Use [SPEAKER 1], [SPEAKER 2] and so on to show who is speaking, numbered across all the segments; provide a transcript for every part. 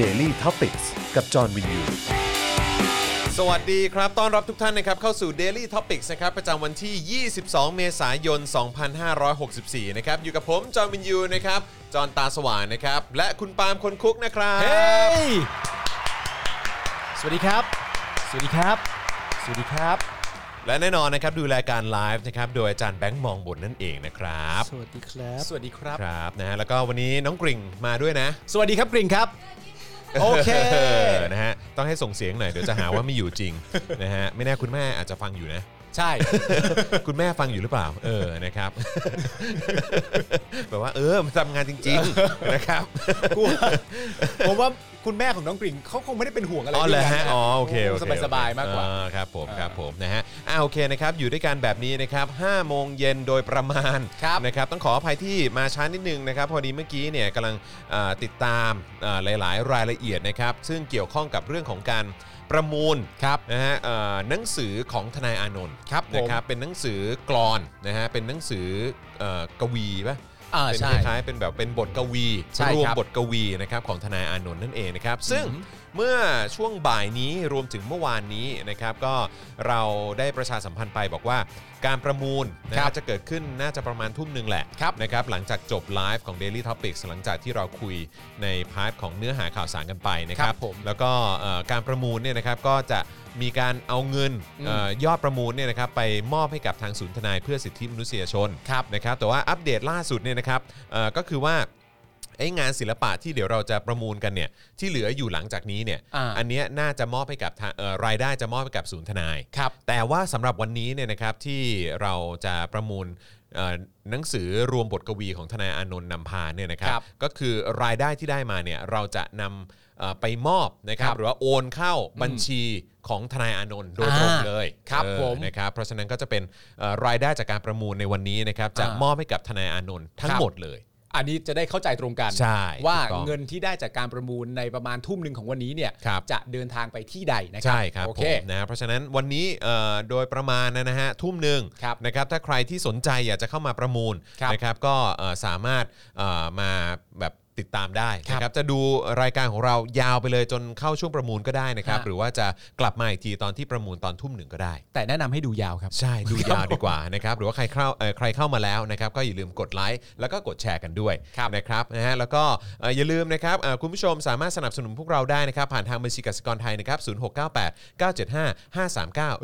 [SPEAKER 1] Daily t o p i c กกับจอห์นวินยู
[SPEAKER 2] สวัสดีครับ ต้อนรับทุกท่านนะครับเข้าสู่ Daily Topics นะครับประจำวันที่ 22 เมษายน 2564 นะครับอยู่กับผมจอห์นวินยูนะครับจอห์นตาสว่างนะครับ และคุณปาล์มคนคุกนะครับ
[SPEAKER 3] เฮ้ยสวัสดีครับ สวัสดีครับ สวัสดีครับ
[SPEAKER 2] และแน่นอนนะครับดูรายการไลฟ์นะครับโดยอาจารย์แบงค์มองบนนั่นเองนะครับ
[SPEAKER 3] สวัสดีครับ สวัสดีครับ
[SPEAKER 2] ครับนะฮะแล้วก็วันนี้น้องกริ่งมาด้วยนะ
[SPEAKER 3] สวัสดีครับกริ่งครับ โอเค
[SPEAKER 2] นะฮะต้องให้ส่งเสียงหน่อยเดี๋ยวจะหาว่าไม่อยู่จริงนะฮะไม่แน่คุณแม่อาจจะฟังอยู่นะ
[SPEAKER 3] ใช่
[SPEAKER 2] คุณแม่ฟังอยู่หรือเปล่า เออ นะครับ แบบว่า เออมาทำงานจริง ๆ นะครับ
[SPEAKER 3] กลัว ผมว่าคุณแม่ของน้องกริ่งเขาคงไม่ได้เป็นห่วงอะไร
[SPEAKER 2] อ๋อเหรอ
[SPEAKER 3] ด้วย
[SPEAKER 2] ฮะ
[SPEAKER 3] กันน
[SPEAKER 2] อ๋อ โอเคโอ
[SPEAKER 3] ส
[SPEAKER 2] เค
[SPEAKER 3] บายสบายๆมากกว่า
[SPEAKER 2] อ่ครับผม ครับผม นะฮะอ่าโอเคนะครับ อยู่ด้วยกันแบบนี้นะครับ5โมงเย็นโดยประมาณ
[SPEAKER 3] ครับ
[SPEAKER 2] นะครับ ต้องขออภัยที่มาช้านิดนึงนะครับ พอดีเมื่อกี้เนี่ยกำลังอ่าติดตามอ่าหลาย ๆ รายละเอียดนะครับ ซึ่งเกี่ยวข้องกับเรื่องของการประมูล
[SPEAKER 3] ครับ
[SPEAKER 2] นะฮะเอ่อหนังสือของทนายอานนท์
[SPEAKER 3] ครับผม
[SPEAKER 2] นะครับ เป็นหนังสือกลอนนะฮะ เป็นหนังสือเอ่อกวีปะ
[SPEAKER 3] อ่า
[SPEAKER 2] เป็น
[SPEAKER 3] ใช่
[SPEAKER 2] คล้ายๆเป็นแบบเป็นบทกวี
[SPEAKER 3] ใช่
[SPEAKER 2] รวม
[SPEAKER 3] ครับ
[SPEAKER 2] บท บทกวีนะครับของทนายอานนท์นั่นเองนะครับ ซึ่งเมื่อช่วงบ่ายนี้รวมถึงเมื่อวานนี้นะครับ ก็เราได้ประชาสัมพันธ์ไปบอกว่า การประมูลนะค
[SPEAKER 3] ครั
[SPEAKER 2] รับบ จะเกิดขึ้นน่าจะประมาณทุ่มหนึ่งแหละ
[SPEAKER 3] ครับ
[SPEAKER 2] นะครับ หลังจากจบไลฟ์ของ Daily Topics หลังจากที่เราคุยในพาร์ทของเนื้อหาข่าวสารกันไปนะครับ
[SPEAKER 3] ครับผม
[SPEAKER 2] แล้วก็เอ่อการประมูลเนี่ยนะครับก็จะมีการเอาเงิน
[SPEAKER 3] อืม
[SPEAKER 2] เอ่อยอดประมูลเนี่ยนะครับไปมอบให้กับทางศูนย์ทนายเพื่อสิทธิมนุษยชน
[SPEAKER 3] ครับ
[SPEAKER 2] นะครับแต่ว่าอัปเดตล่าสุดเนี่ยนะครับเอ่อก็คือว่าไอ้งานศิลปะที่เดี๋ยวเราจะประมูลกันเนี่ยที่เหลืออยู่หลังจากนี้เนี่ย
[SPEAKER 3] อ่า
[SPEAKER 2] นเนี้ยน่าจะมอบให้กับทางเอ่อรายได้จะมอบให้กับศูนย์ทนาย
[SPEAKER 3] ครับ
[SPEAKER 2] แต่ว่าสำหรับวันนี้เนี่ยนะครับที่เราจะประมูลเอ่อหนังสือรวมบทกวีของทนายอานนท์นำพาเนี่ยนะครับ
[SPEAKER 3] ครับ
[SPEAKER 2] ก็คือรายได้ที่ได้มาเนี่ยเราจะนำเอ่อไปมอบนะครั
[SPEAKER 3] ค
[SPEAKER 2] บ
[SPEAKER 3] รับ
[SPEAKER 2] หรือว่าโอนเข้าบัญชีของทนายอานนท์โดย
[SPEAKER 3] อ่า
[SPEAKER 2] ตรงเลย
[SPEAKER 3] ครับ
[SPEAKER 2] เออ
[SPEAKER 3] ผม
[SPEAKER 2] นะครับเพราะฉะนั้นก็จะเป็นเอ่อรายได้จากการประมูลในวันนี้นะครับจะ
[SPEAKER 3] อ่าม
[SPEAKER 2] มอบให้กับทนายอานนท์ทั้ง
[SPEAKER 3] ครับ
[SPEAKER 2] หมดเลย
[SPEAKER 3] อันนี้จะได้เข้าใจตรงกัน
[SPEAKER 2] ใช่
[SPEAKER 3] ว่า
[SPEAKER 2] ถูกต้อง
[SPEAKER 3] เงินที่ได้จากการประมูลในประมาณทุ่มหนึ่งของวันนี้เนี่ย
[SPEAKER 2] ครับ
[SPEAKER 3] จะเดินทางไปที่ใดนะครั
[SPEAKER 2] ใช่ครับ
[SPEAKER 3] โอ
[SPEAKER 2] ผ
[SPEAKER 3] เค
[SPEAKER 2] มนะเพราะฉะนั้นวันนี้เอ่อโดยประมาณนะฮะทุ่มหนึ่ง
[SPEAKER 3] ครับ
[SPEAKER 2] นะครับถ้าใครที่สนใจอยากจะเข้ามาประมูล
[SPEAKER 3] ครับ
[SPEAKER 2] นะครับก็เอ่อสามารถเอ่อมาแบบติดตามได้
[SPEAKER 3] ครับ
[SPEAKER 2] นะครับจะดูรายการของเรายาวไปเลยจนเข้าช่วงประมูลก็ได้นะครับ
[SPEAKER 3] ฮะ
[SPEAKER 2] หรือว่าจะกลับมาอีกทีตอนที่ประมูลตอนทุ่มหนึ่งก็ได้
[SPEAKER 3] แต่แนะนำให้ดูยาวครับ
[SPEAKER 2] ใช่ดูยาวดีกว่านะครับหรือว่าใครเข้าเอ่อใครเข้ามาแล้วนะครับก็อย่าลืมกดไลค์แล้วก็กดแชร์กันด้วยนะครับนะฮะแล้วก็เอ่ออย่าลืมนะครับเอ่อคุณผู้ชมสามารถสนับสนุนพวกเราได้นะครับ ผ่านทางบัญชีกสิกรไทยนะครับศูนย์หกเ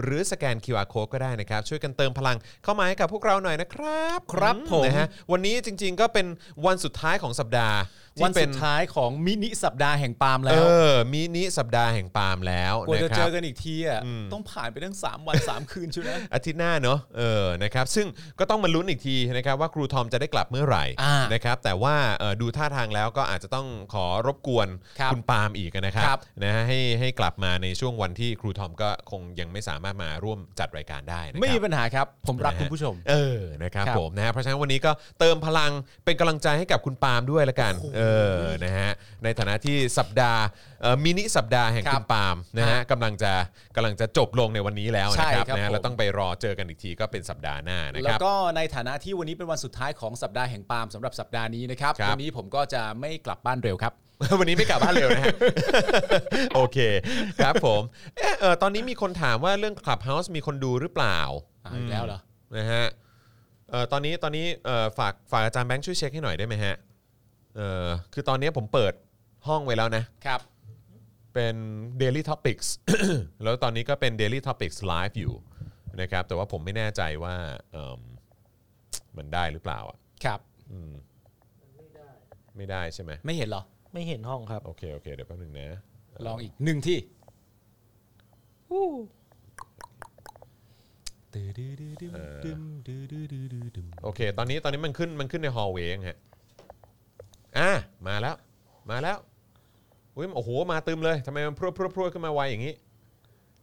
[SPEAKER 2] หรือสแกน QR code ก็ได้นะครับ ช่วยกันเติมพลังเข้ามาให้กับพวกเราหน่อยนะครับ
[SPEAKER 3] ครับ
[SPEAKER 2] อื
[SPEAKER 3] ผม
[SPEAKER 2] นะฮะวันนี้จริงๆก็เป็นวันสุดท้ายของสัปดาห์ที่
[SPEAKER 3] วัน
[SPEAKER 2] เป็
[SPEAKER 3] สุดท้ายของมินิสัปดาห์แห่งปาล์มแล้
[SPEAKER 2] เอ
[SPEAKER 3] ว
[SPEAKER 2] อมินิสัปดาห์แห่งปาล์มแล้ว
[SPEAKER 3] กว่าจะ
[SPEAKER 2] นะค
[SPEAKER 3] เจ
[SPEAKER 2] รับ
[SPEAKER 3] อกันอีกทีอ่ะต้องผ่านไปตั้ง 3 วัน 3 คืนใช่ไหม
[SPEAKER 2] อาทิตย์หน้าเนอะเออนะครับซึ่งก็ต้องมาลุ้นอีกทีนะครับว่าครูทอมจะได้กลับเมื่อไหร่
[SPEAKER 3] อ่า
[SPEAKER 2] นะครับแต่ว่าเอ่อดูท่าทางแล้วก็อาจจะต้องขอรบกวน
[SPEAKER 3] ครับ
[SPEAKER 2] ณปาล์มอีกนะครั
[SPEAKER 3] ครับ บ
[SPEAKER 2] นะฮะให้ให้กลับมาในช่วงวันที่ครูทอมก็คงยังไม่สามารถมาร่วมจัดรายการได้นะครับ
[SPEAKER 3] ไม่มีปัญหาครับ ผมรัก
[SPEAKER 2] นะฮะ
[SPEAKER 3] คุณผู้ชม
[SPEAKER 2] เออนะครับ
[SPEAKER 3] ครับ
[SPEAKER 2] ผมนะฮะเพราะฉะนั้นวันนี้ก็เติมพลังเป็นกำลังใจให้กับคุณปาล์มด้วยละกันเออนะฮะในฐานะที่สัปดาห์เอ่อมินิสัปดาห์แห่ง
[SPEAKER 3] ครับ
[SPEAKER 2] คุณปาล์มนะฮะกำลังจะกำลังจะจบลงในวันนี้แล้วนะค
[SPEAKER 3] ใช่
[SPEAKER 2] รับ
[SPEAKER 3] ครับ
[SPEAKER 2] นะฮะ
[SPEAKER 3] ผม
[SPEAKER 2] แล้วต้องไปรอเจอกันอีกทีก็เป็นสัปดาห์หน้านะค
[SPEAKER 3] แล้ว
[SPEAKER 2] รับ
[SPEAKER 3] ก็ในฐานะที่วันนี้เป็นวันสุดท้ายของสัปดาห์แห่งปาล์มสำหรับสัปดาห์นี้นะครับ
[SPEAKER 2] ครับ
[SPEAKER 3] วันนี้ผมก็จะไม่กลับบ้านเร็วครับ
[SPEAKER 2] วันนี้ไม่กลับบ้านเร็วนะฮะ โอเคครับผมเอ๊ะเออตอนนี้มีคนถามว่าเรื่อง Clubhouse มีคนดูหรือเปล่า
[SPEAKER 3] อ่าอีกแล้วเหรอ
[SPEAKER 2] นะฮะเออตอนนี้ตอนนี้เออฝากฝากอาจารย์แบงค์ช่วยเช็คให้หน่อยได้ไหมฮะเออคือตอนนี้ผมเปิดห้องไว้แล้วนะ
[SPEAKER 3] ครับ
[SPEAKER 2] เป็น Daily Topics แล้วตอนนี้ก็เป็น Daily Topics Live อยู่นะครับ แต่ว่าผมไม่แน่ใจว่าเอิ่มมันได้หรือเปล่าอ่ะ
[SPEAKER 3] ครับ
[SPEAKER 2] ไม่ได้ใช่ไหม
[SPEAKER 3] ไม่เห็นเหรอ
[SPEAKER 4] ไม่เห็นห้องครับ
[SPEAKER 2] โอเค โอเค เดี๋ยวแป๊บนึงนะ
[SPEAKER 3] ลองอีกหนึ่งที่
[SPEAKER 2] โอเค ตอนนี้ตอนนี้มันขึ้นมันขึ้นในฮอลเวย์ฮะ อ่ะ มาแล้ว มาแล้ว อุ้ย โอ้โห มาตึมเลย ทำไมมันพรวดพรวดพรวดขึ้นมาไวอย่างนี้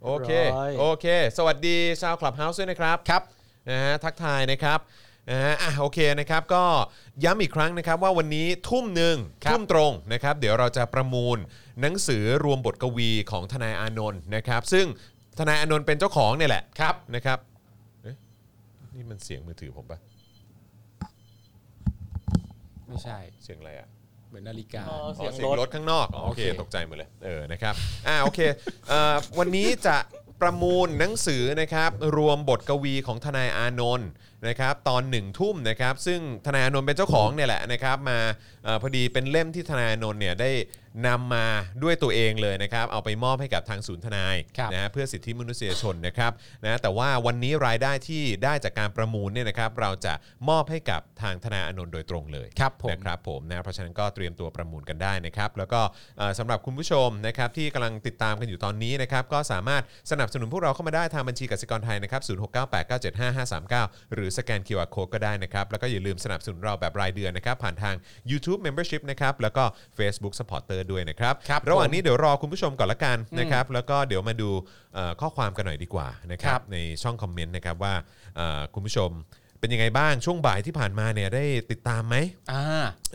[SPEAKER 2] โอเค
[SPEAKER 4] เรียบร้อย
[SPEAKER 2] โอเค สวัสดีชาวคลับเฮาส์ด้วยนะครับ
[SPEAKER 3] ครับ
[SPEAKER 2] นะฮะทักทายนะครับนะฮะอ่ะโอเคนะครับก็ย้ำอีกครั้งนะครับว่าวันนี้ทุ่มหนึ่ง
[SPEAKER 3] ครับ
[SPEAKER 2] ทุ่มตรงนะครับเดี๋ยวเราจะประมูลหนังสือรวมบทกวีของทนายอานนท์นะครับซึ่งทนายอานนท์เป็นเจ้าของเนี่ยแหละ
[SPEAKER 3] ครับ
[SPEAKER 2] นะครับเอ๊ะนี่มันเสียงมือถือผมปะ
[SPEAKER 3] ไม่ใช่
[SPEAKER 2] เสียงอะไรอะ
[SPEAKER 4] เหมือนนาฬิกา
[SPEAKER 5] อ๋อ
[SPEAKER 2] อ๋อ
[SPEAKER 5] เสียง
[SPEAKER 2] เสียง
[SPEAKER 5] ร
[SPEAKER 2] ร
[SPEAKER 5] ถ
[SPEAKER 2] ถข้างนอกอ๋อโอเค
[SPEAKER 4] โอเค
[SPEAKER 2] ตกใจหมดเลย เออ นะครับ อ่า โอเคเอ่อวันนี้จะประมูลหนังสือนะครับ รวมบทกวีของทนายอานนท์นะครับ ตอนหนึ่งทุ่มนะครับ ซึ่งทนายอานนท์เป็นเจ้าของเนี่ยแหละนะครับ มาเออพอดีเป็นเล่มที่ทนายอานนท์เนี่ยได้นำมาด้วยตัวเองเลยนะครับ เอาไปมอบให้กับทางศูนย์ทนาย
[SPEAKER 4] ครับ
[SPEAKER 2] นะ นะฮะเพื่อสิทธิมนุษยชนนะครับนะแต่ว่าวันนี้รายได้ที่ได้จากการประมูลเนี่ยนะครับเราจะมอบให้กับทางธนาอานนท์โดยตรงเลย
[SPEAKER 4] ครับผม
[SPEAKER 2] นะครับผมนะเพราะฉะนั้นก็เตรียมตัวประมูลกันได้นะครับ แล้วก็เอ่อสำหรับคุณผู้ชมนะครับที่กำลังติดตามกันอยู่ตอนนี้นะครับก็สามารถสนับสนุนพวกเราเข้ามาได้ทางบัญชีกสิกรไทยนะครับศูนย์หกเก้าแปดเก้าเจ็ดห้าห้าสามเก้าหรือสแกน QR Code ก็ได้นะครับแล้วก็อย่าลืมสนับสนุนเราแบบรายเดือนนะครับผ่านทาง YouTube Membership นะครับแล้วก็ Facebook Supporter ด้วยนะครับ
[SPEAKER 4] ครับ
[SPEAKER 2] ระหว่า
[SPEAKER 4] ผ
[SPEAKER 2] ง
[SPEAKER 4] ม
[SPEAKER 2] นี้ เดี๋ยวรอคุณผู้ชมก่อนละกันนะครับแล้วก็เดี๋ยวมาดูเอ่อข้อความกันหน่อยดีกว่านะครับในช่องคอมเมนต์นะครับว่าเอ่อคุณผู้ชมเป็นยังไงบ้างช่วงบ่ายที่ผ่านมาเนี่ยได้ติดตามไหม
[SPEAKER 4] อ่า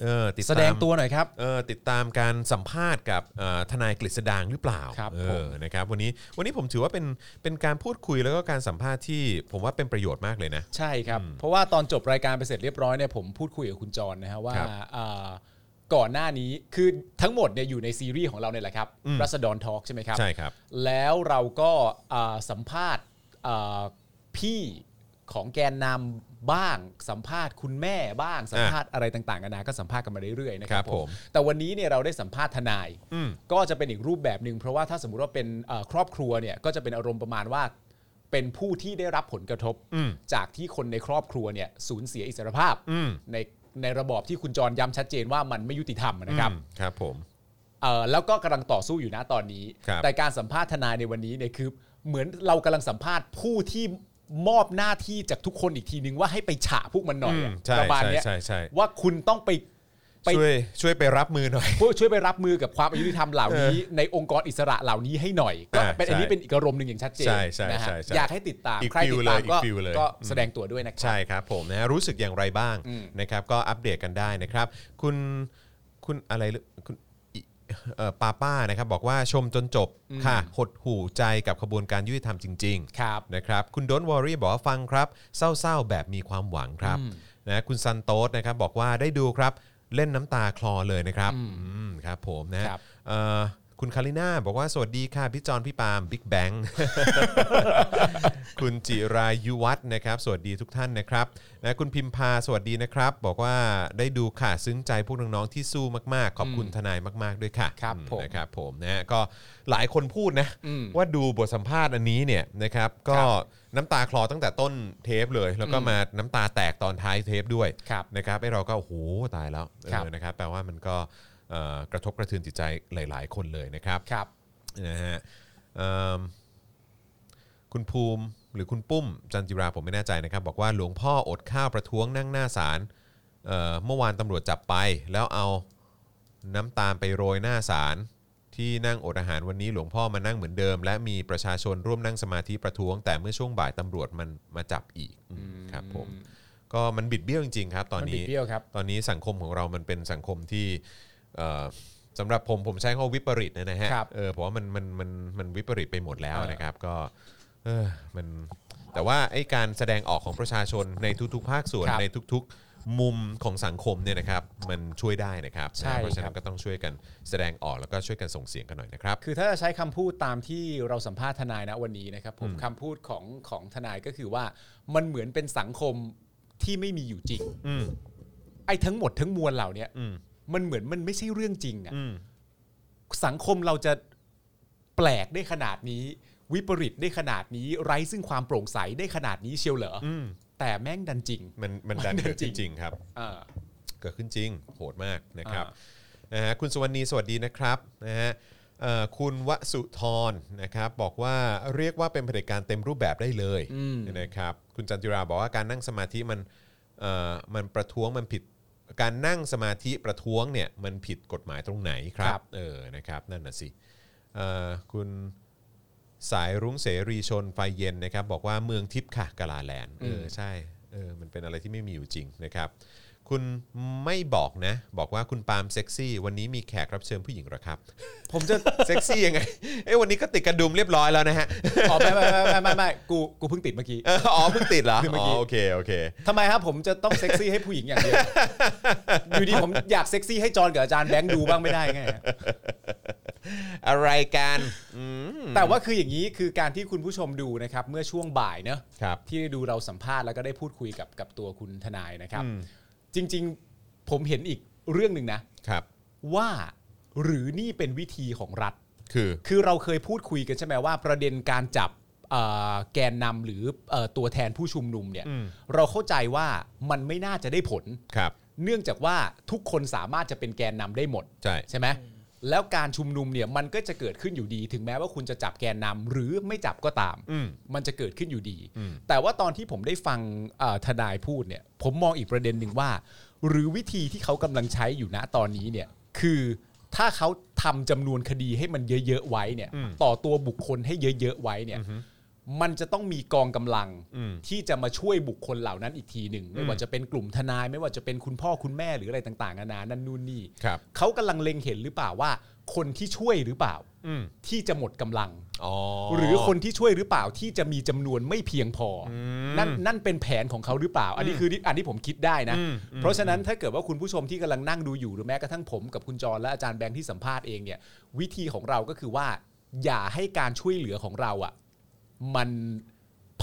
[SPEAKER 2] เออติดตาม
[SPEAKER 4] แสดงตัวหน่อยครับ
[SPEAKER 2] เออติดตามการสัมภาษณ์กับเอ่อทนายกฤษดางหรือเปล่า
[SPEAKER 4] ครับ
[SPEAKER 2] เอ
[SPEAKER 4] ผ
[SPEAKER 2] อ
[SPEAKER 4] ม
[SPEAKER 2] นะครับวันนี้วันนี้ผมถือว่าเป็นเป็นการพูดคุยแล้วก็การสัมภาษณ์ที่ผมว่าเป็นประโยชน์มากเลยนะ
[SPEAKER 4] ใช่ครับ เพราะว่าตอนจบรายการไปเสร็จเรียบร้อยเนี่ยผมพูดคุยกับคุณจรนะฮะว่า
[SPEAKER 2] ครับ
[SPEAKER 4] อ่าก่อนหน้านี้คือทั้งหมดเนี่ยอยู่ในซีรีส์ของเราเนี่ยแหละครับ
[SPEAKER 2] อืม
[SPEAKER 4] รัศดรทอล์กใช่ไหมครับ
[SPEAKER 2] ใช่ครับ
[SPEAKER 4] แล้วเราก็อ่าสัมภาษณ์อ่าพี่ของแกนนำบ้างสัมภาษณ์คุณแม่บ้างสัมภาษณ์อะไรต่างๆกันานาก็สัมภาษณ์กันมาเรื่อยๆนะ
[SPEAKER 2] ค
[SPEAKER 4] ค
[SPEAKER 2] รั
[SPEAKER 4] รับบ
[SPEAKER 2] ผม
[SPEAKER 4] แต่วันนี้เนี่ยเราได้สัมภาษณ์ทนาย
[SPEAKER 2] อืม
[SPEAKER 4] ก็จะเป็นอีกรูปแบบหนึ่งเพราะว่าถ้าสมมติว่าเป็นเอ่อครอบครัวเนี่ยก็จะเป็นอารมณ์ประมาณว่า เป็นผู้ที่ได้รับผลกระทบ
[SPEAKER 2] อืม
[SPEAKER 4] จากที่คนในครอบครัวเนี่ยสูญเสียอิสรภาพ
[SPEAKER 2] อืม
[SPEAKER 4] ในในระบอบที่คุณจรย้ำชัดเจนว่ามันไม่ยุติธรรมนะครับ
[SPEAKER 2] อืมครับผม
[SPEAKER 4] เอ่อแล้วก็กำลังต่อสู้อยู่นะตอนนี้
[SPEAKER 2] ครับ
[SPEAKER 4] แต่การสัมภาษณ์ทนายในวันนี้เนี่ยคือเหมือนเรากำลังสัมภาษณ์ผู้ที่มอบหน้าที่จากทุกคนอีกทีนึงว่าให้ไปฉะพวกมันหน่อยอะ
[SPEAKER 2] อืมใช่
[SPEAKER 4] ประมาณเนี้ย
[SPEAKER 2] ใช่ใช่ใช่
[SPEAKER 4] ว่าคุณต้องไปไป
[SPEAKER 2] ช่วยช่วยไปรับมือหน่อย
[SPEAKER 4] พวกช่วยไปรับมือกับความอายุติธรรมเหล่านี้ ในองค์กรอิสระเหล่านี้ให้หน่อย ก็
[SPEAKER 2] อ่า
[SPEAKER 4] เป็นอันนี้
[SPEAKER 2] ใช่
[SPEAKER 4] เป็นอีกอารมณ์หนึ่งอย่างชัดเจน
[SPEAKER 2] ใช่ใช่
[SPEAKER 4] นะฮะ
[SPEAKER 2] ใช่ใช่
[SPEAKER 4] อยากให้ติดตาม
[SPEAKER 2] อีก
[SPEAKER 4] ใคร
[SPEAKER 2] ฟิล
[SPEAKER 4] ติ
[SPEAKER 2] เลย
[SPEAKER 4] ดตาม
[SPEAKER 2] อีก
[SPEAKER 4] ก็
[SPEAKER 2] ฟิลเลย
[SPEAKER 4] ก็
[SPEAKER 2] อืม
[SPEAKER 4] แสดงตัวด้วยนะครับ
[SPEAKER 2] ใช่ครับผมนะฮะรู้สึกอย่างไรบ้าง
[SPEAKER 4] อืม
[SPEAKER 2] นะครับก็อัปเดตกันได้นะครับ คุณคุณอะไรหรือคุณอิเอ่อป้าป้านะครับบอกว่าชมจนจบค่ะหดหู่ใจกับขบวนการยุติธรรมจริง ๆ
[SPEAKER 4] ครับ
[SPEAKER 2] นะครับคุณดนวอรี่บอกว่าฟังครับเศร้าๆ แบบมีความหวังครับนะคุณซันโตสนะครับบอกว่าได้ดูครับเล่นน้ำตาคลอเลยนะครับอืมครับผมนะครับ เอ่อคุณคาริน่าบอกว่าสวัสดีค่ะพี่จอนพี่ปาล์มบิ๊กแบง คุณจิรายุวัฒน์นะครับสวัสดีทุกท่านนะครับนะคุณพิมพาสวัสดีนะครับ บอกว่าได้ดูค่ะซึ้งใจพวกน้องๆที่สู้มากๆ ขอบคุณทนายมาก ๆด้วยค่ะ
[SPEAKER 4] ครับ
[SPEAKER 2] อืม
[SPEAKER 4] ผม
[SPEAKER 2] นะครับผมนะฮะก็หลายคนพูดนะ
[SPEAKER 4] อืม
[SPEAKER 2] ว่าดูบทสัมภาษณ์อันนี้เนี่ยนะครับก็น้ำตาคลอตั้งแต่ต้นเทปเลย แล้วก็มาน้ำตาแตกตอนท้ายเทปด้วย
[SPEAKER 4] ครับ
[SPEAKER 2] นะครับไอ้เราก็โอ้โหตายแล้ว
[SPEAKER 4] ครับ
[SPEAKER 2] เออนะครับแปลว่ามันก็เอ่อกระทบกระเทือนจิตใจหลาย ๆ คนเลยนะครับ
[SPEAKER 4] ครับ
[SPEAKER 2] นะฮะเอิ่มคุณภูมิหรือคุณปุ้มจันจิราผมไม่แน่ใจนะครับ บอกว่าหลวงพ่ออดข้าวประท้วงนั่งหน้าศาลเอ่อเมื่อวานตำรวจจับไป แล้วเอาน้ำตาลไปโรยหน้าศาล ที่นั่งอดอาหารวันนี้หลวงพ่อมานั่งเหมือนเดิม และมีประชาชนร่วมนั่งสมาธิประท้วง แต่เมื่อช่วงบ่ายตำรวจมันมาจับอีกอืมครับผมก็มันบิดเบี้ยวจริงๆครับตอน
[SPEAKER 4] มันบิ
[SPEAKER 2] นี้
[SPEAKER 4] ดเบี้ยวครับ
[SPEAKER 2] ตอนนี้สังคมของเรามันเป็นสังคมที่เอ่อสำหรับผมผมใช้คำว่าวิปริตนะฮะ
[SPEAKER 4] ครับ
[SPEAKER 2] เออเพราะว่ามันมันมันมันวิปริตไปหมดแล้วนะครับก็เออมันแต่ว่าไอ้การแสดงออกของประชาชนในทุกๆ ภาคส่วน
[SPEAKER 4] ครับ
[SPEAKER 2] ในทุกๆ มุมของสังคมเนี่ยนะครับมันช่วยได้นะครับ
[SPEAKER 4] ใช่
[SPEAKER 2] นะเพราะฉะ
[SPEAKER 4] ครั
[SPEAKER 2] นั้น
[SPEAKER 4] บ
[SPEAKER 2] ก็ต้องช่วยกันแสดงออกแล้วก็ช่วยกันส่งเสียงกันหน่อยนะครับ
[SPEAKER 4] คือถ้าจะใช้คำพูดตามที่เราสัมภาษณ์ทนายนะวันนี้นะครับผมคำพูดของของทนายก็คือว่ามันเหมือนเป็นสังคมที่ไม่มีอยู่จริง
[SPEAKER 2] อืม
[SPEAKER 4] ไอ้ทั้งหมดทั้งมวลเหล่าเนี้ย
[SPEAKER 2] อืม
[SPEAKER 4] มันเหมือนมันไม่ใช่เรื่องจริงอะ
[SPEAKER 2] อืม
[SPEAKER 4] สังคมเราจะแปลกได้ขนาดนี้ วิปริตได้ขนาดนี้ ไร้ซึ่งความโปร่งใสได้ขนาดนี้เชียวเหรออ
[SPEAKER 2] อืม
[SPEAKER 4] แต่แม่งดันจริง
[SPEAKER 2] มันมันดัน
[SPEAKER 4] มันดัน
[SPEAKER 2] เกิดขึ้น
[SPEAKER 4] จ
[SPEAKER 2] จ
[SPEAKER 4] ริ
[SPEAKER 2] ริ
[SPEAKER 4] ง
[SPEAKER 2] งครับ
[SPEAKER 4] อ่า
[SPEAKER 2] เกิดขึ้นจริง โหดมากนะครับ
[SPEAKER 4] อ่
[SPEAKER 2] นะฮะคุณสวรรณีสวัสดีนะครับนะฮะเอ่อคุณวสุธรนะครับบอกว่าเรียกว่าเป็นเผด็จการเต็มรูปแบบได้เลยนะครับคุณจันจิราบอกว่าการนั่งสมาธิมันเอ่อมันประท้วงมันผิดการนั่งสมาธิประท้วงเนี่ยมันผิดกฎหมายตรงไหนครั
[SPEAKER 4] ครับ บ
[SPEAKER 2] เออนะครับนั่นน่ะสิเอ่อคุณ สายรุ้งเสรีชนไฟเย็นนะครับ บอกว่าเมืองทิพย์ค่ะกาลาแลนด์เออใช่เออมันเป็นอะไรที่ไม่มีอยู่จริงนะครับ คุณไม่บอกนะ บอกว่าคุณปาล์มเซ็กซี่ วันนี้มีแขกรับเชิญผู้หญิงเหรอครับ
[SPEAKER 4] ผมจะ
[SPEAKER 2] เซ็กซี่ยังไงเอ้ยวันนี้ก็ติดกระดุมเรียบร้อยแล้วนะฮะ
[SPEAKER 4] อ๋อไม่ไม่ไม่ไม่ไม่ไม่กูกูเพิ่งติดเมื่อกี้
[SPEAKER 2] เอออ๋อเพิ่งติดเหรอ
[SPEAKER 4] เพิ่งเมื่
[SPEAKER 2] อ๋อ
[SPEAKER 4] อกี้
[SPEAKER 2] โอเคโอเค
[SPEAKER 4] ทำไมครับผมจะต้องเซ็กซี่ให้ผู้หญิงอย่างเดียว อยู่ดีผมอยากเซ็กซี่ให้จอนกับอาจารย์แบงค์ดูบ้างไม่ได้ไงฮะ
[SPEAKER 2] อะไรกันอืม
[SPEAKER 4] แต่ว่าคืออย่างนี้คือการที่คุณผู้ชมดูนะครับ เมื่อช่วงบ่ายเนอะ
[SPEAKER 2] ครับ
[SPEAKER 4] ที่ได้ดูเราสัมภาษณ์แล้วก็ได้พูดคุยกับกับตัวคุณทนายนะครับ จริง ๆผมเห็นอีกเรื่องหนึ่งนะ
[SPEAKER 2] ครับ
[SPEAKER 4] ว่าหรือนี่เป็นวิธีของรัฐ
[SPEAKER 2] คือ
[SPEAKER 4] คือเราเคยพูดคุยกันใช่ไหมว่าประเด็นการจับเอ่อแกนนำหรือเอ่อตัวแทนผู้ชุมนุมเนี่ย
[SPEAKER 2] อืม
[SPEAKER 4] เราเข้าใจว่ามันไม่น่าจะได้ผล
[SPEAKER 2] ครับ
[SPEAKER 4] เนื่องจากว่าทุกคนสามารถจะเป็นแกนนำได้หมด
[SPEAKER 2] ใช่
[SPEAKER 4] ใช่ไหมแล้วการชุมนุมเนี่ยมันก็จะเกิดขึ้นอยู่ดี ถึงแม้ว่าคุณจะจับแกนนำหรือไม่จับก็ตาม
[SPEAKER 2] อืม
[SPEAKER 4] มันจะเกิดขึ้นอยู่ดี
[SPEAKER 2] อืม
[SPEAKER 4] แต่ว่าตอนที่ผมได้ฟังเอ่อทนายพูดเนี่ย ผมมองอีกประเด็นหนึ่งว่า หรือวิธีที่เขากำลังใช้อยู่ณตอนนี้เนี่ย คือถ้าเขาทำจำนวนคดีให้มันเยอะ ๆ ไว้เนี่ย ต่อตัวบุคคลให้เยอะ ๆ ไว้เนี่ย มันจะต้องมีกองกำลัง
[SPEAKER 2] อืม
[SPEAKER 4] ที่จะมาช่วยบุคคลเหล่านั้นอีกทีหนึ่ง ไม่ว่าจะเป็นกลุ่มทนาย ไม่ว่าจะเป็นคุณพ่อคุณแม่หรืออะไรต่างๆนานานั่นนู่นนี่
[SPEAKER 2] ครับ
[SPEAKER 4] เขากำลังเล็งเห็นหรือเปล่าว่า คนที่ช่วยหรือเปล่า
[SPEAKER 2] อืม
[SPEAKER 4] ที่จะหมดกำลัง
[SPEAKER 2] อ๋อ
[SPEAKER 4] หรือคนที่ช่วยหรือเปล่าที่จะมีจำนวนไม่เพียงพออ
[SPEAKER 2] ม
[SPEAKER 4] นั่นนั่นเป็นแผนของเขาหรือเปล่า อันนี้คืออันที่ผมคิดได้นะ
[SPEAKER 2] อืม
[SPEAKER 4] เพราะฉะนั้นถ้าเกิดว่าคุณผู้ชมที่กำลังนั่งดูอยู่หรือแม้กระทั่งผมกับคุณจรและอาจารย์แบงค์ที่สัมภาษณ์เองเนี่ย วิธีของเราก็คือว่า อย่าให้การช่วยเหลือของเราอะ่ะมัน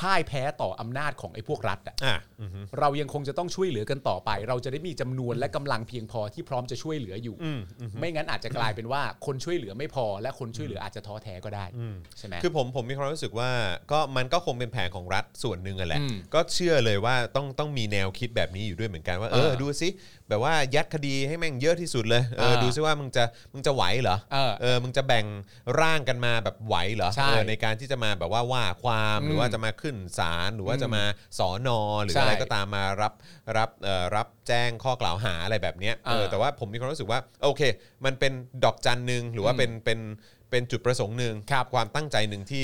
[SPEAKER 4] พ่ายแพ้ต่ออำนาจของไอ้พวกรัฐอะ
[SPEAKER 2] ่ะอืม
[SPEAKER 4] เรายังคงจะต้องช่วยเหลือกันต่อไป เราจะได้มีจำนวนและกำลังเพียงพอที่พร้อมจะช่วยเหลืออยู่
[SPEAKER 2] อืม
[SPEAKER 4] ไม่งั้นอาจจะกลายเป็นว่าคนช่วยเหลือไม่พอ และคนช่วยเหลืออาจจะท้อแท้ก็ได้
[SPEAKER 2] อืม
[SPEAKER 4] ใช่ไหม
[SPEAKER 2] คือผมผมมีความรู้สึกว่าก็มันก็คงเป็นแผนของรัฐส่วนหนึ่งอะแหละ
[SPEAKER 4] อืม
[SPEAKER 2] ก็เชื่อเลยว่าต้องต้องมีแนวคิดแบบนี้อยู่ด้วยเหมือนกันว่าเออ
[SPEAKER 4] เออ
[SPEAKER 2] ดูสิแบบว่ายัดคดีให้แม่งเยอะที่สุดเลยเออ
[SPEAKER 4] เออ
[SPEAKER 2] ดูสิว่ามึงจะมึงจะไหวเหรอ
[SPEAKER 4] เออ
[SPEAKER 2] เออมึงจะแบ่งร่างกันมาแบบไหวเหรอ
[SPEAKER 4] ใช่
[SPEAKER 2] เออในการที่จะมาแบบว่าว่าความ
[SPEAKER 4] อืม
[SPEAKER 2] หรือว่าจะมาขึ้นศาลหรือว่าจะมาสอนอหรือ
[SPEAKER 4] ใช่
[SPEAKER 2] อะไรก็ตามมารับรับเอ่อรับแจ้งข้อกล่าวหาอะไรแบบเนี้ยเอ
[SPEAKER 4] เอ
[SPEAKER 2] อ
[SPEAKER 4] อ
[SPEAKER 2] แต่ว่าผมมีความรู้สึกว่าโอเค มันเป็นดอกจันหนึ่งหรือว่าเป็นเป็น เป็นจุดประสงค์หนึ่งคความตั้งใจหนึ่งที่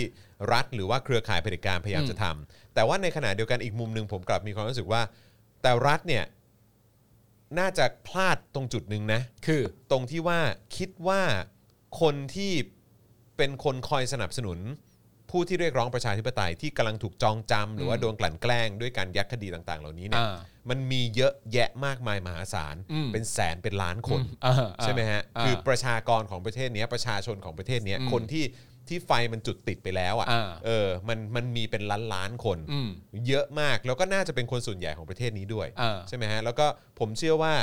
[SPEAKER 2] รัฐหรือว่าเครือข่ายเผด็จการพยายาม
[SPEAKER 4] อืม
[SPEAKER 2] จะทำแต่ว่าในขณะเดียวกันอีกมุมหนึ่งผมกลับมีความรู้สึกว่า แต่รัฐเนี่ยน่าจะพลาดตรงจุดหนึ่งนะ
[SPEAKER 4] คือ
[SPEAKER 2] ตรงที่ว่าคิดว่าคนที่เป็นคนคอยสนับสนุน ผู้ที่เรียกร้องประชาธิปไตยที่กำลังถูกจองจำหรือว่า
[SPEAKER 4] อืม
[SPEAKER 2] โดนกลั่นแกล้งด้วยการยัดคดีต่างๆ เหล่านี้เนี่ย
[SPEAKER 4] อ่า
[SPEAKER 2] มันมีเยอะแยะมากมายมหาศาล
[SPEAKER 4] อืม
[SPEAKER 2] เป็นแสนเป็นล้านคน
[SPEAKER 4] อืมอ่าอ่า
[SPEAKER 2] ใช่ไหมฮะ
[SPEAKER 4] อ่า
[SPEAKER 2] คือประชากรของประเทศเนี้ยประชาชนของประเทศเนี้ย
[SPEAKER 4] อืม
[SPEAKER 2] คนที่ที่ไฟมันจุดติดไปแล้ว
[SPEAKER 4] อ่า
[SPEAKER 2] อะ่ะเออมันมันมีเป็นล้านล้านๆคน
[SPEAKER 4] อืม
[SPEAKER 2] เยอะมากแล้วก็น่าจะเป็นคนส่วนใหญ่ของประเทศนี้ด้วย
[SPEAKER 4] อ่า
[SPEAKER 2] ใช่ไหมฮะแล้วก็ผมเชื่อว่า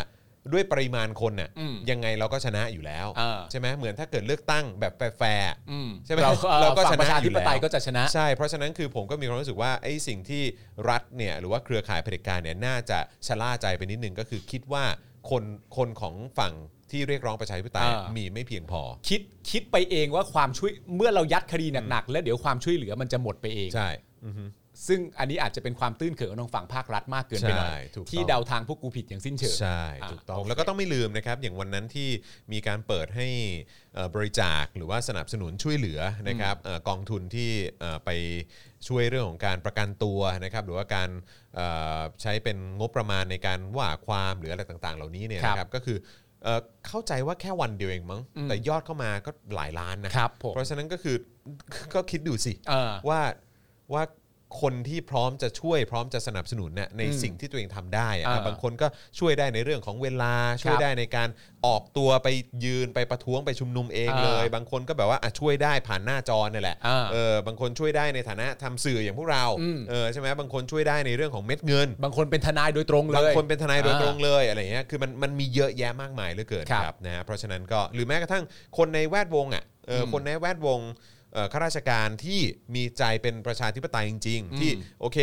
[SPEAKER 2] ด้วยปริมาณคนน่ะ
[SPEAKER 4] อืม
[SPEAKER 2] ยังไงเราก็ชนะอยู่แล้ว
[SPEAKER 4] อ่า
[SPEAKER 2] ใช่ไหมเหมือนถ้าเกิดเลือกตั้งแบบแฟร์ๆ
[SPEAKER 4] อืม
[SPEAKER 2] ใช่ไหม
[SPEAKER 4] เรา
[SPEAKER 2] เรา
[SPEAKER 4] เรา
[SPEAKER 2] ก็
[SPEAKER 4] ก็
[SPEAKER 2] ช
[SPEAKER 4] ช
[SPEAKER 2] นะ
[SPEAKER 4] นะประชา
[SPEAKER 2] อยู่
[SPEAKER 4] ธิป
[SPEAKER 2] แล้ว
[SPEAKER 4] ไตยก็จะชนะ
[SPEAKER 2] ใช่ เพราะฉะนั้นคือผมก็มีความรู้สึกว่าไอ้สิ่งที่รัฐเนี่ยหรือว่าเครือข่ายเผด็จการเนี่ยน่าจะชะล่าใจไปนิดนึงก็คือคิดว่าคนคนของฝั่งที่เรียกร้องประชาธิปไตย
[SPEAKER 4] อ่ามี
[SPEAKER 2] มีไม่เพียงพอ
[SPEAKER 4] คิดคิดไปเองว่าความช่วยเมื่อเรายัดคดีหนักๆ แล้วเดี๋ยวความช่วยเหลือมันจะหมดไปเอง
[SPEAKER 2] ใช่ อือฮึ
[SPEAKER 4] ซึ่งอันนี้อาจจะเป็นความตื้นเขินของทางฝั่งภาครัฐมากเกินไปหน่อย
[SPEAKER 2] ใช่ถูกต้อง
[SPEAKER 4] ที่เดาทางพวกกูผิดอย่างสิ้นเชิง
[SPEAKER 2] ใช่ถูกต้อง
[SPEAKER 4] อ่ะโอเค
[SPEAKER 2] แล้วก็ต้องไม่ลืมนะครับ อย่างวันนั้นที่มีการเปิดให้เอ่อบริจาคหรือว่าสนับสนุนช่วยเหลือนะครับเอ่อกองทุนที่เอ่อไปช่วยเรื่องของการประกันตัวนะครับ หรือว่าการเอ่อใช้เป็นงบประมาณในการว่าความหรืออะไรต่างๆ เหล่านี้เนี่ย
[SPEAKER 4] ครับ
[SPEAKER 2] นะครับก็คือเอ่อเข้าใจว่าแค่วันเดียวเองมั้ง
[SPEAKER 4] อืม
[SPEAKER 2] แต่ยอดเข้ามาก็หลายล้านนะครับ
[SPEAKER 4] ผม
[SPEAKER 2] เพราะฉะนั้นก็คือ ก็คิดดูสิ
[SPEAKER 4] เออ
[SPEAKER 2] ว่าว่าคนที่พร้อมจะช่วยพร้อมจะสนับสนุนเนี่ยใน
[SPEAKER 4] อืม
[SPEAKER 2] สิ่งที่ตัวเองทำได้อะ
[SPEAKER 4] อ่า
[SPEAKER 2] บางคนก็ช่วยได้ในเรื่องของเวลา ช่วยได้ในการออกตัวไปยืนไปประท้วงไปชุมนุมเอง
[SPEAKER 4] อ่า
[SPEAKER 2] เลย บางคนก็แบบว่าอ่ะช่วยได้ผ่านหน้าจอเนี่ยแหละ
[SPEAKER 4] อ่า
[SPEAKER 2] เออบางคนช่วยได้ในฐานะทำสื่ออย่างพวกเรา
[SPEAKER 4] อืม
[SPEAKER 2] เออใช่ไหมบางคนช่วยได้ในเรื่องของเม็ดเงิน
[SPEAKER 4] บางคนเป็นทนายโดยตรงเลย
[SPEAKER 2] บางคนเป็นทนายโดย
[SPEAKER 4] อ่า
[SPEAKER 2] ตรงเลยอะไรเงี้ย คือมันมันมีเยอะแยะมากมายเหลือเกิน
[SPEAKER 4] ครับ
[SPEAKER 2] ครับนะฮะเพราะฉะนั้นก็หรือแม้กระทั่งคนในแวดวงอ่ะเอออ
[SPEAKER 4] ม
[SPEAKER 2] คนในแวดวงเอ่อข้าราชการที่มีใจเป็นประชาธิปไตยจริง
[SPEAKER 4] อื
[SPEAKER 2] ๆ
[SPEAKER 4] ม
[SPEAKER 2] ที่โอเค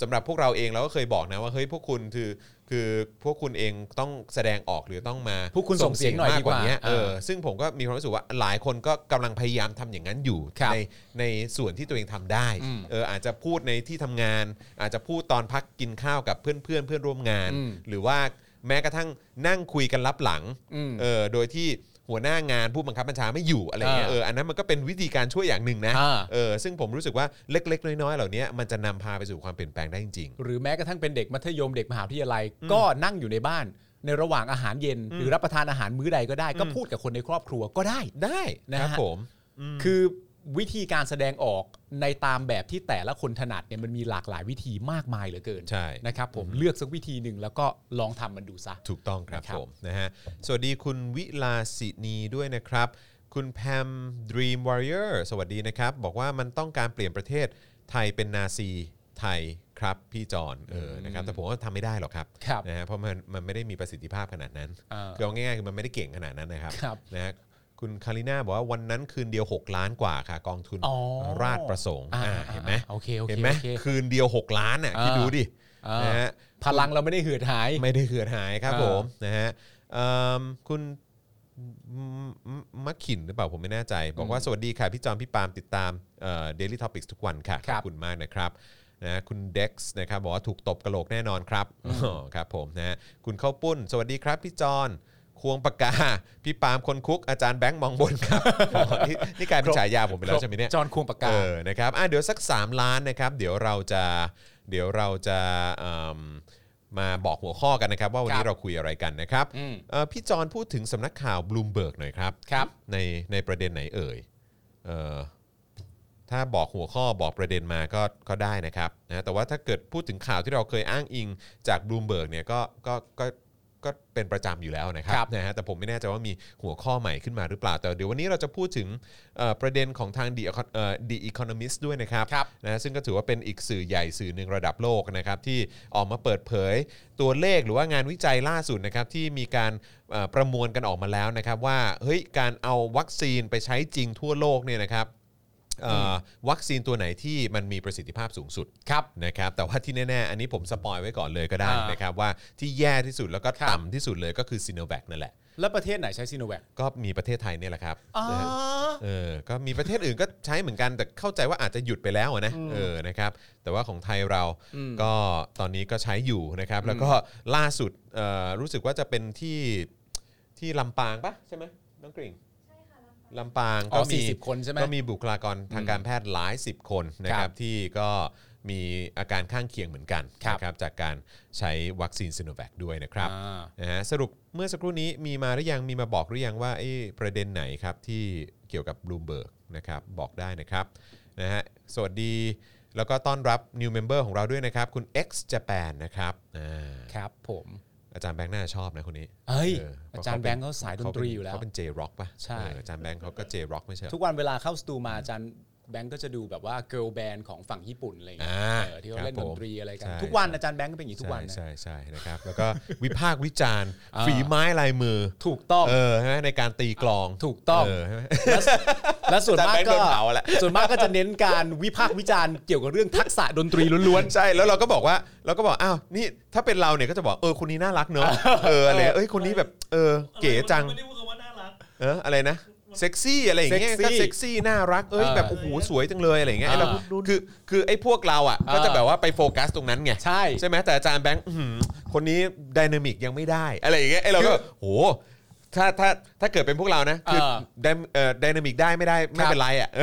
[SPEAKER 2] สำหรับพวกเราเองเราก็เคยบอกนะว่าเฮ้ยพวกคุณคือคือพวกคุณเองต้องแสดงออกหรือต้องมา
[SPEAKER 4] พวกคุณส่งเสียงหน่อย
[SPEAKER 2] มากกว่า
[SPEAKER 4] ดีกว่า
[SPEAKER 2] เนี้ยเออ
[SPEAKER 4] เออ
[SPEAKER 2] ซึ่งผมก็มีความรู้สึกว่าหลายคนก็กำลังพยายามทำอย่างนั้นอยู่
[SPEAKER 4] ครับ
[SPEAKER 2] ในในส่วนที่ตัวเองทำได้
[SPEAKER 4] อืม
[SPEAKER 2] เอออาจจะพูดในที่ทำงาน อาจจะพูดตอนพักกินข้าวกับเพื่อนเพื่อนๆเพื่อนร่วมงาน
[SPEAKER 4] อืม
[SPEAKER 2] หรือว่าแม้กระทั่งนั่งคุยกันลับหลัง
[SPEAKER 4] อืม
[SPEAKER 2] เออโดยที่ หัวหน้างานผู้บังคับบัญชาไม่อยู่อะไรเงี้ย
[SPEAKER 4] อ่า
[SPEAKER 2] เอออันนั้นมันก็เป็นวิธีการช่วยอย่างหนึ่งนะ
[SPEAKER 4] อ่า
[SPEAKER 2] เออซึ่งผมรู้สึกว่าเล็ก ๆ น้อยๆเหล่านี้มันจะนำพาไปสู่ความเปลี่ยนแปลงได้จริง
[SPEAKER 4] หรือแม้กระทั่งเป็นเด็กมัธยมเด็กมหาวิทยาลัย ก็นั่งอยู่ในบ้าน ในระหว่างอาหารเย็น หรือรับประทานอาหารมื้อใดก็ได้ ก็พูดกับคนในครอบครัวก็ได้
[SPEAKER 2] ๆ ได้
[SPEAKER 4] นะฮะ
[SPEAKER 2] ครับผม
[SPEAKER 4] คือวิธีการแสดงออกในตามแบบที่แต่ละคนถนัดเนี่ยมันมีหลากหลายวิธีมากมายเหลือเกิน
[SPEAKER 2] ใช่
[SPEAKER 4] นะครับผมเลือกสักวิธีหนึ่งแล้วก็ลองทำมันดูซะ
[SPEAKER 2] ถูกต้องครับ
[SPEAKER 4] นะครับ
[SPEAKER 2] ผมนะฮะสวัสดีคุณวิลาสินีด้วยนะครับ คุณแพม Dream Warrior สวัสดีนะครับ บอกว่ามันต้องการเปลี่ยนประเทศไทยเป็นนาซีไทยครับพี่จอนเออนะครับแต่ผมว่าทำไม่ได้หรอกครับ
[SPEAKER 4] ครับ
[SPEAKER 2] นะฮะเพราะมันมันไม่ได้มีประสิทธิภาพขนาดนั้น
[SPEAKER 4] อ่า
[SPEAKER 2] คือเอาง่ายๆคือมันไม่ได้เก่งขนาดนั้นนะครับ
[SPEAKER 4] ครับ
[SPEAKER 2] นะฮะคุณคาริน่าบอกว่าวันนั้นคืนเดียว 6 ล้านกว่าค่ะ กองทุน
[SPEAKER 4] อ๋อ
[SPEAKER 2] ราชประสงค์
[SPEAKER 4] อ่า
[SPEAKER 2] อ่าเห็นไหม
[SPEAKER 4] โอเคโอเค
[SPEAKER 2] เห็นไหม
[SPEAKER 4] โอเค
[SPEAKER 2] คืนเดียว 6 ล้านน่ะคิด
[SPEAKER 4] อ่า
[SPEAKER 2] ดูดิ
[SPEAKER 4] อ่าน
[SPEAKER 2] นะฮะ
[SPEAKER 4] พลังเราไม่ได้เหือดหาย
[SPEAKER 2] ไม่ได้เหือดหายครับ
[SPEAKER 4] อ่า
[SPEAKER 2] ผมนะฮะเอิ่มคุณมมมักขินหรือเปล่าผมไม่แน่ใจ บอกว่าสวัสดีค่ะ พี่จอมพี่ปาล์มติดตามเดลิทอพิกทุกวันค่ะ ขอบคุณมากนะครับนะคุณเด็กซ์นะครับบอกว่าถูกตบกระโหลกแน่นอนครับอ๋อครับผมนะฮะคุณข้าวปุ้น สวัสดีครับพี่จอนควงปากกา พี่ปาล์มคนคุกอาจารย์แบงค์มองบนครับ อ๋อนี่นี่กลายเป็นฉายาผมไปแล้วใช่ไหมเนี่ย
[SPEAKER 4] จอห์นควงปากกา
[SPEAKER 2] เออ นะครับ อ่ะเดี๋ยวสัก 3 ล้านนะครับ เดี๋ยวเราจะ เดี๋ยวเราจะเอิ่มมาบอกหัวข้อกันนะครับ ว่าวันนี้
[SPEAKER 4] ครับ
[SPEAKER 2] เราคุยอะไรกันนะครับ
[SPEAKER 4] อืม
[SPEAKER 2] เอ่อพี่จอนพูดถึงสำนักข่าวบลูมเบิร์กหน่อยครับ
[SPEAKER 4] ครับ
[SPEAKER 2] ใน ในประเด็นไหนเอ่ย เอ่อ ถ้าบอกหัวข้อบอกประเด็นมาก็ ก็ได้นะครับ นะ แต่ว่าถ้าเกิดพูดถึงข่าวที่เราเคยอ้างอิงจากบลูมเบิร์กเนี่ย ก็ ก็ ก็ ก็เป็นประจำอยู่แล้วนะค
[SPEAKER 4] ครั
[SPEAKER 2] รับ
[SPEAKER 4] บ
[SPEAKER 2] นะฮะ แต่ผมไม่แน่ใจว่ามีหัวข้อใหม่ขึ้นมาหรือเปล่า แต่เดี๋ยววันนี้เราจะพูดถึงเอ่อประเด็นของทาง The Econ- เอ่อ The Economist ด้วยนะครับ
[SPEAKER 4] ครับ
[SPEAKER 2] นะซึ่งก็ถือว่าเป็นอีกสื่อใหญ่สื่อหนึ่งระดับโลกนะครับที่ออกมาเปิดเผยตัวเลขหรือว่างานวิจัยล่าสุดนะครับที่มีการเอ่อประมวลกันออกมาแล้วนะครับว่าเฮ้ยการเอาวัคซีนไปใช้จริงทั่วโลกเนี่ยนะครับเอ่อวัคซีนตัวไหนที่มันมีประสิทธิภาพสูงสุด
[SPEAKER 4] ครับ
[SPEAKER 2] นะครับแต่ว่าที่แน่ๆ อันนี้ผมสปอยไว้ก่อนเลยก็ได้
[SPEAKER 4] อ่าน
[SPEAKER 2] นะครับว่าที่แย่ที่สุดแล้วก็ต่ำที่สุดเลยก็คือซีโนแวคนั่นแหละ
[SPEAKER 4] แล้วประเทศไหนใช้ซีโนแวค
[SPEAKER 2] ก็มีประเทศไทยเนี่ยแหละครับ
[SPEAKER 4] อ๋อ
[SPEAKER 2] นะฮะ เออ ก็มีประเทศอื่นก็ใช้เหมือนกัน แต่เข้าใจว่าอาจจะหยุดไปแล้วอะนะ เออ นะครับ แต่ว่าของไทยเรา ก็ตอนนี้ก็ใช้อยู่นะครับ แล้วก็ล่าสุดเอ่อรู้สึกว่าจะเป็นที่ที่ลำปางปะใช่ไหมน้องกริ่งลำปาง
[SPEAKER 4] อ๋อ
[SPEAKER 2] ก็มี
[SPEAKER 4] 40คนใช่ไหม
[SPEAKER 2] ก็มีบุคลากรทางการแพทย์หลายสิบคนนะค
[SPEAKER 4] ครั
[SPEAKER 2] รับบ ที่ก็มีอาการข้างเคียงเหมือนกัน
[SPEAKER 4] ครับ
[SPEAKER 2] นะครับจากการใช้วัคซีนซิโนแวคด้วยนะครับ
[SPEAKER 4] อ่า
[SPEAKER 2] นะฮะสรุปเมื่อสักครู่นี้มีมาหรือยังมีมาบอกหรือยังว่าไอ้ประเด็นไหนครับที่เกี่ยวกับบลูมเบิร์กนะครับบอกได้นะครับนะฮะสวัสดีแล้วก็ต้อนรับ new member ของเราด้วยนะครับ คุณ X Japan นะครับอ่า
[SPEAKER 4] ครับผม
[SPEAKER 2] อาจารย์แบงค์น่าจะชอบนะคนนี้
[SPEAKER 4] เฮ้ย
[SPEAKER 2] เพ
[SPEAKER 4] อา
[SPEAKER 2] ระ
[SPEAKER 4] จารย์
[SPEAKER 2] เข
[SPEAKER 4] แบ
[SPEAKER 2] เป็
[SPEAKER 4] งค์เขาสายดนตรีอยู่แล้ว
[SPEAKER 2] เขาเป็น J Rock ป่ะ
[SPEAKER 4] ใช่
[SPEAKER 2] เอออาจารย์แบงค์เขาก็ J Rock ไม่ใช่เหรอ
[SPEAKER 4] ทุกวันเวลาเข้าสตูมาอาจารย์แบงค์ก็จะดูแบบว่าเกิร์ลแบนด์ของฝั่งญี่ปุ่นอะไรอย่างเงี้ย
[SPEAKER 2] อ่า
[SPEAKER 4] เออที่เขาเล่น
[SPEAKER 2] ครั
[SPEAKER 4] ด
[SPEAKER 2] บผม
[SPEAKER 4] นตรีอะไรกัน
[SPEAKER 2] ใช่
[SPEAKER 4] ทุกวันอาจารย์แบงค์ก็เป็นอย่างนี้ทุกวันนะ
[SPEAKER 2] ใช่ใช่ใช่นะครับ แล้วก็ วิพากษ์วิจารณ์
[SPEAKER 4] อ่า
[SPEAKER 2] ฝีไม้ลายมือ
[SPEAKER 4] ถูกต้อง
[SPEAKER 2] เออใช่ไหมในการตีกลอง
[SPEAKER 4] ถูกต้อง
[SPEAKER 2] เใช่ไหม
[SPEAKER 4] และและส่วนมาก
[SPEAKER 2] อาจารย์แบงค์โด
[SPEAKER 4] ก็
[SPEAKER 2] นเผาแล้ว
[SPEAKER 4] ส่วนมากก็จะเน้นการวิพากษ์วิจารณ์เกี่ยวกับเรื่องทักษะดนตรี ล้วน
[SPEAKER 2] ใช่แล้วเราก็บอกว่าเราก็บอกอ้าวนี่ถ้าเป็นเราเนี่ยก็จะบอกเออคนนี้น่ารักเนอะเอออะไรเอ้ยคนนี้แบบเออเก๋จัง
[SPEAKER 5] ไม่ได้พูดคำว่าน่ารัก
[SPEAKER 2] เอออะไรนะเซ็กซี่อะไรอย่างเงี้ย
[SPEAKER 4] เซ็กซี่
[SPEAKER 2] ก็เซ็กซี่น่ารักเอ้ย
[SPEAKER 4] เออ
[SPEAKER 2] แบบโอ้โหสวยจังเลยอะไรอย่างเงี้ยไอ้เรา
[SPEAKER 4] อ่า
[SPEAKER 2] คือคือไอ้พวกเราอ่ะ
[SPEAKER 4] อ่า
[SPEAKER 2] ก็จะแบบว่าไปโฟกัสตรงนั้นไง
[SPEAKER 4] ๆ ใช่
[SPEAKER 2] ใช่ไหมแต่อาจารย์แบงค์อื้อหือคนนี้ไดนามิกยังไม่ได้อะไรอย่างเงี้ยไอ้เราก็แบบโหถ้าถ้าถ้าเกิดเป็นพวกเรานะคือ
[SPEAKER 4] เออ
[SPEAKER 2] ไดเอ่อไดนามิกได้ไม่ได้ไม่เป็นไรอ่ะ
[SPEAKER 4] เอ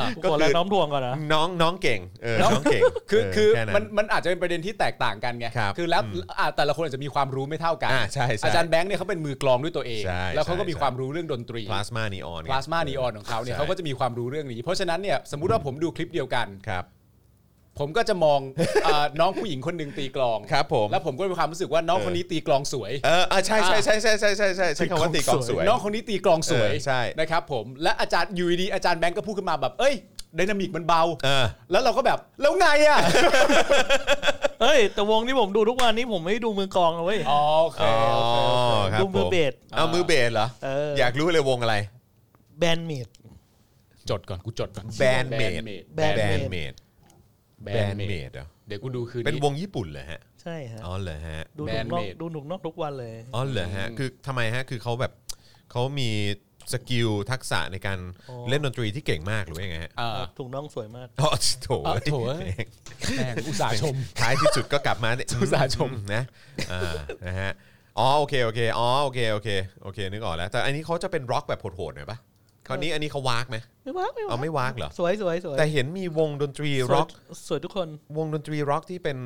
[SPEAKER 4] อ
[SPEAKER 2] ก็
[SPEAKER 5] ก็
[SPEAKER 2] คือ
[SPEAKER 5] แล้วน้อมถ่วงก่อนนะ
[SPEAKER 2] น้องน้องเก่งเออ
[SPEAKER 4] น้อง
[SPEAKER 2] น้องเก่ง
[SPEAKER 4] คือ
[SPEAKER 2] เ
[SPEAKER 4] คือ
[SPEAKER 2] แ
[SPEAKER 4] มันมันอาจจะเป็นประเด็นที่แตกต่างกันไง
[SPEAKER 2] ครับ
[SPEAKER 4] อแล้วอ่ะแต่ละคนอาจจะมีความรู้ไม่เท่ากัน
[SPEAKER 2] อ่าใช่ใช่
[SPEAKER 4] จารย์แบงค์เนี่ยเขาเป็นมือกลองด้วยตัวเอง
[SPEAKER 2] ใช่
[SPEAKER 4] แล้วเขาก็
[SPEAKER 2] ใช่
[SPEAKER 4] มี
[SPEAKER 2] ใช่
[SPEAKER 4] ความรู้เรื่องดนตรี
[SPEAKER 2] พลาสมานีออน
[SPEAKER 4] พลาสมานีออนของเขาเนี่ย
[SPEAKER 2] ใช่
[SPEAKER 4] เขาก็จะมีความรู้เรื่องนี้ เพราะฉะนั้นเนี่ยสมมุติว่าผมดูคลิปเดียวกัน
[SPEAKER 2] ครับ
[SPEAKER 4] ผมก็จะมอง เอ่อ น้องผู้หญิงคนหนึ่งตีกลอง
[SPEAKER 2] ครับผม
[SPEAKER 4] แล้วผมก็มีความรู้สึกว่าน้อง
[SPEAKER 2] เออ
[SPEAKER 4] คนนี้ตีกลองสวย
[SPEAKER 2] เอออ่ะใช่ใช่ใช่ใช่ใช่ใช่ใช่ใช่คำว่าตีกลองสวย
[SPEAKER 4] น้องคนนี้ตีกลองสวย
[SPEAKER 2] เออใช่
[SPEAKER 4] นะครับผมและอาจารย์อยูดีๆอาจารย์แบงก์ก็พูดขึ้นมาแบบเอ้ยไดนามิกมันเบา
[SPEAKER 2] เออ
[SPEAKER 4] แล้วเราก็แบบแล้วไงอ่ะ
[SPEAKER 5] เฮ้ย แต่วงที่ผมดูทุกวันนี้ผมไม่ได้ดูมือกลองนะเว้ย
[SPEAKER 4] อ๋อโอเค
[SPEAKER 2] อ๋อ
[SPEAKER 4] โอเค
[SPEAKER 2] ครับ
[SPEAKER 5] ดูมือเบส
[SPEAKER 2] ผมเอามือเบสเหรอ
[SPEAKER 5] เออ
[SPEAKER 2] อ
[SPEAKER 5] อ
[SPEAKER 2] ยากรู้เลยวงอะไร
[SPEAKER 5] แบนด์เมด
[SPEAKER 4] จดก่อนกูจดก่อน
[SPEAKER 2] Bandmate
[SPEAKER 5] Bandmate
[SPEAKER 2] แบน
[SPEAKER 5] Bandmate
[SPEAKER 2] ด์เมดแบนด์เมดเหรอ
[SPEAKER 4] เดี๋ยวกูดูคืน
[SPEAKER 2] เป็นวงญี่ปุ่นเหรอฮะ
[SPEAKER 5] ใช่ฮะ
[SPEAKER 2] อ๋อเหรอฮะ
[SPEAKER 5] ดูหนุกนอก
[SPEAKER 4] Bandmate
[SPEAKER 5] ดูหนุกนอกทุกวันเลย
[SPEAKER 2] อ๋อเหรอฮะ คือทำไมฮะ คือเขาแบบเขามีสกิลทักษะในการ
[SPEAKER 5] อ๋อ
[SPEAKER 2] เล่นดนตรีที่เก่งมากหรือว่ายังไงฮะ
[SPEAKER 4] อ่า
[SPEAKER 5] ถูกน้องสวยมาก
[SPEAKER 2] อ๋อโถ
[SPEAKER 4] อ๋อโถ่เอ้ย แม่งอุตส่าห์ชม
[SPEAKER 2] ท้ายที่สุดก็กลับมาเนี่ย
[SPEAKER 4] อุตส่าห์ชม
[SPEAKER 2] นะอ่านะฮะ อ๋อโอเคโอเคอ๋อโอเคโอเคโอเคนึกออกแล้ว แต่อันนี้เขาจะเป็นร็อกแบบโหดๆหน่อยปะคราวนี้อันนี้เขาวากไหม
[SPEAKER 5] ไม่ว่าไม่
[SPEAKER 2] เอา
[SPEAKER 5] ว่า
[SPEAKER 2] ไม่วากเหรอ
[SPEAKER 5] สวยสวยสวย
[SPEAKER 2] แต่เห็นมีวงดนตรี
[SPEAKER 5] สวย
[SPEAKER 2] ร็อก
[SPEAKER 5] สวยทุกคน
[SPEAKER 2] วงดนตรีร็อกที่เป็น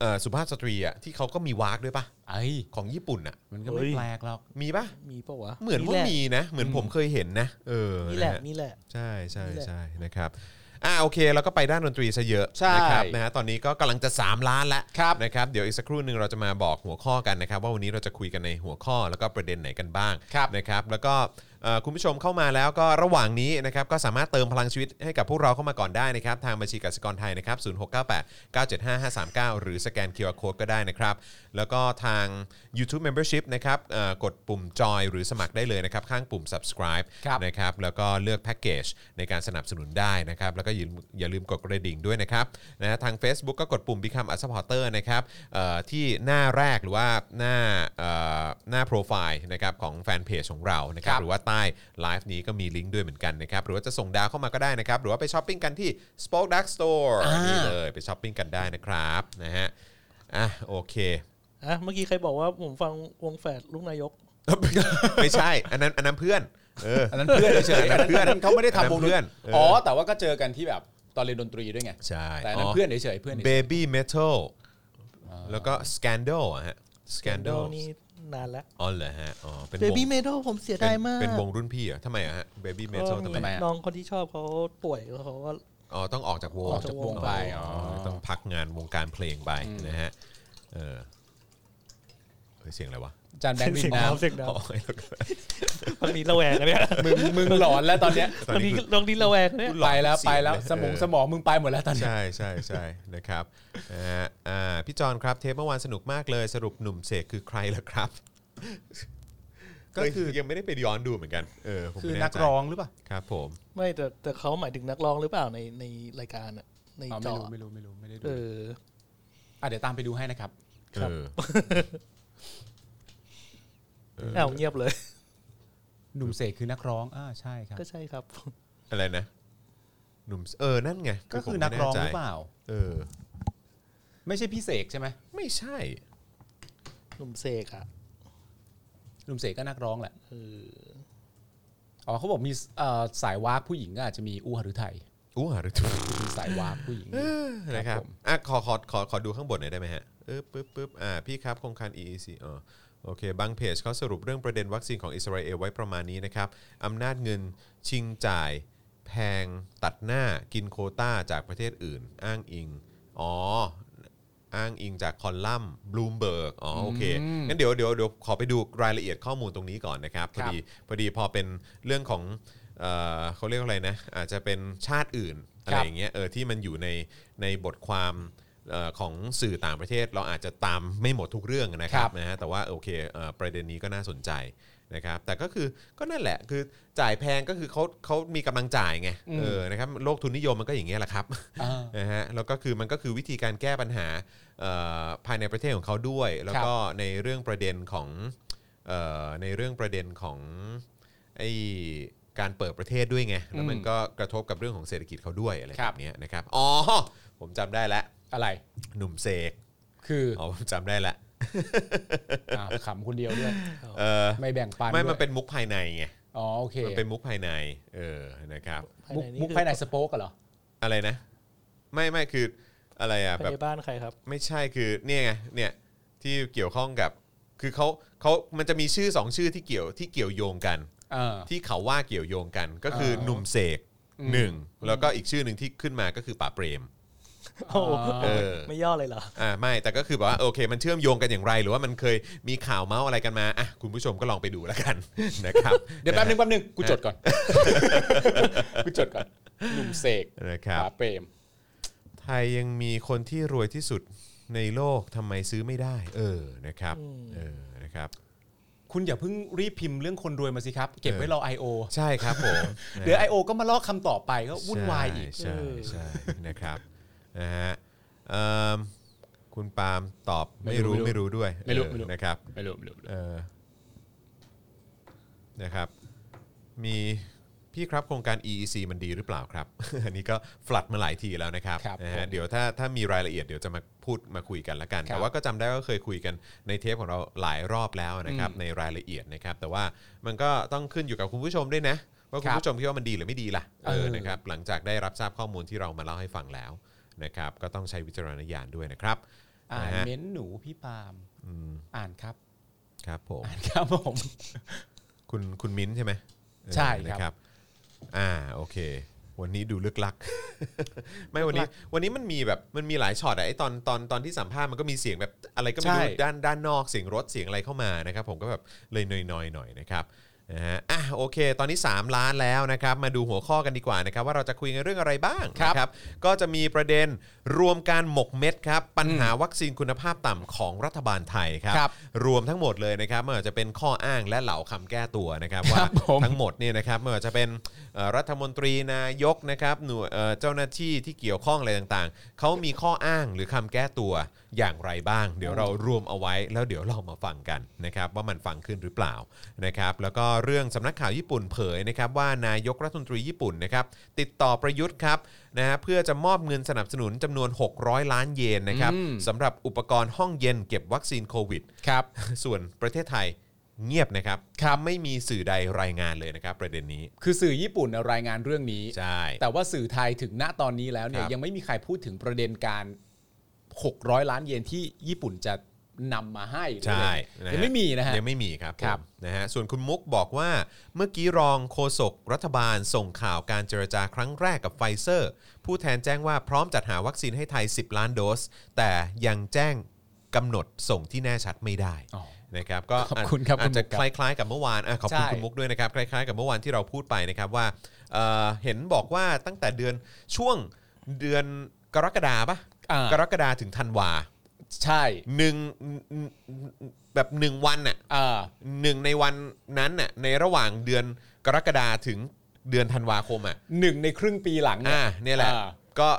[SPEAKER 2] เอ่อสุภาพสตรีอ่ะที่เขาก็มีวากด้วยปะ
[SPEAKER 4] ไอ้
[SPEAKER 2] ของญี่ปุ่นอ่ะ
[SPEAKER 4] มันก็ไม่แปลกหรอก
[SPEAKER 2] มีปะ
[SPEAKER 5] มีปะวะ
[SPEAKER 2] เหมือนว่ามีนะ เหมือนผมเคยเห็นนะ เออ
[SPEAKER 5] นี่แหละ
[SPEAKER 2] ฮ
[SPEAKER 5] นี่แหละ
[SPEAKER 2] ใช่ใช่
[SPEAKER 5] นี่แหละ
[SPEAKER 2] ใช่นะครับอ่าโอเคเราก็ไปด้านดนตรีซะเยอะ
[SPEAKER 4] ใช่
[SPEAKER 2] นะครับนะฮะตอนนี้ก็กำลังจะ 3 ล้านละ
[SPEAKER 4] ครับ
[SPEAKER 2] นะครับเดี๋ยวอีกสักครู่หนึ่งเราจะมาบอกหัวข้อกันนะครับ ว่าวันนี้เราจะคุยกันในหัวข้อแล้วก็ประเด็นไหนกันบ้าง
[SPEAKER 4] ครับ
[SPEAKER 2] นะครับแล้วก็เอ่อคุณผู้ชมเข้ามาแล้วก็ระหว่างนี้นะครับก็สามารถเติมพลังชีวิตให้กับพวกเราเข้ามาก่อนได้นะครับทางบัญชีกสิกรไทยนะครับ0698 975 539 หรือสแกน QR Code ก็ได้นะครับแล้วก็ทาง YouTube Membership นะครับเอ่อกดปุ่มจอยหรือสมัครได้เลยนะครับข้างปุ่ม subscribe
[SPEAKER 4] ครับ
[SPEAKER 2] นะครับแล้วก็เลือกแพ็กเกจในการสนับสนุนได้นะครับแล้วก็อย่าลืมอย่าลืมกดกระดิ่งด้วยนะครับนะทาง Facebook ก็กดปุ่ม Become a supporter นะครับเอ่อที่หน้าแรกหรือว่าหน้าเอ่อหน้าโปรไฟล์นะครับของแฟนเพจของเรานะครับ
[SPEAKER 4] ครับ
[SPEAKER 2] หรือว่าใต้ไลฟ์นี้ก็มีลิงก์ด้วยเหมือนกันนะครับหรือว่าจะส่งดาวเข้ามาก็ได้นะครับหรือว่าไปช้อปปิ้งกันที่ Spoke Dark Store นี่เลยไปช้อปปิ้งกันได้นะครับนะฮะอ่ะโอเค
[SPEAKER 5] อ่ะเมื่อกี้ใครบอกว่าผมฟังวงแฝดลูกนายก
[SPEAKER 2] ไม่ใช่อันนั้นอันนั้นเพื่อนเออ
[SPEAKER 4] อันนั้นเพื่อนเฉยๆอันนั้นเพื่อนเขาไม่ได้ทำวงดนตรี
[SPEAKER 2] เพื่อนเ
[SPEAKER 4] อ๋อ แต่ว่าก็เจอกันที่แบบตอนเรียนดนตรีด้วยไง
[SPEAKER 2] ใช่
[SPEAKER 4] แต่อันนั้นเพื่อนเฉยๆเพื่อน
[SPEAKER 2] เบ
[SPEAKER 4] เฉย
[SPEAKER 2] บี้เมทัลแล้วก็ Scandal อะฮะ Scandal
[SPEAKER 5] นี่นานแล้ว
[SPEAKER 2] อ๋อเหรอฮะอ๋อเป็น
[SPEAKER 5] เบ
[SPEAKER 2] วง
[SPEAKER 5] บี้เมทัลผมเสีย
[SPEAKER 2] เป็
[SPEAKER 5] ดาย
[SPEAKER 2] น
[SPEAKER 5] มาก
[SPEAKER 2] เป็นวงรุ่นพี่เหรอทำไมอะฮะ Baby
[SPEAKER 5] ก็
[SPEAKER 2] Metal ทำไม
[SPEAKER 5] น้องคนที่ชอบเขาป่วยแล้วเขาก็
[SPEAKER 2] อ๋อต้องออกจากวง
[SPEAKER 4] ๆออกจากวงไปอ๋อ
[SPEAKER 2] อ๋อต้องพักงานวงการเพลงไปนะฮะเออเฮ้ยเสียงอะไรวะ
[SPEAKER 4] อาจานแบงค์ริมน้
[SPEAKER 5] เสียงดัง
[SPEAKER 2] อ๋อ
[SPEAKER 5] ตอนนี้ระแวงนะเนี่ย
[SPEAKER 4] ำมึงมึงหลอนแล้วตอนเนี้ย
[SPEAKER 2] ตอน
[SPEAKER 5] ตอน
[SPEAKER 2] นี้
[SPEAKER 5] นี้
[SPEAKER 2] คือ
[SPEAKER 5] ตอนนี้ระแวงนะเนี่ย
[SPEAKER 2] หลอน
[SPEAKER 4] ไปแล้วไปแล้ว
[SPEAKER 2] เสี
[SPEAKER 4] ส
[SPEAKER 2] ยง
[SPEAKER 4] ม
[SPEAKER 2] เล
[SPEAKER 4] อง
[SPEAKER 2] ย
[SPEAKER 4] สมองมึงไปหมดแล้วตอนเนี้ย
[SPEAKER 2] ใช่ใช่ใช่นะครับนะฮะอ่าพี่จอนครับเทปเมื่อวานสนุกมากเลยสรุปหนุ่มเสกคือใครล่ะครับ ก็คือยังไม่ได้ไปย้อนดูเหมือนกันเออผม
[SPEAKER 4] คือ
[SPEAKER 2] ไม่แใจ
[SPEAKER 4] นักร้องหรือเปล่า
[SPEAKER 2] ครับผม
[SPEAKER 5] ไม่แต่แต่เขาหมายถึงนักร้องหรือเปล่าในในรายการอะใน
[SPEAKER 4] อ๋อ
[SPEAKER 5] จ
[SPEAKER 4] ไม่
[SPEAKER 5] อ
[SPEAKER 4] รู้ไม่รู้ไม่รู้ไม่ได้ดู
[SPEAKER 5] เออ
[SPEAKER 4] อ่ะเดี๋ยวตามไปดูให้นะครับ
[SPEAKER 5] ครับ
[SPEAKER 2] เออเออ
[SPEAKER 5] เอ้าเงียบเลย
[SPEAKER 4] หนุ่มเสกคือนักร้องอ่าใช่ครับ
[SPEAKER 5] ก็ใช่ครับ
[SPEAKER 2] อะไรนะ หนุ่มเออนั่นไง
[SPEAKER 4] ก็คือ
[SPEAKER 2] ผม
[SPEAKER 4] นัก
[SPEAKER 2] ไม่
[SPEAKER 4] ร้อง
[SPEAKER 2] แใจ
[SPEAKER 4] หรือเปล่า
[SPEAKER 2] เออ
[SPEAKER 4] ไม่ใช่พี่เสกใช่ไหม
[SPEAKER 2] ไม่ใช่
[SPEAKER 5] หนุ่มเสกอะ
[SPEAKER 4] หนุ่มเสกก็นักร้องแหละ
[SPEAKER 5] เออ
[SPEAKER 4] อ๋อเขาบอกมีเอ่อสายวากผู้หญิงก็อาจจะมีอู้หฤทัย
[SPEAKER 2] อู้หาหรือถูก
[SPEAKER 4] มีสายวากผู้หญิง
[SPEAKER 2] นะครับ
[SPEAKER 4] ผม
[SPEAKER 2] อ่ะขอขอขอขอดูข้างบนหน่อยได้ไหมฮะเออปึ๊บปึ๊บอ่าพี่ครับโครงการ EEC อ๋อโอเค บางเพจเขาสรุปเรื่องประเด็นวัคซีนของอิสราเอลไว้ประมาณนี้นะครับอำนาจเงินชิงจ่าย แพงตัดหน้ากินโควต้าจากประเทศอื่น อ้างอิง อ๋อ อ้างอิงจากคอลัมน์บลูมเบิร์กอ๋อโอเคงั้นเดี๋ยวเดี๋ยวเดี๋ยวขอไปดูรายละเอียดข้อมูลตรงนี้ก่อนนะครับพอ
[SPEAKER 4] ครับ
[SPEAKER 2] ดีพอดีพอเป็นเรื่องของเอ่อเขาเรียกว่าอะไรนะอาจจะเป็นชาติอื่นอะไรอย่างเงี้ยเออที่มันอยู่ในในบทความเอ่อของสื่อต่างประเทศ เราอาจจะตามไม่หมดทุกเรื่องนะครั
[SPEAKER 4] ครับ บ
[SPEAKER 2] นะฮะแต่ว่าโอเคเอ่อประเด็นนี้ก็น่าสนใจนะครับแต่ก็คือก็นั่นแหละคือจ่ายแพงก็คือเขาเขามีกำลังจ่ายไงเออนะครับโลกทุนนิยมมันก็อย่างเงี้ยแหละครับ
[SPEAKER 4] อ่า
[SPEAKER 2] นะฮะแล้วก็คือมันก็คือวิธีการแก้ปัญหาเอ่อภายในประเทศของเขาด้วย แล้วก็ในเรื่องประเด็นของเอ่อในเรื่องประเด็นของไอการเปิดประเทศด้วยไงแล้วมันก็กระทบกับเรื่องของเศรษฐกิจเขาด้วยอะไร
[SPEAKER 4] ค
[SPEAKER 2] แบ
[SPEAKER 4] รั
[SPEAKER 2] บบ เนี้ยนะครับอ๋อผมจำได้ละ
[SPEAKER 4] อะไร
[SPEAKER 2] หนุ่มเสก
[SPEAKER 4] คือ
[SPEAKER 2] อ๋อผมจำได้ละ
[SPEAKER 4] อ่าขำคนเดียว ด้วย
[SPEAKER 2] เออ
[SPEAKER 4] ไม่แบ่งปัน
[SPEAKER 2] ไม่
[SPEAKER 4] ด้วย
[SPEAKER 2] มันเป็นมุกภายในไง
[SPEAKER 4] อ๋อโอเค
[SPEAKER 2] มันเป็นมุกภายในเออนะครับ
[SPEAKER 5] ภาย
[SPEAKER 4] มุก
[SPEAKER 5] ในนี่
[SPEAKER 4] มุก
[SPEAKER 5] คือ
[SPEAKER 4] ภายในสโป๊กอะเหรอ
[SPEAKER 2] อะไรนะ ไม่ไม่คืออะไรอ่ะ
[SPEAKER 5] ภาย
[SPEAKER 2] แบบ
[SPEAKER 5] ในบ้านใครครับ
[SPEAKER 2] ไม่ใช่คือเนี่ยไงเนี่ยที่เกี่ยวข้องกับ คือเขาเขามันจะมีชื่อสองชื่อที่เกี่ยวที่เกี่ยวโยงกัน
[SPEAKER 4] เออ
[SPEAKER 2] ที่เขาว่าเกี่ยวโยงกัน ก็คือ
[SPEAKER 4] เออ
[SPEAKER 2] หนุ่มเสก
[SPEAKER 4] อืม
[SPEAKER 2] หนึ่งแล้วก็อีกชื่อหนึ่งที่ขึ้นมาก็คือป่าเปรม
[SPEAKER 5] โอ้โห
[SPEAKER 2] เออ
[SPEAKER 5] ไม่ย่อเลยเหรอ
[SPEAKER 2] อ่าไม่แต่ก็คือแบบว่าโอเค มันเชื่อมโยงกันอย่างไร หรือว่ามันเคยมีข่าวเมาส์อะไรกันมาอ่ะคุณผู้ชมก็ลองไปดูแล้วกัน นะครับ
[SPEAKER 4] เดี๋ยวแป๊บนึงแป๊บนึงกูจดก่อน กูจดก่อนหนุ่มเสก
[SPEAKER 2] นะครับ
[SPEAKER 4] ป๋าเปรม
[SPEAKER 2] ไทยยังมีคนที่รวยที่สุดในโลกทำไมซื้อไม่ได้ เออนะครับเออนะครับ
[SPEAKER 4] คุณอย่าเพิ่งรีบพิมพ์เรื่องคนรวยมาสิครับ เก็บไว้รอ I.O.
[SPEAKER 2] ใช่ครับผม
[SPEAKER 4] เดี๋ยว I.O. ก็มาลอกคำต่อไปก็วุ่นวายอีก
[SPEAKER 2] ใช่
[SPEAKER 5] เออ
[SPEAKER 2] ใช่ใช่นะครับนะฮะเอิ่มคุณปาล์มตอบไม่รู้
[SPEAKER 4] ไม่
[SPEAKER 2] ไม่
[SPEAKER 4] รู้
[SPEAKER 2] รู้ด้วย
[SPEAKER 4] ไม่รู้
[SPEAKER 2] เออ
[SPEAKER 4] ไม่รู้
[SPEAKER 2] นะครับ
[SPEAKER 4] ไม่รู้ไม่รู้
[SPEAKER 2] เออนะครับ มี พี่ครับโครงการ EEC มันดีหรือเปล่าครับ อันนี้ก็ฟลัดมาหลายทีแล้วนะครับ
[SPEAKER 4] ครับ
[SPEAKER 2] นะฮะ
[SPEAKER 4] ผม
[SPEAKER 2] เดี๋ยวถ้าถ้ามีรายละเอียดเดี๋ยวจะมาพูดมาคุยกันละกัน
[SPEAKER 4] ครั
[SPEAKER 2] แต่
[SPEAKER 4] บ
[SPEAKER 2] ว่าก็จำได้ว่าเคยคุยกันในเทปของเราหลายรอบแล้วนะครับในรายละเอียดนะครับ แต่ว่ามันก็ต้องขึ้นอยู่กับคุณผู้ชมด้วยนะ ว่าคุณ
[SPEAKER 4] ครับ
[SPEAKER 2] ผู้ชมคิดว่ามันดีหรือไม่ดีล่ะเอ
[SPEAKER 4] เอ
[SPEAKER 2] อ
[SPEAKER 4] อ
[SPEAKER 2] นะครับหลังจากได้รับทราบข้อมูลที่เรามาเล่าให้ฟังแล้วนะครับ ก็ต้องใช้วิจารณญาณด้วยนะครับ
[SPEAKER 4] อ่า
[SPEAKER 2] นะ
[SPEAKER 4] น
[SPEAKER 2] ฮะ
[SPEAKER 4] เม้นต์หนูพี่ปาล์ม
[SPEAKER 2] อืม
[SPEAKER 4] อ่านครับ
[SPEAKER 2] ครับผม
[SPEAKER 4] อ่านครับผม
[SPEAKER 2] คุณคุณมิ้นท์ใช่ไหม
[SPEAKER 4] ใช่
[SPEAKER 2] เออ
[SPEAKER 4] ครับ
[SPEAKER 2] นะครับ อ่าโอเค วันนี้ดูลึกลั ก ไม่วันนี้วันนี้มันมีแบบมันมีหลายช็อตอะไอตอนตอนตอนที่สัมภาษณ์มันก็มีเสียงแบบอะไรก็ไม่รู้
[SPEAKER 4] ใช่
[SPEAKER 2] ด้านด้านนอกเสียงรถเสียงอะไรเข้ามานะครับ ผมก็แบบเลยนอยๆหน่อยนะครับนะฮะอ่ะโอเค ตอนนี้ 3 ล้านแล้วนะครับ มาดูหัวข้อกันดีกว่านะครับ ว่าเราจะคุยกันเรื่องอะไรบ้างนะครับ ก็จะมีประเด็นรวมการหมกเม็ดครับปัญหาวัคซีนคุณภาพต่ำของรัฐบาลไทยครับ
[SPEAKER 4] ครับ
[SPEAKER 2] รวมทั้งหมดเลยนะครับไม่ว่าจะเป็นข้ออ้างและเหล่าคำแก้ตัวนะครับว่า
[SPEAKER 4] ผม
[SPEAKER 2] ทั้งหมดเนี่ยนะครับไม่ว่าจะเป็นเอ่อรัฐมนตรีนายกนะครับหน่วยเอ่อเจ้าหน้าที่ที่เกี่ยวข้องอะไรต่างๆ เขามีข้ออ้างหรือคำแก้ตัวอย่างไรบ้าง เดี๋ยวเรารวมเอาไว้แล้วเดี๋ยวเรามาฟังกันนะครับว่ามันฟังขึ้นหรือเปล่านะครับแล้วก็เรื่องสำนักข่าวญี่ปุ่นเผยนะครับว่านายกรัฐมนตรีญี่ปุ่นนะครับติดต่อประยุทธ์ครับนะฮะเพื่อจะมอบเงินสนับสนุนจำนวน 600 ล้านเยนนะครับ
[SPEAKER 4] อืม
[SPEAKER 2] สำหรับอุปกรณ์ห้องเย็นเก็บวัคซีนโควิด
[SPEAKER 4] ครับ
[SPEAKER 2] ส่วนประเทศไทยเงียบนะครับครับไม่มีสื่อใดรายงานเลยนะครับ ประเด็นนี้
[SPEAKER 4] คือสื่อญี่ปุ่นรายงานเรื่องนี้
[SPEAKER 2] ใช่
[SPEAKER 4] แต่ว่าสื่อไทยถึงณตอนนี้แล้ว
[SPEAKER 2] ค
[SPEAKER 4] เนี่ย
[SPEAKER 2] รับ
[SPEAKER 4] ยังไม่มีใครพูดถึงประเด็นการ 600 ล้านเยนที่ญี่ปุ่นจะนำมาให้
[SPEAKER 2] ใช่
[SPEAKER 4] หรืออะไร
[SPEAKER 2] นะฮะ
[SPEAKER 4] ยังไม่มีนะฮะ
[SPEAKER 2] ยังไม่มีครับ
[SPEAKER 4] ครับ
[SPEAKER 2] ผมนะฮะส่วนคุณมุกบอกว่าเมื่อกี้รองโฆษกรัฐบาลส่งข่าวการเจรจาครั้งแรกกับไฟเซอร์ ผู้แทนแจ้งว่าพร้อมจัดหาวัคซีนให้ไทย 10 ล้านโดส แต่ยังแจ้งกำหนดส่งที่แน่ชัดไม่ได้
[SPEAKER 4] อ๋อ
[SPEAKER 2] นะครับก็
[SPEAKER 4] ขอบคุณครับ
[SPEAKER 2] อาจจะ
[SPEAKER 4] คุณมุกค
[SPEAKER 2] ค
[SPEAKER 4] รั
[SPEAKER 2] ล้ายๆกับเมื่อวานอ่ะขอบคุณ
[SPEAKER 4] ใช่
[SPEAKER 2] คุณมุกด้วยนะครับคล้ายๆกับเมื่อวานที่เราพูดไปนะครับว่าเอ่อเห็นบอกว่าตั้งแต่เดือนช่วงเดือนกรกฎาปะ
[SPEAKER 4] อ่าก
[SPEAKER 2] รกฎาถึงธันวา
[SPEAKER 4] ใช่
[SPEAKER 2] หนึ่งแบบหนึ่งวันน่ะ
[SPEAKER 4] อ่า
[SPEAKER 2] หนึ่งในวันนั้นน่ะในระหว่างเดือนกรกฎาถึงเดือนธันวาคมอ่ะ
[SPEAKER 4] หนึ่งในครึ่งปีหลังเนี่
[SPEAKER 2] อ่าย เนี่ยแหละ
[SPEAKER 4] อ่า
[SPEAKER 2] ก็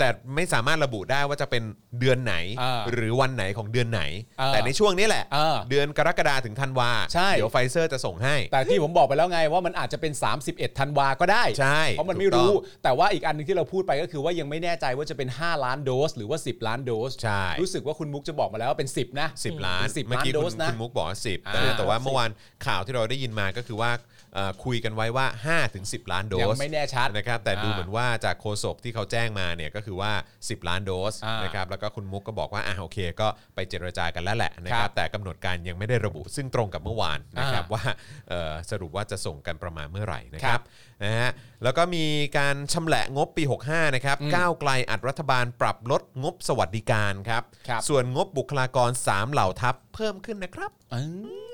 [SPEAKER 2] แต่ไม่สามารถระบุได้ว่าจะเป็นเดือนไหน
[SPEAKER 4] อ่า
[SPEAKER 2] หรือวันไหนของเดือนไหน
[SPEAKER 4] อ่า
[SPEAKER 2] แต่ในช่วงนี้แหละ
[SPEAKER 4] อ่า
[SPEAKER 2] เดือนกรกฎาถึงธันวา
[SPEAKER 4] ใช่
[SPEAKER 2] เดี๋ยวไฟเซอร์จะส่งให้
[SPEAKER 4] แต่ที่ผมบอกไปแล้วไงว่ามันอาจจะเป็น 31ธันวาก็ได้
[SPEAKER 2] ใช่
[SPEAKER 4] เพราะมัน
[SPEAKER 2] ถู
[SPEAKER 4] ไม่
[SPEAKER 2] กต้อง
[SPEAKER 4] รู้ แต่ว่าอีกอันหนึงที่เราพูดไปก็คือว่ายังไม่แน่ใจว่าจะเป็น 5 ล้านโดส หรือว่า 10 ล้านโดส
[SPEAKER 2] ใช่
[SPEAKER 4] รู้สึกว่าคุณมุกจะบอกมาแล้วว่าเป็น 10 นะ
[SPEAKER 2] สิบล้าน
[SPEAKER 4] เป็สิบ
[SPEAKER 2] เมื่อ
[SPEAKER 4] ล้าน
[SPEAKER 2] กี้
[SPEAKER 4] โด
[SPEAKER 2] คุณ
[SPEAKER 4] สนะ
[SPEAKER 2] คุณมุกบอกสิบ
[SPEAKER 4] อ่า
[SPEAKER 2] แต่ว่าเมื่อวานข่าวที่เราได้ยินมาก็คือว่าเอ่อคุยกันไว้ว่า 5 ถึง 10 ล้านโด
[SPEAKER 4] ยัง
[SPEAKER 2] ส
[SPEAKER 4] ไม่แน่ชัด
[SPEAKER 2] นะครับแต่ดู
[SPEAKER 4] อ่า
[SPEAKER 2] เหมือนว่าจากโฆษกที่เขาแจ้งมาเนี่ยก็คือว่า 10 ล้านโดส
[SPEAKER 4] อ่าน
[SPEAKER 2] นะครับแล้วก็คุณมุกก็บอกว่าอ่ะโอเค ก็ไปเจรจากันแล้วแหละนะค
[SPEAKER 4] ค
[SPEAKER 2] รั
[SPEAKER 4] รั
[SPEAKER 2] บบ แต่กำหนดการยังไม่ได้ระบุ ซึ่งตรงกับเมื่อวานนะครับ
[SPEAKER 4] อ่า
[SPEAKER 2] ว่าเอ่อสรุปว่าจะส่งกันประมาณเมื่อไหร่นะค
[SPEAKER 4] ครั
[SPEAKER 2] รับบ นะฮะแล้วก็มีการชำแหละงบปี 65นะครับก้าวไกลอัดรัฐบาลปรับลดงบสวัสดิการครับ
[SPEAKER 4] ครับ
[SPEAKER 2] ส่วนงบบุคลากร 3 เหล่าทัพเพิ่มขึ้นนะครับ
[SPEAKER 4] อืม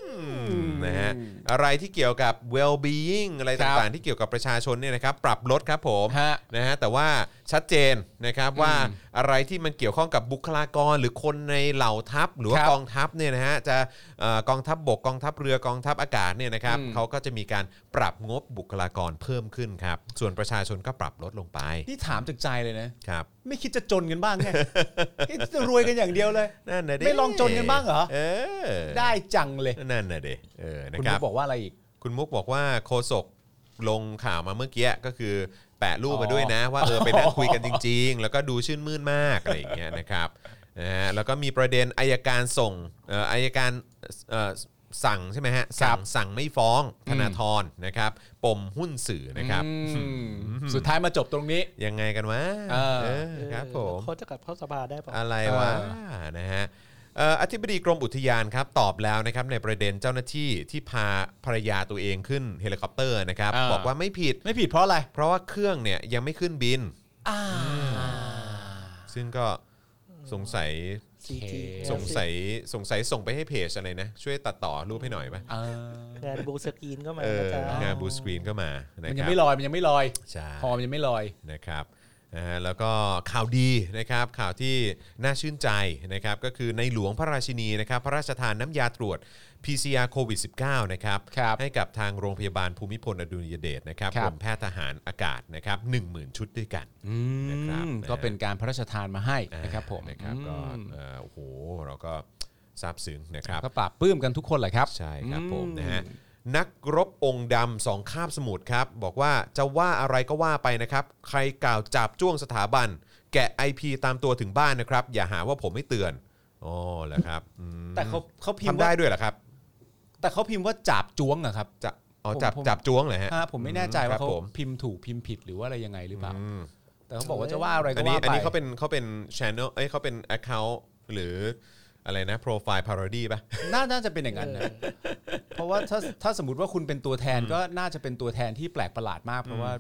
[SPEAKER 2] นะฮะอะไรที่เกี่ยวกับ well being อะไร
[SPEAKER 4] ครั
[SPEAKER 2] ต่าง
[SPEAKER 4] บ
[SPEAKER 2] ๆ ที่เกี่ยวกับประชาชนเนี่ยนะครับปรับลดครับผม
[SPEAKER 4] ฮะ
[SPEAKER 2] นะฮะแต่ว่าชัดเจนนะครับว่าอะไรที่มันเกี่ยวข้องกับบุคลากรหรือคนในเหล่าทัพ หรือว่า
[SPEAKER 4] ครับ
[SPEAKER 2] กองทัพเนี่ยนะฮะจะเอ่อกองทัพบกกองทัพเรือกองทัพอากาศเนี่ยนะครับ
[SPEAKER 4] อืม
[SPEAKER 2] เขาก็จะมีการปรับงบบุคลากรเพิ่มขึ้นครับส่วนประชาชนก็ปรับลดลงไป
[SPEAKER 4] นี่ถามจากใจเลยนะ
[SPEAKER 2] ครับ
[SPEAKER 4] ไม่คิดจะจนกันบ้าง ไง คิดจะรวยกันอย่างเดียวเลย
[SPEAKER 2] นั่นนะดิ
[SPEAKER 4] ไม่ลองจนกันบ้างเหรอ
[SPEAKER 2] เออ
[SPEAKER 4] ได้จังเลย
[SPEAKER 2] นั่นน่ะเดเออนะ
[SPEAKER 4] คุณ
[SPEAKER 2] ค
[SPEAKER 4] มุ
[SPEAKER 2] รับ
[SPEAKER 4] กบอกว่าอะไรอีก
[SPEAKER 2] คุณมุกบอกว่าโคศกลงข่าวมาเมื่อกี้ก็คือแปะรูปมาด้วยนะ ว่าเออไปนั่งคุยกันจริง ๆ แล้วก็ดูชื่นมื่นมากอะไรอย่างเงี้ยนะครับนะฮะแล้วก็มีประเด็นอายการส่งเอ่ออายการเอ่อสั่งใช่ไหมฮะสั่งสั่งไม่ฟ้องธนาธรนะครับ ปมหุ้นสื่อนะครับ
[SPEAKER 4] อืมสุดท้ายมาจบตรงนี้
[SPEAKER 2] ยังไงกันวะ
[SPEAKER 4] เออ
[SPEAKER 2] เออครับผม
[SPEAKER 5] เขาจะกลับเข้าสภาได้เปล่า
[SPEAKER 2] อะไรวะนะฮะเอ่ออธิบดีกรมอุทยานครับตอบแล้วนะครับในประเด็นเจ้าหน้าที่ที่พาภรรยาตัวเองขึ้นเฮลิคอปเตอร์นะครับ
[SPEAKER 4] อ่า
[SPEAKER 2] บอกว่าไม่ผิด
[SPEAKER 4] ไม่ผิดเพราะอะไร
[SPEAKER 2] เพราะว่าเครื่องเนี่ยยังไม่ขึ้นบิน
[SPEAKER 4] อ่า
[SPEAKER 2] ซึ่งก็สงสัย
[SPEAKER 5] CG
[SPEAKER 2] สงสัยสงสัยส่งไปให้เพจอะไรนะ ช่วยตัดต่อรูปให้หน่อยไหม
[SPEAKER 5] งานบูสกรีนก็มา
[SPEAKER 2] เออ
[SPEAKER 5] นะจ๊ะ
[SPEAKER 2] งานบูสกรีนก็มานะ
[SPEAKER 4] มัน
[SPEAKER 2] ค
[SPEAKER 4] ยัง
[SPEAKER 2] รับ
[SPEAKER 4] ไม่ลอย มันยังไม่ลอย
[SPEAKER 2] ใช่
[SPEAKER 4] พอมันยังไม่ลอย
[SPEAKER 2] นะครับนะฮะแล้วก็ข่าวดีนะครับข่าวที่น่าชื่นใจนะครับก็คือในหลวงพระราชินีนะครับพระราชทานน้ำยาตรวจ PCR โควิด -19 นะครับ
[SPEAKER 4] ครับ
[SPEAKER 2] ให้กับทางโรงพยาบาลภูมิพลอดุลยเดชนะครับ
[SPEAKER 4] ครั
[SPEAKER 2] ก
[SPEAKER 4] บ
[SPEAKER 2] รมแพทย์ทหารอากาศนะครับ10,000 ชุดด้วยกัน นะครับนะฮะ
[SPEAKER 4] ก็เป็นการพระราชทานมาให้นะครับผม
[SPEAKER 2] นะครับก็
[SPEAKER 4] อืม
[SPEAKER 2] เอ่อโอ้โหเราก็ซาบซึ้งนะครับ
[SPEAKER 4] ก็ปราบปลื้มกันทุกคนแหละครับ
[SPEAKER 2] ใช่ครับผม
[SPEAKER 4] อืม
[SPEAKER 2] นะฮะ นักรบองค์ดำสองคาบสมุทรครับ บอกว่าจะว่าอะไรก็ว่าไปนะครับ ใครกล่าวจับจ้วงสถาบัน แกะ IP ตามตัวถึงบ้านนะครับ อย่าหาว่าผมไม่เตือนอ๋อเหรอครับอืม
[SPEAKER 4] แต่เขาเขาพิมพ์
[SPEAKER 2] ทำได้
[SPEAKER 4] ว่า
[SPEAKER 2] ด้วยเหรอครับ
[SPEAKER 4] แต่เขาพิมพ์ว่าจับจ้วงอะครับ
[SPEAKER 2] จะอ๋อ
[SPEAKER 4] ผม
[SPEAKER 2] จับ
[SPEAKER 4] ผม
[SPEAKER 2] จับจ้วงเหรอฮะ
[SPEAKER 4] ฮะผมไม่แน่ใจ
[SPEAKER 2] ครั
[SPEAKER 4] ว่า
[SPEAKER 2] บ
[SPEAKER 4] เขา
[SPEAKER 2] ผม
[SPEAKER 4] พิมพ์ถูกพิมพ์ผิดหรือว่าอะไรยังไงหรือเปล่า
[SPEAKER 2] อืม
[SPEAKER 4] แต่เขาบอกว่าจะว่าอะไร
[SPEAKER 2] อั
[SPEAKER 4] ก็
[SPEAKER 2] นนี้
[SPEAKER 4] ว่า
[SPEAKER 2] อัน
[SPEAKER 4] ไป
[SPEAKER 2] นี้เขาเป็นเขาเป็น channel เอ้ยเขาเป็น account หรืออะไรนะ profile parody ป่ะ
[SPEAKER 4] น่าน่าจะเป็นอย่างนั้นนะเพราะว่าถ้าถ้าสมมติว่าคุณเป็นตัวแทนก็น่าจะเป็นตัวแทนที่แปลกประหลาดมาก เพราะว่า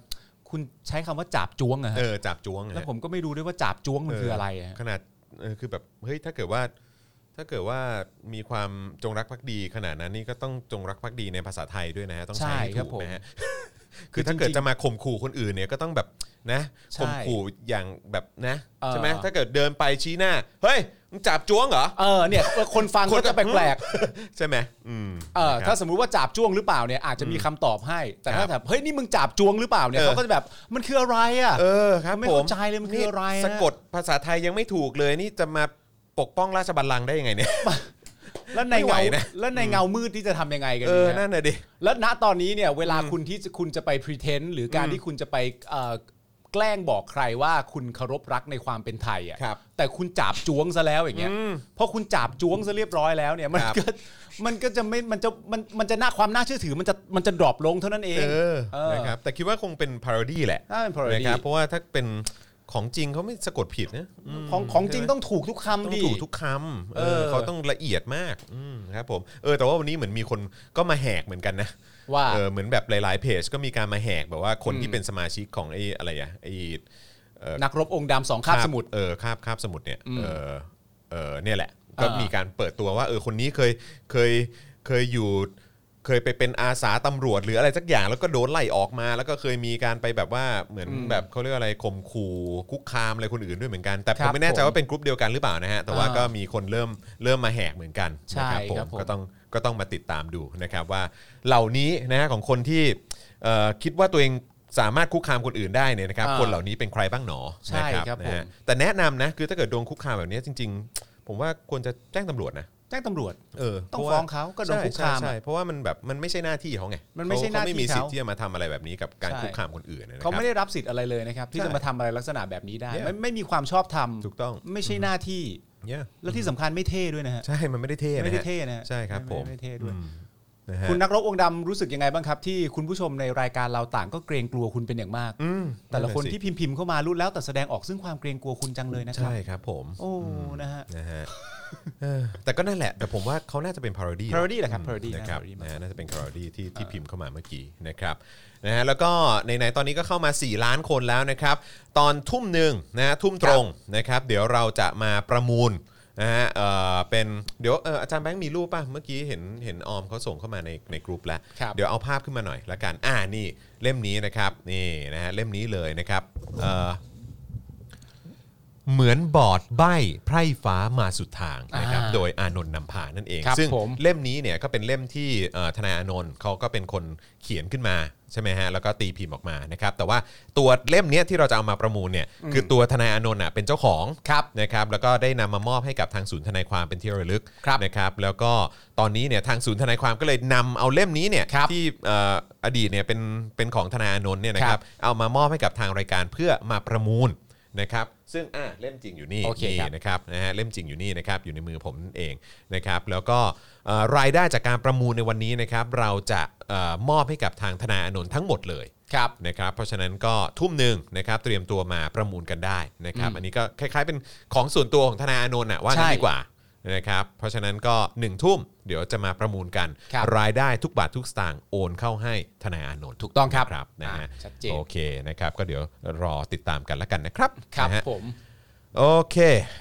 [SPEAKER 4] คุณใช้คำว่าจับจ้วงอะฮะ
[SPEAKER 2] เออจับจ้วงอะ
[SPEAKER 4] แล้วผมก็ไม่รู้ด้วยว่าจับจ้วงมันคืออะไรอะฮะ
[SPEAKER 2] ขนาดเออคือแบบเฮ้ยถ้าเกิดว่า ถ้าเกิดว่ามีความจงรักภักดีขนาดนั้นนี่ก็ต้องจงรักภักดีในภาษาไทยด้วยนะฮะต้องใช้
[SPEAKER 4] ใช่
[SPEAKER 2] ให้
[SPEAKER 4] ครั
[SPEAKER 2] ถู
[SPEAKER 4] บ
[SPEAKER 2] ก
[SPEAKER 4] ผม
[SPEAKER 2] นะฮะคือถ้าเกิดจะมาข่มขู่คนอื่นเนี่ยก็ต้องแบบนะ
[SPEAKER 4] ใช่
[SPEAKER 2] ข่มขู่อย่างแบบนะ
[SPEAKER 4] เออ
[SPEAKER 2] ใช่ไหมถ้าเกิดเดินไปชี้หน้า เฮ้ยมึงจับจ้วงเหรอ
[SPEAKER 4] เออเนี่ยคนฟัง
[SPEAKER 2] คน
[SPEAKER 4] ก็
[SPEAKER 2] ก็
[SPEAKER 4] จะแปลก
[SPEAKER 2] ใช่ไหมอืม
[SPEAKER 4] ๆเออถ้าสมมุติว่าจับจ้วงหรือเปล่าเนี่ยอาจจะมีคำตอบให้ แต่
[SPEAKER 2] ครั
[SPEAKER 4] ถ้า
[SPEAKER 2] บ
[SPEAKER 4] แบบเฮ้ยนี่มึงจับจ้วงหรือเปล่าเนี่ย
[SPEAKER 2] เออ
[SPEAKER 4] เขาก็จะแบบมันคืออะไรอ่ะ
[SPEAKER 2] เออครับ
[SPEAKER 4] ไม่
[SPEAKER 2] ผ
[SPEAKER 4] เข้าใจเลยมันคืออะไรนะ
[SPEAKER 2] สะกดภาษาไทยยังไม่ถูกเลยนี่จะมาปกป้องราชบัลลังก์ได้ยังไงเนี่ย
[SPEAKER 4] แล้วใน
[SPEAKER 2] ไม่ไหว
[SPEAKER 4] เงา
[SPEAKER 2] นะ
[SPEAKER 4] แล้วในเงามืดที่จะทำยังไงกัน
[SPEAKER 2] เอ
[SPEAKER 4] เนี่
[SPEAKER 2] อย นั่นน่ะดิ
[SPEAKER 4] แล้วณตอนนี้เนี่ยเวลาคุณที่จะคุณจะไป pretend หรือการที่คุณจะไปเอ่อแกล้งบอกใครว่าคุณเคารพรักในความเป็นไทย
[SPEAKER 2] ครั
[SPEAKER 4] อะ่ะ
[SPEAKER 2] บ
[SPEAKER 4] แต่คุณจับจ้วงซะแล้วอย่างเงี้ยพอคุณจับจ้วงซะเรียบร้อยแล้วเนี่ยมัน
[SPEAKER 2] ครับ
[SPEAKER 4] ก็มันก็จะไม่มันจะมันมันจะน่าความน่าเชื่อถือมันจะมันจะดรอปลงเท่านั้นเอง
[SPEAKER 2] เออ
[SPEAKER 4] เออ
[SPEAKER 2] นะครับแต่คิดว่าคงเป็นพา r o ดีแหละ
[SPEAKER 4] น่าเป็น parody
[SPEAKER 2] ะครับเพราะว่าถ้าเป็นของจริงเขาไม่สะกดผิดนะอืม
[SPEAKER 4] ของของจริงต้องถูกทุก
[SPEAKER 2] ต้อ
[SPEAKER 4] คำ
[SPEAKER 2] ง
[SPEAKER 4] ดิ
[SPEAKER 2] ถูกทุกคำเอ
[SPEAKER 4] เอ
[SPEAKER 2] อ
[SPEAKER 4] อ
[SPEAKER 2] เขาต้องละเอียดมากอืมครับผมเออแต่ว่าวันนี้เหมือนมีคนก็มาแหกเหมือนกันนะ
[SPEAKER 4] ว่า
[SPEAKER 2] เออเหมือนแบบหลาย ๆ เพจก็มีการมาแหกแบบว่าคนที่เป็นสมาชิกของไอ้อะไรอะไอ้เอ่อ
[SPEAKER 4] นักรบองค์ดำสองคาบสมุทร
[SPEAKER 2] เออคาบคาบสมุดเนี่ย
[SPEAKER 4] อืม
[SPEAKER 2] เออเออเนี่ยแหละ ก็
[SPEAKER 4] อ่ามี
[SPEAKER 2] มีการเปิดตัวว่าเออคนนี้เคยเคยเคยอยู่ เคยไปเป็นอาสาตำรวจหรืออะไรสักอย่างแล้วก็โดนไล่ออกมา แล้วก็เคยมีการไปแบบว่าเหมือนแบบเขาเรียกอะไรข่มขู่คุกคามอะไรคนอื่นด้วยเหมือนกันแต่ผ
[SPEAKER 4] ครั
[SPEAKER 2] ม
[SPEAKER 4] บ
[SPEAKER 2] ไม่แน่ใจว่าเป็นกลุ่มเดียวกันหรือเปล่านะฮะแต่ว่า
[SPEAKER 4] อ่า
[SPEAKER 2] ก็มีคนเริ่มเริ่มมาแหกเหมือนกัน
[SPEAKER 4] ใช่
[SPEAKER 2] นะครับผม
[SPEAKER 4] ครับผม
[SPEAKER 2] ก็ต้องก็ต้องมาติดตามดูนะครับว่าเหล่านี้นะฮะของคนที่เอ่อคิดว่าตัวเองสามารถคุกคามคนอื่นได้เนี่ยนะครับ
[SPEAKER 4] อ่า
[SPEAKER 2] คนเหล่านี้เป็นใครบ้างหนอ
[SPEAKER 4] ใช่
[SPEAKER 2] นะครับ
[SPEAKER 4] ครับ
[SPEAKER 2] นะฮะ
[SPEAKER 4] ผม
[SPEAKER 2] แต่แนะนำนะคือถ้าเกิดโดนคุกคามแบบนี้จริง ๆ ผมว่าควรจะแจ้งตำรวจนะ
[SPEAKER 4] แจ้งตำรวจ
[SPEAKER 2] เออ
[SPEAKER 4] ต้อง
[SPEAKER 2] พระว่
[SPEAKER 4] ฟ้องเขาก็โดน
[SPEAKER 2] ใช่
[SPEAKER 4] คุกคาม
[SPEAKER 2] ใช่
[SPEAKER 4] อะ
[SPEAKER 2] ใช่เพราะว่ามันแบบมันไม่ใช่หน้าที่เขาไง
[SPEAKER 4] มันไม่ใช่หน้าที่
[SPEAKER 2] ไม่มีสิทธิ์
[SPEAKER 4] เขา
[SPEAKER 2] ที่จะมาทำอะไรแบบนี้กับการ
[SPEAKER 4] ใช่
[SPEAKER 2] คุกคามคนอื่นนะครั
[SPEAKER 4] เขา
[SPEAKER 2] บ
[SPEAKER 4] ไม่ได้รับสิทธิ์อะไรเลยนะครับ ที่
[SPEAKER 2] ใช่
[SPEAKER 4] จะมาทำอะไรลักษณะแบบนี้ได้
[SPEAKER 2] เนี่ย
[SPEAKER 4] ไม่ไม่มีความชอบธรรม
[SPEAKER 2] ถูกต้อง
[SPEAKER 4] ไม่ใช่หน้าที่
[SPEAKER 2] เนี่ย
[SPEAKER 4] และที่สำคัญไม่เท่ด้วยนะฮะ
[SPEAKER 2] ใช่มันไม่ได้เท่นะฮะ
[SPEAKER 4] ไม่ได้เท่นะฮะ
[SPEAKER 2] ใช่ครับผม
[SPEAKER 4] ไไม่ได้เท่ด้วย
[SPEAKER 2] นะฮะ
[SPEAKER 4] คุณนักรบองค์ดำรู้สึกยังไงบ้างครับ ที่คุณผู้ชมในรายการเราต่างก็เกรงกลัวคุณเป็นอย่างมาก
[SPEAKER 2] อืม
[SPEAKER 4] แต่ละคน
[SPEAKER 2] สิ
[SPEAKER 4] ที่พิมพ์ๆเข้ามารู้แล้วแต่แสดงออกซึ่งความเกรงกลัวคุณจังเลยนะครับ
[SPEAKER 2] ใช่ครับผม
[SPEAKER 4] โอ้นะฮะ
[SPEAKER 2] นะฮะเออแต่ก็นั่นแหละแต่ผมว่าเขาน่าจะเป็น parody นะ
[SPEAKER 4] parody แหละครับ parody นะ
[SPEAKER 2] นะครับ
[SPEAKER 4] parody
[SPEAKER 2] นะ
[SPEAKER 4] มา
[SPEAKER 2] ฮะน่าจะเป็นคาร์ดี้ที่ที่พิมพ์เข้ามาเมื่อกี้นะครับนะฮะแล้วก็ไหนๆตอนนี้ก็เข้ามา 4 ล้านคนแล้วนะครับ ตอนทุ่มหนึ่งนะฮะทุ่มตรงนะครับ เดี๋ยวเราจะมาประมูลนะฮะเอ่อเป็นเดี๋ยวเอ่ออาจารย์แบงค์มีรูปป่ะ เมื่อกี้เห็นเห็นออมเขาส่งเข้ามาในในกลุ่มแล้ว
[SPEAKER 4] ครับ
[SPEAKER 2] เดี๋ยวเอาภาพขึ้นมาหน่อยละกันอ่านี่เล่มนี้นะครับนี่นะฮะเล่มนี้เลยนะครับเอ่อเหมือนบอร์ดใบไพร่ฟ้ามาสุดทางนะครับ
[SPEAKER 4] อ่า
[SPEAKER 2] โดยอานนท์นำพานั่นเอง
[SPEAKER 4] ครับ
[SPEAKER 2] ซึ่ง
[SPEAKER 4] ผม
[SPEAKER 2] เล่มนี้เนี่ยก็เป็นเล่มที่เอ่อทนายอานนท์เขาก็เป็นคนเขียนขึ้นมาใช่ไหมฮะแล้วก็ตีพิมพ์ออกมานะครับแต่ว่าตัวเล่มเนี้ยที่เราจะเอามาประมูลเนี่ยคือตัวทนายอานนท์อ่ะเป็นเจ้าของครับนะครับแล้วก็ได้นำมามอบให้กับทางศูนย์ทนายความเป็นที่ระลึก
[SPEAKER 4] ครับ
[SPEAKER 2] นะครับแล้วก็ตอนนี้เนี่ยทางศูนย์ทนายความก็เลยนำเอาเล่มนี้เนี่ย
[SPEAKER 4] ครับ
[SPEAKER 2] ที่เอ่ออดีตเนี่ยเป็นเป็นของทนายอานนท์เนี่ยนะค
[SPEAKER 4] ค
[SPEAKER 2] รั
[SPEAKER 4] รั
[SPEAKER 2] บบ เอามามอบให้กับทางรายการเพื่อมาประมูลนะครับซึ่งอ่ะเล่มจริงอยู่นี่
[SPEAKER 4] โอเค
[SPEAKER 2] นี่
[SPEAKER 4] ครับ
[SPEAKER 2] นะครับนะฮะเล่มจริงอยู่นี่นะครับอยู่ในมือผมนั่นเองนะครับแล้วก็เอ่อรายได้จากการประมูลในวันนี้นะครับเราจะเอ่อมอบให้กับทางธนาอานนท์ทั้งหมดเลย
[SPEAKER 4] ครับ
[SPEAKER 2] นะครับเพราะฉะนั้นก็ทุ่มหนึ่งนะครับเตรียมตัวมาประมูลกันได้นะครับอันนี้ก็คล้ายๆเป็นของส่วนตัวของธนาอานนท์อ่ะว่างั้น
[SPEAKER 4] ใช่
[SPEAKER 2] ดีกว่านะครับเพราะฉะนั้นก็หนึ่งทุ่มเดี๋ยวจะมาประมูลกัน
[SPEAKER 4] ครับ
[SPEAKER 2] ยได้ทุกบาททุกสตางค์โอนเข้าให้ธนาอานนท์
[SPEAKER 4] ถูกต้องครับ
[SPEAKER 2] ครับนะฮะ
[SPEAKER 4] อ่าชัดเจน
[SPEAKER 2] โอเคนะครับก็เดี๋ยวรอติดตามกันแล้วกันนะครับ
[SPEAKER 4] ครับ
[SPEAKER 2] นะฮะ
[SPEAKER 4] ผม
[SPEAKER 2] โอเค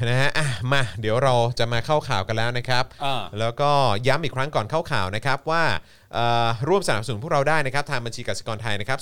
[SPEAKER 2] นะฮะอ่ะมาเดี๋ยวเราจะมาเข้าข่าวกันแล้วนะครับ
[SPEAKER 4] อ่า
[SPEAKER 2] แล้วก็ย้ำอีกครั้งก่อนเข้าข่าวนะครับว่าเอ่อร่วมสนับสนุนพวกเราได้นะครับ ทางบัญชีกสิกรไทยนะครับ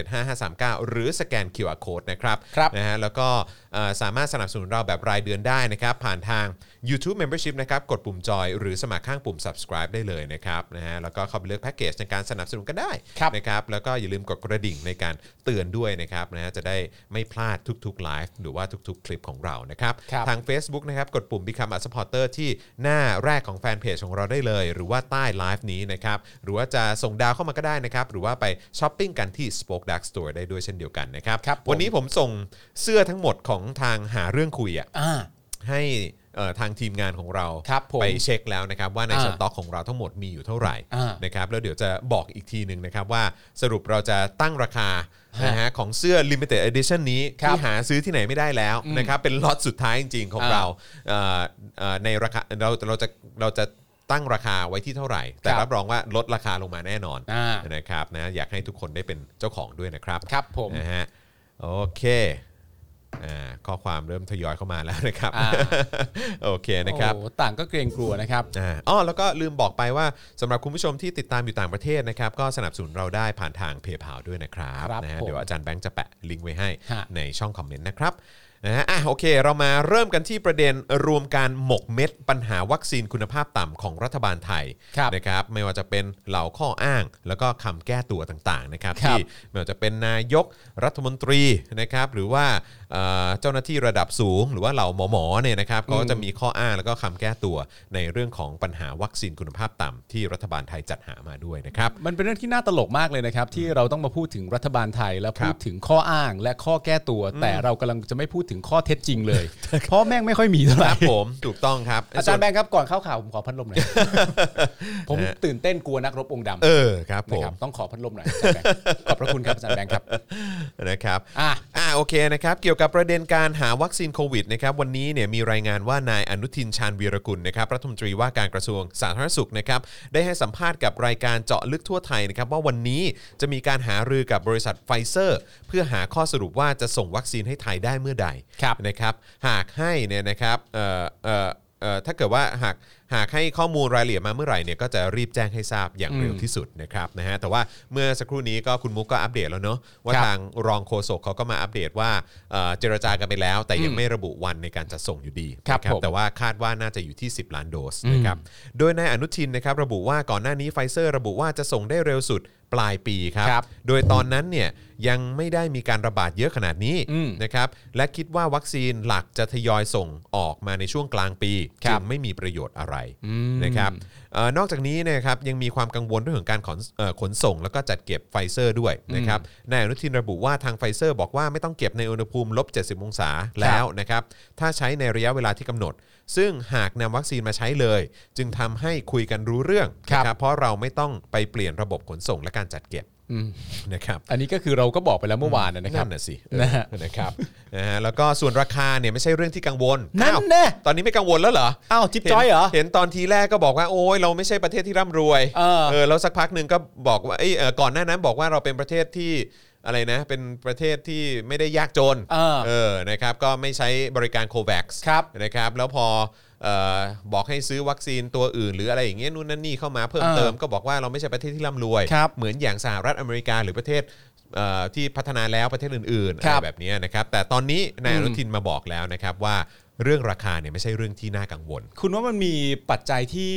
[SPEAKER 2] 0698975539 หรือสแกน QR Code นะครับ
[SPEAKER 4] ครับ
[SPEAKER 2] นะฮะแล้วก็เอ่อสามารถสนับสนุนเราแบบรายเดือนได้นะครับ ผ่านทาง YouTube Membership นะครับ กดปุ่มจอยหรือสมัครข้างปุ่ม subscribe ได้เลยนะครับนะฮะแล้วก็เข้าไปเลือกแพ็กเกจในการสนับสนุนกันได้
[SPEAKER 4] ครับ
[SPEAKER 2] นะครับแล้วก็อย่าลืมกดกระดิ่งในการเตือนด้วยนะครับนะฮะจะได้ไม่พลาดทุกๆไลฟ์หรือว่าทุกๆ คลิปของเรานะครับ
[SPEAKER 4] ครับ
[SPEAKER 2] ทาง Facebook นะครับกดปุ่ม Become a supporter ที่หน้าแรกของแฟนเพจของเราได้เลย หรือว่าใต้ไลฟ์นี้นะครับ หรือว่าจะส่งดาวเข้ามาก็ได้นะครับ หรือว่าไปช้อปปิ้งกันที่ Spoke Dark Store ได้ด้วยเช่นเดียวกันนะครับ
[SPEAKER 4] ครับผม
[SPEAKER 2] วันนี้ผมส่งเสื้อทั้งหมดของทางหาเรื่องคุยอ่ะ
[SPEAKER 4] อ่า
[SPEAKER 2] ให้เอ่อทางทีมงานของเรา
[SPEAKER 4] ครับผม
[SPEAKER 2] ไปเช็คแล้วนะครับ ว่าใน
[SPEAKER 4] อ่า
[SPEAKER 2] สต็อกของเราทั้งหมดมีอยู่เท่าไหร่
[SPEAKER 4] อ่า
[SPEAKER 2] นะครับแล้วเดี๋ยวจะบอกอีกทีหนึ่งนะครับว่าสรุปเราจะตั้งราคานะฮะของเสื้อ Limited Edition นี้
[SPEAKER 4] ครับ
[SPEAKER 2] ที่หาซื้อที่ไหนไม่ได้แล้ว
[SPEAKER 4] อืม
[SPEAKER 2] นะครับเป็นล็อตสุดท้ายจริงๆของ
[SPEAKER 4] อ่า
[SPEAKER 2] เราเอ่อเอ่อในราคาเราเราจะเราจะตั้งราคาไว้ที่เท่าไหร่ แต่
[SPEAKER 4] ครับ
[SPEAKER 2] รับรองว่าลดราคาลงมาแน่นอน
[SPEAKER 4] อ่าน
[SPEAKER 2] นะครับนะอยากให้ทุกคนได้เป็นเจ้าของด้วยนะครับ
[SPEAKER 4] ครับผม
[SPEAKER 2] นะฮะโอเคอ่าข้อความเริ่มทยอยเข้ามาแล้วนะครับ
[SPEAKER 4] อ่า
[SPEAKER 2] โอเคนะครับ
[SPEAKER 4] โอ้ต่างก็เกรงกลัวนะครับ
[SPEAKER 2] อ่าอ๋อแล้วก็ลืมบอกไปว่าสำหรับคุณผู้ชมที่ติดตามอยู่ต่างประเทศนะครับ ก็สนับสนุนเราได้ผ่านทางเพย์พาด้วยนะครับ
[SPEAKER 4] ครับ
[SPEAKER 2] นะฮะ
[SPEAKER 4] ผม
[SPEAKER 2] เดี๋ยวอาจารย์แบงค์จะแปะลิงก์ไว้ให้
[SPEAKER 4] ฮะ
[SPEAKER 2] ในช่องคอมเมนต์นะครับนะฮะอ่ะโอเค เรามาเริ่มกันที่ประเด็นรวมการหมกเม็ดปัญหาวัคซีนคุณภาพต่ำของรัฐบาลไทย
[SPEAKER 4] ครับ
[SPEAKER 2] นะครับไม่ว่าจะเป็นเหล่าข้ออ้าง แล้วก็คำแก้ตัวต่างๆนะครับ
[SPEAKER 4] ครับ
[SPEAKER 2] ที่ไม่ว่าจะเป็นนายกรัฐมนตรีนะครับหรือว่าเอ่อเจ้าหน้าที่ระดับสูง หรือว่าเหล่าหมอหมอๆเนี่ยนะครับก็จะมีข้ออ้างแล้วก็คำแก้ตัวในเรื่องของปัญหาวัคซีนคุณภาพต่ำที่รัฐบาลไทยจัดหามาด้วยนะครับ
[SPEAKER 4] มันเป็นเรื่องที่น่าตลกมากเลยนะครับ ที่เราต้องมาพูดถึงรัฐบาลไทยและ
[SPEAKER 2] ครั
[SPEAKER 4] พู
[SPEAKER 2] บ
[SPEAKER 4] ดถึงข้ออ้าง และข้อแก้ตัว แต่เรากำลังจะไม่พูดถึงข้อเท็จจริงเลย เพราะแม่งไม่ค่อยมีเท่า
[SPEAKER 2] ค
[SPEAKER 4] ไหร่
[SPEAKER 2] รับผมถูกต้องครับ
[SPEAKER 4] อาจารย์แบงค์ครับก่อนเข้าข่าวผมขอพัดลมห น่อย ผมตื่นเต้นกลัวนักรบองค์ดำ
[SPEAKER 2] เออครับผ
[SPEAKER 4] นะค
[SPEAKER 2] ม
[SPEAKER 4] รับต้องขอพัดลมหน่อยอาจารย์แบงค์ ขอบพระคุณครับอาจารย์แบงค์ครับ
[SPEAKER 2] นะครับ
[SPEAKER 4] อ่ะ
[SPEAKER 2] อ่าโอเคนะครับ เกี่ยวกับประเด็นการหาวัคซีนโควิดนะครับวันนี้เนี่ยมีรายงานว่านายอนุทินชาญวีรกุลนะครับรัฐมนตรีว่าการกระทรวงสาธารณสุขนะครับได้ให้สัมภาษณ์กับรายการเจาะลึกทั่วไทยนะครับว่าวันนี้จะมีการหารือกับบริษัทไฟเซอร์ เพื่อหาข้อสรุปว่าจะส่งวัคซีนให้ไทยได้เมื่อใด
[SPEAKER 4] ครับ
[SPEAKER 2] นะครับหากให้เนี่ยนะครับเอ่อเอ่อเอ่อถ้าเกิดว่าหากหากให้ข้อมูลรายละเอียดมาเมื่อไหร่เนี่ยก็จะรีบแจ้งให้ทราบอย่างเร็วที่สุดนะครับนะฮะแต่ว่าเมื่อสักครู่นี้ก็คุณมุกก็อัปเดตแล้วเนอะว่า
[SPEAKER 4] ครับ
[SPEAKER 2] ทาง ทางรองโฆษกเขาก็มาอัปเดตว่าเอ่อเจรจากันไปแล้ว แต่ยังไม่ระบุวันในการจะส่งอยู่ดี
[SPEAKER 4] ครับ
[SPEAKER 2] นะ
[SPEAKER 4] ผม
[SPEAKER 2] แต่ว่าคาดว่าน่าจะอยู่ที่ 10 ล้านโดสนะครับโดยนายอนุทินนะครับระบุว่าก่อนหน้านี้ไฟเซอร์ระบุว่าจะส่งได้เร็วสุดปลายปีครับ
[SPEAKER 4] ครับ
[SPEAKER 2] โดยตอนนั้นเนี่ยยังไม่ได้มีการระบาดเยอะขนาดนี้
[SPEAKER 4] อืม
[SPEAKER 2] นะครับและคิดว่าวัคซีนหลักจะทยอยส่งออกมาในช่วงกลางปี
[SPEAKER 4] ครั
[SPEAKER 2] จึ
[SPEAKER 4] บ
[SPEAKER 2] งไม่มีประโยชน์อะไร
[SPEAKER 4] อืม
[SPEAKER 2] นะครับเอ่อนอกจากนี้เนะครับยังมีความกังวลเรื่องของการขนเอ่อขนส่ง แล้วก็จัดเก็บไฟเซอร์ด้วยนะครับนายอนุทินระบุว่าทางไฟเซอร์บอกว่าไม่ต้องเก็บในอุณหภูมิลบ 70 องศาแล้วนะครับถ้าใช้ในระยะเวลาที่กำหนด ซึ่งหากนำวัคซีนมาใช้เลย จึงทำให้คุยกันรู้เรื่อง
[SPEAKER 4] ครับ
[SPEAKER 2] นะเพราะเราไม่ต้องไปเปลี่ยนระบบขนส่งและการจัดเก็บนะครับ
[SPEAKER 4] อันนี้ก็คือเราก็บอกไปแล้วเมื่อวานนะครับ
[SPEAKER 2] นั่นน่ะสิเออ
[SPEAKER 4] นะฮะ
[SPEAKER 2] นะครับนะฮะแล้วก็ส่วนราคาเนี่ยไม่ใช่เรื่องที่กังวล
[SPEAKER 4] นั่น
[SPEAKER 2] อ้าว
[SPEAKER 4] แน่
[SPEAKER 2] ตอนนี้ไม่กังวลแล้วเหรอ
[SPEAKER 4] อ้าวจิ๊บจ้อยเหรอน
[SPEAKER 2] เห็นตอนทีแรกก็บอกว่าโอ้ยเราไม่ใช่ประเทศที่ร่ำรวย
[SPEAKER 4] เออ
[SPEAKER 2] แล้วสักพักหนึ่งก็บอกว่าเอ้ยเออก่อนหน้านั้นบอกว่าเราเป็นประเทศที่อะไรนะเป็นประเทศที่ไม่ได้ยากจน
[SPEAKER 4] เออ
[SPEAKER 2] เออนะครับก็ไม่ใช้บริการโควัค
[SPEAKER 4] ครับ
[SPEAKER 2] นะครับแล้วพอเอ่อบอกให้ซื้อวัคซีนตัวอื่น หรืออะไรอย่างเงี้ยนู่นนั่นนี่เข้ามาเพิ่ม
[SPEAKER 4] เออ
[SPEAKER 2] เติมก็บอกว่าเราไม่ใช่ประเทศที่ร่ำรวย
[SPEAKER 4] ครับ
[SPEAKER 2] เหมือนอย่างสหรัฐอเมริกาหรือประเทศเอ่อที่พัฒนาแล้วประเทศอื่นๆอะ
[SPEAKER 4] ค
[SPEAKER 2] ไร
[SPEAKER 4] รับ
[SPEAKER 2] แบบเนี้ยนะครับ แต่ตอนนี้นาย
[SPEAKER 4] อื
[SPEAKER 2] อ
[SPEAKER 4] ม
[SPEAKER 2] นุทินมาบอกแล้วนะครับว่าเรื่องราคาเนี่ยไม่ใช่เรื่องที่น่ากังวล
[SPEAKER 4] คุณว่ามันมีปัจจัยที่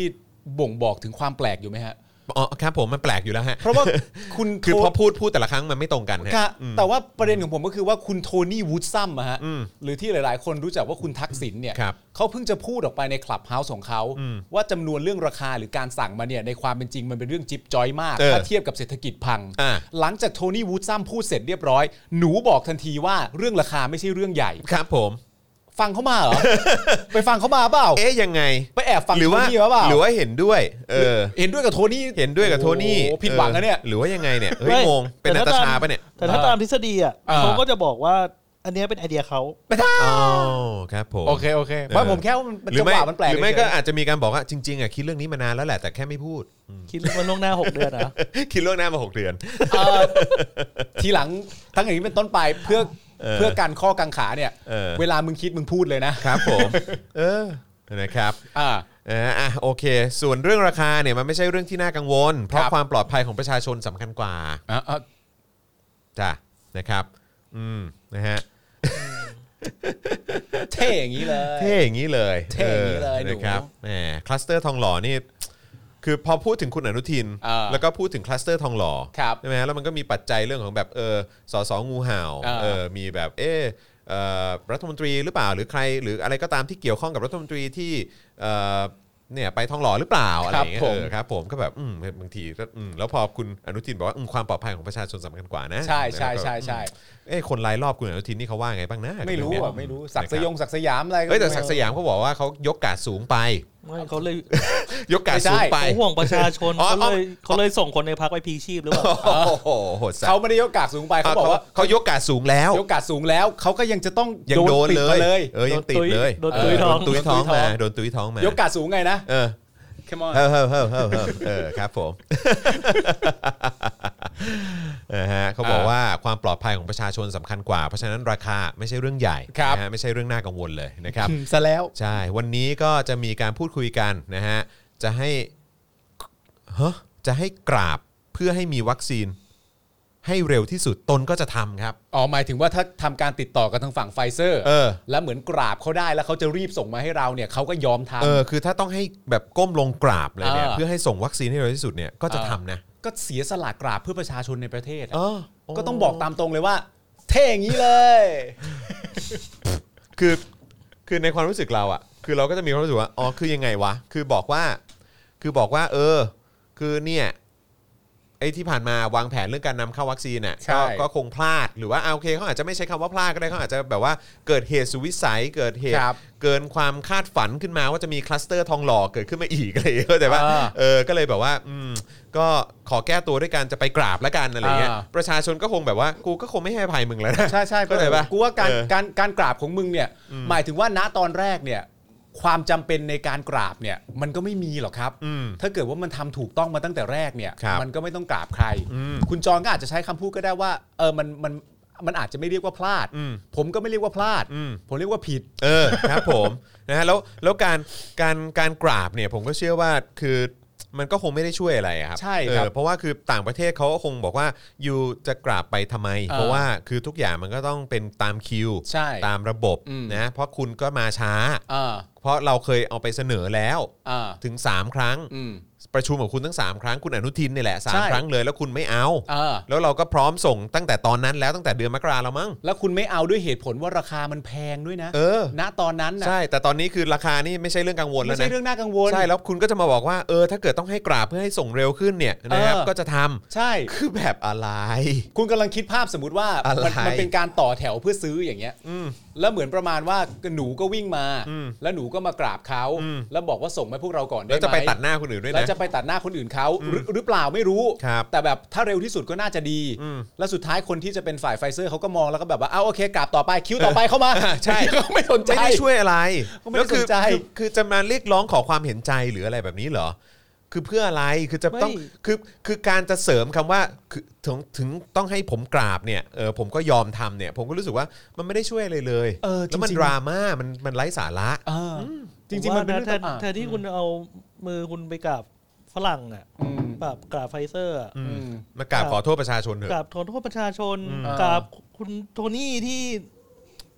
[SPEAKER 4] บ่งบอกถึงความแปลกอยู่ไหมฮะ
[SPEAKER 2] อ๋อครับผมมันแปลกอยู่แล้วฮะ
[SPEAKER 4] เพราะว่าคุณ
[SPEAKER 2] คือ
[SPEAKER 4] โท
[SPEAKER 2] พอพูดพูดแต่ละครั้งมันไม่ตรงกันฮะ
[SPEAKER 4] ค่ะแต่ว่าประเด็นของผมก็คือว่าคุณโทนี่วูดซัมอะฮะหรือที่หลายๆ คนรู้จักว่าคุณทักษิณเนี่ย
[SPEAKER 2] ครับ
[SPEAKER 4] เขาเพิ่งจะพูดออกไปในคลับเฮาส์ของเขา ว่าจำนวนเรื่องราคาหรือการสั่งมาเนี่ยในความเป็นจริงมันเป็นเรื่องจิ๊บจ้อยมาก
[SPEAKER 2] เออ
[SPEAKER 4] ถ้าเทียบกับเศรษฐกิจพัง
[SPEAKER 2] อ่า
[SPEAKER 4] หลังจากโทนี่วูดซัมพูดเสร็จเรียบร้อย หนูบอกทันทีว่าเรื่องราคาไม่ใช่เรื่องใหญ่
[SPEAKER 2] ครับผม
[SPEAKER 4] ฟังเขามาเหร อ ไปฟังเขามาเปล่า
[SPEAKER 2] เอ๊ยยังไง
[SPEAKER 4] ไปแอบฟัง
[SPEAKER 2] หรือ
[SPEAKER 4] โท
[SPEAKER 2] ว่า
[SPEAKER 4] นี่มาเปล่า
[SPEAKER 2] หรือว่าเห็นด้วยเออ
[SPEAKER 4] เห็นด้วยกับโทนี่
[SPEAKER 2] เห็นด้วยกับโทนี่
[SPEAKER 4] อ้หผิดหวังนะเนี่ย
[SPEAKER 2] ออหรือว่ายังไงเนี่ยเฮ้ย
[SPEAKER 5] ไม่
[SPEAKER 2] งงเป็น
[SPEAKER 5] แต่
[SPEAKER 2] นา
[SPEAKER 5] ถ้
[SPEAKER 2] ตา
[SPEAKER 5] ตม
[SPEAKER 2] ชาปะเนี่ย
[SPEAKER 5] แต่ถ้า
[SPEAKER 4] เออ
[SPEAKER 5] ตามทฤษฎีอ่ะ
[SPEAKER 4] เออ
[SPEAKER 5] เขาก็จะบอกว่า อันเนี้ยเป็นไอเดียเขา
[SPEAKER 2] อ๋อครับผม
[SPEAKER 4] โอเคโอเค
[SPEAKER 2] เออ
[SPEAKER 4] ไม่ผมแค่ว่ามันจังหวะมันแปลก
[SPEAKER 2] หรือไม่ก็
[SPEAKER 4] เฉยๆ
[SPEAKER 2] อาจจะมีการบอกว่าจริงๆอ่ะคิดเรื่องนี้มานานแล้วแหละแต่แค่ไม่พูด
[SPEAKER 5] คิดว่าล่วงหน้าหกเดือนนะ
[SPEAKER 2] คิดล่วงหน้ามาหกเดือน
[SPEAKER 4] เอ่อทีหลังทั้งอย่างนี้เป็นต้นไปเพื่อ
[SPEAKER 2] เออ
[SPEAKER 4] เพื่อการข้อกังขาเนี่ย
[SPEAKER 2] เออ
[SPEAKER 4] เวลามึงคิดมึงพูดเลยนะครับ
[SPEAKER 2] ผมเออนะครับ
[SPEAKER 4] อ่า
[SPEAKER 2] เอออ่ะโอเค ส่วนเรื่องราคาเนี่ยมันไม่ใช่เรื่องที่น่ากังวล เพราะ
[SPEAKER 4] ครับ
[SPEAKER 2] ความปลอดภัยของประชาชนสำคัญกว่า
[SPEAKER 4] อ่ะอ่ะ
[SPEAKER 2] จ้ะนะครับอืมนะฮะ
[SPEAKER 4] เท่อย่างนี้เลย
[SPEAKER 2] เท่อย่างนี้เลย
[SPEAKER 4] เท่อย่างนี้เลยหนู
[SPEAKER 2] นะครับแหมคลัสเตอร์ทองหล่อนี่คือพอพูดถึงคุณอนุทิน
[SPEAKER 4] เออ
[SPEAKER 2] แล้วก็พูดถึงคลัสเตอร์ทองหล่อ
[SPEAKER 4] ครับ
[SPEAKER 2] ใช่ไหมฮะแล้วมันก็มีปัจจัยเรื่องของแบบเออสอสองูเห่า
[SPEAKER 4] เออ
[SPEAKER 2] เออมีแบบเออเอ่อรัฐมนตรีหรือเปล่าหรือใคร หรืออะไรก็ตามที่เกี่ยวข้องกับรัฐมนตรีที่เอ่อ เนี่ยไปท้องหล่อหรือเปล่าอะไรอย่างเงี้ย
[SPEAKER 4] ครับผม
[SPEAKER 2] เออครับผมก็แบบอืมบางทีก็อืมแล้วพอคุณอนุทินบอกว่าอืมความปลอดภัยของประชาชนสำคัญกว่านะ
[SPEAKER 4] ใช่ใช่ใช่ใช่
[SPEAKER 2] เอ้ยคนรายรอบคุณอนุทินนี่เขาว่าไงบ้างนะ
[SPEAKER 4] ไม่รู้
[SPEAKER 2] เองเนี้
[SPEAKER 4] อ่ะ
[SPEAKER 2] ย
[SPEAKER 4] ไม่รู้ศักดิ์สยง
[SPEAKER 2] นะค
[SPEAKER 4] ศักดิ์สยามอะไร
[SPEAKER 2] รับเฮ้ยแต่ศักดิ์สยามเขาบอกว่าเขายกกาดสูงไป
[SPEAKER 5] ไม่เขาเลย
[SPEAKER 2] ยกกาดสูงไป
[SPEAKER 5] เขาห่วงประชาชน
[SPEAKER 2] อ๋อ
[SPEAKER 5] เขาเลยเขาเลยส่งคนในพักไปพลีชีพหรือเปล่า
[SPEAKER 2] โอ้โหโหดสัต
[SPEAKER 4] เขา
[SPEAKER 2] ว์
[SPEAKER 4] ไม่ได้ยกกาดสูงไปเขา
[SPEAKER 2] เขาบบ อ
[SPEAKER 4] อกก
[SPEAKER 2] ว่า
[SPEAKER 4] ว่า
[SPEAKER 2] เขายกกาดสูงแล้ว
[SPEAKER 4] ยกกาดสูงแล้วเขาก็ยังจะต้อง
[SPEAKER 2] ยังโดน
[SPEAKER 4] ปิด
[SPEAKER 2] เล
[SPEAKER 4] มาย เลย
[SPEAKER 2] เออยังติดเลย
[SPEAKER 5] โดนตุ้ย
[SPEAKER 2] โด
[SPEAKER 5] ท้อง
[SPEAKER 2] นตุ้ยท้องมาโดนตุ้ยท้องมาย
[SPEAKER 4] กกาดสูงไงนะ
[SPEAKER 2] เออ
[SPEAKER 4] Come on
[SPEAKER 2] เฮ้อเฮ้อเฮ้อเฮ้อเฮ้อเออครับผม นะฮะเขาบอกว่าความปลอดภัยของประชาชนสำคัญกว่า เพราะฉะนั้นราคาไม่ใช่เรื่องใหญ่
[SPEAKER 4] ครับ
[SPEAKER 2] นะฮะไม่ใช่เรื่องน่ากังวลเลยนะครับ
[SPEAKER 4] อืมซะแล้ว
[SPEAKER 2] ใช่ วันนี้ก็จะมีการพูดคุยกันนะฮะ จะให้ฮะจะให้กราบเพื่อให้มีวัคซีน ให้เร็วที่สุดตนก็จะทำครับ
[SPEAKER 4] อ๋อหมายถึงว่าถ้าทำการติดต่อกับทางฝั่งไฟเซอร์
[SPEAKER 2] เออ
[SPEAKER 4] แล้วเหมือนกราบเขาได้แล้วเขาจะรีบส่งมาให้เราเนี่ยเขาก็ยอมทำ
[SPEAKER 2] เออ คือถ้าต้องให้แบบก้มลงกราบเลยเนี่ย
[SPEAKER 4] เออ
[SPEAKER 2] เพื่อให้ส่งวัคซีนให้เร็วที่สุดเนี่ยก็จะทำนะ
[SPEAKER 4] ก็เสียสละกราบเพื่อประชาชนในประเทศอะ
[SPEAKER 2] เออ
[SPEAKER 4] ก็ต้องบอกตามตรงเลยว่า เท่อย่างนี้เลย
[SPEAKER 2] คือคือในความรู้สึกเราอะคือเราก็จะมีความรู้สึกว่าอ๋อคือยังไงวะ คือบอกว่า คือบอกว่า เออ คือเนี่ยไอ้ที่ผ่านมาวางแผนเรื่องการนำเข้าวัคซีนน่ะ
[SPEAKER 4] ใช่
[SPEAKER 2] ก็ก็คงพลาดหรือว่าอ่ะโอเคเขาอาจจะไม่ใช้คำว่าพลาดก็ได้เขาอาจจะแบบว่าเกิดเหตุสุวิสัย เกิดเหตุ
[SPEAKER 4] ครับ
[SPEAKER 2] เกินความคาดฝันขึ้นมาว่าจะมีคลัสเตอร์ทองหล่อเกิดขึ้นมาอีกอะไรอย่างเงี้ยเข้าใจป่ะ
[SPEAKER 4] อ่า
[SPEAKER 2] เออก็เลยแบบว่าอืมก็ขอแก้ตัวด้วยการจะไปกราบละกันอะไรเงี้ย
[SPEAKER 4] อ่า
[SPEAKER 2] ประชาชนก็คงแบบว่ากูก็คงไม่ให้อภัยมึงแล้วนะ
[SPEAKER 4] ใช่ใช่
[SPEAKER 2] เข้าใจปะ
[SPEAKER 4] กูว่าการ
[SPEAKER 2] เออ
[SPEAKER 4] การการกราบของมึงเนี่ย หมายถึงว่าณตอนแรกเนี่ย ความจำเป็นในการกราบเนี่ย มันก็ไม่มีหรอกครับ
[SPEAKER 2] อืม
[SPEAKER 4] ถ้าเกิดว่ามันทำถูกต้องมาตั้งแต่แรกเนี่ย
[SPEAKER 2] ครับ
[SPEAKER 4] มันก็ไม่ต้องกราบใคร
[SPEAKER 2] อืม
[SPEAKER 4] คุณจรก็อาจจะใช้คำพูดก็ได้ว่า เออมันมันมันอาจจะไม่เรียกว่าพลาด
[SPEAKER 2] อืม
[SPEAKER 4] ผมก็ไม่เรียกว่าพลาด
[SPEAKER 2] อืม
[SPEAKER 4] ผมเรียกว่าผิด
[SPEAKER 2] เออครับผม นะฮะแล้วแล้วการการการกราบเนี่ยผมก็เชื่อว่าคือมันก็คงไม่ได้ช่วยอะไรอะครับ
[SPEAKER 4] ใช่ครับ
[SPEAKER 2] เออเพราะว่าคือต่างประเทศเขาก็คงบอกว่าอยู่จะกราบไปทำไม
[SPEAKER 4] เออ
[SPEAKER 2] เพราะว่าคือทุกอย่างมันก็ต้องเป็นตามคิว
[SPEAKER 4] ใช่
[SPEAKER 2] ตามระบบ
[SPEAKER 4] อืม
[SPEAKER 2] นะเพราะคุณก็มาช้า
[SPEAKER 4] อ่า
[SPEAKER 2] เพราะเราเคยเอาไปเสนอแล้ว
[SPEAKER 4] อ่า
[SPEAKER 2] ถึง 3 ครั้ง
[SPEAKER 4] อืม
[SPEAKER 2] ประชุมกับคุณทั้ง 3 ครั้งคุณอนุทินนี่แหละ
[SPEAKER 4] ใช่
[SPEAKER 2] 3 ครั้งเลยแล้วคุณไม่เอา
[SPEAKER 4] เออ
[SPEAKER 2] แล้วเราก็พร้อมส่งตั้งแต่ตอนนั้นแล้วตั้งแต่เดือนมกราแล้วมั้ง
[SPEAKER 4] แล้วคุณไม่เอาด้วยเหตุผลว่าราคามันแพงด้วยนะ
[SPEAKER 2] เออ
[SPEAKER 4] ณตอนนั้นนะ
[SPEAKER 2] ใช่ แต่ตอนนี้คือราคานี่ไม่ใช่เรื่องกังวลแล้
[SPEAKER 4] ไม่
[SPEAKER 2] วนะ
[SPEAKER 4] ใช่เรื่องน่ากังวล
[SPEAKER 2] ใช่แล้วคุณก็จะมาบอกว่าเออถ้าเกิดต้องให้กราบเพื่อให้ส่งเร็วขึ้นเนี่ยนะครับ
[SPEAKER 4] เออ
[SPEAKER 2] ก็จะทำ
[SPEAKER 4] ใช่
[SPEAKER 2] คือแบบอะไร
[SPEAKER 4] คุณกำลังคิดภาพสมมติว่า
[SPEAKER 2] อะไร
[SPEAKER 4] มันมันเป็นการต่อแถวเพื่อซื้ออย่างเงี้ยแล้วเหมือนประมาณว่าหนูก็วิ่งมา
[SPEAKER 2] อืม
[SPEAKER 4] แล้วหนูก็มากราบเขา
[SPEAKER 2] อืม
[SPEAKER 4] แล้วบอกว่าส่งมาให้พวกเราก่อนได้
[SPEAKER 2] แล้วจะ
[SPEAKER 4] ไหม
[SPEAKER 2] ไปตัดหน้าคนอื่นด้วย
[SPEAKER 4] แล้ว
[SPEAKER 2] นะ
[SPEAKER 4] จะไปตัดหน้าคนอื่นเขาหรือหรือเปล่าไม่รู้
[SPEAKER 2] ครับ
[SPEAKER 4] แต่แบบถ้าเร็วที่สุดก็น่าจะดี
[SPEAKER 2] อืม
[SPEAKER 4] แล้วสุดท้ายคนที่จะเป็นฝ่ายไฟเซอร์เขาก็มองแล้วก็แบบว่าเอาโอเคกราบต่อไปคิวต่อไปเข้ามา
[SPEAKER 2] ใช่
[SPEAKER 4] ก็ ไม่สนใจ
[SPEAKER 2] ไม่ได้ช่วยอะไร
[SPEAKER 4] ก็ไม่ได้
[SPEAKER 2] แล้วคือ
[SPEAKER 4] สนใจ
[SPEAKER 2] คือคือจะมาเรียกร้องขอความเห็นใจหรืออะไรแบบนี้เหรอ คือเพื่ออะไรคือจะต้อง
[SPEAKER 5] ไม่
[SPEAKER 2] คือคือการจะเสริมคำว่าคือถึงถึงต้องให้ผมกราบเนี่ยเออผมก็ยอมทำเนี่ย ผมก็รู้สึกว่ามันไม่ได้ช่วยอะไรเลย
[SPEAKER 4] เออจริงๆ
[SPEAKER 2] แล้วมันดราม่ามันมันไร้สาระ
[SPEAKER 4] เอออจริงๆมันเป็น
[SPEAKER 5] ผ
[SPEAKER 4] เรื่อง
[SPEAKER 5] ว่าะแทน
[SPEAKER 4] ต่าง
[SPEAKER 5] แทนที่คุณเอามือคุณไปกราบฝรั่งน่ะ
[SPEAKER 4] อืม
[SPEAKER 5] แบบกราบไฟเซอร์อะ
[SPEAKER 4] อืม
[SPEAKER 2] มากราบขอโทษประชาชนเถ
[SPEAKER 5] กรา
[SPEAKER 2] อะ
[SPEAKER 5] บขอโทษประชาชน
[SPEAKER 4] อ่าก
[SPEAKER 5] กราบคุณโทนี่ที่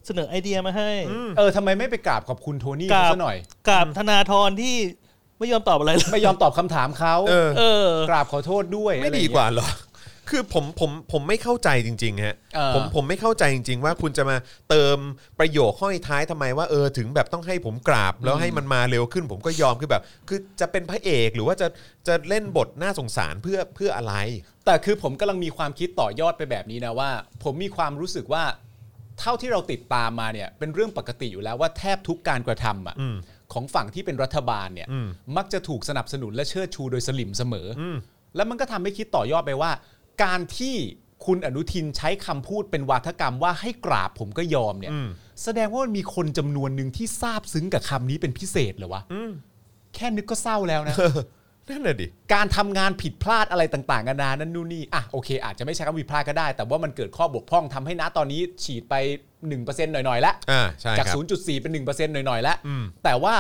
[SPEAKER 5] เสนอไอเดียมาให้
[SPEAKER 4] เออทำไมไม่ไปกราบขอบคุณโทนี่
[SPEAKER 5] กรา
[SPEAKER 4] เขา
[SPEAKER 5] บ
[SPEAKER 4] ซะหน่อย
[SPEAKER 5] กราบธนาธรที่ไม่ยอมตอบอะไรเลย
[SPEAKER 4] ไม่ยอมตอบคำถามเขา
[SPEAKER 2] เออ
[SPEAKER 5] เออ
[SPEAKER 4] กราบขอโทษด้วย
[SPEAKER 2] ไม่
[SPEAKER 4] อะรอย่
[SPEAKER 2] ดี
[SPEAKER 4] งเงี้ย
[SPEAKER 2] กว่าเหรอ คือผมผมผมไม่เข้าใจจริงๆฮะ
[SPEAKER 4] เออ
[SPEAKER 2] ผมผมไม่เข้าใจจริง ๆ ว่าคุณจะมาเติมประโยคห้อยท้ายทำไมว่าเออถึงแบบต้องให้ผมกราบแล้วให้มันมาเร็วขึ้น ผมก็ยอมคือแบบ คือจะเป็นพระเอกหรือว่าจะจะเล่นบทน่าสงสารเพื่อเพื่ออะไร
[SPEAKER 4] แต่คือผมกำลังมีความคิดต่อยอดไปแบบนี้นะว่า ผมมีความรู้สึกว่า เท่าที่เราติดตามมาเนี่ยเป็นเรื่องปกติอยู่แล้วว่าแทบทุกการกระทำอะ
[SPEAKER 2] อืม
[SPEAKER 4] ของฝั่งที่เป็นรัฐบาลเนี่ย
[SPEAKER 2] อืม
[SPEAKER 4] มักจะถูกสนับสนุนและเชิดชูโดยสลิมเสมออ
[SPEAKER 2] ม
[SPEAKER 4] แล้วมันก็ทำให้คิดต่อยอดไปว่า การที่คุณอนุทินใช้คำพูดเป็นวาทกรรมว่าให้กราบผมก็ยอมเนี่ย แสดงว่ามันมีคนจำนวนหนึ่งที่ซาบซึ้งกับคำนี้เป็นพิเศษเหรอวะแค่นึกก็เศร้าแล้วนะ
[SPEAKER 2] นั่นน่ะดิ
[SPEAKER 4] การทำงานผิดพลาดอะไรต่างๆนานานั่นนู่นนี่อ่ะโอเค อาจจะไม่ใช่คำผิดพลาดก็ได้ แต่ว่ามันเกิดข้อบกพร่องทำให้ณตอนนี้ฉีดไป 1%หน่อยๆแล้ว
[SPEAKER 2] อ่าใช่
[SPEAKER 4] จาก
[SPEAKER 2] ครับ
[SPEAKER 4] 0.4 เป็น 1%หน่อยๆแล้ว
[SPEAKER 2] อืม
[SPEAKER 4] แต่ว่า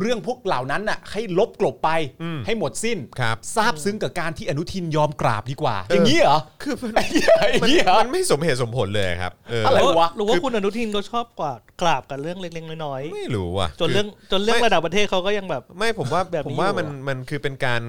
[SPEAKER 4] เรื่องพวกเหล่านั้นน่ะให้ลบกลบไป
[SPEAKER 2] อืม
[SPEAKER 4] ให้หมดสิ้น
[SPEAKER 2] ครับ
[SPEAKER 4] ซาบซึ้งกับการที่อนุทินยอมกราบดีกว่า
[SPEAKER 2] เออ
[SPEAKER 4] อ
[SPEAKER 2] อ
[SPEAKER 4] ย่างนี้เหรอ
[SPEAKER 2] คือมัน
[SPEAKER 4] ไอ้เหี้ยไอ้
[SPEAKER 2] มัน
[SPEAKER 4] เหี้ย
[SPEAKER 2] มันไม่สมเหตุสมผลเลยครับเอออ
[SPEAKER 4] อะไร
[SPEAKER 5] หรือ
[SPEAKER 4] วะ
[SPEAKER 5] ว่าหรือว่าคุณอนุทินก็ชอบกว่ากราบกับเรื่องเล็กๆน้อย
[SPEAKER 2] ไม่รู้ว่ะ
[SPEAKER 5] ๆจนเรื่องจนเรื่อง
[SPEAKER 2] ไม่
[SPEAKER 5] ระดับประเทศเขาก็ยังแบบ
[SPEAKER 2] ไม่ผมว่า
[SPEAKER 5] แบบนี้
[SPEAKER 2] ผมว่า
[SPEAKER 5] อยู่
[SPEAKER 2] มัน
[SPEAKER 5] อะ
[SPEAKER 2] มันคือเป็นการ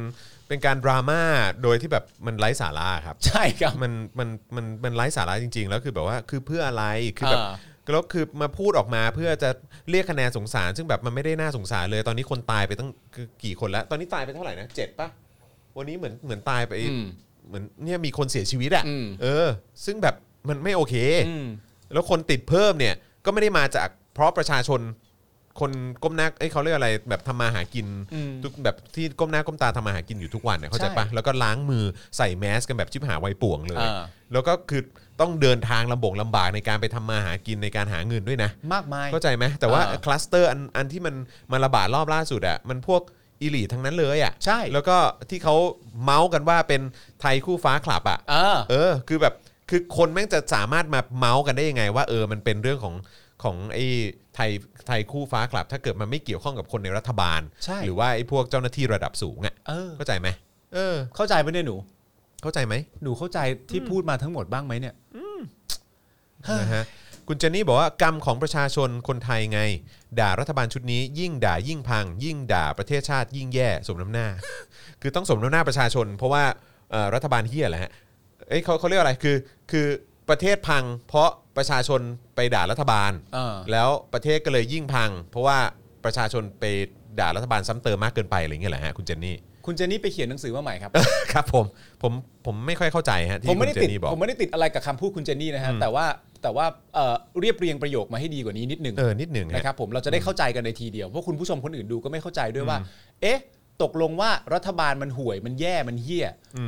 [SPEAKER 2] เป็นการดราม่าโดยที่แบบมันไร้สาระครับ
[SPEAKER 4] ใช่ครับ
[SPEAKER 2] มันมันมันมันไร้สาระจริง ๆ แล้วคือแบบว่าคือเพื่ออะไรคือแบบ
[SPEAKER 4] อ่า
[SPEAKER 2] แล้วคือมาพูดออกมาเพื่อจะเรียกคะแนนสงสาร ซึ่งแบบมันไม่ได้น่าสงสารเลยตอนนี้คนตายไปตั้งคือกี่คนแล้ว ตอนนี้ตายไปเท่าไหร่นะเจ็ดปะวันนี้เหมือนเหมือนตายไป
[SPEAKER 4] อืม
[SPEAKER 2] เหมือนเนี่ยมีคนเสียชีวิตอะ
[SPEAKER 4] อืม
[SPEAKER 2] เออ ซึ่งแบบมันไม่โอเค
[SPEAKER 4] อืม
[SPEAKER 2] แล้วคนติดเพิ่มเนี่ยก็ไม่ได้มาจากเพราะประชาชนคนก้มหน้าเอ้ยเขาเรียกอะไรแบบทำมาหากิน
[SPEAKER 4] อืม
[SPEAKER 2] ทุกแบบที่ก้มหน้าก้มตาทำมาหากินอยู่ทุกวันเนี่ยเข้าใจ
[SPEAKER 4] ใช่
[SPEAKER 2] ปะแล้วก็ล้างมือใส่แมสกันแบบชิบหายไวป่วงเลย
[SPEAKER 4] อ่า
[SPEAKER 2] แล้วก็คือต้องเดินทางลำบงลำบากในการไปทำมาหากินในการหาเงินด้วยนะ
[SPEAKER 4] มากมาย
[SPEAKER 2] เข้าใจไหมแต่ว่า
[SPEAKER 4] อ่า
[SPEAKER 2] คลัสเตอร์อันอันที่มันมาระบาดรอบล่าสุดอะมันพวกอีลีทั้งนั้นเลยอะ
[SPEAKER 4] ใช่
[SPEAKER 2] แล้วก็ที่เขาเมาส์กันว่าเป็นไทยคู่ฟ้าคลับอะ
[SPEAKER 4] เออ
[SPEAKER 2] เออ คือแบบ คือคนแม่งจะสามารถมาเมาส์กันได้ยังไง ว่าเออ มันเป็นเรื่องของของไอ้ไทยไทยคู่ฟ้าคลับ ถ้าเกิดมันไม่เกี่ยวข้องกับคนในรัฐบาล
[SPEAKER 4] ใช่
[SPEAKER 2] หรือว่าไอ้พวกเจ้าหน้าที่ระดับสูงอะ
[SPEAKER 4] เออ
[SPEAKER 2] เข้าใจไหม เออ
[SPEAKER 4] เข้าใจไหมเนี่ยหนู
[SPEAKER 2] เข้าใจไหม
[SPEAKER 4] หนูเข้าใจที่พูดมาทั้งหมดบ้างไหมเนี่ย
[SPEAKER 2] นะฮะ คุณเจนนี่บอกว่ากรรมของประชาชนคนไทยไง ด่ารัฐบาลชุดนี้ ยิ่งด่ายิ่งพัง ยิ่งด่าประเทศชาติยิ่งแย่สมน้ำหน้า คือต้องสมน้ำหน้าประชาชน เพราะว่าเอ่อรัฐบาลเฮียแหละฮะ เอ้ยเขาเขาเรียกอะไร คือ คือประเทศพัง เพราะประชาชนไปด่ารัฐบาล
[SPEAKER 4] เออ
[SPEAKER 2] แล้วประเทศก็เลยยิ่งพัง เพราะว่าประชาชนไปด่ารัฐบาลซ้ำเติมมากเกินไปอะไรอย่างเงี้ยแหละฮะคุณเจนนี่
[SPEAKER 4] คุณเจนนี่ไปเขียนหนังสือมาใหม่ครับ
[SPEAKER 2] ครับผม ผมผมไม่ค่อยเข้าใจฮะที่
[SPEAKER 4] ผม
[SPEAKER 2] คุ
[SPEAKER 4] ไม่
[SPEAKER 2] ณ
[SPEAKER 4] ได้
[SPEAKER 2] เจ
[SPEAKER 4] ติด
[SPEAKER 2] นนี่บอก
[SPEAKER 4] ผมไม่ได้ติดอะไรกับคำพูดคุณเจนนี่นะฮะ แต่ว่าแต่ว่าเอ่อเรียบเรียงประโยคมาให้ดีกว่านี้นิดหนึ่ง
[SPEAKER 2] เออนิดหนึ่งฮะ
[SPEAKER 4] นะครับผมเราจะได้เข้าใจกันในทีเดียวเพราะคุณผู้ชมคนอื่นดูก็ไม่เข้าใจด้วยว่า เอ๊ะ ตกลงว่ารัฐบาลมันห่วยมันแย่มันเหี้ย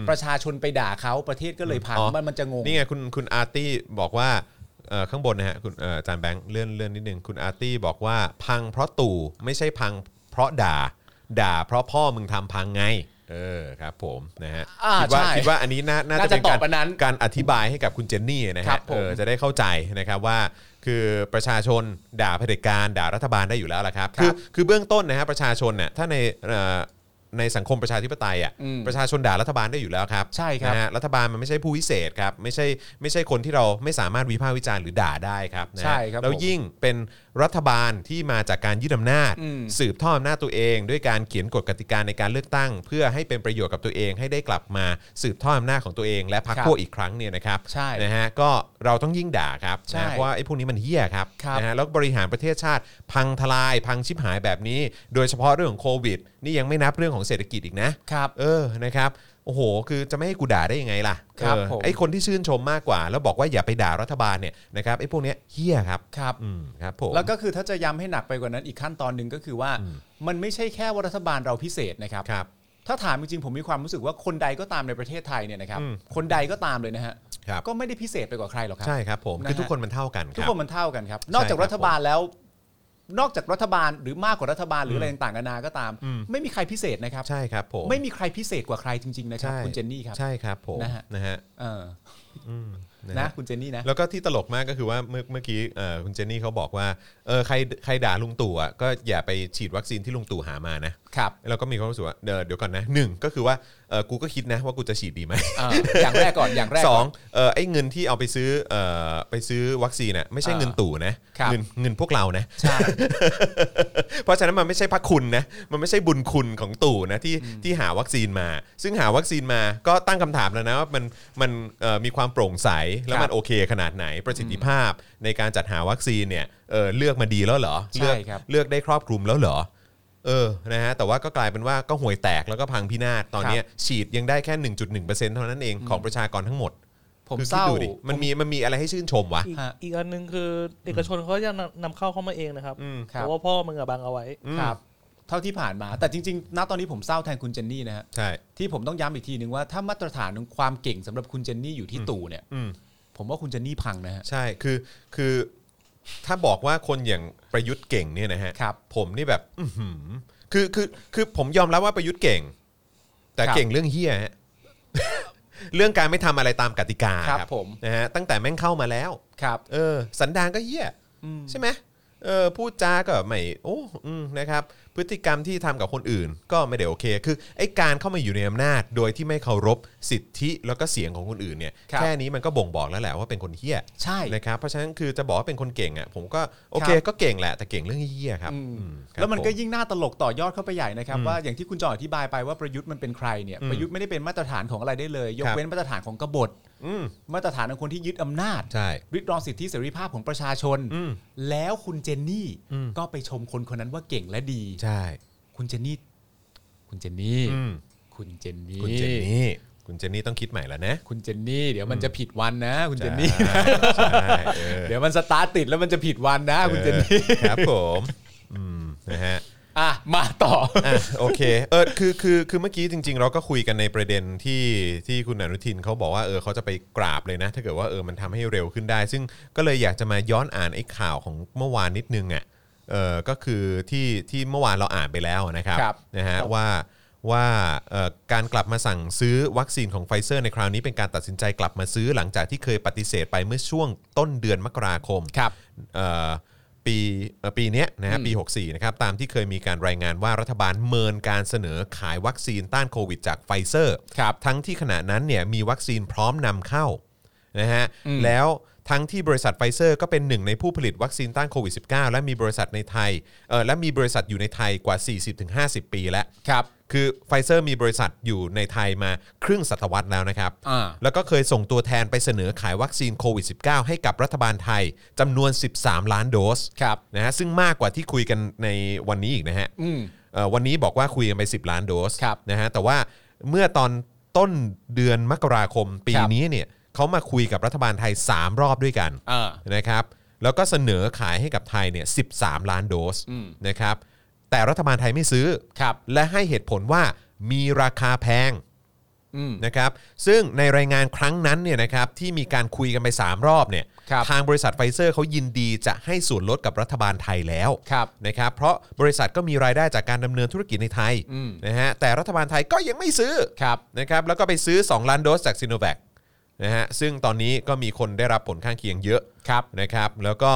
[SPEAKER 4] ประชาชนไปด่าเขาประเทศก็เลยพัง
[SPEAKER 2] อ๋อ
[SPEAKER 4] มันมันจะงง
[SPEAKER 2] นี่ไงคุณคุณอาร์ตี้บอกว่าเอ่อข้างบนนะฮะคุณเอ่ออาจารย์แบงค์เลื่อนเลื่อนนิดหนึ่งคุณอาร์ตี้บอกว่าพังเพราะตู่ไม่ใช่พังเพราะด่า ด่าเพราะพ่อมึงทำพังไง เออครับผมนะฮะ
[SPEAKER 4] อ่า
[SPEAKER 2] คิดว่า
[SPEAKER 4] ใช่
[SPEAKER 2] คิดว่าอันนี้น่าน่าจะ
[SPEAKER 4] น่าจะ
[SPEAKER 2] เป็นการ
[SPEAKER 4] ตอบอันนั้น
[SPEAKER 2] การอธิบายให้กับคุณเจนนี่นะ
[SPEAKER 4] ครั
[SPEAKER 2] ฮะ
[SPEAKER 4] บผม
[SPEAKER 2] เออจะได้เข้าใจนะครับว่า คือประชาชนด่าเผด็จการด่ารัฐบาลได้อยู่แล้วล่ะครับคือคือเบื้องต้นนะฮะประชาชนเนี่ยถ้าในเอ่อในสังคมประชาธิปไตยอ่ะประชาชนด่ารัฐบาลได้อยู่แล้วครับ
[SPEAKER 4] ใช่ครับ
[SPEAKER 2] นะฮะรัฐบาลมันไม่ใช่ผู้วิเศษครับไม่ใช่ไม่ใช่คนที่เราไม่สามารถวิพากษ์วิจารณ์หรือด่าได้ครับนะฮะ
[SPEAKER 4] ใช่ครับ
[SPEAKER 2] แล้ว
[SPEAKER 4] ผม
[SPEAKER 2] ยิ่งเป็นรัฐบาลที่มาจากการยึดอำนาจ
[SPEAKER 4] อืม
[SPEAKER 2] สืบทอดอำนาจตัวเอง ด้วยการเขียนกฎกติกาในการเลือกตั้ง เพื่อให้เป็นประโยชน์กับตัวเองให้ได้กลับมาสืบทอดอำนาจของตัวเอง และพรรคพวกอีกครั้งเนี่ยนะครับ
[SPEAKER 4] ใช่
[SPEAKER 2] นะฮะก็เราต้องยิ่งด่าครับ
[SPEAKER 4] ใช่
[SPEAKER 2] นะฮะเพราะว่าไอ้พวกนี้มันเหี้ยครับ
[SPEAKER 4] ครับ
[SPEAKER 2] นะฮะแล้วบริหารประเทศชาติ พังทลายพังชิบหายแบบนี้ โดยเฉพาะเรื่องของโควิด นี่ยังไม่นับเรื่องของเศรษฐกิจอีกนะครับ เออนะครับ โอ้โห คือจะไม่ให้กูด่าได้ยังไงล่ะ
[SPEAKER 4] ครับ
[SPEAKER 2] เออ
[SPEAKER 4] ผม
[SPEAKER 2] ไอ้คนที่ชื่นชมมากกว่า แล้วบอกว่าอย่าไปด่ารัฐบาลเนี่ยนะครับไอ้พวกเนี้ยเฮี้ยครับ
[SPEAKER 4] ครับ
[SPEAKER 2] อืมครับผม
[SPEAKER 4] แล้วก็คือถ้าจะย้ำให้หนักไปกว่านั้นอีกขั้นตอนหนึ่งก็คือว่า มันไม่ใช่แค่ว่ารัฐบาลเราพิเศษนะครับ
[SPEAKER 2] ครับ
[SPEAKER 4] ถ้าถามจริงๆผมมีความรู้สึกว่าคนใดก็ตามในประเทศไทยเนี่ยนะครับ
[SPEAKER 2] อืม
[SPEAKER 4] คนใดก็ตามเลยนะฮะ
[SPEAKER 2] ครับ
[SPEAKER 4] ก็ไม่ได้พิเศษไปกว่าใครหรอกครั
[SPEAKER 2] ใช่ครับผม
[SPEAKER 4] นะฮะ
[SPEAKER 2] คือทุกคนมันเท่ากันค
[SPEAKER 4] ทุก
[SPEAKER 2] รับ
[SPEAKER 4] คนมันเท่ากันครับ นอกจาก
[SPEAKER 2] ใช่ครับ
[SPEAKER 4] รัฐบาลแล้ว นอกจากรัฐบาลหรือมากกว่ารัฐบาลหรืออะไรต่างกันานาก็ตาม
[SPEAKER 2] อืม
[SPEAKER 4] ไม่มีใครพิเศษนะครับ
[SPEAKER 2] ใช่ครับผม
[SPEAKER 4] ไม่มีใครพิเศษกว่าใครจริงๆนะครับ
[SPEAKER 2] ใช่
[SPEAKER 4] คุณเจนนี่ครับ
[SPEAKER 2] ใช่ครับผม
[SPEAKER 4] นะฮะ
[SPEAKER 2] นะฮะ
[SPEAKER 4] เออ
[SPEAKER 2] อืมนะ
[SPEAKER 4] นะ
[SPEAKER 2] ฮะ
[SPEAKER 4] คุณเจนนี่นะ
[SPEAKER 2] แล้วก็ที่ตลกมากก็คือว่าเมื่อเมื่อกี้เอ่อคุณเจนนี่เขาบอกว่าเออใครใครด่าลุงตู่อ่ะก็อย่าไปฉีดวัคซีนที่ลุงตู่หามานะครับ เราก็มีความรู้สึกว่าเดี๋ยวเดี๋ยวก่อนนะหนึ่งก็คือว่าเออกูก็คิดนะว่ากูจะฉีดดีไหม
[SPEAKER 4] เอออย่างแรกก่อนอย่างแรก
[SPEAKER 2] ส
[SPEAKER 4] ก่
[SPEAKER 2] อน งเอ่อไอ้เงินที่เอาไปซื้อเอ่อไปซื้อวัคซีนน่ะไม่ใช่
[SPEAKER 4] อ่า
[SPEAKER 2] เงินตู่นะครับ เงินเงินพวกเรานะ
[SPEAKER 4] ใช่
[SPEAKER 2] เพราะฉะนั้นมันไม่ใช่พระคุณนะมันไม่ใช่บุญคุณของตู่นะที่ที่หาวัคซีนมา ซึ่งหาวัคซีนมาก็ตั้งคำถามแล้วนะว่ามันมันเอ่อมีความโปร่งใสแล้ว
[SPEAKER 4] ครับ
[SPEAKER 2] มันโอเคขนาดไหนประสิทธิภาพในการจัดหาวัคซีนเนี่ยเอ่อเลือกมาดีแล้วเหรอ
[SPEAKER 4] ใช่
[SPEAKER 2] เลืก
[SPEAKER 4] ครับ
[SPEAKER 2] เลือกได้ครอบคลุมแล้วเหรอเออนะฮะแต่ว่าก็กลายเป็นว่าก็ห่วยแตกแล้วก็พังพินาศตอนเนี้ยฉีดยังได้แค่ 1.1%เท่านั้นเองของประชากรทั้งหมด
[SPEAKER 4] ผม
[SPEAKER 2] คือคิด
[SPEAKER 4] เศร้า
[SPEAKER 2] ดูดิมันมีมันมีอะไรให้ชื่นชมวะ
[SPEAKER 5] อีก
[SPEAKER 4] ฮะ
[SPEAKER 5] อีกอันหนึ่งคือเอกชนเขาจะนำนำเข้าเข้ามาเองนะครับ
[SPEAKER 2] อืม
[SPEAKER 4] ครับ
[SPEAKER 5] เพราะว่าพ่อมึงอะบังเอาไว้
[SPEAKER 4] ครับ เท่าที่ผ่านมา แต่จริงๆณตอนนี้ผมเศร้าแทนคุณเจนนี่นะฮะ
[SPEAKER 2] ใช่
[SPEAKER 4] ที่ผมต้องย้ำอีกทีหนึ่งว่าถ้ามาตรฐานของความเก่งสำหรับคุณเจนนี่อยู่ที่ตู่เนี่ย
[SPEAKER 2] อืม
[SPEAKER 4] ผมว่าคุณเจนนี่พังนะฮะ
[SPEAKER 2] ใช่คือคือถ้าบอกว่าคนอย่างประยุทธ์เก่งเนี่ยนะฮะ
[SPEAKER 4] ครับ
[SPEAKER 2] ผมนี่แบบอื้อหือคือคือคือผมยอมรับว่าประยุทธ์เก่ง แต่
[SPEAKER 4] ครับ
[SPEAKER 2] เก่งเรื่องเฮียฮะ เรื่องการไม่ทำอะไรตามกติกา
[SPEAKER 4] ครับผม
[SPEAKER 2] นะฮะตั้งแต่แม่งเข้ามาแล้ว
[SPEAKER 4] ครับ
[SPEAKER 2] เออ สันดานก็เฮียใช่ไหม เออพูดจาก็ไม่โอ้อืมนะครับ พฤติกรรมที่ทำกับคนอื่น ก็ไม่ได้โอเค คือไอ้การเข้ามาอยู่ในอำนาจ โดยที่ไม่เคารพสิทธิแล้วก็เสียงของคนอื่นเนี่ย
[SPEAKER 4] ครับ
[SPEAKER 2] แค่นี้มันก็บ่งบอกแล้วแหละว่าเป็นคนเฮี้ย
[SPEAKER 4] ใช่
[SPEAKER 2] นะครับเพราะฉะนั้นคือจะบอกว่าเป็นคนเก่งอ่ะผมก็โอเคก็เก่งแหละแต่เก่งเรื่องเฮี้ยครับ
[SPEAKER 4] อืม
[SPEAKER 2] อืครับ
[SPEAKER 4] แล้วมัน
[SPEAKER 2] ผ
[SPEAKER 4] ก็ยิ่งน่าตลกต่อยอดเข้าไปใหญ่นะครับว่าอย่างที่คุณจออธิบายไปว่าประยุทธ์มันเป็นใครเนี่ย
[SPEAKER 2] อืม
[SPEAKER 4] ประยุทธ์ไม่ได้เป็นมาตรฐานของอะไรได้เลย ยก
[SPEAKER 2] ครับ
[SPEAKER 4] เว้นมาตรฐานของกบฏ
[SPEAKER 2] อืม
[SPEAKER 4] มาตรฐานของคนที่ยึดอำนาจ
[SPEAKER 2] ใช่
[SPEAKER 4] ริดรอนสิทธิเสรีภาพของประชาชน
[SPEAKER 2] อืม
[SPEAKER 4] แล้วคุณเจนนี่
[SPEAKER 2] อืม
[SPEAKER 4] ก็ไปชมคนคนนั้นว่าเก่งและดี
[SPEAKER 2] ใช่
[SPEAKER 4] คุณเจนนี่ คุณเจนนี่
[SPEAKER 2] อืม
[SPEAKER 4] คุณเจนนี่
[SPEAKER 2] คุณเจนนี่คุณเจนนี่ต้องคิดใหม่แล้วนะ
[SPEAKER 4] คุณเจนนี่ เดี๋ยวมันจะผิดวันนะ คุณเจนนี่
[SPEAKER 2] ใช่เออ
[SPEAKER 4] เดี๋ยวมันสตาร์ทติดแล้วมันจะผิดวันนะ คุณเจนนี่
[SPEAKER 2] ออครับผมอืมนะฮะ
[SPEAKER 4] อ่ะ มาต่อ
[SPEAKER 2] อ่ะโอเคเออคือคือคือเมื่อกี้จริง ๆ เราก็คุยกันในประเด็นที่ที่คุณอนุทินเขาบอกว่าเออเขาจะไปกราบเลยนะ ถ้าเกิดว่าเออมันทำให้เร็วขึ้นได้ ซึ่งก็เลยอยากจะมาย้อนอ่านไอ้ข่าวของเมื่อวานนิดนึงอ่ะเออก็คือที่ที่เมื่อวานเราอ่านไปแล้วนะครับ
[SPEAKER 4] ครับ
[SPEAKER 2] นะฮะว่าว่าเอ่อการกลับมาสั่งซื้อวัคซีนของไฟเซอร์ในคราวนี้เป็นการตัดสินใจกลับมาซื้อหลังจากที่เคยปฏิเสธไปเมื่อช่วงต้นเดือนมกราคม
[SPEAKER 4] ครับ
[SPEAKER 2] เอ่อปีเอ่อปีเนี้ยนะฮะ
[SPEAKER 4] อืม
[SPEAKER 2] ปี 64นะครับตามที่เคยมีการรายงานว่ารัฐบาลเมินการเสนอขายวัคซีนต้านโควิดจากไฟเซอร์
[SPEAKER 4] ครับ
[SPEAKER 2] ทั้งที่ขณะนั้นเนี่ยมีวัคซีนพร้อมนำเข้านะฮะ
[SPEAKER 4] อืม
[SPEAKER 2] แล้วทั้งที่บริษัทไฟเซอร์ก็เป็นหนึ่งในผู้ผลิตวัคซีนต้านโควิด -19 และมีบริษัทในไทยเออและมีบริษัทอยู่ในไทยกว่า 40-50 ปีแล้ว
[SPEAKER 4] ครับ
[SPEAKER 2] คือไฟเซอร์มีบริษัทอยู่ในไทยมาครึ่งศตวรรษแล้วนะครับ
[SPEAKER 4] อ่า
[SPEAKER 2] แล้วก็เคยส่งตัวแทนไปเสนอขายวัคซีนโควิด -19 ให้กับรัฐบาลไทยจำนวน 13 ล้านโดส
[SPEAKER 4] ครับ
[SPEAKER 2] นะฮะซึ่งมากกว่าที่คุยกันในวันนี้อีกนะฮะ
[SPEAKER 4] อืม
[SPEAKER 2] เอ่อวันนี้บอกว่าคุยกันไป 10 ล้านโดส
[SPEAKER 4] ครับ
[SPEAKER 2] นะฮะแต่ว่าเมื่อตอนต้นเดือนมกราคมปี
[SPEAKER 4] ครับ
[SPEAKER 2] นี้เนี่ยเขามาคุยกับรัฐบาลไทย 3 รอบด้วยกัน
[SPEAKER 4] อ่า
[SPEAKER 2] นะครับแล้วก็เสนอขายให้กับไทยเนี่ย13 ล้านโดส
[SPEAKER 4] อืม
[SPEAKER 2] นะครับแต่รัฐบาลไทยไม่ซื้อ
[SPEAKER 4] ครับ
[SPEAKER 2] และให้เหตุผลว่ามีราคาแพง
[SPEAKER 4] อืม
[SPEAKER 2] นะครับซึ่งในรายงานครั้งนั้นเนี่ยนะครับที่มีการคุยกันไป 3 รอบเนี่ย
[SPEAKER 4] ครับ
[SPEAKER 2] ทางบริษัทไฟเซอร์เขายินดีจะให้ส่วนลดกับรัฐบาลไทยแล้ว
[SPEAKER 4] ครับ
[SPEAKER 2] นะครับเพราะบริษัทก็มีรายได้จากการดำเนินธุรกิจในไทย
[SPEAKER 4] อืม
[SPEAKER 2] นะฮะแต่รัฐบาลไทยก็ยังไม่ซื้อ
[SPEAKER 4] ครับ
[SPEAKER 2] นะครับแล้วก็ไปซื้อ 2 ล้านโดสจากซีโนแวคนะฮะซึ่งตอนนี้ก็มีคนได้รับผลข้างเคียงเยอะ
[SPEAKER 4] ครับ
[SPEAKER 2] นะครับแล้วก็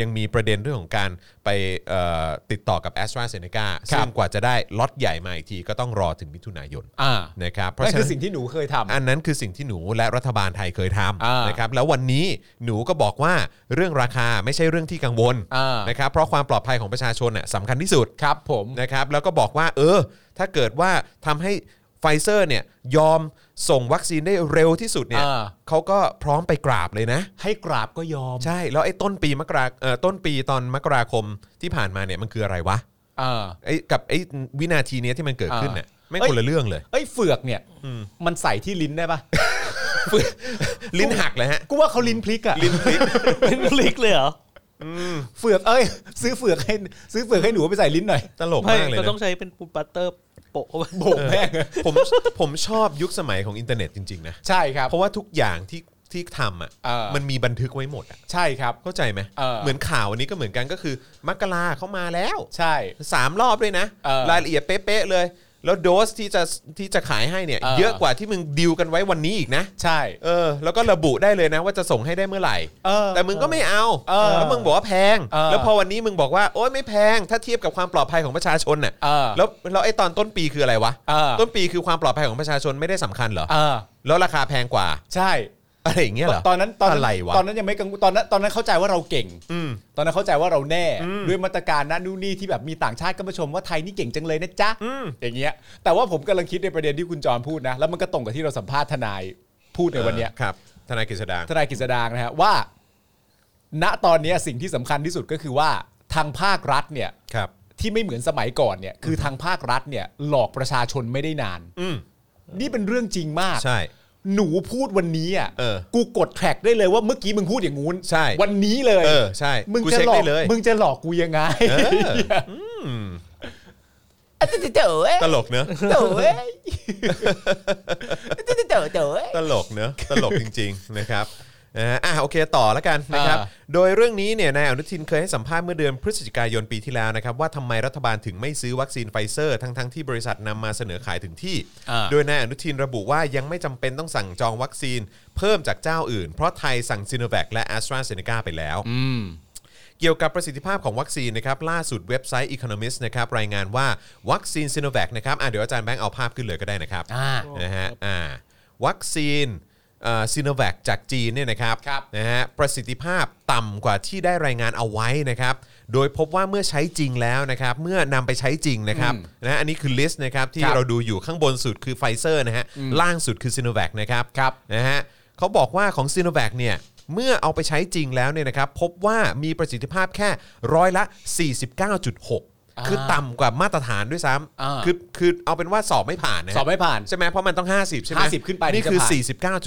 [SPEAKER 2] ยังมีประเด็นเรื่องของการไปเอ่อติดต่อกับ a s t r a z e ซ e c a
[SPEAKER 4] ครับ
[SPEAKER 2] ซึ่งกว่าจะได้ล็อตใหญ่มาอีกทีก็ต้องรอถึงมิถุนายน
[SPEAKER 4] อ่า
[SPEAKER 2] นะครับเพราะ
[SPEAKER 4] นั่น
[SPEAKER 2] ฉะ
[SPEAKER 4] คือ
[SPEAKER 2] นั้น
[SPEAKER 4] สิ่งที่หนูเคยทำ
[SPEAKER 2] อันนั้นคือสิ่งที่หนูและรัฐบาลไทยเคยท
[SPEAKER 4] อ่า
[SPEAKER 2] ำ
[SPEAKER 4] น
[SPEAKER 2] นะครับแล้ววันนี้หนูก็บอกว่าเรื่องราคาไม่ใช่เรื่องที่กังวล
[SPEAKER 4] อ่าน
[SPEAKER 2] นะครับเพราะความปลอดภัยของประชาชนน่ะสำคัญที่สุด
[SPEAKER 4] ครับผม
[SPEAKER 2] นะครับแล้วก็บอกว่าเออ ถ้าเกิดว่าทำให้ไฟเซอร์เนี่ยยอมส่งวัคซีนได้เร็วที่สุดเนี่ย
[SPEAKER 4] อ่า
[SPEAKER 2] เขาก็พร้อมไปกราบเลยนะ
[SPEAKER 4] ให้กราบก็ยอม
[SPEAKER 2] ใช่แล้วไอ้ต้นปีมกราเอ่อต้นปีตอนมกราคมที่ผ่านมาเนี่ยมันคืออะไรวะ
[SPEAKER 4] อ่า
[SPEAKER 2] ไอ้กับไอ้วินาทีเนี้ยที่มันเกิดขึ้นเนี่ยไม่ง
[SPEAKER 4] เอ้ย
[SPEAKER 2] คนละเรื่องเลย
[SPEAKER 4] เอ้ยเฟือกเนี่ยมันใส่ที่ลิ้นได้ปะ
[SPEAKER 2] ลิ้นหักเลยฮะ
[SPEAKER 4] กูว่าเขาลิ้นพลิกอะ
[SPEAKER 2] ลิ้นพลิก
[SPEAKER 5] เป็นคลิกเลยเหรอ
[SPEAKER 4] เฟือกเอ้ย ซื้อเฟือกให้ซื้อเฟือกให้หนูเอาไปใส่ลิ้นหน่อย
[SPEAKER 2] ตลก
[SPEAKER 5] ไม่
[SPEAKER 2] มากเลย
[SPEAKER 5] เรา
[SPEAKER 2] นะ
[SPEAKER 5] ต้องใช้เป็นปูนปัตเตอร์โปะเข้าไป
[SPEAKER 4] โบกแม่ง
[SPEAKER 2] ผมผมชอบยุคสมัยของอินเทอร์เน็ตจริงๆนะ
[SPEAKER 4] ใช่ครับ
[SPEAKER 2] เพราะว่าทุกอย่างที่ที่ทำอ่ะ
[SPEAKER 4] เออ
[SPEAKER 2] มันมีบันทึกไว้หมดอ่ะ
[SPEAKER 4] ใช่ครับ
[SPEAKER 2] เข้าใจไหม
[SPEAKER 4] เออ
[SPEAKER 2] เหมือนข่าวอันนี้ก็เหมือนกันก็คือมกราเขามาแล้ว
[SPEAKER 4] ใช่
[SPEAKER 2] สามรอบด้วยนะ
[SPEAKER 4] เออ
[SPEAKER 2] รายละเอียดเป๊ะๆเลย แล้วโดสที่จะที่จะขายให้เนี่ย
[SPEAKER 4] เออ
[SPEAKER 2] เยอะกว่าที่มึงดิวกันไว้วันนี้อีกนะ
[SPEAKER 4] ใช่
[SPEAKER 2] เออแล้วก็ระบุได้เลยนะว่าจะส่งให้ได้เมื่อไหร่
[SPEAKER 4] เออ
[SPEAKER 2] แต่มึงก็ไม่เอา
[SPEAKER 4] เออ
[SPEAKER 2] แล้วมึงบอกว่าแพง
[SPEAKER 4] เออ
[SPEAKER 2] แล้วพอวันนี้มึงบอกว่าโอ๊ยไม่แพง ถ้าเทียบกับความปลอดภัยของประชาชนน่ะ
[SPEAKER 4] เออ
[SPEAKER 2] แล้วแล้วไอ้ตอนต้นปีคืออะไรวะ
[SPEAKER 4] เออ
[SPEAKER 2] ต้นปีคือความปลอดภัยของประชาชนไม่ได้สำคัญเหรอ
[SPEAKER 4] เออ
[SPEAKER 2] แล้วราคาแพงกว่า
[SPEAKER 4] ใช่
[SPEAKER 2] อะไรอย่างเงี้ยเหรอ
[SPEAKER 4] ตอนนั้นตอน
[SPEAKER 2] อะไรวะ
[SPEAKER 4] ตอนนั้นยังไม่กังวลตอนนั้นตอนนั้นเข้าใจว่าเราเก่ง
[SPEAKER 2] อืม
[SPEAKER 4] ตอนนั้นเข้าใจว่าเราแน่
[SPEAKER 2] อืม
[SPEAKER 4] ด้วยมาตรการนะนู่นนี่ที่แบบมีต่างชาติก็มาชมว่าไทยนี่เก่งจังเลยนะจ๊ะ
[SPEAKER 2] อืม
[SPEAKER 4] อย่างเงี้ยแต่ว่าผมกำลังคิดในประเด็นที่คุณจอมพูดนะแล้วมันก็ตรงกับที่เราสัมภาษณ์ทนายพูดในวันเนี้ย
[SPEAKER 2] ออครับทนายกฤษดาง
[SPEAKER 4] ทนายกฤษดางนะฮะว่า ณตอนเนี้ยสิ่งที่สำคัญที่สุดก็คือว่าทางภาครัฐเนี่ย
[SPEAKER 2] ครับ
[SPEAKER 4] ที่ไม่เหมือนสมัยก่อนเนี่ยคือทางภาครัฐเนี่ยหลอกประชาชนไม่ได้นาน
[SPEAKER 2] อืม
[SPEAKER 4] นี่เป็นเรื่องจริงมาก
[SPEAKER 2] ใช่
[SPEAKER 4] หนูพูดวันนี้อ่ะ
[SPEAKER 2] เออ
[SPEAKER 4] กูกดแทร็กได้เลยว่าเมื่อกี้มึงพูดอย่างงู้น
[SPEAKER 2] ใช่
[SPEAKER 4] วันนี้เลย
[SPEAKER 2] เออใช่
[SPEAKER 4] มึง
[SPEAKER 2] กู
[SPEAKER 4] จะ
[SPEAKER 2] เช็ค
[SPEAKER 4] หลอ
[SPEAKER 2] ได้
[SPEAKER 4] ก
[SPEAKER 2] เลย
[SPEAKER 4] มึงจะหลอกกูยังไง
[SPEAKER 2] เออ
[SPEAKER 4] เจ๋อเอ้ย
[SPEAKER 2] ตลกเนอะ
[SPEAKER 4] เจ๋อเอ้ยเจ๋อเจ๋อเอ้ย
[SPEAKER 2] ตลก เนอะตลกจริงๆ นะครับนะฮะอ่ะโอเคต่อแล้วกันนะครับ
[SPEAKER 4] อ่า
[SPEAKER 2] โดยเรื่องนี้เนี่ยนายอนุทินเคยให้สัมภาษณ์เมื่อเดือนพฤศจิกายนปีที่แล้วนะครับว่าทำไมรัฐบาลถึงไม่ซื้อวัคซีนไฟเซอร์ ทั้งๆที่บริษัทนำมาเสนอขายถึงที่
[SPEAKER 4] อ่า
[SPEAKER 2] โดยนายอนุทินระบุว่ายังไม่จำเป็นต้องสั่งจองวัคซีนเพิ่มจากเจ้าอื่น เพราะไทยสั่งซีโนแวคและแอสตราเซเนกาไปแล้ว เกี่ยวกับประสิทธิภาพของวัคซีนนะครับล่าสุดเว็บไซต์ Economist นะครับรายงานว่าวัคซีนซิโนแวคนะครับอ่ะเดี๋ยวอาจารย์แบงค์เอาภาพขึ้นเลยก็ได้นะครับ
[SPEAKER 4] อ่า
[SPEAKER 2] นะฮะอ่าวัคซีนซีโนแวคจากจีนเนี่ยนะครับ
[SPEAKER 4] ครับ
[SPEAKER 2] นะฮะประสิทธิภาพต่ำกว่าที่ได้รายงานเอาไว้นะครับ โดยพบว่าเมื่อใช้จริงแล้วนะครับ เมื่อนำไปใช้จริงนะครับนะฮะอันนี้คือลิสต์นะครับที่เราดูอยู่ข้างบนสุดคือไฟเซอร์นะฮะล่างสุดคือซีโนแวคนะครับนะฮะเขาบอกว่าของซีโนแวคเนี่ยเมื่อเอาไปใช้จริงแล้วเนี่ยนะครับพบว่ามีประสิทธิภาพแค่ร้อยละ 49.6 คือต่ำกว่ามาตรฐานด้วยซ้ำคือคือเอาเป็นว่าสอบไม่ผ่านนะฮะ
[SPEAKER 4] สอบไม่ผ่าน
[SPEAKER 2] ใช่ไหมเพราะมันต้อง 50 ใช่ไหม
[SPEAKER 4] 50ขึ้นไป
[SPEAKER 2] นี่คือ
[SPEAKER 4] ถึง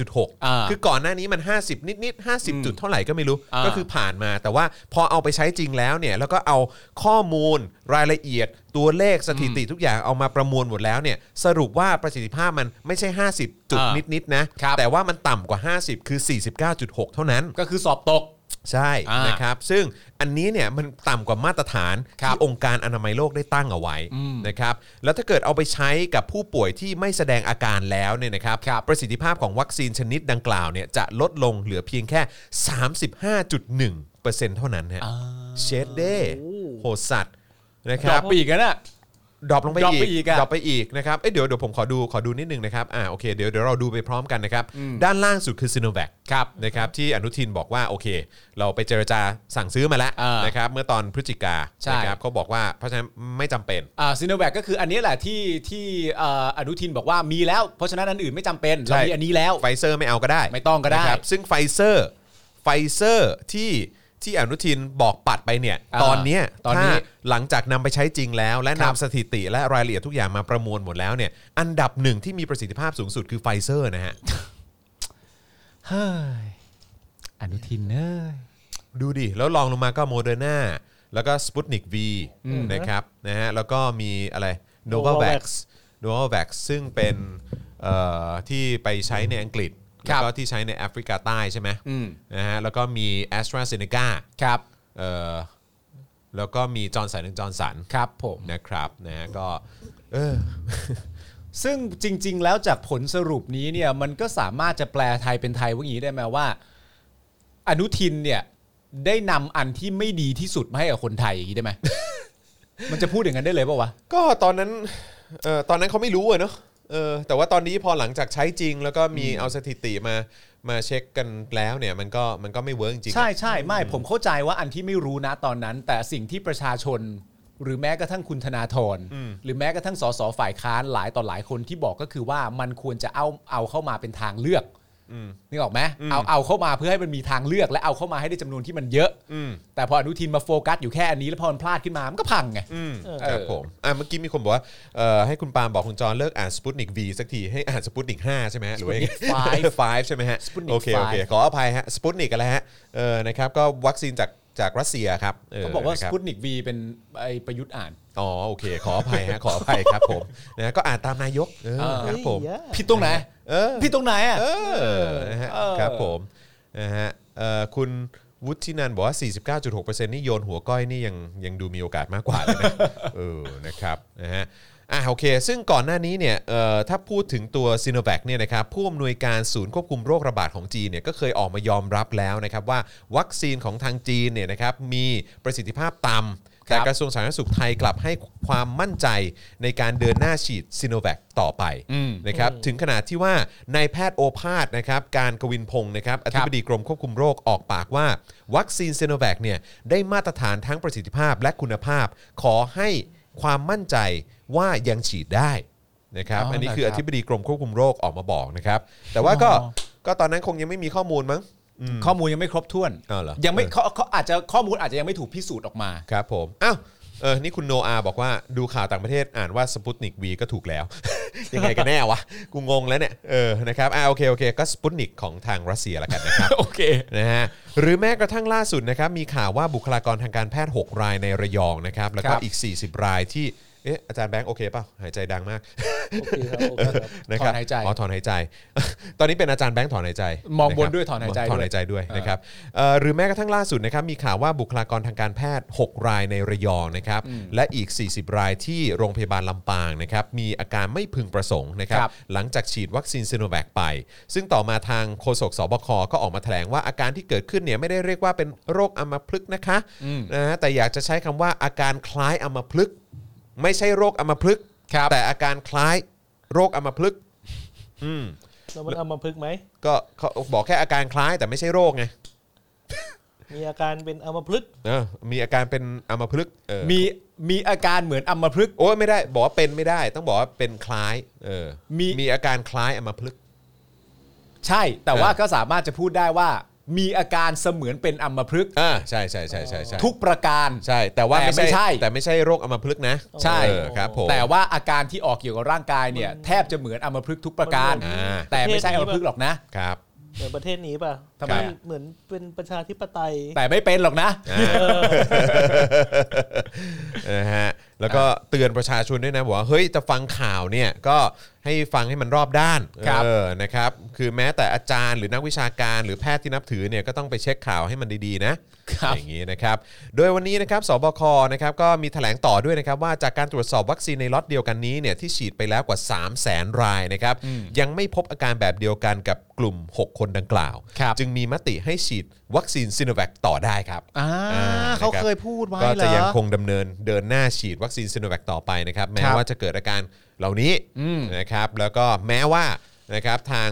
[SPEAKER 4] จะผ่อ่า
[SPEAKER 2] 49.6 คือก่อนหน้านี้มัน 50 นิดๆ50 จุดเท่าไหร่ก็ไม่รู้
[SPEAKER 4] อ่า
[SPEAKER 2] ก็คือผ่านมาแต่ว่าพอเอาไปใช้จริงแล้วเนี่ยแล้วก็เอาข้อมูลรายละเอียดตัวเลขสถิติทุกอย่างเอามาประมวลหมดแล้วเนี่ยสรุปว่าประสิทธิภาพมันไม่ใช่ 50 จุด
[SPEAKER 4] อ่า
[SPEAKER 2] นิดๆนะ
[SPEAKER 4] ครับ
[SPEAKER 2] แต่ว่ามันต่ำกว่า 50 คือ 49.6 เท่านั้น
[SPEAKER 4] ก็คือสอบตก
[SPEAKER 2] ใช่
[SPEAKER 4] อ่าน
[SPEAKER 2] นะครับซึ่งอันนี้เนี่ยมันต่ำกว่ามาตรฐาน
[SPEAKER 4] ครับ
[SPEAKER 2] ที่องค์การอนามัยโลกได้ตั้งเอาไว้นะครับแล้วถ้าเกิดเอาไปใช้กับผู้ป่วยที่ไม่แสดงอาการแล้วเนี่ยนะครับ
[SPEAKER 4] ครับ
[SPEAKER 2] ประสิทธิภาพของวัคซีนชนิดดังกล่าวเนี่ยจะลดลงเหลือเพียงแค่ 35.1เปอร์เซ็นต์เท่านั้นฮะเชดเด้โหดสัตว์นะค
[SPEAKER 4] ดร
[SPEAKER 2] รั
[SPEAKER 4] อบ ปไปอีกแล้วนะ
[SPEAKER 2] ดรอปลงไป
[SPEAKER 4] ดรอปไปอี
[SPEAKER 2] อีก
[SPEAKER 4] กอะ
[SPEAKER 2] ดรอปไปอีกนะครับเอ้ยเดี๋ยวเดี๋ยวผมขอดูขอดูนิดนึงนะครับอ่าโอเคเดี๋ยวเดี๋ยวเราดูไปพร้อมกันนะครับด้านล่างสุดคือซิโนแวค
[SPEAKER 4] ครับ
[SPEAKER 2] นะครับที่อนุทินบอกว่าโอเค เราไปเจรจาสั่งซื้อมาแล้ว
[SPEAKER 4] อ่าน
[SPEAKER 2] นะครับเมื่อตอนพฤศจิกา
[SPEAKER 4] ใช่
[SPEAKER 2] นะครับเขาบอกว่าเพราะฉะนั้นไม่จำเป็น
[SPEAKER 4] อ่าซีโนแวคก็คืออันนี้แหละที่ที่เอ่ออนุทินบอกว่ามีแล้ว เพราะฉะนั้นอันอื่นไม่จำเป็น
[SPEAKER 2] ใช่
[SPEAKER 4] เรามีอันนี้แล้ว
[SPEAKER 2] ไฟเซอร์ไม่เอาก็ได้
[SPEAKER 4] ไม่ต้องก็ได้
[SPEAKER 2] นะครับซึ่งไฟเซอร์ไฟเซอร์ที่ที่อนุทินบอกปัดไปเนี่ย
[SPEAKER 4] อ่า
[SPEAKER 2] ตอนเนี้ย
[SPEAKER 4] ตอนนี้
[SPEAKER 2] ถ้าหลังจากนำไปใช้จริงแล้ว
[SPEAKER 4] ค
[SPEAKER 2] และำ
[SPEAKER 4] นรับ
[SPEAKER 2] สถิติและรายละเอียดทุกอย่างมาประมวลหมดแล้วเนี่ยอันดับหนึ่งที่มีประสิทธิภาพสูงสุดคือไฟเซอร์นะฮะ
[SPEAKER 4] เฮ้ยอนุทินเอ้ย
[SPEAKER 2] ดูดิ แล้วลองลงมาก็โมเดอร์นาแล้วก็สปุตนิก V นะครับนะฮะแล้วก็มีอะไร n o v a v a x
[SPEAKER 5] Novavax
[SPEAKER 2] n o v a v a x ซึ่งเป็นเอ่อที่ไปใช้ในอังกฤษ
[SPEAKER 4] ค
[SPEAKER 2] แล้
[SPEAKER 4] รั
[SPEAKER 2] ว
[SPEAKER 4] บ
[SPEAKER 2] ก็ที่ใช้ในแอฟริกาใต้ใช่ไหม
[SPEAKER 4] อืม
[SPEAKER 2] นะฮะแล้วก็มี a s t r a z e ซ e c a
[SPEAKER 4] ครับ
[SPEAKER 2] เอ่อแล้วก็มีจอร์นสันจอร์นสัน
[SPEAKER 4] ครับผม
[SPEAKER 2] นะครับนะฮะก็เออ
[SPEAKER 4] ซึ่งจริง ๆ แล้วจากผลสรุปนี้เนี่ยมันก็สามารถจะแปลไทยเป็นไทยว่าอย่างนี้ได้ไหมว่า อนุทินเนี่ยได้นำอันที่ไม่ดีที่สุดมาให้กับคนไทยอย่างนี้ได้ไห ม มันจะพูดอย่างนั้นได้เลยป่าวะ
[SPEAKER 2] ก็ตอนนั้นเอ่อตอนนั้นเขาไม่รู้อะเนาะเออแต่ว่าตอนนี้พอหลังจากใช้จริง แล้วก็มีเอาสถิติมามาเช็คกันแล้วเนี่ยมันก็มันก็ไม่เวิร์กจริงๆ
[SPEAKER 4] ใช่ใช่ไม่ผมเข้าใจว่าอันที่ไม่รู้นะตอนนั้น แต่สิ่งที่ประชาชน หรือแม้กระทั่งคุณธนาธรหรือแม้กระทั่งสสฝ่ายค้านหลายต่อหลายคนที่บอกก็คือว่ามันควรจะเอาเอาเข้ามาเป็นทางเลือกนึกออกไหมเอาเอาเข้ามาเพื่อให้มันมีทางเลือก และเอาเข้ามาให้ได้จำนวนที่มันเยอะ
[SPEAKER 2] อืม
[SPEAKER 4] แต่พออนุทินมาโฟกัสอยู่แค่อันนี้แล้วพอมันพลาดขึ้นมามันก็พังไง
[SPEAKER 2] อืม
[SPEAKER 5] เออ
[SPEAKER 2] ครับผมอ่ะเมื่อกี้มีคนบอกว่าเอ่อให้คุณปาล์มบอกคุณจอเลิกอ่านสปุตนิก V สักทีให้ อ่านสปุตนิก5ใช่ไหมฮะหรือว่า
[SPEAKER 4] Sputnik
[SPEAKER 2] 5 ใช่ไหมฮะ
[SPEAKER 4] Sputnik
[SPEAKER 2] โอเคโอเค
[SPEAKER 4] 5
[SPEAKER 2] ขออภัยฮะสปุตนิกกันแล้วฮะเออนะครับก็วัคซีนจากจากรัสเซียครับ
[SPEAKER 4] เขาบอกว่า
[SPEAKER 2] นะ
[SPEAKER 4] ส
[SPEAKER 2] ครั
[SPEAKER 4] ปุตนิกวีเป็นไอประยุทธ์อ่าน
[SPEAKER 2] อ๋อโอเค ขออภัยฮะขออภัยครับผมนะก็อ่านตามนายกเออ
[SPEAKER 4] เออ
[SPEAKER 2] ครับผม
[SPEAKER 4] ผิดตรงไหน
[SPEAKER 2] เออ
[SPEAKER 4] ผิดตรงไหนอ่ะ
[SPEAKER 2] เออนะฮะ
[SPEAKER 4] เออ
[SPEAKER 2] ครับผมนะฮะเอ่อคุณวุฒินันบอกว่า 49.6%นี่โยนหัวก้อยนี่ยังยังดูมีโอกาสมากกว่าเลย นะ เออนะครับนะฮะอ่ะโอเค ซึ่งก่อนหน้านี้เนี่ยเอ่อถ้าพูดถึงตัวซีโนแวคเนี่ยนะครับผู้อำนวยการศูนย์ควบคุมโรคระบาดของจีนเนี่ยก็เคยออกมายอมรับแล้วนะครับว่าวัคซีนของทางจีนเนี่ยนะครับมีประสิทธิภาพต่ำแต่
[SPEAKER 4] ครับ
[SPEAKER 2] กระทรวงสาธารณสุขไทยกลับให้ความมั่นใจในการเดินหน้าฉีดซีโนแวคต่อไป นะครับถึงขนาดที่ว่านายแพทย์โอภาสนะครับการกวินพงศ์นะครับอธิบดีกรมควบคุมโรคออกปากว่า วัคซีนเซโนแวคเนี่ยได้มาตรฐานทั้งประสิทธิภาพและคุณภาพ ขอให้ความมั่นใจว่ายังฉีดได้นะครับ
[SPEAKER 4] อ๋ออั
[SPEAKER 2] อันนี้คือ
[SPEAKER 4] ค
[SPEAKER 2] อ
[SPEAKER 4] รับ
[SPEAKER 2] ธิบดีกรมควบคุมโรคออกมาบอกนะครับแต่ว่าก็ก็ตอนนั้นคงยังไม่มีข้อมูลมั้ง
[SPEAKER 4] ข้อมูลยังไม่ครบถ้วน
[SPEAKER 2] อ้าวเหรอ
[SPEAKER 4] ยังไม่เขาเขาอาจจะข้อมูลอาจจะยังไม่ถูกพิสูจน์ออกมา
[SPEAKER 2] ครับผมอ้าวเออนี่คุณโนอาบอกว่าดูข่าวต่างประเทศอ่านว่าสปุตนิกวีก็ถูกแล้ว ยังไงกันแน่วะกูงงแล้วเนี่ยเออนะครับอ่าโอเคโอเคก็สปุตนิกของทางรัสเซียละกันนะครับ
[SPEAKER 4] โอเค
[SPEAKER 2] นะฮะหรือแม้กระทั่งล่าสุดนะครับมีข่าวว่าบุคลากรทางการแพทย์ 6 รายในระยองนะครับแล้วก็
[SPEAKER 4] ครับ
[SPEAKER 2] อีก 40 รายที่ เอ๊ะอาจารย์แบงค์โอเคเปล่าหายใจดังมาก
[SPEAKER 6] โอเคครับโอเคครับ
[SPEAKER 2] นะครับ
[SPEAKER 4] ถอนหายใจ
[SPEAKER 2] อ๋อถอนหายใจ ตอนนี้เป็นอาจารย์แบงค์ถอนหายใจ
[SPEAKER 4] มองบนะครับ ด้วยถอนหายใจ
[SPEAKER 2] ถอนหายใจด้วย
[SPEAKER 4] ด้วย
[SPEAKER 2] นะครับเอ่อหรือแม้กระทั่งล่าสุดนะครับมีข่าวว่าบุคลากรทางการแพทย์ 6 รายในระยองนะครับและอีก 40 รายที่โรงพยาบาลลำปางนะครับมีอาการไม่พึงประสงค์นะครับ
[SPEAKER 4] ครับ
[SPEAKER 2] หลังจากฉีดวัคซีนซีโนแวคไป ซึ่งต่อมาทางโฆษกสบคก็ออกมาแถลงว่าอาการที่เกิดขึ้นเนี่ยไม่ได้เรียกว่าเป็นโรคอัมพฤกษ์นะคะนะฮะแต่อยากจะใช้คำว่าอาการคล้ายอัมพฤกษ์ไม่ใช่โรคอัมพฤกษ์แต่อาการคล้ายโรคอัมพฤกษ์อืม
[SPEAKER 5] แล้วมันเอามาพึกษ์ไหม
[SPEAKER 2] ก็เขาบอกแค่อาการคล้ายแต่ไม่ใช่โรคไง
[SPEAKER 5] มีอาการเป็นเอามาพึกษ์
[SPEAKER 2] เออมีอาการเป็นอัมพฤกษ์เออ
[SPEAKER 4] มีมีอาการเหมือนอัมพฤกษ์
[SPEAKER 2] โอ้ยไม่ได้บอกว่าเป็นไม่ได้ ต้องบอกว่าเป็นคล้ายเออ
[SPEAKER 4] มี
[SPEAKER 2] มีอาการคล้ายอัมพฤกษ์
[SPEAKER 4] ใช่ แต่ว่า
[SPEAKER 2] เออ
[SPEAKER 4] ก็สามารถจะพูดได้ว่า มีอาการเสมือนเป็นอัมพฤกษ์
[SPEAKER 2] อ่าใช่ใช่ใช่ใช่ใช่
[SPEAKER 4] ทุกประการ
[SPEAKER 2] ใช่ แต่ว่า
[SPEAKER 4] แต่
[SPEAKER 2] ไม่ใช่
[SPEAKER 4] ไม่ใช่
[SPEAKER 2] แต่ไม่ใช่โรคอัมพฤกษ์นะ
[SPEAKER 4] ใช่
[SPEAKER 2] เออครับผม
[SPEAKER 4] แต่ว่าอาการที่ออกเกี่ยวกับร่างกายเนี่ยแทบจะเหมือนอัมพฤกษ์ทุกประการ
[SPEAKER 2] อ่า
[SPEAKER 4] แต่ไม่ใช่อัมพฤกษ์หรอกนะ
[SPEAKER 2] ครับ
[SPEAKER 5] เหมือนประเทศนี้ป่ะ
[SPEAKER 4] ทำไมอะ
[SPEAKER 5] ที่เหมือนเป็นประชาธิปไตย
[SPEAKER 4] แต่ไม่เป็นหรอกนะ
[SPEAKER 2] นะฮะแล้วก็เตือนประชาชนด้วยนะบอกว่าเฮ้ยจะฟังข่าวเนี่ยก็ให้ฟังให้มันรอบด้าน
[SPEAKER 4] ครับ
[SPEAKER 2] เออนะครับคือแม้แต่อาจารย์หรือนักวิชาการหรือแพทย์ที่นับถือเนี่ยก็ต้องไปเช็คข่าวให้มันดีๆนะครับ อย่างนี้นะครับโดยวันนี้นะครับสบคนะครับก็มีแถลงต่อด้วยนะครับว่าจากการตรวจสอบวัคซีนในล็อตเดียวกันนี้เนี่ยที่ฉีดไปแล้วกว่า 3 0 0 0 0 0 รายนะครับยังไม่พบอาการแบบเดียวกันกับกลุ่ม 6 คนดังกล่าว
[SPEAKER 4] ครับ
[SPEAKER 2] จึงมีมติให้ฉีดวัคซีนซิโนแวคต่อได้ครับ
[SPEAKER 4] อ่า
[SPEAKER 2] อ่านะครับ
[SPEAKER 4] เขาเคยพูดไว้
[SPEAKER 2] ก็
[SPEAKER 4] เหร
[SPEAKER 2] จะยัง
[SPEAKER 4] อ
[SPEAKER 2] คงดำเนินเดินหน้าฉีดวัคซีนซ i โนแวคต่อไปนะครับ แม้
[SPEAKER 4] ครับ
[SPEAKER 2] ว่าจะเกิดอาการเหล่านี้
[SPEAKER 4] อืม
[SPEAKER 2] นะครับ แล้วก็แม้ว่านะครับทาง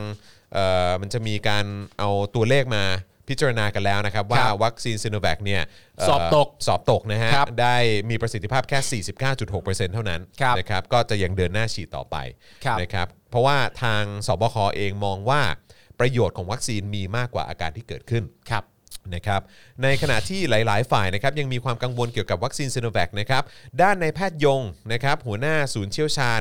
[SPEAKER 2] เอ่อมันจะมีการเอาตัวเลขมาพิจารณากันแล้วนะครับ ว่าวัคซีนซ i โนแวคเนี่ยเ
[SPEAKER 4] สอบตก
[SPEAKER 2] สอบตกนะฮะ
[SPEAKER 4] ครับ
[SPEAKER 2] ได้มีประสิทธิภาพแค่ 49.6%เท่านั้น
[SPEAKER 4] ครับ
[SPEAKER 2] นะครับก็จะยังเดินหน้าฉีดต่อไป
[SPEAKER 4] ครับ
[SPEAKER 2] นะครับเพราะว่าทางสบคเองมองว่าประโยชน์ของวัคซีนมีมากกว่าอาการที่เกิดขึ้น
[SPEAKER 4] ครับ
[SPEAKER 2] นะครับในขณะที่หลาย ๆ ฝ่ายนะครับยังมีความกังวลเกี่ยวกับวัคซีนซีโนแวคนะครับด้านในายแพทย์ยงนะครับหัวหน้าศูนย์เชี่ยวชาญ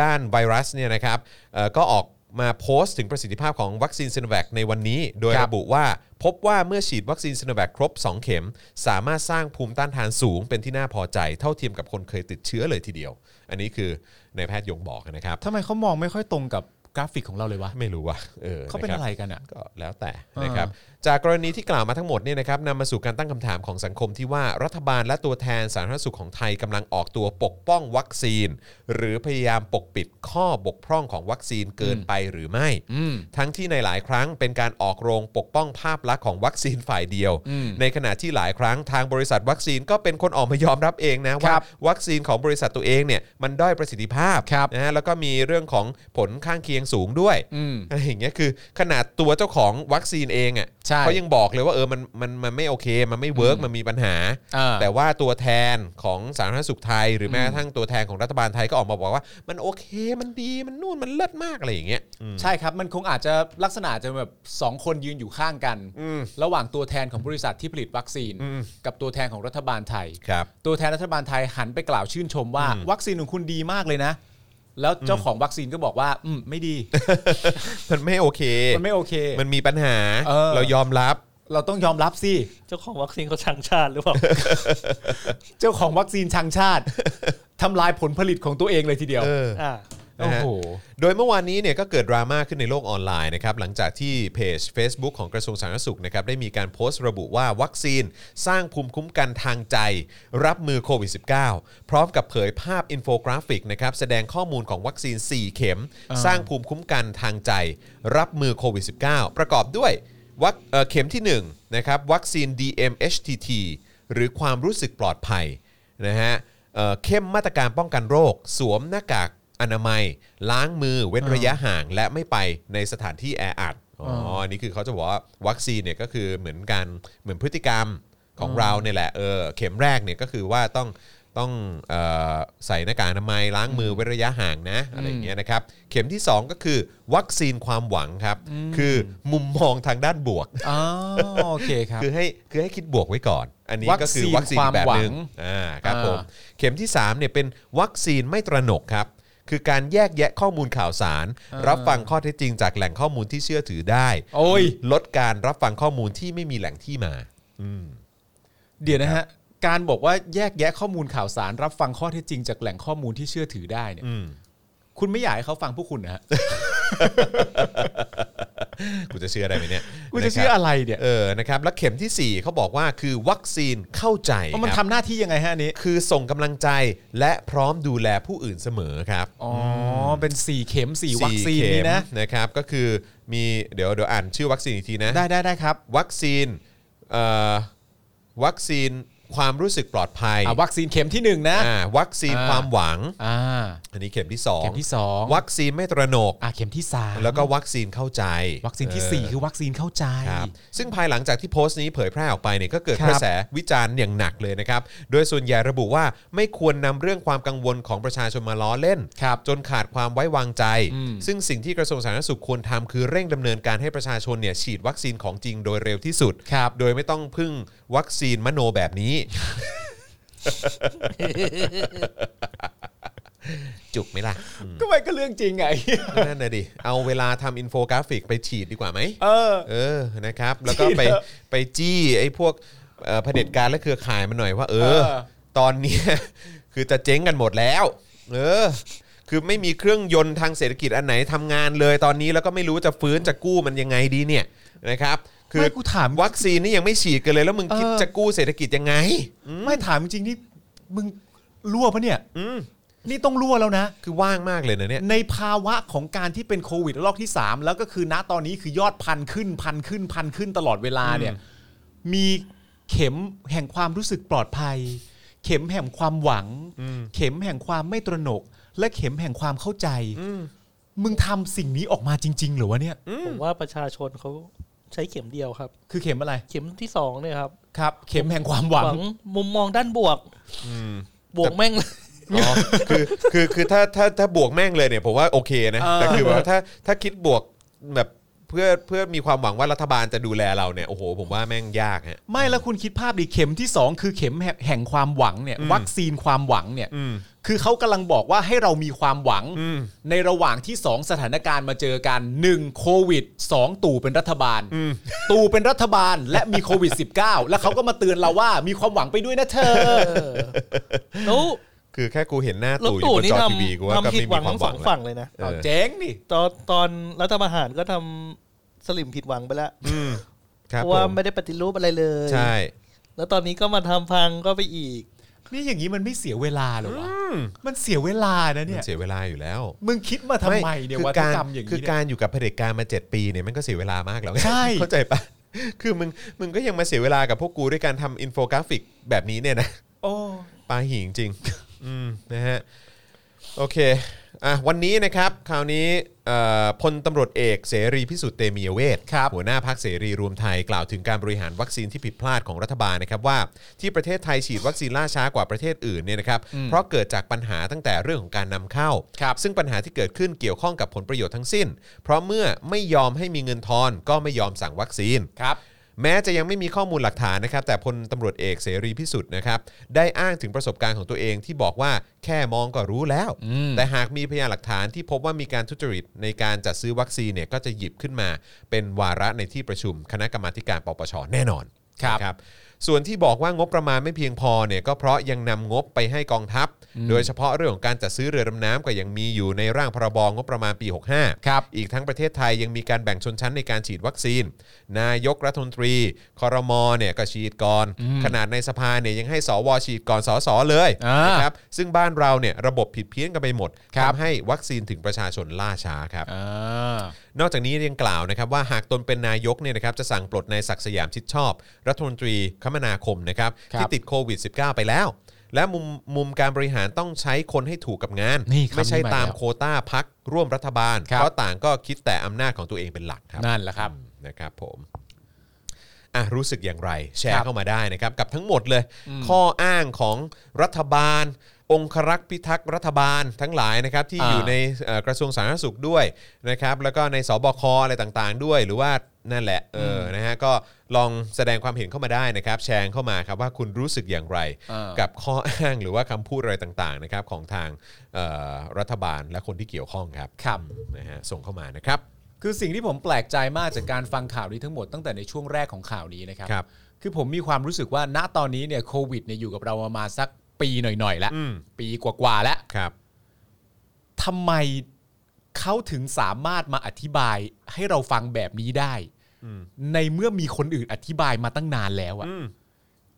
[SPEAKER 2] ด้านไวรัสเนี่ยนะครับเอ่อก็ออกมาโพสต์ถึงประสิทธิภาพของวัคซีนซีโนแวคในวันนี้ โดย
[SPEAKER 4] ครับ
[SPEAKER 2] ระบุว่าพบว่าเมื่อฉีดวัคซีนซีโนแวคครบ 2 เข็ม สามารถสร้างภูมิต้านทานสูง เป็นที่น่าพอใจเท่าเทียมกับคนเคยติดเชื้อเลยทีเดียว อันนี้คือในายแพทย์ยงบอกนะครับ
[SPEAKER 4] ทำไมเขามองไม่ค่อยตรงกับกราฟิกของเราเลยวะ
[SPEAKER 2] ไม่รู้ว่าออ
[SPEAKER 4] เขาเป็น
[SPEAKER 2] คบ
[SPEAKER 4] อะไรกันอ่ะ
[SPEAKER 2] ก็แล้วแต่นะครับจากกรณีที่กล่าวมาทั้งหมดเนี่ยนะครับนำมาสู่การตั้งคำถามของสังคมที่ว่ารัฐบาลและตัวแทนสาธารณสุขของไทยกำลังออกตัวปกป้องวัคซีน หรือพยายามปกปิดข้อบกพร่องของวัคซีนเกินไปหรือไม่ ทั้งที่ในหลายครั้งเป็นการออกโรงปกป้องภาพลักษณ์ของวัคซีนฝ่ายเดียว ในขณะที่หลายครั้งทางบริษัทวัคซีนก็เป็นคนออกมายอมรับเองนะว่าวัคซีนของบริษัทตัวเองเนี่ยมันด้อยประสิทธิภาพ
[SPEAKER 4] ครับ
[SPEAKER 2] นะฮะแล้วก็มีเรื่องของผลข้างเคียงสูงด้วย
[SPEAKER 4] อืม
[SPEAKER 2] อะไรอย่างเงี้ยคือขนาดตัวเจ้าของวัคซีนเองอ่ะ
[SPEAKER 4] ใช่
[SPEAKER 2] เขายังบอกเลยว่าเออมันมันมันไม่โอเค มันไม่เวิร์กมันมีปัญหา
[SPEAKER 4] อ่า
[SPEAKER 2] แต่ว่าตัวแทนของสาธารณสุขไทย หรือแม้กระทั่งตัวแทนของรัฐบาลไทยก็ออกมาบอกว่า มันโอเคมันดีมันนู่นมันเลิศมากอะไรอย่างเงี้ยอืม
[SPEAKER 4] ใช่ครับมันคงอาจจะลักษณะจะแบบสองคนยืนอยู่ข้างกัน
[SPEAKER 2] อืม
[SPEAKER 4] ระหว่างตัวแทนของบริษัทที่ผลิตวัคซีน
[SPEAKER 2] อืม
[SPEAKER 4] กับตัวแทนของรัฐบาลไทย
[SPEAKER 2] ครับ
[SPEAKER 4] ตัวแทนรัฐบาลไทยหันไปกล่าวชื่นชมว่า
[SPEAKER 2] อืม
[SPEAKER 4] วัคซีนของคุณดีมากเลยนะ แล้วเจ้าของวัคซีนก็บอกว่า อืมไม่ ดี
[SPEAKER 2] มันไม่โอเค
[SPEAKER 4] มันไม่โอเค
[SPEAKER 2] มันมีปัญหา
[SPEAKER 4] เออ
[SPEAKER 2] เรายอมรับ
[SPEAKER 4] เราต้องยอมรับสิ
[SPEAKER 5] เจ้าของวัคซีนเขาชังชาติหรือเปล่า
[SPEAKER 4] เจ้าของวัคซีนชัง ชาติ ทำลายผลผลิตของตัวเองเลยทีเดียว
[SPEAKER 2] เออ
[SPEAKER 5] อ่า
[SPEAKER 2] นะ
[SPEAKER 4] โอ้
[SPEAKER 2] ฮะ
[SPEAKER 4] โห
[SPEAKER 2] โดยเมื่อวานนี้เนี่ยก็เกิดดราม่าขึ้นในโลกออนไลน์นะครับหลังจากที่เพจ Facebook ของกระทรวงสาธารณสุขนะครับได้มีการโพสต์ระบุว่าวัคซีนสร้างภูมิคุ้มกันทางใจ รับมือโควิด -19 พร้อมกับเผยภาพอินโฟกราฟิกนะครับแสดงข้อมูลของวัคซีน 4 เข็ม สร้างภูมิคุ้มกันทางใจ รับมือโควิด -19 ประกอบด้วยวัคเอ่อเข็มที่1นะครับวัคซีน DMHTT หรือความรู้สึกปลอดภัยนะฮะเอ่อเข้มมาตรการป้องกันโรค สวมหน้ากาก อนามัยล้างมือเว้นระยะห่างและไม่ไปในสถานที่แออัดอ๋ออันนี้คือเขาจะบอกว่าวัคซีนเนี่ยก็คือเหมือนการเหมือนพฤติกรรมของเราเนี่ยแหละเออเข็มแรกเนี่ยก็คือว่าต้องต้องเออใส่หน้ากากอนามัยล้างมือเว้นระยะห่างนะอะไรอย่างเงี้ยนะครับเข็มที่ 2 ก็คือวัคซีนความหวังครับ คือมุมมองทางด้านบวก
[SPEAKER 4] อ๋อโอเคครับ
[SPEAKER 2] คือให้คือให้คิดบวกไว้ก่อน อันนี้ก็คือ
[SPEAKER 4] วั
[SPEAKER 2] วัค
[SPEAKER 4] คซี
[SPEAKER 2] ซีน
[SPEAKER 4] น
[SPEAKER 2] อีกแบบ
[SPEAKER 4] ความหวั
[SPEAKER 2] ห
[SPEAKER 4] ง
[SPEAKER 2] นึ่งอ่าครับ
[SPEAKER 4] อ่า
[SPEAKER 2] ผมเข็มที่3เนี่ยเป็นวัคซีนไม่ตระหนกครับ คือการแยกแยะข้อมูลข่าวสาร รับฟังข้อเท็จจริงจากแหล่งข้อมูลที่เชื่อถือได้
[SPEAKER 4] โอ้ย
[SPEAKER 2] ลดการรับฟังข้อมูลที่ไม่มีแหล่งที่มาอืม
[SPEAKER 4] เดี๋ยวนะฮะ การบอกว่าแยกแยะข้อมูลข่าวสาร รับฟังข้อเท็จจริงจากแหล่งข้อมูลที่เชื่อถือได้เนี่ย
[SPEAKER 2] อืม
[SPEAKER 4] คุณไม่อยากให้เขาฟังพวกคุณ นะฮะ
[SPEAKER 2] กูจะเชื่อได้ไหมเนี่ย
[SPEAKER 4] คุณจะเชื่อ
[SPEAKER 2] ค
[SPEAKER 4] อะ
[SPEAKER 2] บ
[SPEAKER 4] ไรเนี่ย
[SPEAKER 2] เออนะครับแล้วเข็มทีสี่4เขาบอกว่าคือวัคซีนเข้าใจ
[SPEAKER 4] เอามัน
[SPEAKER 2] ครับ
[SPEAKER 4] ทำหน้าที่ยังไงฮะอันนี้
[SPEAKER 2] คือส่งกำลังใจและพร้อมดูแลผู้อื่นเสมอครับ
[SPEAKER 4] อ๋อเป็นสี่เข็มสี่วัคซีน
[SPEAKER 2] เข็
[SPEAKER 4] นี่
[SPEAKER 2] ม
[SPEAKER 4] นะ
[SPEAKER 2] นะครับ ก็คือมีเดี๋ยวเดี๋ยวอ่านชื่อวัคซีนอีกทีนะ
[SPEAKER 4] ได้ได้ได้ครับ
[SPEAKER 2] วัคซีนเอ่อวัคซีนความรู้สึกปลอดภัย
[SPEAKER 4] อ่ะวัคซีนเข็มที่หนึ่งนะ
[SPEAKER 2] อ่าวัคซีน
[SPEAKER 4] อ่า
[SPEAKER 2] ความหวัง
[SPEAKER 4] อ่า
[SPEAKER 2] อันนี้เข็มที่สอง
[SPEAKER 4] เข็มที่สอง
[SPEAKER 2] วัคซีนไม่ตระหนก
[SPEAKER 4] อ่ะเข็มที่สาม
[SPEAKER 2] แล้วก็วัคซีนเข้าใจ
[SPEAKER 4] วัคซีนที่
[SPEAKER 2] เ
[SPEAKER 4] สี่คือวัคซีนเข้าใจ
[SPEAKER 2] ครับซึ่งภายหลังจากที่โพสต์นี้เผยแพร่ออกไปเนี่ยก็เกิด
[SPEAKER 4] ครับ
[SPEAKER 2] กระแสวิจารณ์อย่างหนักเลยนะครับ โดยส่วนใหญ่ระบุว่าไม่ควรนำเรื่องความกังวลของประชาชนมาล้อเล่น
[SPEAKER 4] ครับ
[SPEAKER 2] จนขาดความไว้วางใจ
[SPEAKER 4] อืม
[SPEAKER 2] ซึ่งสิ่งที่กระทรวงสาธารณสุขควรทำคือเร่งดำเนินการให้ประชาชนเนี่ยฉีดวัคซีนของจริงโดยเร็วที่สุด
[SPEAKER 4] ครับ
[SPEAKER 2] โดยไม่ต้องพึ่งวัคซีนมโนแบบนี้ จุกไหมล่ะอืม
[SPEAKER 4] ก็ไม่ก็เรื่องจริงไง
[SPEAKER 2] นั่นน่ะดิ เอาเวลาทำอินโฟกราฟิกไปฉีดดีกว่าไหม
[SPEAKER 4] เออ
[SPEAKER 2] เออ นะครับ แล้วก็ไป
[SPEAKER 4] เถอะ
[SPEAKER 2] ไปจี้ไอ้พวกเอ่อเผด็จการและเครือข่ายมันหน่อยว่า เออ
[SPEAKER 4] เออ
[SPEAKER 2] ตอนเนี้ย คือจะเจ๊งกันหมดแล้ว เออ คือไม่มีเครื่องยนต์ทางเศรษฐกิจอันไหนทำงานเลยตอนนี้แล้วก็ไม่รู้จะฟื้นจะกู้มันยังไงดีเนี่ยนะครับ คื
[SPEAKER 4] ไม่กูถาม
[SPEAKER 2] วัคซีนนี่ยังไม่ฉีดกันเลยแล้วมึงคิด
[SPEAKER 4] เออ
[SPEAKER 2] จะกู้เศรษฐกิจยังไง
[SPEAKER 4] ไม่ถามจริงๆนี่มึงรั่วปะเนี่ยนี่ต้องรั่วแล้วนะ
[SPEAKER 2] คือว่างมากเลยนะเนี่ย
[SPEAKER 4] ในภาวะของการที่เป็นโควิดระลอกที่ 3 แล้วก็คือณตอนนี้คือยอดพันขึ้นพันขึ้นพันขึ้นตลอดเวลาเนี่ย มีเข็มแห่งความรู้สึกปลอดภัย เข็มแห่งความหวัง เข็มแห่งความไม่ตระหนก และเข็มแห่งความเข้าใจมึงทำสิ่งนี้ออกมาจริง ๆ เหรือวะเนี่ย
[SPEAKER 5] ผมว่าประชาชนเขาใช้เข็มเดียวครับ
[SPEAKER 4] คือเข็มอะไร
[SPEAKER 5] เข็มที่สองเนี่ยครับ
[SPEAKER 4] ครับ เข็มแห่งความหวัง
[SPEAKER 5] มุมมองด้านบวกบวกแม่งเลย
[SPEAKER 2] อ๋อคือคือคือถ้าถ้าถ้าบวกแม่งเลยเนี่ยผมว่าโอเคนะ
[SPEAKER 4] เออ
[SPEAKER 2] แต่คือแบบว่าถ้าถ้าคิดบวกแบบเพื่อเพื่อมีความหวังว่ารัฐบาลจะดูแลเราเนี่ยโอ้โหผมว่าแม่งยากฮะ
[SPEAKER 4] ไม่แล้วคุณคิดภาพดิเข็มที่สองคือเข็มแห่งแห่งความหวังเนี่ย วัคซีนความหวังเนี่ย
[SPEAKER 2] อืม
[SPEAKER 4] คือเขากำลังบอกว่าให้เรามีความหวัง
[SPEAKER 2] อืม
[SPEAKER 4] ในระหว่างที่ 2 สถานการณ์มาเจอกัน 1. โควิด 2. ตู่เป็นรัฐบาล ตู่เป็นรัฐบาลและมีโควิด -19 แล้วเขาก็มาเตือนเราว่ามีความหวังไปด้วยนะเธอ
[SPEAKER 5] แล้ว
[SPEAKER 2] คือแค่กูเห็นหน้า
[SPEAKER 5] แล้ว
[SPEAKER 2] ตู่อยู่
[SPEAKER 5] ตู่
[SPEAKER 2] บน
[SPEAKER 5] นี่
[SPEAKER 2] จอ
[SPEAKER 5] ท
[SPEAKER 2] ทีวีกู
[SPEAKER 5] ำ
[SPEAKER 2] ว่าก็
[SPEAKER 5] ทำผิด
[SPEAKER 2] ไม่มี
[SPEAKER 5] หวัง
[SPEAKER 2] ควา
[SPEAKER 5] ทั้
[SPEAKER 2] ม
[SPEAKER 5] ง
[SPEAKER 2] ห
[SPEAKER 5] ส
[SPEAKER 2] วั
[SPEAKER 5] อง ง
[SPEAKER 2] ละ
[SPEAKER 5] ฝั่งเลยนะ
[SPEAKER 2] เออ
[SPEAKER 4] เจ๊งดิ
[SPEAKER 5] ตอนตอนรัฐประหารก็ทำสลิมผิดหวังไปแล้ว
[SPEAKER 2] อืมค
[SPEAKER 5] เพ
[SPEAKER 2] รับ
[SPEAKER 5] ราะ
[SPEAKER 2] ผ
[SPEAKER 5] ว่าม ไม่ได้ปฏิรูปอะไรเลย
[SPEAKER 2] ใช่
[SPEAKER 5] แล้วตอนนี้ก็มาทำพังก็ไปอีก
[SPEAKER 4] นี่อย่างนี้มันไม่เสียเวลาเหรอวะ
[SPEAKER 2] ม
[SPEAKER 4] มันเสียเวลานะเนี่ย
[SPEAKER 2] มันเสียเวลาอยู่แล้ว
[SPEAKER 4] มึงคิดมาทำไมเนี่ย
[SPEAKER 2] คือ
[SPEAKER 4] วัฒ
[SPEAKER 2] การ
[SPEAKER 4] กรรมอย่าง
[SPEAKER 2] คือ
[SPEAKER 4] นี้เนี่ย
[SPEAKER 2] การอยู่กับเผด็จการมา 7 ปีเนี่ยมันก็เสียเวลามากแล้วไง
[SPEAKER 4] ใช่
[SPEAKER 2] เข้าใจปะคือมึงมึงก็ยังมาเสียเวลากับพวกกูด้วยการทำอินโฟกราฟิกแบบนี้เนี่ยนะ
[SPEAKER 4] โอ้
[SPEAKER 2] ปลาหิงจริง อืมนะฮะ โอเค อ่ะ วันนี้นะครับ คราวนี้เอ่อพลตำรวจเอกเสรีพิสุทธิ์เตมียเวทครับหัวหน้าพักเสรีรวมไทยกล่าวถึงการบริหารวัคซีนที่ผิดพลาดของรัฐบาลนะครับว่าที่ประเทศไทยฉีดวัคซีนล่าช้ากว่าประเทศอื่นเนี่ยนะครับ เพราะเกิดจากปัญหาตั้งแต่เรื่องของการนำเข้า ซึ่งปัญหาที่เกิดขึ้นเกี่ยวข้องกับผลประโยชน์ทั้งสิ้น เพราะเมื่อไม่ยอมให้มีเงินทอน ก็ไม่ยอมสั่งวัคซีน
[SPEAKER 4] ครับ
[SPEAKER 2] แม้จะยังไม่มีข้อมูลหลักฐานนะครับ แต่พลตำรวจเอกเสรีพิสุทธิ์นะครับ ได้อ้างถึงประสบการณ์ของตัวเองที่บอกว่าแค่มองก็รู้แล้ว แต่หากมีพยานหลักฐานที่พบว่ามีการทุจริตในการจัดซื้อวัคซีนเนี่ยก็จะหยิบขึ้นมาเป็นวาระในที่ประชุม คณะกรรมาธิการปปชแน่นอน
[SPEAKER 4] ครับ
[SPEAKER 2] นะส่วนที่บอกว่างบประมาณไม่เพียงพอเนี่ยก็เพราะยังนำงบไปให้กองทัพ โดยเฉพาะเรื่องของการจัดซื้อเรือดำน้ำก็ยังมีอยู่ในร่างพรบงบประมาณปี 65
[SPEAKER 4] ครับ
[SPEAKER 2] อีกทั้งประเทศไทยยังมีการแบ่งชนชั้นในการฉีดวัคซีน นายกรัฐมนตรี คอรมอเนี่ยก็ฉีดก่อน ขนาดในสภาเนี่ยยังให้สวฉีดก่อนสสเลย
[SPEAKER 4] อ่าน
[SPEAKER 2] นะครับซึ่งบ้านเราเนี่ยระบบผิดเพี้ยนกันไปหมดทำให้วัคซีนถึงประชาชนล่าช้าครับ
[SPEAKER 4] อ่าน
[SPEAKER 2] อกจากนี้ยังกล่าวนะครับว่าหากตนเป็นนายกเนี่ยนะครับจะสั่งปลดนายศักดิ์สยามชิดชอบ รัฐมนตรีคมนาคมนะครับ
[SPEAKER 4] ครับ
[SPEAKER 2] ที่ติดโควิด -19 ไปแล้ว และมุมมุมการบริหารต้องใช้คนให้ถูกกับงาน
[SPEAKER 4] นี่คำนี้
[SPEAKER 2] ไม่ใช่
[SPEAKER 4] มาแล้ว
[SPEAKER 2] ตามโควต้าพักร่วมรัฐบาล
[SPEAKER 4] ครับ
[SPEAKER 2] เพราะต่างก็คิดแต่อำนาจของตัวเองเป็นหลักครับ
[SPEAKER 4] นั่นแหละครับ
[SPEAKER 2] นะครับผมอ่ะรู้สึกอย่างไร แช
[SPEAKER 4] ครั
[SPEAKER 2] ร์
[SPEAKER 4] บ
[SPEAKER 2] เข้ามาได้นะครับ กับทั้งหมดเลย ข้ออ้างของรัฐบาล องครักษ์พิทักษ์รัฐบาลทั้งหลายนะครับ ที่
[SPEAKER 4] อ่า
[SPEAKER 2] อยู่ในเอ่อกระทรวงสาธารณสุขด้วยนะครับ แล้วก็ในสบคอะไรต่างๆ ด้วย หรือว่านั่นแหละเอออนะฮะก็ลองแสดงความเห็นเข้ามาได้นะครับ แชร์เข้ามาครับว่าคุณรู้สึกอย่างไร
[SPEAKER 4] อ่ากั
[SPEAKER 2] กับข้ออ้างหรือว่าคำพูดอะไรต่างๆนะครับของทางเอ่อรัฐบาลและคนที่เกี่ยวข้องครับ
[SPEAKER 4] ครับ
[SPEAKER 2] นะฮะส่งเข้ามานะครับ
[SPEAKER 4] คือสิ่งที่ผมแปลกใจมากจากการฟังข่าวนี้ทั้งหมดตั้งแต่ในช่วงแรกของข่าวนี้นะครับ
[SPEAKER 2] ครับ
[SPEAKER 4] คือผมมีความรู้สึกว่าณตอนนี้เนี่ยโควิดเนี่ยอยู่กับเรามามาสักปีหน่อยๆแล้ว
[SPEAKER 2] อืม
[SPEAKER 4] ปีกว่าๆแล้ว
[SPEAKER 2] ครับ
[SPEAKER 4] ทำไมเขาถึงสามารถมาอธิบายให้เราฟังแบบนี้ได้
[SPEAKER 2] อืม
[SPEAKER 4] ในเมื่อมีคนอื่นอธิบายมาตั้งนานแล้วอะ
[SPEAKER 2] อืม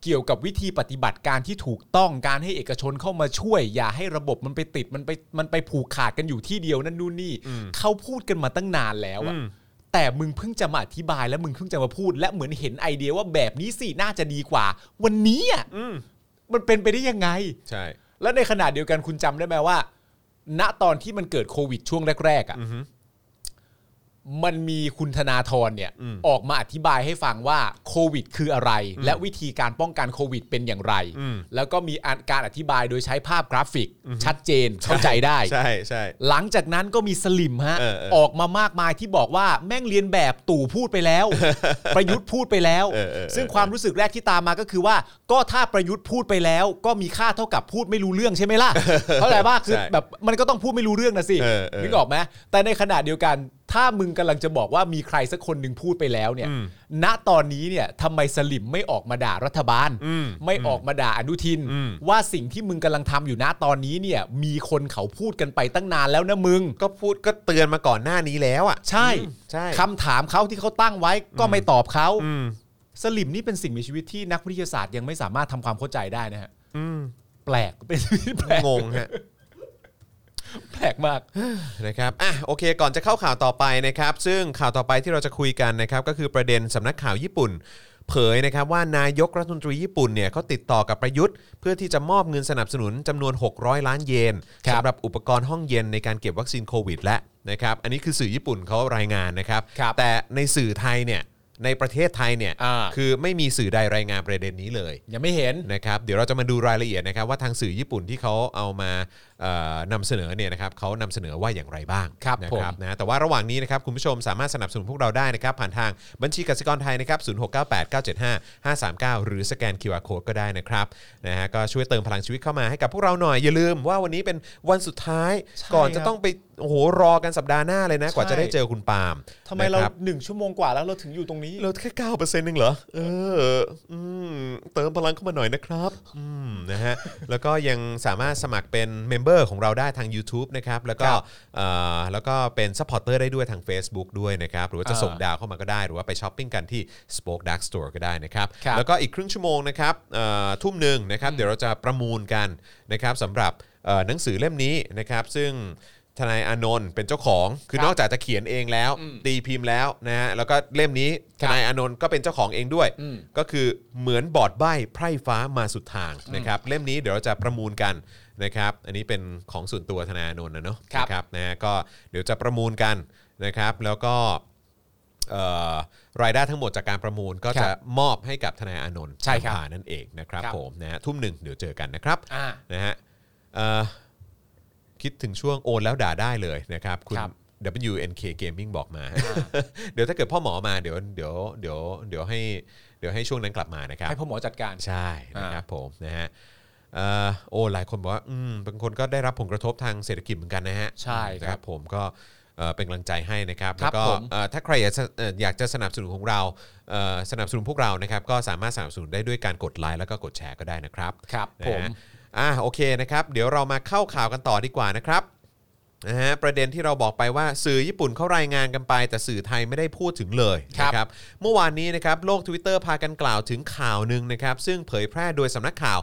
[SPEAKER 4] เกี่ยวกับวิธีปฏิบัติการที่ถูกต้องการให้เอกชนเข้ามาช่วย อย่าให้ระบบมันไปติดมันไปมันไปผูกขาดกันอยู่ที่เดียวนั่นนู่นนี่
[SPEAKER 2] อืม
[SPEAKER 4] เขาพูดกันมาตั้งนานแล้วอะ
[SPEAKER 2] อืม
[SPEAKER 4] แต่มึงเพิ่งจะมาอธิบายและมึงเพิ่งจะมาพูด และเหมือนเห็นไอเดียว่าแบบนี้สิน่าจะดีกว่า วันนี้อะ
[SPEAKER 2] อืม
[SPEAKER 4] มันเป็นไปได้ยังไง
[SPEAKER 2] ใช่
[SPEAKER 4] และในขณะเดียวกันคุณจำได้ไหมว่า ณตอนที่มันเกิดโควิดช่วงแรกๆอะ
[SPEAKER 2] อือฮึ
[SPEAKER 4] มันมีคุณธนาธรเนี่ย
[SPEAKER 2] อืม
[SPEAKER 4] ออกมาอธิบายให้ฟังว่าโควิด คืออะไร และวิธีการป้องกันโควิด เป็นอย่างไร
[SPEAKER 2] อืม
[SPEAKER 4] แล้วก็มีอันการอธิบายโดยใช้ภาพกราฟิก ชัดเจนเข้าใจได้
[SPEAKER 2] ใช่ใช่
[SPEAKER 4] หลังจากนั้นก็มีสลิมฮะ
[SPEAKER 2] เออเออ
[SPEAKER 4] ออกมามากมายที่บอกว่าแม่งเรียนแบบตู่พูดไปแล้ว ประยุทธ์พูดไปแล้ว
[SPEAKER 2] เออเออเออ
[SPEAKER 4] ซึ่งความรู้สึกแรกที่ตามมาก็คือว่า ก็ถ้าประยุทธ์พูดไปแล้ว ก็มีค่าเท่ากับพูดไม่รู้เรื่องใช่ ไหมล่ะ เข้าใจว่าคือ
[SPEAKER 2] ใช่
[SPEAKER 4] แบบมันก็ต้องพูดไม่รู้เรื่องนะสิ
[SPEAKER 2] เออเออ
[SPEAKER 4] นึกออกไหมแต่ในขณะเดียวกัน ถ้ามึงกำลังจะบอกว่ามีใครสักคนหนึ่งพูดไปแล้วเนี่ย
[SPEAKER 2] อืม
[SPEAKER 4] ณตอนนี้เนี่ยทำไมสลิมไม่ออกมาด่ารัฐบาล
[SPEAKER 2] อืม
[SPEAKER 4] ไม่ออกมาด่าอนุทิน
[SPEAKER 2] อืม
[SPEAKER 4] ว่าสิ่งที่มึงกำลังทำอยู่นะตอนนี้เนี่ย มีคนเขาพูดกันไปตั้งนานแล้วนะมึง
[SPEAKER 2] ก็พูดก็เตือนมาก่อนหน้านี้แล้วอ่ะ
[SPEAKER 4] ใช่
[SPEAKER 2] ใช่
[SPEAKER 4] คำถามเขาที่เขาตั้งไว้ก็ไม่ตอบเขา
[SPEAKER 2] อืม
[SPEAKER 4] สลิมนี่เป็นสิ่งมีชีวิตที่นักวิทยาศาสตร์ยังไม่สามารถทำความเข้าใจได้นะฮะ
[SPEAKER 2] อืม
[SPEAKER 4] แปลกเป็นสิ่งที่แปลก
[SPEAKER 2] งงฮะ
[SPEAKER 4] แปลกมาก
[SPEAKER 2] นะครับ อ่ะ โอเค ก่อนจะเข้าข่าวต่อไปนะครับ ซึ่งข่าวต่อไปที่เราจะคุยกันนะครับ ก็คือประเด็นสำนักข่าวญี่ปุ่น เผยนะครับว่านายกรัฐมนตรีญี่ปุ่นเนี่ยเขาติดต่อกับประยุทธ์ เพื่อที่จะมอบเงินสนับสนุนจำนวน 600 ล้านเยน
[SPEAKER 4] ครับ
[SPEAKER 2] สำหรับอุปกรณ์ห้องเย็นในการเก็บวัคซีนโควิด และนะครับ อันนี้คือสื่อญี่ปุ่นเขารายงานนะครับ
[SPEAKER 4] ครับ
[SPEAKER 2] แต่ในสื่อไทยเนี่ย ในประเทศไทยเนี่ย
[SPEAKER 4] อ่า
[SPEAKER 2] คือไม่มีสื่อใดรายงานประเด็นนี้เลย
[SPEAKER 4] ยังไม่เห็น
[SPEAKER 2] นะครับเดี๋ยวเราจะมาดูรายละเอียดนะครับว่าทางสื่อญี่ปุ่นที่เขาเอามาเอ่อนำเสนอเนี่ยนะครับเขานำเสนอว่าอย่างไรบ้าง
[SPEAKER 4] ครับ
[SPEAKER 2] นะ
[SPEAKER 4] ผม
[SPEAKER 2] นะแต่ว่าระหว่างนี้นะครับคุณผู้ชมสามารถสนับสนุนพวกเราได้นะครับ ผ่านทางบัญชีกสิกรไทยนะครับ0698 975 539 หรือสแกน QR Code ก็ได้นะครับนะฮะก็ช่วยเติมพลังชีวิตเข้ามาให้กับพวกเราหน่อยอย่าลืมว่าวันนี้เป็นวันสุดท้าย
[SPEAKER 4] ใช่
[SPEAKER 2] ก่อนจะ
[SPEAKER 4] ครับ
[SPEAKER 2] ต้องไปโอ้โหรอกันสัปดาห์หน้าเลยนะ กว่า
[SPEAKER 4] ใช่
[SPEAKER 2] จะได้เจอคุณปาล์ม
[SPEAKER 4] ทำไมเรา
[SPEAKER 2] นะคบ
[SPEAKER 4] หนึ่งชั่วโมงกว่าแล้วเราถึงอยู่ตรงนี้
[SPEAKER 2] เราแค่เก้าเปอร์เซ็นต์เองเหรอ เออ อืม เติมพลังเข้ามาหน่อยนะครับ อืม นะฮะ แล้วก็ยังสามารถสมัครเป็นเมมเบอร์ของเราได้ทาง YouTube นะครับ แล้วก็
[SPEAKER 4] ครับ
[SPEAKER 2] เอ่อแล้วก็เป็นซัพพอร์เตอร์ได้ด้วยทาง Facebook ด้วยนะครับ หรือว่าจะ
[SPEAKER 4] อ่า
[SPEAKER 2] ส่งดาวเข้ามาก็ได้ หรือว่าไปช้อปปิ้งกันที่ Spoke Dark Store ก็ได้นะครับ
[SPEAKER 4] ครับ
[SPEAKER 2] แล้วก็อีกครึ่งชั่วโมงนะครับเอ่อทุ่มหนึ่งนะครับ เดี๋ยวเราจะประมูลกันนะครับสำหรับเอ่อหนังสือเล่มนี้นะครับ ซึ่งทนายอานนท์เป็นเจ้าของ คือ
[SPEAKER 4] ครับ
[SPEAKER 2] นอกจากจะเขียนเองแล้ว ตีพิมพ์แล้วนะฮะ แล้วก็เล่มนี้ทนายอานนท์ก็เป็นเจ้าของเองด้วย
[SPEAKER 4] อืม
[SPEAKER 2] ก็คือเหมือนบอดใบไพร่ฟ้ามาสุดทางนะครับ เล่มนี้เดี๋ยวเราจะประมูลกันนะครับ อันนี้เป็นของส่วนตัวทนายอานนท์นะเนาะ
[SPEAKER 4] ครับ
[SPEAKER 2] นะครับนะฮะก็เดี๋ยวจะประมูลกันนะครับ แล้วก็เอ่อรายได้ทั้งหมดจากการประมูลก็
[SPEAKER 4] ครั
[SPEAKER 2] จะ
[SPEAKER 4] บ
[SPEAKER 2] มอบให้กับทนายอานนท์
[SPEAKER 4] ใช่ครับ
[SPEAKER 2] ผ่านนั่นเองนะครับ
[SPEAKER 4] ครับ
[SPEAKER 2] ผมนะฮะทุ่มหนึ่งเดี๋ยวเจอกันนะครับ
[SPEAKER 4] อ่า
[SPEAKER 2] นะฮะเอ่อคิดถึงช่วงโอนแล้วด่าได้เลยนะครับ คุณ
[SPEAKER 4] ครับ
[SPEAKER 2] WNK Gaming บอกมา เดี๋ยวถ้าเกิดพ่อหมอมาเดี๋ยวเดี๋ยวเดี๋ยวเดี๋ยวให้เดี๋ยวให้ช่วงนั้นกลับมานะครับ
[SPEAKER 4] ให้พ่อหมอจัดการ
[SPEAKER 2] ใช่นะครับผมนะฮะเอ่อโอ้หลายคนบอกว่าอืมบางคนก็ได้รับผลกระทบทางเศรษฐกิจเหมือนกันนะฮะ
[SPEAKER 4] ใช่ครับ
[SPEAKER 2] นะผมก็เอ่อเป็นกำลังใจให้นะครับ
[SPEAKER 4] ครับ
[SPEAKER 2] แล้วก็
[SPEAKER 4] ผม
[SPEAKER 2] เอ่อถ้าใครอยากจะเอ่ออยากจะสนับสนุนของเราเอ่อสนับสนุนพวกเรานะครับก็สามารถสนับสนุนได้ด้วยการกดไลค์แล้วก็กดแชร์ก็ได้นะครับ
[SPEAKER 4] ครับ
[SPEAKER 2] นะฮะ
[SPEAKER 4] ผม
[SPEAKER 2] อ่ะโอเคนะครับเดี๋ยวเรามาเข้าข่าวกันต่อดีกว่านะครับ นะฮะประเด็นที่เราบอกไปว่าสื่อญี่ปุ่นเขารายงานกันไป แต่สื่อไทยไม่ได้พูดถึงเลย
[SPEAKER 4] ครับ
[SPEAKER 2] นะครับเมื่อวานนี้นะครับโลก Twitter พากันกล่าวถึงข่าวหนึ่งนะครับซึ่งเผยแพร่โดยสำนักข่าว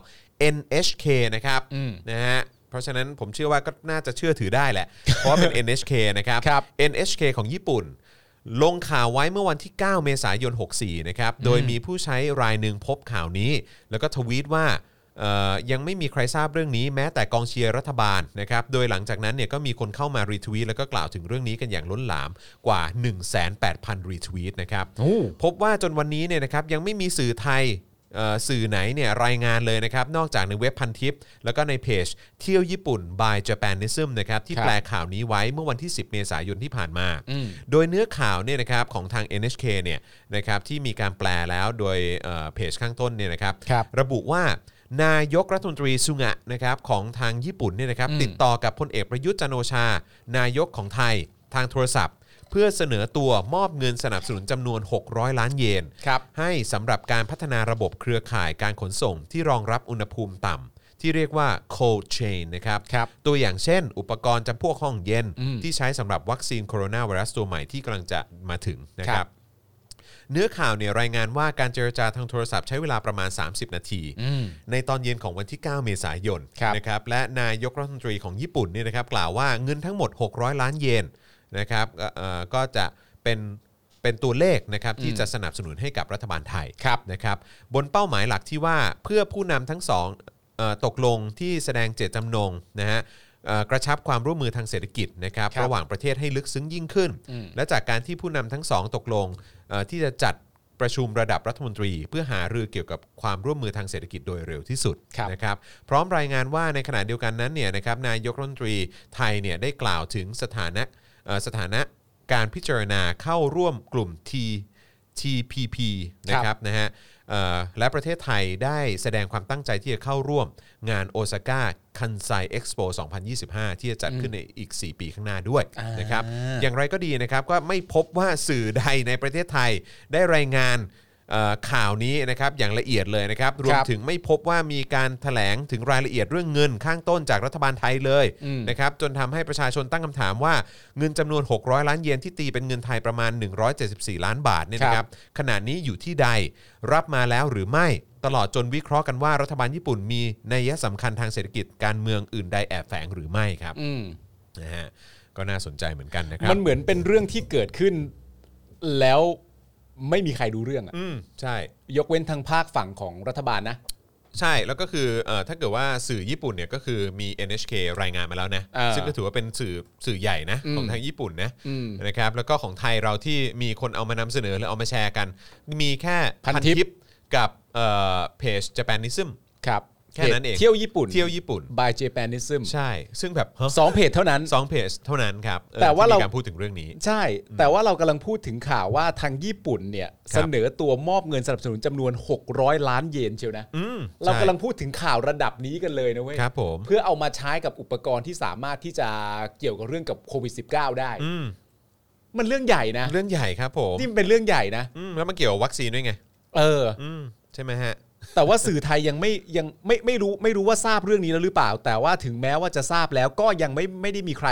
[SPEAKER 2] NHK นะครับ
[SPEAKER 4] อืม
[SPEAKER 2] นะฮะเพราะฉะนั้นผมเชื่อว่าก็น่าจะเชื่อถือได้แห ละ เพราะว่าเป็น NHK นะครับ
[SPEAKER 4] ครับ
[SPEAKER 2] NHK ของญี่ปุ่น ลงข่าวไว้เมื่อวันที่ 9 เมษายน 64 นะครับ โดยมีผู้ใช้รายหนึ่งพบข่าวนี้ แล้วก็ทวีตว่าเอ่อยังไม่มีใครทราบเรื่องนี้แม้แต่กองเชียร์รัฐบาลนะครับ โดยหลังจากนั้นเนี่ยก็มีคนเข้ามารีทวีตแล้วก็กล่าวถึงเรื่องนี้กันอย่างล้นหลามกว่า 18,000 รีทวีตนะครับ
[SPEAKER 4] โอ้
[SPEAKER 2] พบว่าจนวันนี้เนี่ยนะครับยังไม่มีสื่อไทยเอ่อสื่อไหนเนี่ยรายงานเลยนะครับ นอกจากในเว็บพันทิป แล้วก็ในเพจเที่ยวญี่ปุ่น by Japanism นะครับที่
[SPEAKER 4] ครับ
[SPEAKER 2] แปลข่าวนี้ไว้เมื่อวันที่ 10 เมษายนที่ผ่านมา
[SPEAKER 4] อืม
[SPEAKER 2] โดยเนื้อข่าวเนี่ยนะครับของทาง NHK เนี่ยนะครับที่มีการแปลแล้วโดยเอ่อเพจข้างต้นเนี่ยนะครับ
[SPEAKER 4] ครับ
[SPEAKER 2] ระบุว่านายกรัฐมนตรีสุงะนะครับของทางญี่ปุ่นเนี่ยนะครับ
[SPEAKER 4] อืม
[SPEAKER 2] ติดต่อกับพลเอกประยุทธ์จันทร์โอชา นายกของไทยทางโทรศัพท์ เพื่อเสนอตัวมอบเงินสนับสนุนจำนวน 600 ล้านเยน
[SPEAKER 4] ครับ
[SPEAKER 2] ให้สำหรับการพัฒนาระบบเครือข่ายการขนส่งที่รองรับอุณหภูมิต่ำที่เรียกว่า cold chain นะครับ
[SPEAKER 4] ครับ
[SPEAKER 2] ตัวอย่างเช่น อุปกรณ์จำพวกห้องเย็น ที่ใช้สำหรับวัคซีนโคโรนาไวรัสตัวใหม่ที่กำลังจะมาถึงนะค
[SPEAKER 4] ครั
[SPEAKER 2] รับ
[SPEAKER 4] บ
[SPEAKER 2] เนื้อข่าวเนี่ยรายงานว่าการเจรจาทางโทรศัพท์ใช้เวลาประมาณ 30 นาที
[SPEAKER 4] อืม
[SPEAKER 2] ในตอนเย็นของวันที่ 9 เมษายน
[SPEAKER 4] ครับ
[SPEAKER 2] นะครับและนายกรัฐมนตรีของญี่ปุ่นเนี่ยนะครับกล่าวว่าเงินทั้งหมด 600 ล้านเยนนะครับเอ่อเอ่อก็จะเป็นเป็นตัวเลขนะครับที่จะสนับสนุนให้กับรัฐบาลไทย
[SPEAKER 4] ครับ
[SPEAKER 2] นะครับบนเป้าหมายหลักที่ว่าเพื่อผู้นำทั้งสองเอ่อตกลงที่แสดงเจตจำนงนะฮะเอ่อกระชับความร่วมมือทางเศรษฐกิจนะครับ
[SPEAKER 4] ครับ
[SPEAKER 2] ระหว่างประเทศให้ลึกซึ้งยิ่งขึ้น และจากการที่ผู้นำทั้งสองตกลงเอ่อที่จะจัด ประชุมระดับรัฐมนตรี เพื่อหารือเกี่ยวกับความร่วมมือทางเศรษฐกิจโดยเร็วที่สุด
[SPEAKER 4] ครับ
[SPEAKER 2] นะครับพร้อมรายงานว่าในขณะเดียวกันนั้นเนี่ยนะครับนายกรัฐมนตรีไทยเนี่ยได้กล่าวถึงสถานะเอ่อสถานะการพิจารณาเข้าร่วมกลุ่ม T TPP นะค
[SPEAKER 4] ครั
[SPEAKER 2] รับบ นะฮะเอ่อและประเทศไทยได้แสดงความตั้งใจที่จะเข้าร่วมงานโอซาก้าคันไซเอ็กซ์โป2025 ที่จะจัดขึ้นในอีก 4 ปีข้างหน้าด้วยนะครับอย่างไรก็ดีนะครับก็ไม่พบว่าสื่อใดในประเทศไทยได้รายงานเอ่อข่าวนี้นะครับอย่างละเอียดเลยนะครับรวมถึงไม่พบว่ามีการถแถลงถึงรายละเอียดเรื่องเงินข้างต้นจากรัฐบาลไทยเลย
[SPEAKER 4] อืม
[SPEAKER 2] นะครับจนทำให้ประชาชนตั้งคำถามว่าเงินจำนวน 600 ล้านเยนที่ตีเป็นเงินไทยประมาณ 174 ล้านบาทเนี่ยนะครับ ขณะนี้อยู่ที่ใดรับมาแล้วหรือไม่ ตลอดจนวิเคราะห์กันว่ารัฐบาลญี่ปุ่นมีนัยสำคัญทางเศรษฐกิจการเมืองอื่นใดแอบแฝงหรือไม่ครับ
[SPEAKER 4] อืม
[SPEAKER 2] นะฮะก็น่าสนใจเหมือนกันนะครั
[SPEAKER 4] มันเหมือนเป็นเรื่องที่เกิดขึ้น แล้วไม่มีใครรู้เรื่องอะ
[SPEAKER 2] อืมใช่
[SPEAKER 4] ยกเว้นทางภาคฝั่งของรัฐบาลนะ
[SPEAKER 2] ใช่แล้วก็คือเอ่อถ้าเกิดว่าสื่อญี่ปุ่นเนี่ยก็คือมี NHK รายงานมาแล้วนะ
[SPEAKER 4] เออ
[SPEAKER 2] ซึ่งก็ถือว่าเป็นสื่อสื่อใหญ่นะ
[SPEAKER 4] อืม
[SPEAKER 2] ของทางญี่ปุ่นนะ
[SPEAKER 4] อืม
[SPEAKER 2] นะครับแล้วก็ของไทยเราที่มีคนเอามานำเสนอหรือเอามาแชร์กัน มีแค่
[SPEAKER 4] พันทิป
[SPEAKER 2] กับเอ่อเพจ Japanism
[SPEAKER 4] ครับ
[SPEAKER 2] แค่นั้นเอง
[SPEAKER 4] เที่ยวญี่ปุ่น
[SPEAKER 2] เที่ยวญี่ปุ่น
[SPEAKER 4] by Japanism
[SPEAKER 2] ใช่ ซึ่งแบบฮะ
[SPEAKER 4] สองเพจเท่านั้น
[SPEAKER 2] สองเพจเท่านั้นครับออ
[SPEAKER 4] แต่ว่า
[SPEAKER 2] ที่
[SPEAKER 4] เรา
[SPEAKER 2] มีการพูดถึงเรื่องนี้
[SPEAKER 4] ใช่ แต่ว่าเรากำลังพูดถึงข่าวว่าทางญี่ปุ่นเนี่ย
[SPEAKER 2] ครับ
[SPEAKER 4] เสนอตัวมอบเงินสนับสนุนจำนวน 600 ล้านเยนเชียวนะ
[SPEAKER 2] อืม
[SPEAKER 4] เรา
[SPEAKER 2] ใช่
[SPEAKER 4] กำลังพูดถึงข่าวระดับนี้กันเลยนะเว้ย
[SPEAKER 2] ครับผม
[SPEAKER 4] เพื่อเอามาใช้กับอุปกรณ์ที่สามารถที่จะเกี่ยวกับเรื่องกับโควิด -19 ได้
[SPEAKER 2] อืม
[SPEAKER 4] มันเรื่องใหญ่นะ
[SPEAKER 2] เรื่องใหญ่ครับผม
[SPEAKER 4] นี่มันเป็นเรื่องใหญ่นะ
[SPEAKER 2] อืมแล้วมันเกี่ยวกับวัคซีนด้วยไง
[SPEAKER 4] เออ
[SPEAKER 2] อืมใช่ไหมฮะ
[SPEAKER 4] แต่ว่าสื่อไทยยังไม่ยังไม่ไม่รู้ไม่รู้ว่าทราบเรื่องนี้แล้วหรือเปล่า แต่ว่าถึงแม้ว่าจะทราบแล้วก็ยังไม่ไม่ได้มีใคร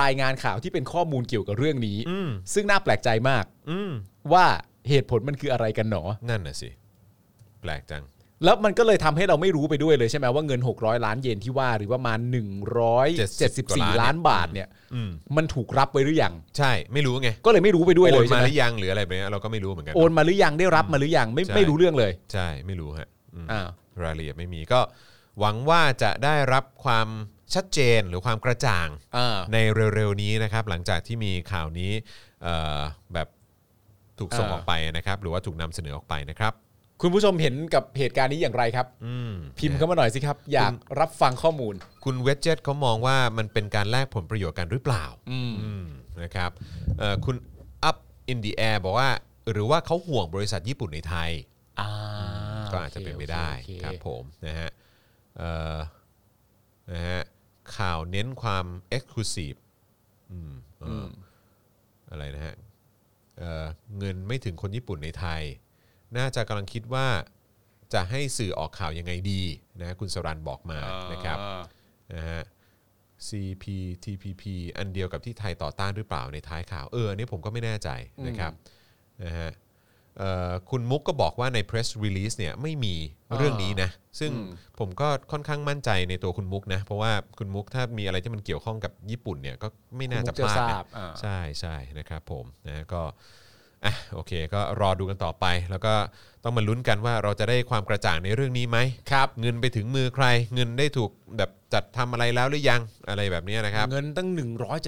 [SPEAKER 4] รายงานข่าวที่เป็นข้อมูลเกี่ยวกับเรื่องนี้
[SPEAKER 2] อืม
[SPEAKER 4] ซึ่งน่าแปลกใจมาก
[SPEAKER 2] อืม
[SPEAKER 4] ว่าเหตุผลมันคืออะไรกันหนอ
[SPEAKER 2] นั่นน่ะสิ แปลกจัง
[SPEAKER 4] แล้วมันก็เลยทำให้เราไม่รู้ไปด้วยเลยใช่ไหมว่าเงิน 600 ล้านเยนที่ว่าหรือประมาณ174 ล้านบาทเนี่ย
[SPEAKER 2] อืม
[SPEAKER 4] มันถูกรับไว้หรือยัง
[SPEAKER 2] ใช่ ไม่รู้ไง
[SPEAKER 4] ก็เลยไม่รู้ไปด้วยเล
[SPEAKER 2] โอย น
[SPEAKER 4] ใช่
[SPEAKER 2] มา
[SPEAKER 4] ไหม
[SPEAKER 2] หรือยังหรืออะไรแบบนี้เราก็ไม่รู้เหมือนกัน
[SPEAKER 4] โอนมาหรือยังได้รับมาหรือยังไม่
[SPEAKER 2] ใช่
[SPEAKER 4] ไม่รู้เรื่องเลย
[SPEAKER 2] ใช่ไม่รู้ฮะอืม
[SPEAKER 4] อ้าว
[SPEAKER 2] รายละเอียดไม่มีก็ หวังว่าจะได้รับความชัดเจนหรือความกระจ่าง
[SPEAKER 4] อ่า
[SPEAKER 2] ในเร็วๆนี้นะครับหลังจากที่มีข่าวนี้เอ่อแบบถูกส่ง
[SPEAKER 4] เออ
[SPEAKER 2] ออกไปนะครับ หรือว่าถูกนำเสนอออกไปนะครับ
[SPEAKER 4] คุณผู้ชมเห็นกับเหตุการณ์นี้อย่างไรครับ
[SPEAKER 2] อืม
[SPEAKER 4] พิมพ์เข้ามาหน่อยสิครับ อยากรับฟังข้อมูล
[SPEAKER 2] คุณเวจเจตเขามองว่ามันเป็นการแลกผลประโยชน์กันหรือเปล่าอืมนะครับเอ่อคุณ Up in the air บอกว่า หรือว่าเขาห่วงบริษัทญี่ปุ่นในไทย
[SPEAKER 4] อ่า
[SPEAKER 2] ก็อาจจะเป็นไปได้
[SPEAKER 4] โอเค
[SPEAKER 2] ครับผมนะฮะเอ่อนะฮะข่าวเน้นความ exclusive อืมเอ่อออะไรนะฮะเอ่อเงินไม่ถึงคนญี่ปุ่นในไทย น่าจะกำลังคิดว่าจะให้สื่อออกข่าวยังไงดีนะคุณสรันบอกมานะครับนะฮะ CPTPP อันเดียวกับที่ไทยต่อต้านหรือเปล่าในท้ายข่าวเอออันนี้ผมก็ไม่แน่ใจนะครับนะฮะเอ่อคุณมุกก็บอกว่าใน press release เนี่ยไม่มีเรื่องนี้นะ ซึ่งผมก็ค่อนข้างมั่นใจในตัวคุณมุกนะ เพราะว่าคุณมุกถ้ามีอะไรที่มันเกี่ยวข้องกับญี่ปุ่นเนี่ยก็ไม่น่าจะพลาด
[SPEAKER 4] คุณมุกจะทรา
[SPEAKER 2] นะ
[SPEAKER 4] บอ่า
[SPEAKER 2] ใช่ใช่นะครับผมนะก็อ่ะโอเค ก็รอดูกันต่อไป แล้วก็ต้องมาลุ้นกันว่าเราจะได้ความกระจ่างในเรื่องนี้ไหมครับเงินไปถึงมือใคร เงินได้ถูกแบบจัดทำอะไรแล้วหรือยังอะไรแบบเนี้ยนะครับ
[SPEAKER 4] เงินตั้ง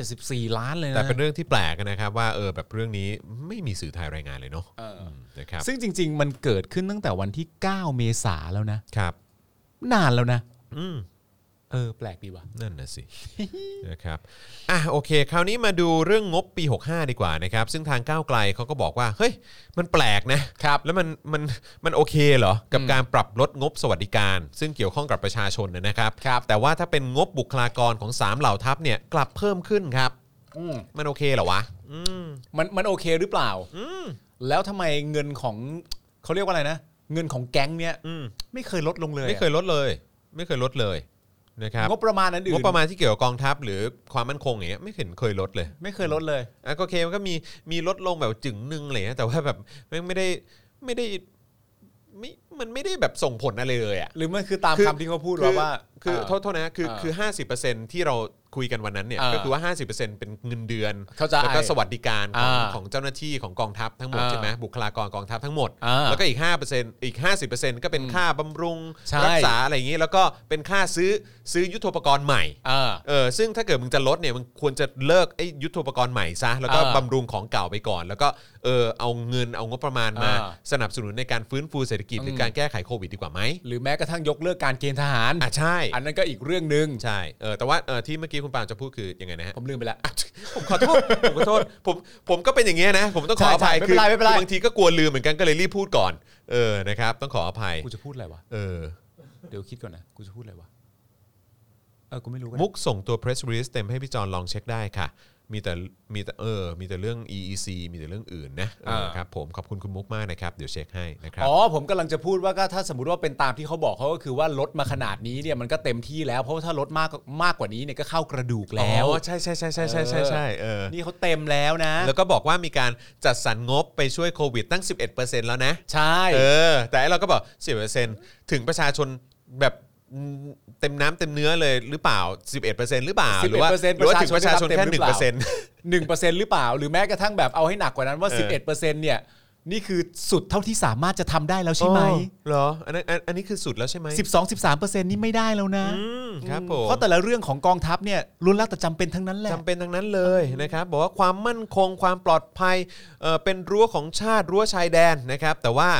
[SPEAKER 4] 174 ล้านเลยนะ
[SPEAKER 2] แต่เป็นเรื่องที่แปลกนะครับว่าเออแบบเรื่องนี้ไม่มีสื่อไทยรายงานเลยเนาะ
[SPEAKER 4] เออ
[SPEAKER 2] มนะครับ
[SPEAKER 4] ซึ่งจริง ๆ มันเกิดขึ้นตั้งแต่วันที่ 9 เมษาแล้วนะ
[SPEAKER 2] ครับ
[SPEAKER 4] นานแล้วนะ
[SPEAKER 2] อืม
[SPEAKER 4] เออ แปลกดีว่ะ
[SPEAKER 2] นั่นนะสิ นะครับอ่ะโอเค คราวนี้มาดูเรื่องงบปี 65 ดีกว่านะครับ ซึ่งทางก้าวไกลเขาก็บอกว่า เฮ้ย มันแปลกนะ ครับ แล้วมัน มัน มันโอเคเหรอ กับการปรับลดงบสวัสดิการ ซึ่งเกี่ยวข้องกับประชาชนนะครับ
[SPEAKER 4] ครับ
[SPEAKER 2] แต่ว่าถ้าเป็นงบบุคลากรของ 3 เหล่าทัพเนี่ย กลับเพิ่มขึ้นครับ
[SPEAKER 4] อืม
[SPEAKER 2] มันโอเคเหรอวะ อืม
[SPEAKER 4] มันมันโอเคหรือเปล่า
[SPEAKER 2] อืม
[SPEAKER 4] แล้วทำไมเงินของเขาเรียกว่าอะไรนะ เงินของแก๊งเนี่ย
[SPEAKER 2] อืม
[SPEAKER 4] ไม่เคยลดลงเลยอะ
[SPEAKER 2] ไม่เคยลดเลย ไม่เคยลดเลยนะครับ
[SPEAKER 4] งบประมาณนั้นอื่น
[SPEAKER 2] งบประมาณที่เกี่ยวกับกองทัพหรือความมั่นคงอย่างเงี้ยไม่เห็นเคยลดเลย
[SPEAKER 4] ไม่เคยลดเลย
[SPEAKER 2] อ่ะก็โอเคมันก็มีมีลดลงแบบจึงหนึ่งอะไรเลยแต่ว่าแบบแม่งไม่ได้ไม่ได้ไม่มันไม่ได้แบบส่งผลอะไรเลยอ่ะ
[SPEAKER 4] หรือมันคือตาม
[SPEAKER 2] คือ
[SPEAKER 4] คำที่เขาพูดว่าว่า
[SPEAKER 2] คือ
[SPEAKER 4] เอ่อ
[SPEAKER 2] โทษโทษนะคือ
[SPEAKER 4] เออ
[SPEAKER 2] คือห้าสิบเปอร์เซ็นที่เราคุยกันวันนั้นเนี่ย
[SPEAKER 4] เออ
[SPEAKER 2] ก็คือว่าห้าสิบเปอร์เซ็นเป็นเงินเดือน
[SPEAKER 4] เข้าใจ
[SPEAKER 2] แล้วก็สวัสดิการของ
[SPEAKER 4] อ่า
[SPEAKER 2] ของเจ้าหน้าที่ของกองทัพทั้งหมด
[SPEAKER 4] อ่า
[SPEAKER 2] ใช่ไหมบุคลากรกองทัพทั้งหมด
[SPEAKER 4] อ่า
[SPEAKER 2] แล้วก็อีกห้าเปอร์เซ็นอีกห้าสิบเปอร์เซ็นก็เป็นค่าบำรุง
[SPEAKER 4] ใช่
[SPEAKER 2] รัษาอะไรอย่างงี้ แล้วก็เป็นค่าซื้อซื้อยุทโธปกรณ์ใหม่
[SPEAKER 4] เออ
[SPEAKER 2] เออซึ่งถ้าเกิดมึงจะลดเนี่ยมึงควรจะเลิกไอ้ยุทโธปกรณ์ใหม่ซะแล้วก็
[SPEAKER 4] อ่า
[SPEAKER 2] บำรุงของเก่าไปก่อน แล้วก็เออเอาเงินเอางบประมาณมา
[SPEAKER 4] อ่า
[SPEAKER 2] สนับสนุนในการฟื้นฟูเศรษฐกิจหรืออ
[SPEAKER 4] ม
[SPEAKER 2] การแก้ไขโควิดดีกว่าไหม
[SPEAKER 4] หรือแม้กระทั่งยกเลิกการเกณฑ์ทหาร
[SPEAKER 2] อ่ะใช่
[SPEAKER 4] อันนั้นก็อีกเรื่องหนึ่ง
[SPEAKER 2] ใช่ เออ แต่ว่า เออ ที่เมื่อกี้คุณปาล์มจะพูดคือยังไงนะฮะ
[SPEAKER 4] ผมลืมไปแล้ว
[SPEAKER 2] ผมขอโทษ ผมขอโทษ ผม ผมก็เป็นอย่างเงี้ยนะ ผมต้องขออภั
[SPEAKER 4] ใช่
[SPEAKER 2] ย
[SPEAKER 4] ใช่
[SPEAKER 2] คือ
[SPEAKER 4] ไม่เป็นไรไม่เป็นไร
[SPEAKER 2] คือบางทีก็กลัวลืมเหมือนกันก็เลยรีบพูดก่อน เออ นะครับ ต้องขออภัย
[SPEAKER 4] กูจะพูดอะไรวะ
[SPEAKER 2] เออ
[SPEAKER 4] เดี๋ยวคิดก่อนนะ กูจะพูดอะไรวะ เออ กูไม่รู้กัน
[SPEAKER 2] มุกส่งตัว press release เต็มให้พี่จอนลองเช็คได้ค่ะ มีแต่ มีแต่ เออ มีแต่เรื่อง EEC มีแต่เรื่องอื่นนะเออครับ ผม ขอบคุณคุณมุกมากนะครับ เดี๋ยวเช็คให้นะครับ
[SPEAKER 4] อ๋อ ผมกำลังจะพูดว่าก็ถ้าสมมติว่าเป็นตามที่เขาบอกเขาก็คือว่าลดมาขนาดนี้เนี่ยมันก็เต็มที่แล้ว เพราะว่าถ้าลดมากมากกว่านี้เนี่ยก็เข้ากระดูกแล้ว
[SPEAKER 2] อ๋อ ใช่ใช่ใช่ใช่ใช่ใช่ใช่เออ
[SPEAKER 4] นี่เขาเต็มแล้วนะ
[SPEAKER 2] แล้วก็บอกว่ามีการจัดสรรงบไปช่วยโควิดตั้ง 11%แล้วนะ
[SPEAKER 4] ใช่
[SPEAKER 2] เออ แต่ไอ้เราก็บอกสิบเปอร์เซ็นถึงประชาชนแบบเต็มน้ำเต็มเนื้อเลยหรือเปล่า 11%หรือเปล่าหรือว่า
[SPEAKER 4] 11%
[SPEAKER 2] หรือว่าถึงประชาชนแค่
[SPEAKER 4] ได้รับเต็มหรื
[SPEAKER 2] 1%
[SPEAKER 4] อเปล่า หนึ่งเปอร์เซ็นต์หรือเปล่า หรือแม้กระทั่งแบบเอาให้หนักกว่านั้นว่าสิบเอ็ดเปอร์เซ็นต์เนี่ยนี่คือสุดเท่าที่สามารถจะทำได้แล้วใช่ไหม
[SPEAKER 2] อ๋อเหรออันนั้นอันอันนี้คือสุดแล้วใช่ไหม
[SPEAKER 4] สิบสองสิบสามเปอร์เซ็นต์นี่ไม่ได้แล้วนะ
[SPEAKER 2] อืมครับผม
[SPEAKER 4] เพราะแต่ละเรื่องของกองทัพเนี่ยล้วนแล้วแต่จำเป็นทั้งนั้นแหละ
[SPEAKER 2] จำเป็นทั้งนั้นเลยนะครับบอกว่าความมั่นคงความปลอดภัยเอ่อเป็นรั้วของชาติรั้วชายแดนนะครับ แต่ว่า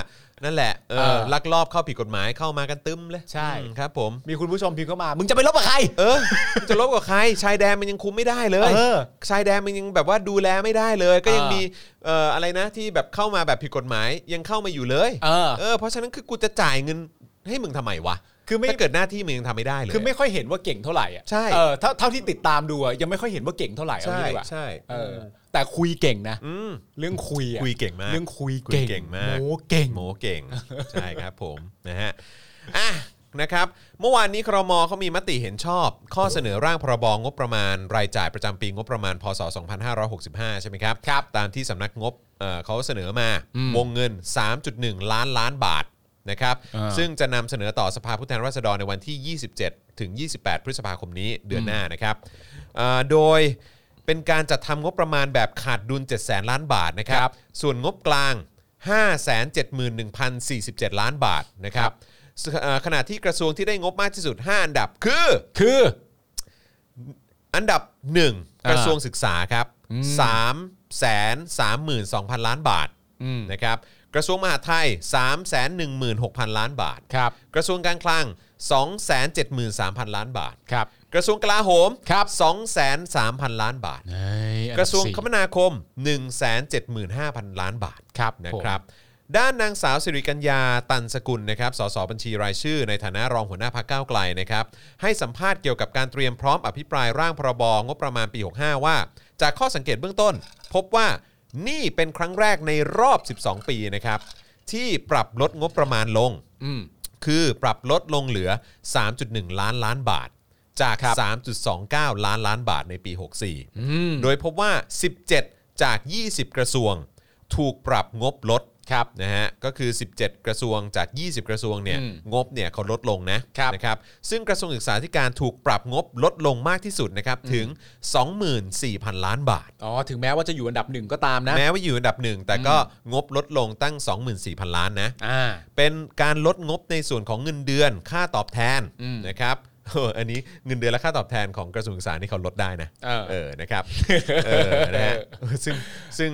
[SPEAKER 2] นั่นแหละเอ่อ
[SPEAKER 4] เออ
[SPEAKER 2] ลักลอบเข้าผิดกฎหมายเข้ามากันตึมเลย
[SPEAKER 4] ใช่
[SPEAKER 2] อืมครับผม
[SPEAKER 4] มีคุณผู้ชมพิมพ์เข้ามา มึงจะไปลบกับใคร
[SPEAKER 2] เออจะลบกับใครชายแดนมันยังคุมไม่ได้เลย
[SPEAKER 4] เออ
[SPEAKER 2] ชายแดนมันยังแบบว่าดูแลไม่ได้เลย ก็ยัง
[SPEAKER 4] เออ
[SPEAKER 2] มีเอ่ออะไรนะที่แบบเข้ามาแบบผิดกฎหมายยังเข้ามาอยู่เลย
[SPEAKER 4] เออ
[SPEAKER 2] เออเพราะฉะนั้นคือกูจะจ่ายเงินให้มึงทำไมวะ
[SPEAKER 4] คือไม่
[SPEAKER 2] ถ้าเกิดหน้าที่มึงยังทำไม่ได้เลย
[SPEAKER 4] คือไม่ค่อยเห็นว่าเก่งเท่าไหร่อ่ะ
[SPEAKER 2] ใช่
[SPEAKER 4] เออเท่าเท่าที่ติดตามดูอะยังไม่ค่อยเห็นว่าเก่งเท่าไหร่เอา
[SPEAKER 2] ใช่
[SPEAKER 4] งี้ดีกว่า
[SPEAKER 2] ใช่
[SPEAKER 4] เออ แต่คุยเก่งนะ
[SPEAKER 2] อืม
[SPEAKER 4] เรื่องคุยอะ
[SPEAKER 2] คุยเก่งมาก
[SPEAKER 4] เรื่องคุย
[SPEAKER 2] คุยเก่งมาก
[SPEAKER 4] โอ้เก่ง
[SPEAKER 2] โหมเก่ง ใช่ครับผม นะฮะอ่ะนะครับ เมื่อวานนี้ครมเขามีมติเห็นชอบ ข้อเสนอร่างพรบงบประมาณ รายจ่ายประจำปีงบประมาณพศ 2565 ใช่ไหมครับครับ ตามที่สำนักงบเอ่อเขาเสนอมา วงเงิน 3.1 ล้านล้านบาทนะครับ
[SPEAKER 4] อ่า
[SPEAKER 2] ซึ่งจะนำเสนอต่อสภาผู้แทนราษฎรในวันที่ 27 ถึง 28 พฤษภาคมนี้เดือนหน้านะครับเอ่อโดยเป็นการจัดทำงบประมาณแบบขาดดุล 7 แสนล้านบาทนะครับ ส่วนงบกลาง 571,047 ล้านบาทนะครับเอ่อขณะที่กระทรวงที่ได้งบมากที่สุด 5 อันดับคือ
[SPEAKER 4] คือ
[SPEAKER 2] อันดับ 1
[SPEAKER 4] อ่าก
[SPEAKER 2] ระทรวงศึกษาครับ3 3 2 0 0 0 ล้านบาท
[SPEAKER 4] อืม
[SPEAKER 2] นะครับกระทรวงมหาดไทย 3 1 6 0 0 0 ล้านบาท
[SPEAKER 4] ครับ
[SPEAKER 2] กระทรวงการคลัง 273,000 ล้านบาท
[SPEAKER 4] ครับ
[SPEAKER 2] กระทรวงกลาโหม
[SPEAKER 4] ครับ
[SPEAKER 2] 203,000 ล้านบาท กระทรวงคมนาคม 175,000 ล้านบาท
[SPEAKER 4] ครับ
[SPEAKER 2] นะครับ ด้านนางสาวสิริกัญญาตันสกุลนะครับ สสบัญชีรายชื่อในฐานะรองหัวหน้าพักก้าวไกลนะครับ ให้สัมภาษณ์เกี่ยวกับการเตรียมพร้อมอภิปรายร่างพรบงบประมาณปี 65 ว่า จากข้อสังเกตเบื้องต้น พบว่านี่เป็นครั้งแรกในรอบ 12 ปีนะครับ ที่ปรับลดงบประมาณลง
[SPEAKER 4] อืม
[SPEAKER 2] คือปรับลดลงเหลือ 3.1 ล้านล้านบาท จาก
[SPEAKER 4] ครับ
[SPEAKER 2] 3.29 ล้านล้านบาทในปี 64
[SPEAKER 4] อืม
[SPEAKER 2] โดยพบว่า 17 จาก 20 กระทรวง ถูกปรับงบลดครับนะฮะ ก็คือ 17 กระทรวงจาก 20 กระทรวงเนี่ย
[SPEAKER 4] อืม
[SPEAKER 2] งบเนี่ยเขาลดลงนะครับ นะครับ ซึ่งกระทรวงศึกษาธิการถูกปรับงบลดลงมากที่สุดนะครับถึง 24,000 ล้านบาท
[SPEAKER 4] อ๋อถึงแม้ว่าจะอยู่อันดับหนึ่งก็ตามนะ
[SPEAKER 2] แม้ว่าอยู่อันดับหนึ่งแต่ก็งบลดลงตั้ง 24,000 ล้านนะ
[SPEAKER 4] อ่า
[SPEAKER 2] เป็นการลดงบในส่วนของเงินเดือนค่าตอบแทน
[SPEAKER 4] อืม
[SPEAKER 2] นะครับ เอออันนี้เงินเดือนและค่าตอบแทนของกระทรวงศึกษานี่เขาลดได้นะ
[SPEAKER 4] เออ
[SPEAKER 2] นะครับเออนะฮะซึ่งซึ่ง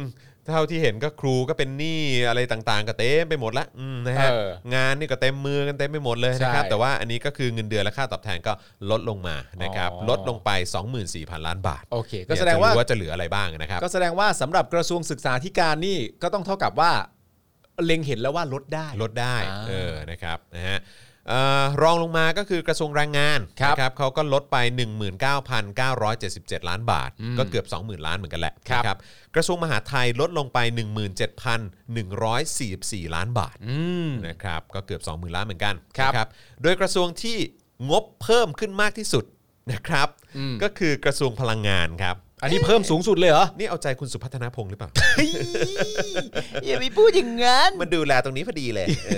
[SPEAKER 2] เท่าที่เห็นก็ครูก็เป็นหนี้อะไรต่างๆ ก็เต็มไปหมดละอืมนะฮะ
[SPEAKER 4] เออง
[SPEAKER 2] านนี่ก็เต็มมือกันเต็มไปหมดเลยนะครับ
[SPEAKER 4] ใช่
[SPEAKER 2] แต่ว่าอันนี้ก็คือเงินเดือนและค่าตอบแทนก็ลดลงมานะครับ
[SPEAKER 4] อ๋อ
[SPEAKER 2] ลดลงไป 24,000 ล้านบาท
[SPEAKER 4] โอเค ก็แสดง
[SPEAKER 2] เนี่ยจะ
[SPEAKER 4] ว่า
[SPEAKER 2] รู้ว่าจะเหลืออะไรบ้างนะครับ
[SPEAKER 4] ก็แสดงว่าสำหรับกระทรวงศึกษาธิการนี่ก็ต้องเท่ากับว่า เล็งเห็นแล้วว่าลดได้
[SPEAKER 2] ลดได้
[SPEAKER 4] อ่า
[SPEAKER 2] เออนะครับนะฮะ เอ่อรองลงมาก็คือกระทรวงแรงงาน
[SPEAKER 4] ครับ
[SPEAKER 2] นะเขาก็ลดไป 19,977 ล้านบาท ก็เกือบ 20,000 ล้านเหมือนกันแหละนะครับกระทรวงมหาดไทยลดลงไป 17,144 ล้านบาท
[SPEAKER 4] อืม
[SPEAKER 2] นะครับก็เกือบ 20,000 ล้านเหมือนกัน
[SPEAKER 4] ครับ
[SPEAKER 2] นะโดยกระทรวงที่งบเพิ่มขึ้นมากที่สุดนะครับ
[SPEAKER 4] อืม
[SPEAKER 2] ก็คือกระทรวงพลังงานครับ
[SPEAKER 4] อันนี้เพิ่มสูงสุดเลยเหรอ
[SPEAKER 2] นี่เอาใจคุณสุพัฒนาพงศ์หรือเปล่า
[SPEAKER 3] อย่าไปพูดอย่างนั้น
[SPEAKER 2] มันดูแลตรงนี้พอดีเลยเอ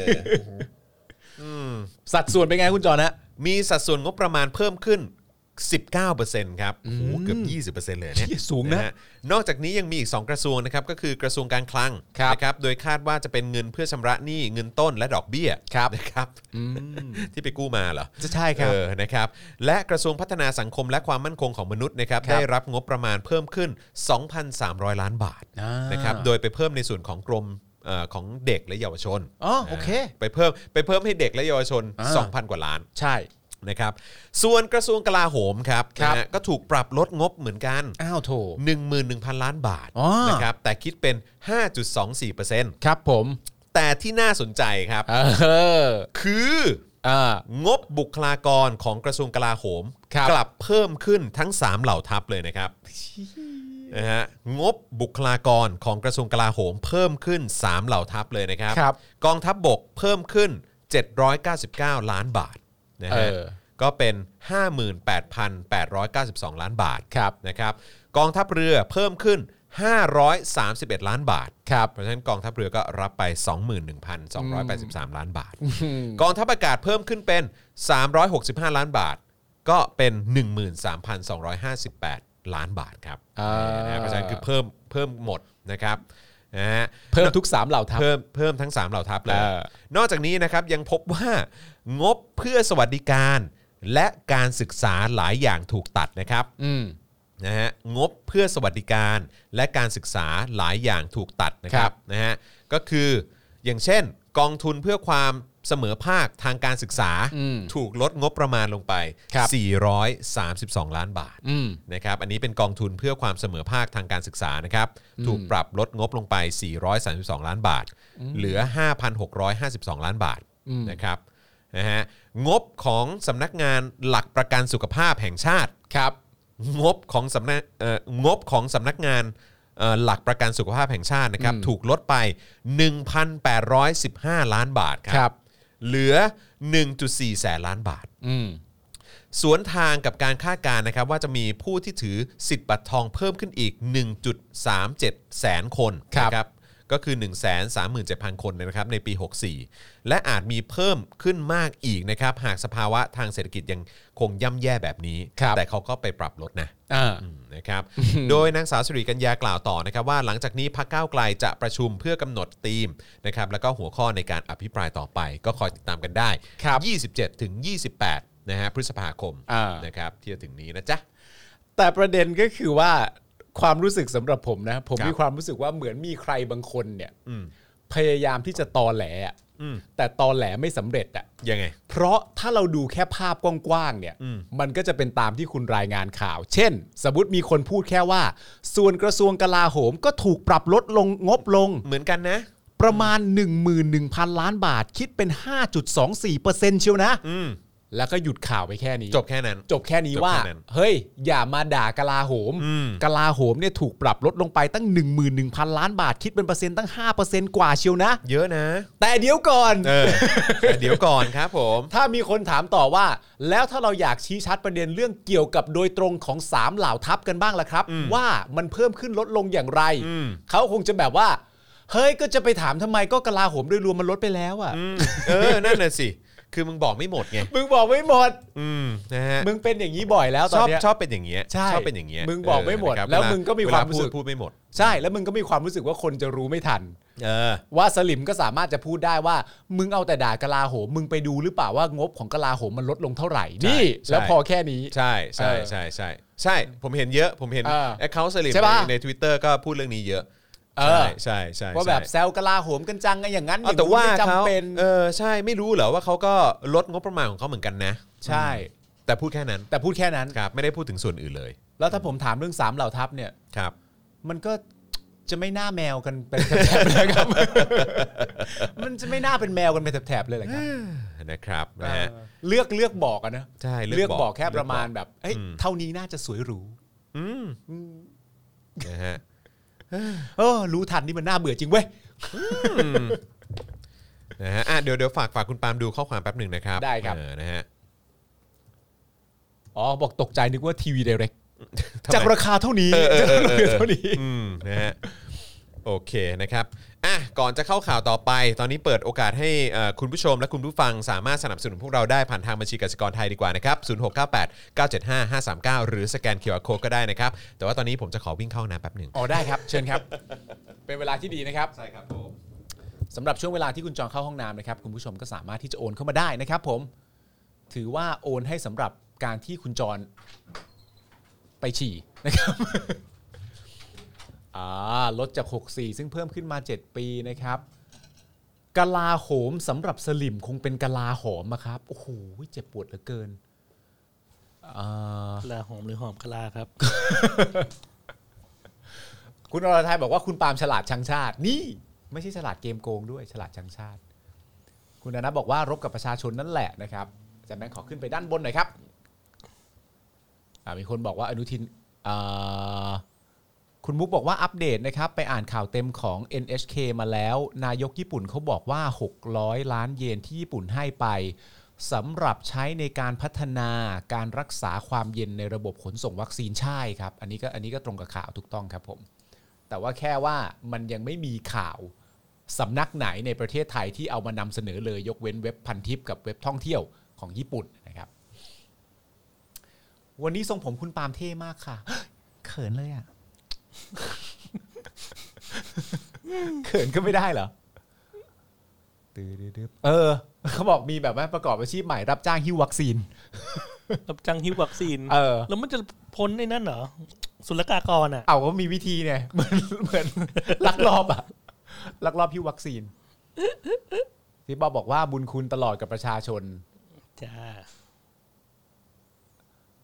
[SPEAKER 2] อ
[SPEAKER 4] สัดส่วนเป็นไงคุณจอนะ
[SPEAKER 2] มีสัดส่วนงบประมาณเพิ่มขึ้น 19%ครับโอ้โหเกือบ20%เลยเนี่ย
[SPEAKER 4] เหี้ยสูงนะ
[SPEAKER 2] ฮนอกจากนี้ยังมีอีก 2 กระทรวงนะครับ ก็คือกระทรวงการคลัง
[SPEAKER 4] ครับ
[SPEAKER 2] นะครับโดยคาดว่าจะเป็นเงินเพื่อชำระหนี้เงินต้นและดอกเบี้ย
[SPEAKER 4] ครับ
[SPEAKER 2] นะครับที่ไปกู้มาเหรอ
[SPEAKER 4] จะใช่ครับ
[SPEAKER 2] เออ นะครับ และกระทรวงพัฒนาสังคมและความมั่นคงของมนุษย์นะครับ
[SPEAKER 4] ครับ
[SPEAKER 2] ได้รับงบประมาณเพิ่มขึ้น 2,300 ล้านบาท
[SPEAKER 4] อ่าน
[SPEAKER 2] นะครับ โดยไปเพิ่มในส่วนของกรมเอ่อของเด็กและเยาวชน
[SPEAKER 4] อ๋อโอเค
[SPEAKER 2] ไปเพิ่มไปเพิ่มให้เด็กและเยาวชน
[SPEAKER 4] อ่า
[SPEAKER 2] 2,000 กว่าล้าน
[SPEAKER 4] ใช่
[SPEAKER 2] นะครับ ส่วนกระทรวงกลาโหมครับ
[SPEAKER 4] ครับ
[SPEAKER 2] นะฮะก็ถูกปรับลดงบเหมือนกัน
[SPEAKER 4] อ้าวโถ
[SPEAKER 2] 11,000 ล้านบาท
[SPEAKER 4] อ๋อ
[SPEAKER 2] นะครับ แต่คิดเป็น 5.24%
[SPEAKER 4] ครับผม
[SPEAKER 2] แต่ที่น่าสนใจครับ
[SPEAKER 4] เออ
[SPEAKER 2] คือ
[SPEAKER 4] อ่า
[SPEAKER 2] งบบุคลากรของกระทรวงกลาโหม
[SPEAKER 4] ครับ
[SPEAKER 2] กลับเพิ่มขึ้นทั้ง 3 เหล่าทัพเลยนะครับนะฮะงบบุคลากรของกระทรวงกลาโหม เพิ่มขึ้น 3 เหล่าทัพเลยนะครับ
[SPEAKER 4] ครับ
[SPEAKER 2] กองทัพบกเพิ่มขึ้น 799 ล้านบาทนะฮะ
[SPEAKER 4] เออ
[SPEAKER 2] ก็เป็น 58,892 ล้านบาท
[SPEAKER 4] ครับ
[SPEAKER 2] นะครับ กองทัพเรือเพิ่มขึ้น 531 ล้านบาท
[SPEAKER 4] ครับ
[SPEAKER 2] เพราะฉะนั้นกองทัพเรือก็รับไป 21,283 ล้านบาท กองทัพอากาศเพิ่มขึ้นเป็น 365 ล้านบาท ก็เป็น 13,258 ล้านบาทครับ
[SPEAKER 4] อ่า
[SPEAKER 2] นะฮะเพราะฉะนั้นคือเพิ่มเพิ่มหมดนะครับนะฮะ
[SPEAKER 4] เพิ่มทุกสามเหล่าทัพ
[SPEAKER 2] เพิ่มเพิ่มทั้ง 3 เหล่าทัพเลย
[SPEAKER 4] เออ
[SPEAKER 2] นอกจากนี้นะครับยังพบว่า งบเพื่อสวัสดิการ และการศึกษาหลายอย่างถูกตัดนะครับ
[SPEAKER 4] อืม
[SPEAKER 2] นะฮะงบเพื่อสวัสดิการและการศึกษาหลายอย่างถูกตัดนะครั
[SPEAKER 4] ครับ บ
[SPEAKER 2] นะฮะก็คืออย่างเช่น กองทุนเพื่อความเสมอภาคทางการศึกษา ถูกลดงบประมาณลงไป
[SPEAKER 4] ครับ
[SPEAKER 2] 432 ล้านบาท
[SPEAKER 4] อืม
[SPEAKER 2] นะครับอันนี้เป็นกองทุนเพื่อความเสมอภาคทางการศึกษานะครับถูกปรับลดงบลงไป 432 ล้านบาท เหลือ 5,652 ล้านบาทนะครับนะฮะงบของสำนักงานหลักประกันสุขภาพแห่งชาติครับงบของสำนักเอ่องบของสำนักงานเอ่อหลักประกันสุขภาพแห่งชาตินะครับถูกลดไป 1,815 ล้านบาทค
[SPEAKER 4] ครั
[SPEAKER 2] รับ เหลือ 1.4 แสนล้านบาท
[SPEAKER 4] อืม
[SPEAKER 2] สวนทางกับการคาดการณ์นะครับว่าจะมีผู้ที่ถือสิทธิ์บัตรทองเพิ่มขึ้นอีก 1.37 แสนคน
[SPEAKER 4] ครับ
[SPEAKER 2] นะครับก็คือ 1 3 7 0 0 0 คนนะครับในปี 64 และอาจมีเพิ่มขึ้นมากอีกนะครับหากสภาวะทางเศรษฐกิจยังคงย่ำแย่แบบนี้
[SPEAKER 4] ครับ
[SPEAKER 2] แต่เขาก็ไปปรับลดนะ
[SPEAKER 4] อ่า
[SPEAKER 2] อืม นะครับ โดยนางสาวสิริกัญญากล่าวต่อนะครับว่าหลังจากนี้พักก้าวไกลจะประชุมเพื่อกำหนดธีมนะครับแล้วก็หัวข้อในการอภิปรายต่อไป ก็คอยติดตามกันได้
[SPEAKER 4] ครับ
[SPEAKER 2] 27 ถึง 28 นะฮะพฤษภาคม
[SPEAKER 4] อ่า
[SPEAKER 2] นะครับที่จะถึงนี้นะจ๊ะ
[SPEAKER 4] แต่ประเด็นก็คือว่าความรู้สึกสำหรับผมนะ ผม
[SPEAKER 2] ครับ
[SPEAKER 4] มีความรู้สึกว่าเหมือนมีใครบางคนเนี่ย
[SPEAKER 2] อืม
[SPEAKER 4] พยายามที่จะตอแหลอะ
[SPEAKER 2] อืม
[SPEAKER 4] แต่ตอแหลไม่สำเร็จอ่ะ
[SPEAKER 2] ยังไง
[SPEAKER 4] เพราะถ้าเราดูแค่ภาพกว้างๆเนี่ย
[SPEAKER 2] อืม
[SPEAKER 4] มันก็จะเป็นตามที่คุณรายงานข่าว เช่น สมมติมีคนพูดแค่ว่า ส่วนกระทรวงกลาโหมก็ถูกปรับลดลงงบลง
[SPEAKER 2] เหมือนกันนะ
[SPEAKER 4] ประมาณ 11,000 ล้านบาท คิดเป็น 5.24%เชียวนะ
[SPEAKER 2] อืม
[SPEAKER 4] แล้วก็หยุดข่าวไปแค่นี้
[SPEAKER 2] จบแค่นั้น
[SPEAKER 4] จบแค่นี้
[SPEAKER 2] จบ
[SPEAKER 4] ว่า
[SPEAKER 2] แค่นั้น
[SPEAKER 4] เฮ้ย อย่ามาด่ากลาโหม
[SPEAKER 2] อืม
[SPEAKER 4] กลาโหมเนี่ยถูกปรับลดลงไปตั้ง 11,000 ล้านบาท คิดเป็นเปอร์เซ็นต์ตั้ง 5%กว่าเชียวนะ
[SPEAKER 2] เยอะนะ
[SPEAKER 4] แต่เดี๋ยวก่อน
[SPEAKER 2] เออ เดี๋ยวก่อน ครับผม
[SPEAKER 4] ถ้ามีคนถามต่อว่า แล้วถ้าเราอยากชี้ชัดประเด็นเรื่องเกี่ยวกับโดยตรงของสามเหล่าทัพกันบ้างล่ะครับ ว่ามันเพิ่มขึ้นลดลงอย่างไร
[SPEAKER 2] อืม
[SPEAKER 4] เขาคงจะแบบว่า เฮ้ยก็จะไปถามทำไมก็กลาโหมโดยรวมมันลดไปแล้วอะ่ะ
[SPEAKER 2] อืมเออ นั่นน่ะสิ คือมึงบอกไม่หมดไง
[SPEAKER 4] มึงบอกไม่หมด
[SPEAKER 2] อืมนะฮะ
[SPEAKER 4] มึงเป็นอย่างนี้บ่อยแล้วต
[SPEAKER 2] ชอ
[SPEAKER 4] อน
[SPEAKER 2] บ
[SPEAKER 4] เนี้ย
[SPEAKER 2] ชอบเป็นอย่างเงี้ย
[SPEAKER 4] ใช่
[SPEAKER 2] อบเป็นอย่างเงี้ย
[SPEAKER 4] มึงบอกไม่หมด
[SPEAKER 2] เนะครับ
[SPEAKER 4] แล้ว
[SPEAKER 2] เา
[SPEAKER 4] มึงก็มีความ
[SPEAKER 2] เล
[SPEAKER 4] รู้สึก
[SPEAKER 2] พูดพูดไม่หมด
[SPEAKER 4] ใช่แล้วมึงก็มีความรู้สึกว่าคนจะรู้ไม่ทัน
[SPEAKER 2] เออ
[SPEAKER 4] ว่าสลิมก็สามารถจะพูดได้ว่า มึงเอาแต่ด่ากลาโหม มึงไปดูหรือเปล่าว่างบของกลาโหมมันลดลงเท่าไหร่นี่
[SPEAKER 2] ใช่
[SPEAKER 4] แล้วพอแค่นี้
[SPEAKER 2] ใช่ใช่
[SPEAKER 4] เออ
[SPEAKER 2] ใช่ใช่ใช่ ผมเห็นเยอะ ผมเห็น
[SPEAKER 4] เออ
[SPEAKER 2] แอคเคาท์สลิม
[SPEAKER 4] ใช่ปะ
[SPEAKER 2] ในทวิตเตอร์ก็พูดเรื่องนี้เยอะ
[SPEAKER 4] เออ
[SPEAKER 2] ใช่ใช่ใช่
[SPEAKER 4] ว่าแบบแซ
[SPEAKER 2] ใช่
[SPEAKER 4] วกลาโหมกันจังไงอย่างนั้นอ
[SPEAKER 2] เอา
[SPEAKER 4] ย่าง
[SPEAKER 2] แต่
[SPEAKER 4] นู้น
[SPEAKER 2] ว่า
[SPEAKER 4] ไม่
[SPEAKER 2] เขา
[SPEAKER 4] จำเป็น
[SPEAKER 2] เออใช่ไม่รู้เหรอว่าเขาก็ลดงบประมาณของเขาเหมือนกันนะ
[SPEAKER 4] ใช่
[SPEAKER 2] แต่พูดแค่นั้น
[SPEAKER 4] แต่พูดแค่นั้น
[SPEAKER 2] ครับไม่ได้พูดถึงส่วนอื่นเลย
[SPEAKER 4] แล้วถ้าผมถามเรื่องสามเหล่าทัพเนี่ย
[SPEAKER 2] ครับ
[SPEAKER 4] มันก็ จะไม่หน้าแมวกัน เป็นแถบๆเลยครับ มันจะไม่น่าเป็นแมวกันเป็นแถบๆเลยเหรอครับ
[SPEAKER 2] นะครับนะฮะ
[SPEAKER 4] เลือกเลือกบอกอะนะ
[SPEAKER 2] ใช่เลือก
[SPEAKER 4] เลือกบอกแค่
[SPEAKER 2] บอก
[SPEAKER 4] ประมาณแบบเอ้ยเท่านี้น่าจะสวยหรู
[SPEAKER 2] อืมนะฮะ
[SPEAKER 4] เออรู้ทันนี่มันน่าเบื่อจริงเว้ย
[SPEAKER 2] นะฮะอ่ะเดี๋ยวเดี๋ยวฝากฝากคุณปาล์มดูข้อความแป๊บหนึ่งนะครับ
[SPEAKER 4] ได้ครับ
[SPEAKER 2] เออนะฮะ
[SPEAKER 4] อ๋อบอกตกใจนึกว่าทีวีเดเรก
[SPEAKER 2] ทำไม
[SPEAKER 4] จากราคาเท่านี้จากราคาเท่านี้
[SPEAKER 2] อืมนะฮะโอเคนะครับอ่ะก่อนจะเข้าข่าวต่อไป ตอนนี้เปิดโอกาสให้เอ่อคุณผู้ชมและคุณผู้ฟังสามารถสนับสนุนพวกเราได้ผ่านทางบัญชีกสิกรไทยดีกว่านะครับ 0698 975 539 หรือสแกน QR Code ก็ได้นะครับ แต่ว่าตอนนี้ผมจะขอวิ่งเข้าน้ำแป๊บหนึ่ง
[SPEAKER 4] อ๋อได้ครับ เชิญครับ เป็นเวลาที่ดีนะครับ
[SPEAKER 2] ใช่ครับผม
[SPEAKER 4] สำหรับช่วงเวลาที่คุณจองเข้าห้องน้ำนะครับ คุณผู้ชมก็สามารถที่จะโอนเข้ามาได้นะครับ ผม ถือว่าโอนให้สำหรับการที่คุณจรไปฉี่นะครับ อ่าลดจาก 64 ซึ่งเพิ่มขึ้นมา 7 ปีนะครับกลาโหมสำหรับสลิมคงเป็นกลาหอมอะครับโอ้โหเจ็บปวดเหลือเกินอ่า
[SPEAKER 5] กะลาหอมหรือหอมกะลาครับ
[SPEAKER 4] คุณอรทัยบอกว่าคุณปาล์มฉลาดชังชาติ นี่ ไม่ใช่ฉลาดเกมโกงด้วยฉลาดชังชาติ คุณอนัทบอกว่ารบกับประชาชนนั่นแหละนะครับอาจารย์แบงค์ขอขึ้นไปด้านบนหน่อยครับอ่ามีคนบอกว่าอนุทินอ่าคุณมุกบอกว่าอัปเดตนะครับ ไปอ่านข่าวเต็มของ NHK มาแล้ว นายกญี่ปุ่นเขาบอกว่า 600 ล้านเยนที่ญี่ปุ่นให้ไปสำหรับใช้ในการพัฒนาการรักษาความเย็นในระบบขนส่งวัคซีนใช่ครับ อันนี้ก็อันนี้ก็ตรงกับข่าวถูกต้องครับผม แต่ว่าแค่ว่ามันยังไม่มีข่าวสำนักไหนในประเทศไทยที่เอามานำเสนอเลยยกเว้นเว็บพันทิปกับเว็บท่องเที่ยวของญี่ปุ่นนะครับ วันนี้ทรงผมคุณปาล์มเท่มากค่ะ เขินเลยอ่ะ เขินก็ไม่ได้เหรอตื้อดื้อดื้อเออ เขาบอกมีแบบว่าประกอบอาชีพใหม่รับจ้างฮิววัคซีน
[SPEAKER 5] รับจังฮิววัคซีน
[SPEAKER 4] เออ
[SPEAKER 5] แล้วมันจะพ้นในนั่นเหรอ ศุลกากรอ่ะ
[SPEAKER 4] เอาก็มีวิธีเนี่ยเหมือนเหมือนลักลอบอะลักลอบพิววัคซีนที่บอบอกว่าบุญคุณตลอดกับประชาชน
[SPEAKER 5] จ้า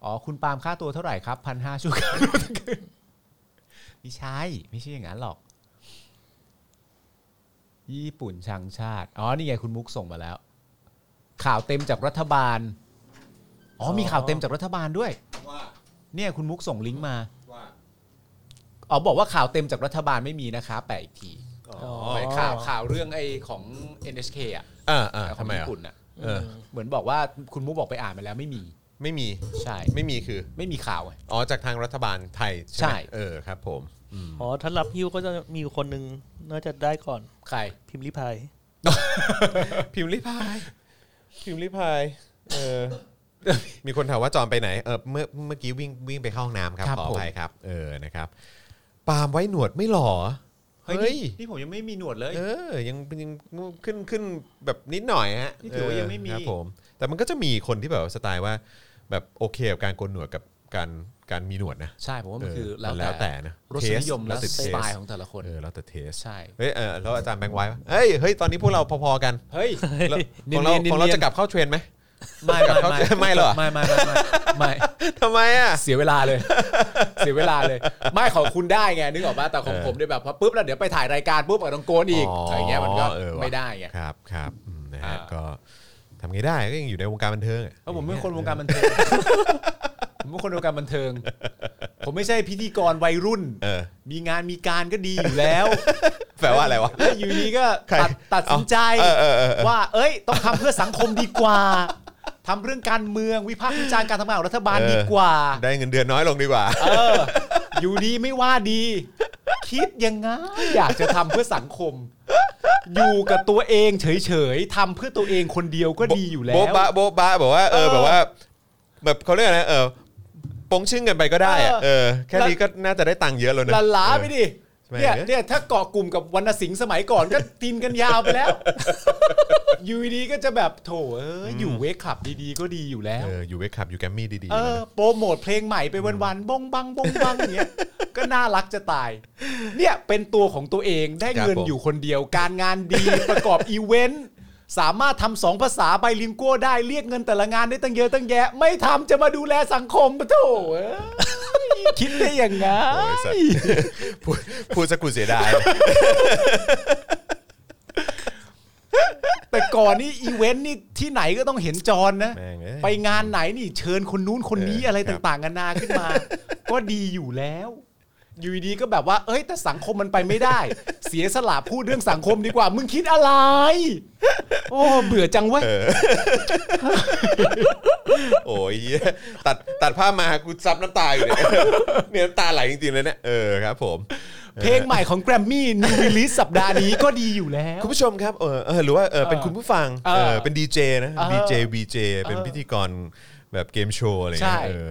[SPEAKER 4] อ๋อ คุณปาล์มค่าตัวเท่าไหร่ครับพันห้าชั่วโมง ไม่ใช่ ไม่ใช่อย่างนั้นหรอก ญี่ปุ่นชังชาติ อ๋อ นี่ไงคุณมุกส่งมาแล้ว ข่าวเต็มจากรัฐบาล อ๋อ มีข่าวเต็มจากรัฐบาลด้วย
[SPEAKER 2] ว่า
[SPEAKER 4] เนี่ยคุณมุกส่งลิงก์มา
[SPEAKER 2] ว่า
[SPEAKER 4] อ๋อ บอกว่าข่าวเต็มจากรัฐบาลไม่มีนะคะแปะอีกที
[SPEAKER 5] อ๋อ
[SPEAKER 4] หมายข่าวข่าวเรื่องไอ้ของ NHK อ่ะ
[SPEAKER 2] อ่าอ่า
[SPEAKER 4] ขอ
[SPEAKER 2] ทำ
[SPEAKER 4] ง
[SPEAKER 2] ไมอ่ะ
[SPEAKER 4] ญี่ปุ่นอ่ะ
[SPEAKER 2] เออ
[SPEAKER 4] เหมือนบอกว่าคุณมุกบอกไปอ่านมาแล้วไม่มี
[SPEAKER 2] ไม่มี
[SPEAKER 4] ใช่
[SPEAKER 2] ไม่มีคือ
[SPEAKER 4] ไม่มีข่าวไง
[SPEAKER 2] อ๋อ จากทางรัฐบาลไทย ใช่
[SPEAKER 4] ใช่
[SPEAKER 2] ไหมเออครับผม
[SPEAKER 5] อ๋อ ถ้ารับฮิวก็จะมีอยู่คนหนึ่งน่าจะได้ก่อน
[SPEAKER 4] ใคร
[SPEAKER 5] พิมพ์ลิพาย
[SPEAKER 2] พิมพ์ลิพาย พิมพ์ลิพายเอ อมีคนถามว่าจอนไปไหนเออเมื่อเมื่อกี้วิ่งวิ่งไปเข้าห้องน้ำครับ
[SPEAKER 4] ครับ
[SPEAKER 2] ขออภัย
[SPEAKER 4] ผม
[SPEAKER 2] ครับ เออนะครับปาล์มไว้หนวดไม่หล่อเฮ้ย
[SPEAKER 4] นี่นี่ผมยังไม่มีหนวดเลย
[SPEAKER 2] เออ ยังยังขึ้นขึ้นแบบนิดหน่อยฮะ
[SPEAKER 4] นี่ถือว่ายังไม่มี
[SPEAKER 2] เครับผม แต่มันก็จะมีคนที่แบบว่าสไตล์ว่า แบบโอเคกับการโกนหนวดกับการการมีหนวดนะ
[SPEAKER 4] ใช่ผมว่ามัน
[SPEAKER 2] เ
[SPEAKER 4] คือ
[SPEAKER 2] มันแล้วแต่นะ
[SPEAKER 4] รสนิยมและ
[SPEAKER 2] เท
[SPEAKER 4] สไตล์ของแต่ละคน
[SPEAKER 2] เออแล้วแต่เทส
[SPEAKER 4] ใช่
[SPEAKER 2] เฮ้ยเออแล้วอาจารย์แบงค์ไว้ปะเฮ้ยเฮ้ยตอนนี้พวกเราพอๆกัน
[SPEAKER 4] เฮ้ย
[SPEAKER 2] แล้ว
[SPEAKER 4] เนี
[SPEAKER 2] ข
[SPEAKER 4] ย
[SPEAKER 2] อง
[SPEAKER 4] นๆ
[SPEAKER 2] เรา
[SPEAKER 4] เนียนๆ
[SPEAKER 2] ของเราจะกลับเข้าเทรนไหม
[SPEAKER 4] ไม่
[SPEAKER 2] กลับเข้า
[SPEAKER 4] ไม่
[SPEAKER 2] ไม่เหรอ
[SPEAKER 4] ไม่ไม่ไม่ไม่ไม่
[SPEAKER 2] ทำไมอ่ะ
[SPEAKER 4] เสียเวลา เลย เสียเวลาเลย ไม่ของคุณได้ไงนึกออกป่ะแต่ของผมเนี่ยแบบพอปุ๊บแล้วเดี๋ยวไปถ่ายรายการปุ๊บก็ต้องโกนอีกอะไรเงี้ยมันก็
[SPEAKER 2] เออว่ะ
[SPEAKER 4] ไม่ได้ไง
[SPEAKER 2] ครับครับอืมนะฮะ
[SPEAKER 4] อ่า
[SPEAKER 2] ก็ทำไงได้ก็ยังอยู่ในวงการบันเทิงอะ
[SPEAKER 4] เออผมเป็นคนวงการบันเทิง ผมเป็นคนวงการบันเทิง ผมไม่ใช่พิธีกรวัยรุ่น
[SPEAKER 2] เออ
[SPEAKER 4] มีงานมีการก็ดีอยู่แล้ว
[SPEAKER 2] แปลว่าอะไรวะ
[SPEAKER 4] แล้วอยู่นี้ก็
[SPEAKER 2] ใคร
[SPEAKER 4] ตัดตัดสินใจ
[SPEAKER 2] เออเออเออเออ
[SPEAKER 4] ว่า เอ้ย ต้องทำเพื่อสังคมดีกว่าทำเรื่องการเมืองวิพากษ์วิจารณ์การทำงานของรัฐบาลดีกว่า
[SPEAKER 2] ได้เงินเดือนน้อยลงดีกว่า
[SPEAKER 4] เออ อยู่ดีไม่ว่าดี คิดยังไงอยากจะทำเพื่อสังคม อยู่กับตัวเองเฉยๆทำเพื่อตัวเองคนเดียวก็ดีอยู่แล้ว
[SPEAKER 2] โบ๊ะบะโบ๊ะบะแบบว่าเออ
[SPEAKER 4] เออ
[SPEAKER 2] แบบว่า แบบเขาเรียกอะไรนะเออปงชึ่งกันไปก็ได้อะ
[SPEAKER 4] เออ
[SPEAKER 2] เออ แค่นี้ก็น่าจะได้ตังค์เยอะแล้วนะ
[SPEAKER 4] ละลาไปดิ
[SPEAKER 2] ใช่ไหม
[SPEAKER 4] เนี่ยเนี่ยถ้าเกาะกลุ่มกับวรรณสิงห์สมัยก่อนก็ ตีนกันยาวไปแล้ว อยู่ดีก็จะแบบโถเอ้ยอยู่เวกขับดีๆ ก็ดีอยู่แล้ว
[SPEAKER 2] เอออยู่เวคขับอยู่แกมมี่ดีๆ
[SPEAKER 4] เอ
[SPEAKER 2] แล้ว
[SPEAKER 4] อ
[SPEAKER 2] นะ
[SPEAKER 4] โปรโมทเพลงใหม่ไปวันๆบงบังบงบังอย่างเงี้ย ก็น่ารักจะตาย เนี่ยเป็นตัวของตัวเองได้เงินอยู่คนเดียว การงานดี ประกอบอีเวนต์สามารถทำสองภาษาไบลิงกัวได้เรียกเงินแต่ละงานได้ตั้งเยอะตั้งแยะ ไม่ทำจะมาดูแลสังคมปะโถเอ้ย คิดได้ยังไง
[SPEAKER 2] โอ้ยสัตว์พูดพูดสกูเสียดาย
[SPEAKER 4] แต่ก่อนนี่อีเวนต์นี่ที่ไหนก็ต้องเห็นจอนนะ
[SPEAKER 2] แม่งเอ้ย
[SPEAKER 4] ไปงานไหนนี่เชิญคนนู้นคนนี้
[SPEAKER 2] เอออ
[SPEAKER 4] อะไร
[SPEAKER 2] ครับ
[SPEAKER 4] ต่างๆนานาขึ้น มา ก็ดีอยู่แล้ว อยู่ดีๆก็แบบว่า เอ้ย แต่สังคมมันไปไม่ได้ เสียสละพูดเรื่องสังคมดีกว่า มึงคิดอะไร โอ้เบื่อจังเว้ย
[SPEAKER 2] โอ้ยเหี้ยตัดตัดผ้าพมากูซับน้ำตาอยู่เนี่ย เนี่ยน้ำตาไหลจริงๆเลยเนี่ยเออครับผม
[SPEAKER 4] เพลงใหม่ของแกรมมี่นิว e ลิ e สัปดาห์นี้ก็ดีอยู่แล้ว
[SPEAKER 2] คุณผู้ชมครับเออเออหรือว่าเออเป็น
[SPEAKER 4] เออ
[SPEAKER 2] คุณผู้ฟัง
[SPEAKER 4] เออ
[SPEAKER 2] เออเป็นดีเจนะ
[SPEAKER 4] เออ
[SPEAKER 2] ดีเจวีเจเป็นพิธีกรแบบเกมโชว์อะไร
[SPEAKER 4] ใช่
[SPEAKER 2] เงี้ยเออ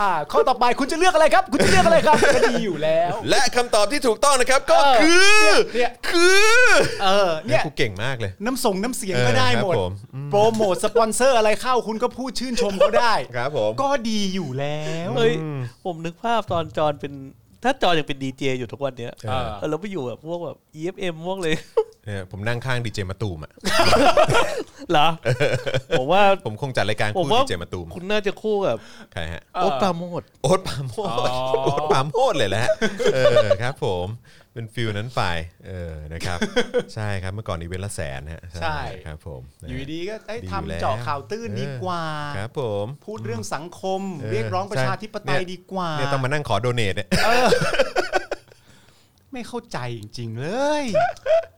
[SPEAKER 4] อ่าข้อต่อไปคุณจะเลือกอะไรครับ คุณจะเลือกอะไรครับ ก็ดีอยู่แล้ว
[SPEAKER 2] และคำตอบที่ถูกต้องนะครับก็
[SPEAKER 4] เออ
[SPEAKER 2] คือ
[SPEAKER 4] เนี่ย
[SPEAKER 2] คือ
[SPEAKER 4] เออ
[SPEAKER 2] เนี่
[SPEAKER 4] เนี่ย ย
[SPEAKER 2] กูเก่งมากเลย
[SPEAKER 4] น้ำส่งน้ำเสียง
[SPEAKER 2] เออ
[SPEAKER 4] ก็ได้
[SPEAKER 2] ครับ
[SPEAKER 4] หมด
[SPEAKER 2] ผม
[SPEAKER 4] โปรโมทสปอนเซอร์อะไรเข้าคุณก็พูดชื่นชมเขาได้
[SPEAKER 2] ครับผม
[SPEAKER 4] ก็ดีอยู่แล้ว
[SPEAKER 5] เฮ้ยผมนึกภาพตอนจอนเป็นถ้าจอนยังเป็นดีเจอยู่ทุกวันเนี้ย
[SPEAKER 4] เออ
[SPEAKER 5] เออแล้วไปอยู่แบบพวกแบบ EFM พวกเลย
[SPEAKER 2] เนี่ยผมนั่งข้างดีเจมาตูมอ่ะ
[SPEAKER 5] เหรอ ผมว่า
[SPEAKER 2] ผมคงจัดรายการ
[SPEAKER 5] ผม
[SPEAKER 2] คู่
[SPEAKER 5] ว่า
[SPEAKER 2] ดีเจมาตูม
[SPEAKER 5] คุณน่าจะคู่กับ
[SPEAKER 2] ใครฮะ
[SPEAKER 5] โอ๊ตปราโมด
[SPEAKER 2] โอ๊ตปราโมดโอ๊ตปราโมดเลยแหละเออครับผมเป็นฟิลนั้นไปเออนะครับ ใช่ครับเมื่อก่อนนี้เวนละแสนฮะ
[SPEAKER 4] ใช่
[SPEAKER 2] ครับผมนะ
[SPEAKER 4] อยู่ดีๆก็เอ้ย
[SPEAKER 2] อยู่
[SPEAKER 4] ทำ
[SPEAKER 2] แล้ว
[SPEAKER 4] เจาะข่าวตื้นดีกว่า
[SPEAKER 2] ครับผม
[SPEAKER 4] พูดเรื่องสังคม
[SPEAKER 2] เออ
[SPEAKER 4] เรียกร้องประชาธิปไตย
[SPEAKER 2] ใช่
[SPEAKER 4] ดีกว่า
[SPEAKER 2] เนี่ยต้องมานั่งขอโดเนทเนี่ย
[SPEAKER 4] ไม่เข้าใจจริง ๆ เลย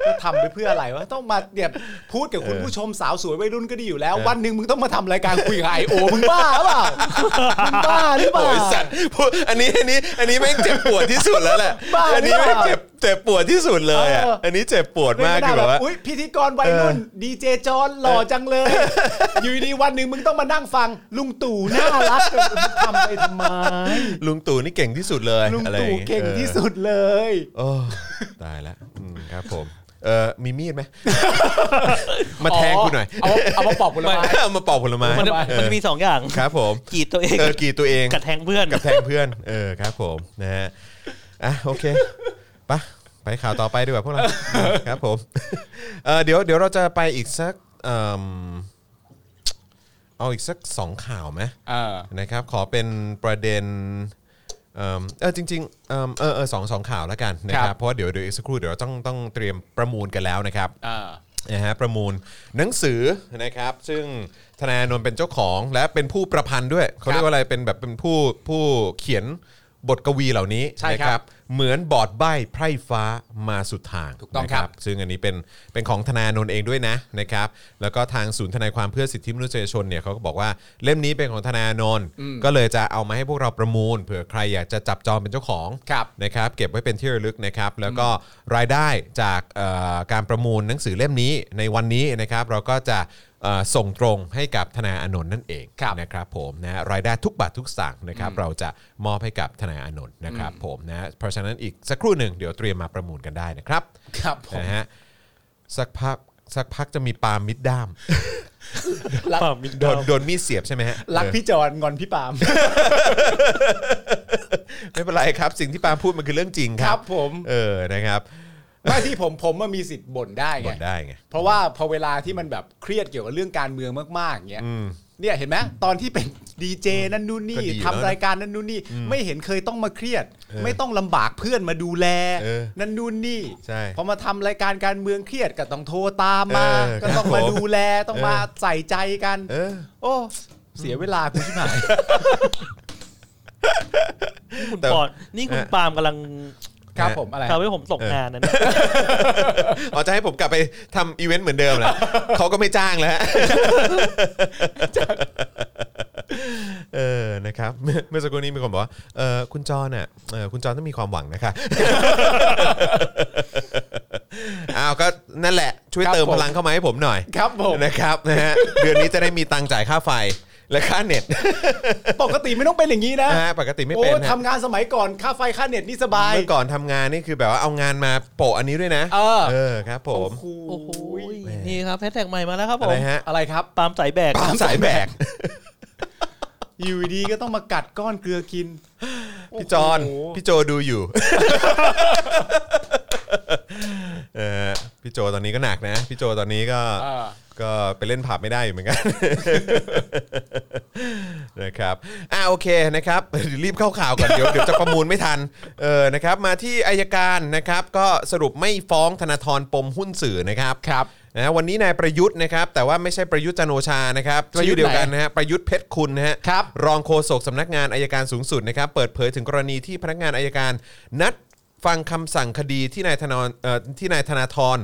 [SPEAKER 4] ก็ทำไปเพื่ออะไรวะต้องมาเนี่ยพูดกับคุณผู้ชมสาวสวยวัยรุ่นก็ดีอยู่แล้ว วันหนึ่งมึงต้องมาทำรายการคุยกับไอโอมึงบ้าเปล่ามึงบ้าหรือเปล่า
[SPEAKER 2] โอ้ยสัตว์พูดอันนี้อันนี้อันนี้แม่งเจ็บปวดที่สุดแล้วแหละ
[SPEAKER 4] บ้า
[SPEAKER 2] อันนี้แม่ง
[SPEAKER 4] หรื
[SPEAKER 2] เจ็
[SPEAKER 4] อเปล่า
[SPEAKER 2] บเจ็บปวดที่สุดเลยอ่ะ
[SPEAKER 4] เอออั
[SPEAKER 2] อันนี้เจ็บปวดมากคือแบบว่า
[SPEAKER 4] อุ๊ยพิธีกรวัยรุ่นดีเจจอนหล่อจังเลย อยู่ดีวันหนึ่งมึงต้องมานั่งฟัง ลุงตู่น่ารัก มึงทำไปทำไม
[SPEAKER 2] ลุงตู่นี่เก่งที่สุด เลย
[SPEAKER 4] ลุง
[SPEAKER 2] อะไรอย่า
[SPEAKER 4] ตู่
[SPEAKER 2] ย
[SPEAKER 4] เก่งที่สุดเลย
[SPEAKER 2] เออโอ้ตายแล้วครับผมเออมีมีดไหม มาแทงกูหน่อย
[SPEAKER 4] เอาเอามาปอกผลไม้
[SPEAKER 2] เอามาปอกผลไม้
[SPEAKER 5] มัน
[SPEAKER 2] เอ
[SPEAKER 5] มัน
[SPEAKER 2] อ
[SPEAKER 5] มีสองอย่าง
[SPEAKER 2] ครับผม
[SPEAKER 5] กรีดตัวเอง
[SPEAKER 2] เออกี่ตัวเอง
[SPEAKER 5] กับแทงเพื่อน
[SPEAKER 2] กับแทงเพื่อน เออครับผมนะฮะอ่ะโอเคไปะไปข่าวต่อไปดีกว่าพวกเรา ครับผมเออเดี๋ยวเดี๋ยวเราจะไปอีกสักเอิ่มเอาอีกสักสองข่าวไหมนะครับ ขอเป็นประเด็นเอิ่มเออจริงๆเอิ่มเออเออสองสองข่าวแล้วกันนะค
[SPEAKER 4] ครั
[SPEAKER 2] รับบ เพราะว่าเดี๋ยวเดี๋ยวอีกสักครู่เดี๋ยวเราต้องต้องเตรียมประมูลกันแล้วนะครับ
[SPEAKER 4] อ่า
[SPEAKER 2] นะฮะประมูลหนังสือนะครับซึ่งธนาโนนท์เป็นเจ้าของและเป็นผู้ประพันธ์ด้วย เขาเรียกว่าอะไรเป็นแบบเป็นผู้ผู้เขียนบทกวีเหล่านี้
[SPEAKER 4] ใช่
[SPEAKER 2] นะครับ เหมือนบอดใบไพร่ฟ้ามาสุดทาง
[SPEAKER 4] ถูกต้อง
[SPEAKER 2] นะครับ ซึ่งอันนี้เป็นเป็นของธนาโนนท์เองด้วยนะนะครับแล้วก็ทางศูนย์ทนายความเพื่อสิทธิมนุษยชนเนี่ยเขาก็บอกว่าเล่มนี้เป็นของธนาโนนท์ก็เลยจะเอามาให้พวกเราประมูลเผื่อใครอยากจะจับจองเป็นเจ้าของ
[SPEAKER 4] ครับ
[SPEAKER 2] นะครับเก็บไว้เป็นที่ระลึกนะครับแล้วก็รายได้จากเอ่อการประมูลหนังสือเล่มนี้ในวันนี้นะครับเราก็จะเอ่อส่งตรงให้กับธนาอานนท์นั่นเองนะครับผมนะรายได้ทุกบาททุกสตางค์นะครับเราจะมอบให้กับธนาอานนท์นะครับผมนะเพราะฉะนั้นอีกสักครู่หนึ่งเดี๋ยวเตรียมมาประมูลกันได้นะครับ
[SPEAKER 4] ครับผม
[SPEAKER 2] นะฮะสักพักสักพักจะมีปาล์มมิด ด้าม
[SPEAKER 4] รัก
[SPEAKER 5] ปราบมิด
[SPEAKER 2] โด
[SPEAKER 5] ดาวน
[SPEAKER 2] โดนมีดเสียบใช่ไหมฮะ
[SPEAKER 4] รัก
[SPEAKER 2] เออ
[SPEAKER 4] พี่จอนงอนพี่ปาล์ม
[SPEAKER 2] ไม่เป็นไรครับ สิ่งที่ปาล์มพูดมันคือเรื่องจริงค
[SPEAKER 4] ค
[SPEAKER 2] รั
[SPEAKER 4] รั
[SPEAKER 2] บบ
[SPEAKER 4] ผม
[SPEAKER 2] เออนะครับ
[SPEAKER 4] ไม่ที่ผมผมมันมีสิทธิ์บ่นได้ไง
[SPEAKER 2] บ่นได้ไง
[SPEAKER 4] เพราะว่าพอเวลาที่มันแบบเครียดเกี่ยวกับเรื่องการเมืองมากๆเงี้ยเนี่ยเห็นไหมตอนที่เป็นดีเจนั่นนู่น
[SPEAKER 2] ก็
[SPEAKER 4] นี่
[SPEAKER 2] ดีอยู่
[SPEAKER 4] ทำรายการนั่นนู่นนี่ ไม่เห็นเคยต้องมาเครียด ไม่ต้องลำบากเพื่อนมาดูแล
[SPEAKER 2] เออ
[SPEAKER 4] นั่นนู่นนี่
[SPEAKER 2] ใช่
[SPEAKER 4] พอมาทำรายการการเมืองเครียดก็ต้องโทรตามมา
[SPEAKER 2] เออ
[SPEAKER 4] ก็ต้อง
[SPEAKER 2] ค
[SPEAKER 4] มา
[SPEAKER 2] รับผม
[SPEAKER 4] ดูแลต้อง
[SPEAKER 2] เออ
[SPEAKER 4] มาใส่ใจกัน
[SPEAKER 2] เออ
[SPEAKER 4] โอ้เสียเวลาคุณที่ไหน
[SPEAKER 5] นี่คุณ
[SPEAKER 2] แต่
[SPEAKER 5] ปอนนี่คุณ
[SPEAKER 2] เออ
[SPEAKER 5] ปาล์มกำลัง
[SPEAKER 4] ครับผมอะไร
[SPEAKER 5] ทำให้ผมตกงานนะเนี่ย
[SPEAKER 2] อ๋อจะให้ผมกลับไปทำอีเวนต์เหมือนเดิม แล้ว เขาก็ไม่จ้างแล้วฮะเออนะครับ เมื่อเมื่อสักครู่นี้มีคนบอกว่าเออคุณจอนอ่ะเออคุณจอนต้องมีความหวัง นะคะ อ้าวก็นั่นแหละ ช่วย
[SPEAKER 4] ครับ
[SPEAKER 2] เติม
[SPEAKER 4] ผม
[SPEAKER 2] พลังเข้ามาให้ผมหน่อย
[SPEAKER 4] ครับผม
[SPEAKER 2] นะครับนะฮะเดือนนี้จะได้มีตังค์จ่ายค่าไฟและค่าเน็ต
[SPEAKER 4] ปกติไม่ต้องเป็นอย่างนี้นะ
[SPEAKER 2] นะฮะปกติไม่
[SPEAKER 4] โอ้
[SPEAKER 2] เป็นฮะ
[SPEAKER 4] ทำงานสมัยก่อนค่าไฟค่าเน็ตนี่สบาย
[SPEAKER 2] เมื่อก่อนทำงานนี่คือแบบว่าเอางานมาโปะอันนี้ด้วยนะ
[SPEAKER 4] เออ
[SPEAKER 2] ครับผม
[SPEAKER 4] โอ้โห
[SPEAKER 5] โอ้โหนี่ครับแฮชแท็กใหม่มาแล้วครับผ
[SPEAKER 2] อะไร
[SPEAKER 5] ม
[SPEAKER 2] ฮะ
[SPEAKER 4] อะไรครับ
[SPEAKER 5] ปาล์มสายแบก
[SPEAKER 2] ปาล์มสายแบก
[SPEAKER 4] อยู่ดีก็ต้องมากัดก้อนเกลือกิน
[SPEAKER 2] พี่จอนพี่โจดูอยู่ เออพี่โจตอนนี้ก็หนักนะ พี่โจตอนนี้ก็
[SPEAKER 4] เออ
[SPEAKER 2] ก็ไปเล่นผับไม่ได้อยู่เหมือนกัน นะครับอ่าโอเคนะครับ รีบเข้าข่าวก่อนเดี๋ยวเดี๋ยวจะประมูลไม่ทันเออนะครับมาที่อายการนะครับก็สรุปไม่ฟ้องธนาธรปมหุ้นสื่อนะครับ
[SPEAKER 4] ครับ
[SPEAKER 2] นะฮะวันนี้นายประยุทธ์นะครับแต่ว่าไม่ใช่ประยุทธ์จันทร์โอชานะครับ
[SPEAKER 4] ประยุท
[SPEAKER 2] ชื่อ
[SPEAKER 4] ธ์
[SPEAKER 2] เดียวกัน
[SPEAKER 4] ไหน
[SPEAKER 2] นะฮะประยุทธ์เพชรคุณนะฮะ
[SPEAKER 4] ครับ
[SPEAKER 2] รองโฆษกสำนักงานอายการสูงสุดนะครับเปิดเผยถึงกรณีที่พนักงานอายการนัด ฟังคำสั่งคดีที่นายธนาเอ่อที่นายธนาธร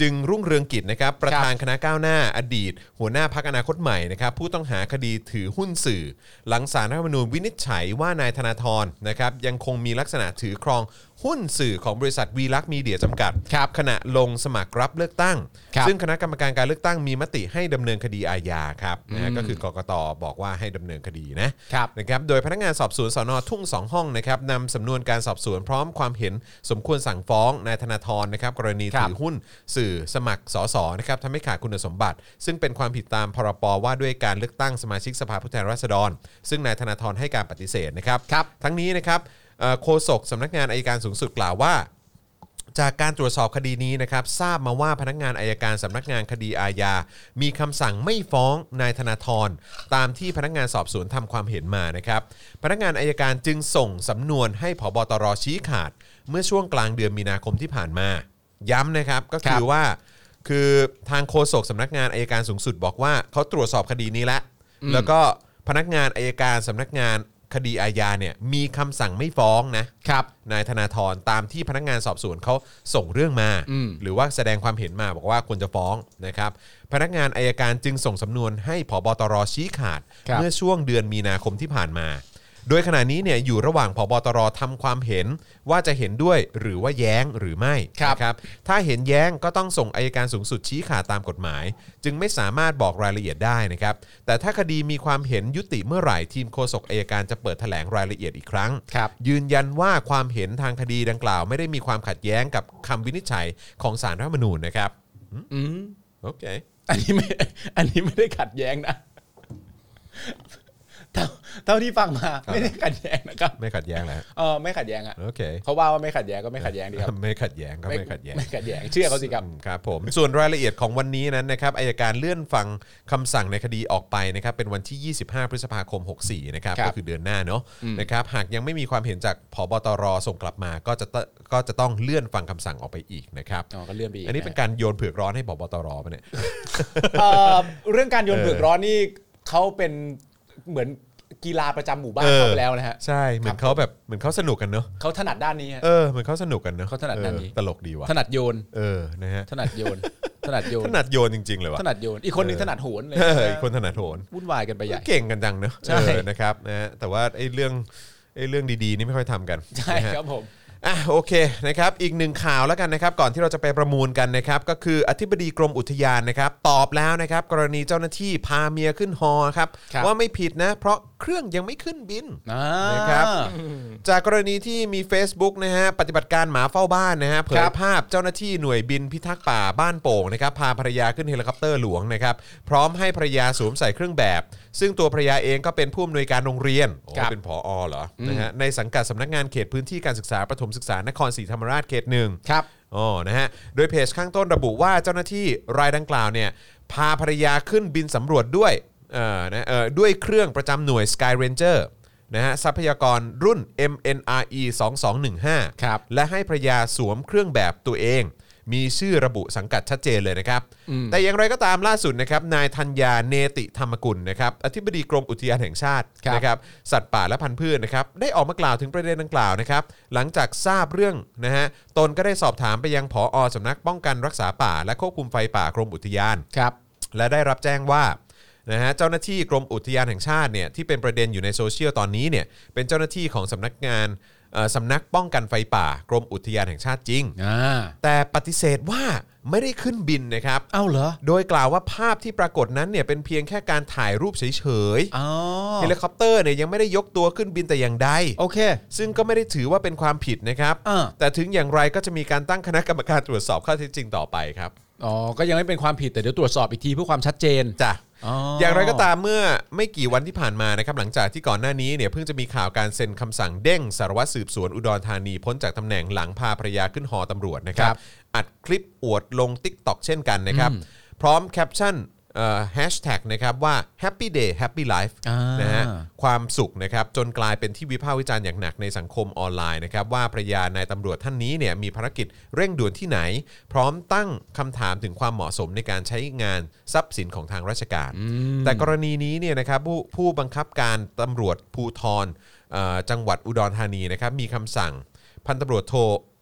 [SPEAKER 2] จึงรุ่งเรืองกิจนะครับประธานคณะก้าวหน้าอดีต หัวหน้าพักอนาคตใหม่นะครับผู้ต้องหาคดีถือหุ้นสื่อ หลังสารรัฐธรรมนูญวินิจฉัยว่านายธนาธรนะครับยังคงมีลักษณะถือครองหุ้นสื่อของบริษัทวีลักษณ์มีเดียจำกัด ขณะลงสมัครรับเลือกตั้ง
[SPEAKER 4] ครับ
[SPEAKER 2] ซึ่งคณะกรรมการการเลือกตั้งมีมติให้ดำเนินคดีอาญาครับนะก็คือกกตบอกว่าให้ดำเนินคดีนะ
[SPEAKER 4] ครับ
[SPEAKER 2] นะครับโดยพนักงานสอบสวนสอนอทุ่ง 2 ห้องนะครับนำสำนวนการสอบสวนพร้อมความเห็นสมควรสั่งฟ้องนายธนาธรนะครับกรณี
[SPEAKER 4] ครับ
[SPEAKER 2] ถือหุ้นสื่อสมัครสสนะครับทำให้ขาดคุณสมบัติ ซึ่งเป็นความผิดตามพรบว่าด้วยการเลือกตั้งสมาชิกสภาผู้แทนราษฎร ซึ่งนายธนาธรให้การปฏิเสธนะครับ
[SPEAKER 4] ครับ
[SPEAKER 2] ทั้งนี้นะครับเอ่อโฆษกสำนักงานอัยการสูงสุดกล่าวว่า จากการตรวจสอบคดีนี้นะครับทราบมาว่าพนักงานอายการสำนักงานคดีอาญา มีคำสั่งไม่ฟ้องนายธนาธรตามที่พนักงานสอบสวนทำความเห็นมานะครับพนักงานอายการจึงส่งสำนวนให้ผบตรชี้ขาด เมื่อช่วงกลางเดือนมีนาคมที่ผ่านมา ย้ำนะครับก็คือว่า คือทางโฆษกสำนักงานอายการสูงสุดบอกว่าเขาตรวจสอบคดีนี้แล้วแล้วก็พนักงานอายการสำนักงานคดีอาญาเนี่ยมีคำสั่งไม่ฟ้องนะ
[SPEAKER 4] ครับ
[SPEAKER 2] นายธนาธรตามที่พนักงานสอบสวนเขาส่งเรื่องมา
[SPEAKER 4] อืม
[SPEAKER 2] หรือว่าแสดงความเห็นมาบอกว่าควรจะฟ้องนะครับ พนักงานอายการจึงส่งสำนวนให้ผบตรชี้ขาด
[SPEAKER 4] ครับ
[SPEAKER 2] เมื่อช่วงเดือนมีนาคมที่ผ่านมา โดยขณะนี้เนี่ยอยู่ระหว่างพบตรทำความเห็นว่าจะเห็นด้วยหรือว่าแย้งหรือไม่นะครับ ถ้าเห็นแย้งก็ต้องส่งอายการสูงสุดชี้ขาดตามกฎหมาย จึงไม่สามารถบอกรายละเอียดได้นะครับ แต่ถ้าคดีมีความเห็นยุติเมื่อไหร่ทีมโฆษกอายการจะเปิดแถลงรายละเอียดอีกครั้ง
[SPEAKER 4] ครับ
[SPEAKER 2] ยืนยันว่าความเห็นทางคดีดังกล่าว ไม่ได้มีความขัดแย้งกับคำวินิจฉัยของสารรัฐธรรมนูญนะครับ
[SPEAKER 4] อืม
[SPEAKER 2] โอเค
[SPEAKER 4] อันนี้ไม่ อันนี้ไม่ได้ขัดแย้งนะเท่าเท่าที่ฟังมา ไม่ได้ขัดแย้งนะครับ
[SPEAKER 2] ไม่ขัดแย้งแล้ว
[SPEAKER 4] เออไม่ขัดแย้งอะ
[SPEAKER 2] โอเค
[SPEAKER 4] เขาว่าว่าไม่ขัดแย้งก็ไม่ขัดแย้งดีครับ
[SPEAKER 2] ไม่ขัดแย้งก็ไม่ขัดแย้ง
[SPEAKER 4] ไม่ขัดแย้งเชื่อเขาสิครับ
[SPEAKER 2] อืมครับผมส่วนรายละเอียดของวันนี้นั้นนะครับอายการเลื่อนฟังคำสั่งในคดีออกไปนะครับเป็นวันที่ 25 พฤษภาคม 64 นะครับ
[SPEAKER 4] ครับ
[SPEAKER 2] ก็คือเดือนหน้าเนาะนะครับหากยังไม่มีความเห็นจากผบตรส่งกลับมาก็จะตก็จะต้องเลื่อนฟังคำสั่งออกไปอีกนะครับ
[SPEAKER 4] อ๋อก็เลื่อนไปอีก
[SPEAKER 2] นนี้เป็นการโยนเผือกร้อนให้ผบตรปะเนี่ย
[SPEAKER 4] เอ่อเรื่องการโยนเผือก
[SPEAKER 2] เออ
[SPEAKER 4] ร้อนนี่เขาเป็นเหมือนกีฬาประจำหมู่บ้านเขาไปแล้วนะฮะ
[SPEAKER 2] ใช่เหมือนเขาแบบเหมือนเขาสนุกกันเนาะ
[SPEAKER 4] เขาถนัดด้านนี้ฮะ
[SPEAKER 2] เออเหมือนเขาสนุกกันเนาะ
[SPEAKER 4] เขาถนัดด้านนี้
[SPEAKER 2] เออตลกดีว่ะ
[SPEAKER 4] ถนัดโยน
[SPEAKER 2] เออนะฮะ
[SPEAKER 4] ถนัดโยน ถนัดโยน
[SPEAKER 2] ถนัดโยนจริงๆเลยว่ะ
[SPEAKER 4] ถนัดโยน อีกคนหนึ่งถนัดโหนเลย
[SPEAKER 2] เอออีกคนถนัดโหน
[SPEAKER 4] วุ่นวายกันไปใหญ่
[SPEAKER 2] เก่งกันจังเนอะ
[SPEAKER 4] ใช่
[SPEAKER 2] เออนะครับนะฮะแต่ว่าไอ้เรื่องไอ้เรื่องดีๆนี่ไม่ค่อยทำกัน
[SPEAKER 4] ใช่
[SPEAKER 2] นะฮะ
[SPEAKER 4] ครับผม
[SPEAKER 2] อ่ะโอเคนะครับอีกหนึ่งข่าวแล้วกันนะครับก่อนที่เราจะไปประมูลกันนะครับก็คืออธิบดีกรมอุทยานนะครับตอบแล้วนะครับกรณีเจ้าหน้าที่พาเมียขึ้นฮอครับ
[SPEAKER 4] ครับ
[SPEAKER 2] ว่าไม่ผิดนะ เพราะเครื่องยังไม่ขึ้นบิน
[SPEAKER 4] อ่า
[SPEAKER 2] นะครับ จากกรณีที่มี Facebook นะฮะปฏิบัติการหมาเฝ้าบ้านนะฮะเผยภาพเจ้าหน้าที่หน่วยบินพิทักษ์ป่าบ้านโป่งนะครับพาภรรยาขึ้นเฮลิคอปเตอร์หลวงนะครับพร้อมให้ภรรยาสวมใส่เครื่องแบบ ซึ่งตัวภรรยาเองก็เป็นผู้อำนวยการโรงเรียนโอ้
[SPEAKER 4] ครับ
[SPEAKER 2] เป็นผอเหรอนะฮะในสังกัดสำนักงานเขตพื้นที่การศึกษาประถมศึกษานครศรีธรรมราชเขตหนึ่ง
[SPEAKER 4] ครับ
[SPEAKER 2] อ๋อ นะฮะ โดยเพจข้างต้นระบุว่าเจ้าหน้าที่รายดังกล่าวเนี่ยพาภรรยาขึ้นบินสำรวจด้วยเอ่อนะเอ่อด้วยเครื่องประจำหน่วย Sky Ranger นะฮะทรัพยากรรุ่น MNRE 2215
[SPEAKER 4] ครับ
[SPEAKER 2] และให้ภรรยาสวมเครื่องแบบตัวเอง มีชื่อระบุสังกัดชัดเจนเลยนะครับ แต่อย่างไรก็ตามล่าสุดนะครับนายธัญญาเนติธรรมกุลนะครับอธิบดีกรมอุทยานแห่งชาติ
[SPEAKER 4] ครับ
[SPEAKER 2] นะครับสัตว์ป่าและพันธุ์พืชนะครับได้ออกมากล่าวถึงประเด็นดังกล่าวนะครับหลังจากทราบเรื่องนะฮะตนก็ได้สอบถามไปยังผออสำนักป้องกันรักษาป่า และควบคุมไฟป่ากรมอุทยาน
[SPEAKER 4] ครับ
[SPEAKER 2] และได้รับแจ้งว่านะฮะเจ้าหน้าที่กรมอุทยานแห่งชาติเนี่ยที่เป็นประเด็นอยู่ในโซเชียลตอนนี้เนี่ยเป็นเจ้าหน้าที่ของสำนักงานเอ่อสำนักป้องกันไฟป่า กรมอุทยานแห่งชาติจริง
[SPEAKER 4] อ่า
[SPEAKER 2] แต่ปฏิเสธว่าไม่ได้ขึ้นบินนะครับ
[SPEAKER 4] เอ้าเหรอ
[SPEAKER 2] โดยกล่าวว่าภาพที่ปรากฏนั้นเนี่ยเป็นเพียงแค่การถ่ายรูปเฉย
[SPEAKER 4] อ๋อ
[SPEAKER 2] ๆเฮลิคอปเตอร์เนี่ยยังไม่ได้ยกตัวขึ้นบินแต่อย่างใด
[SPEAKER 4] โอเค
[SPEAKER 2] ซึ่งก็ไม่ได้ถือว่าเป็นความผิดนะครับ
[SPEAKER 4] อ่า
[SPEAKER 2] แต่ถึงอย่างไรก็จะมีการตั้งคณะกรรมการตรวจสอบข้อเท็จจริงต่อไปครับ
[SPEAKER 4] อ๋อ ก็ยังไม่เป็นความผิดแต่เดี๋ยวตรวจสอบอีกทีเพื่อความชัดเจน
[SPEAKER 2] จ้ะ
[SPEAKER 4] อ๋อ
[SPEAKER 2] อ
[SPEAKER 4] อ
[SPEAKER 2] ย่างไรก็ตามเมื่อไม่กี่วันที่ผ่านมานะครับหลังจากที่ก่อนหน้านี้เนี่ยเพิ่งจะมีข่าวการเซ็นคำสั่งเด้งสารวัตรสืบสวนอุดรธานีพ้นจากตำแหน่งหลังพาภรรยาขึ้นหอตำรวจนะครับ อัดคลิปอวดลง t ิ k t o k เช่นกันนะครับ พร้อมแคปชั่นแฮชแท็กนะครับว่า Happy Day Happy Life
[SPEAKER 4] อ่าน
[SPEAKER 2] นะฮะความสุขนะครับจนกลายเป็นที่วิพากษ์วิจารณ์อย่างหนักในสังคมออนไลน์นะครับว่าภรรยานายตำรวจท่านนี้เนี่ยมีภารกิจเร่งด่วนที่ไหน พร้อมตั้งคำถามถึงความเหมาะสมในการใช้งานทรัพย์สินของทางราชการ แต่กรณีนี้เนี่ยนะครับผู้ผู้บังคับการตำรวจภูธรเอ่อจังหวัดอุดรธานีนะครับมีคำสั่ง พันตำรวจโท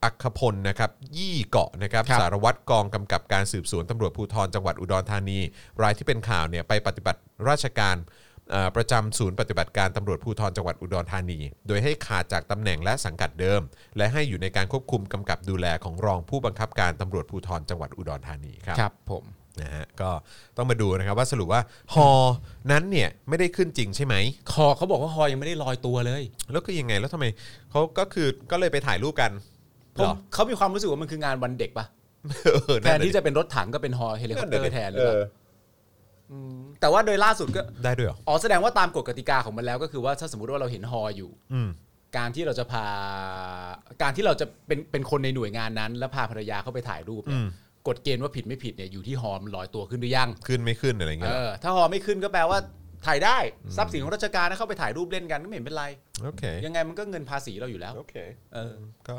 [SPEAKER 2] อัครพลนะครับยี่เกาะนะครับ
[SPEAKER 4] ครับ
[SPEAKER 2] สารวัตรกองกำกับการสืบสวนตำรวจภูธรจังหวัดอุดรธานี รายที่เป็นข่าวเนี่ยไปปฏิบัติราชการเอ่อประจำศูนย์ปฏิบัติการตำรวจภูธรจังหวัดอุดรธานี โดยให้ขาดจากตำแหน่งและสังกัดเดิม และให้อยู่ในการควบคุมกำกับดูแลของรองผู้บังคับการตำรวจภูธรจังหวัดอุดรธานีครับ
[SPEAKER 4] ครับผม
[SPEAKER 2] นะฮะก็ต้องมาดูนะครับว่าสรุปว่าฮอนั้นเนี่ยไม่ได้ขึ้นจริงใช่ไหม
[SPEAKER 4] คอเขาบอกว่าคอยังไม่ได้ลอยตัวเลย
[SPEAKER 2] แล้วก็ยังไงแล้วทำไมเขาก็คือก็เลยไปถ่ายรูปกัน
[SPEAKER 4] ผม
[SPEAKER 2] เหรอ
[SPEAKER 4] เขามีความรู้สึกว่ามันคืองานวันเด็กปะ
[SPEAKER 2] เออ
[SPEAKER 4] แทนที่จะเป็นรถถังก็เป็นฮอเฮลิคอปเตอร์แทนหรือเปล่าแต่ว่าโดยล่าสุดก็
[SPEAKER 2] ได้ด้วยเหรอ
[SPEAKER 4] อ๋อแสดงว่าตามกฎกติกาของมันแล้วก็คือว่าถ้าสมมติว่าเราเห็นฮออยู่
[SPEAKER 2] อืม
[SPEAKER 4] การที่เราจะพา การที่เราจะเป็นเป็นคนในหน่วยงานนั้น แล้วพาภรรยาเข้าไปถ่ายรูปเนี่ย
[SPEAKER 2] อืม
[SPEAKER 4] กฎเกณฑ์ว่าผิดไม่ผิดเนี่ยอยู่ที่ฮอมนลอยตัวขึ้นหรือยัง
[SPEAKER 2] ขึ้นไม่ขึ้นอะไร
[SPEAKER 4] เอ
[SPEAKER 2] เงี้ย
[SPEAKER 4] อถ้าฮอไม่ขึ้นก็แปลว่าถ่ายได้ทรัพย์สินของราชการนะเข้าไปถ่ายรูปเล่นกันก็ไม่เห็นเป็นไร
[SPEAKER 2] โอเค
[SPEAKER 4] ยังไงมันก็เงินภาษีเราอยู่แล้ว
[SPEAKER 2] โอเค
[SPEAKER 4] เออ
[SPEAKER 2] ก็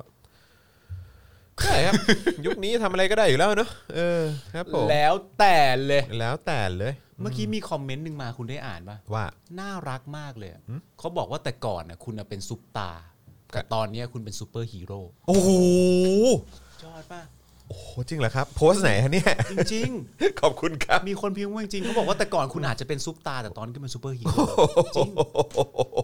[SPEAKER 2] ได้ครับ ยุคนี้ทำอะไรก็ได้อยู่แล้วเนอะเออครับผม
[SPEAKER 4] แล้วแต่เลย
[SPEAKER 2] แล้วแต่เลย
[SPEAKER 4] เมื่อกี้มีคอมเมนต์หนึ่งมาคุณได้อ่านปะ
[SPEAKER 2] ว่า
[SPEAKER 4] น่ารักมากเลยอะ
[SPEAKER 2] หืม
[SPEAKER 4] เขาบอกว่าแต่ก่อนน่ะคุณน่ะเป็นซุปตาร์แต่ตอนเนี้ยคุณเป็นซูเปอร์ฮีโร่
[SPEAKER 2] โอ้โห
[SPEAKER 4] ยอดป่ะ
[SPEAKER 2] โอ้โหจริงเหรอครับ โพสต์ไหนฮะเนี่ย
[SPEAKER 4] จริง ๆ
[SPEAKER 2] ขอบคุณครับ
[SPEAKER 4] มีคนพิมพ์ว่าจริงๆเขาบอกว่าแต่ก่อนคุณอาจจะเป็นซุปตาร์แต่ตอนนี้ก็เป็นซูเปอร์ฮีโร่จริง
[SPEAKER 2] โ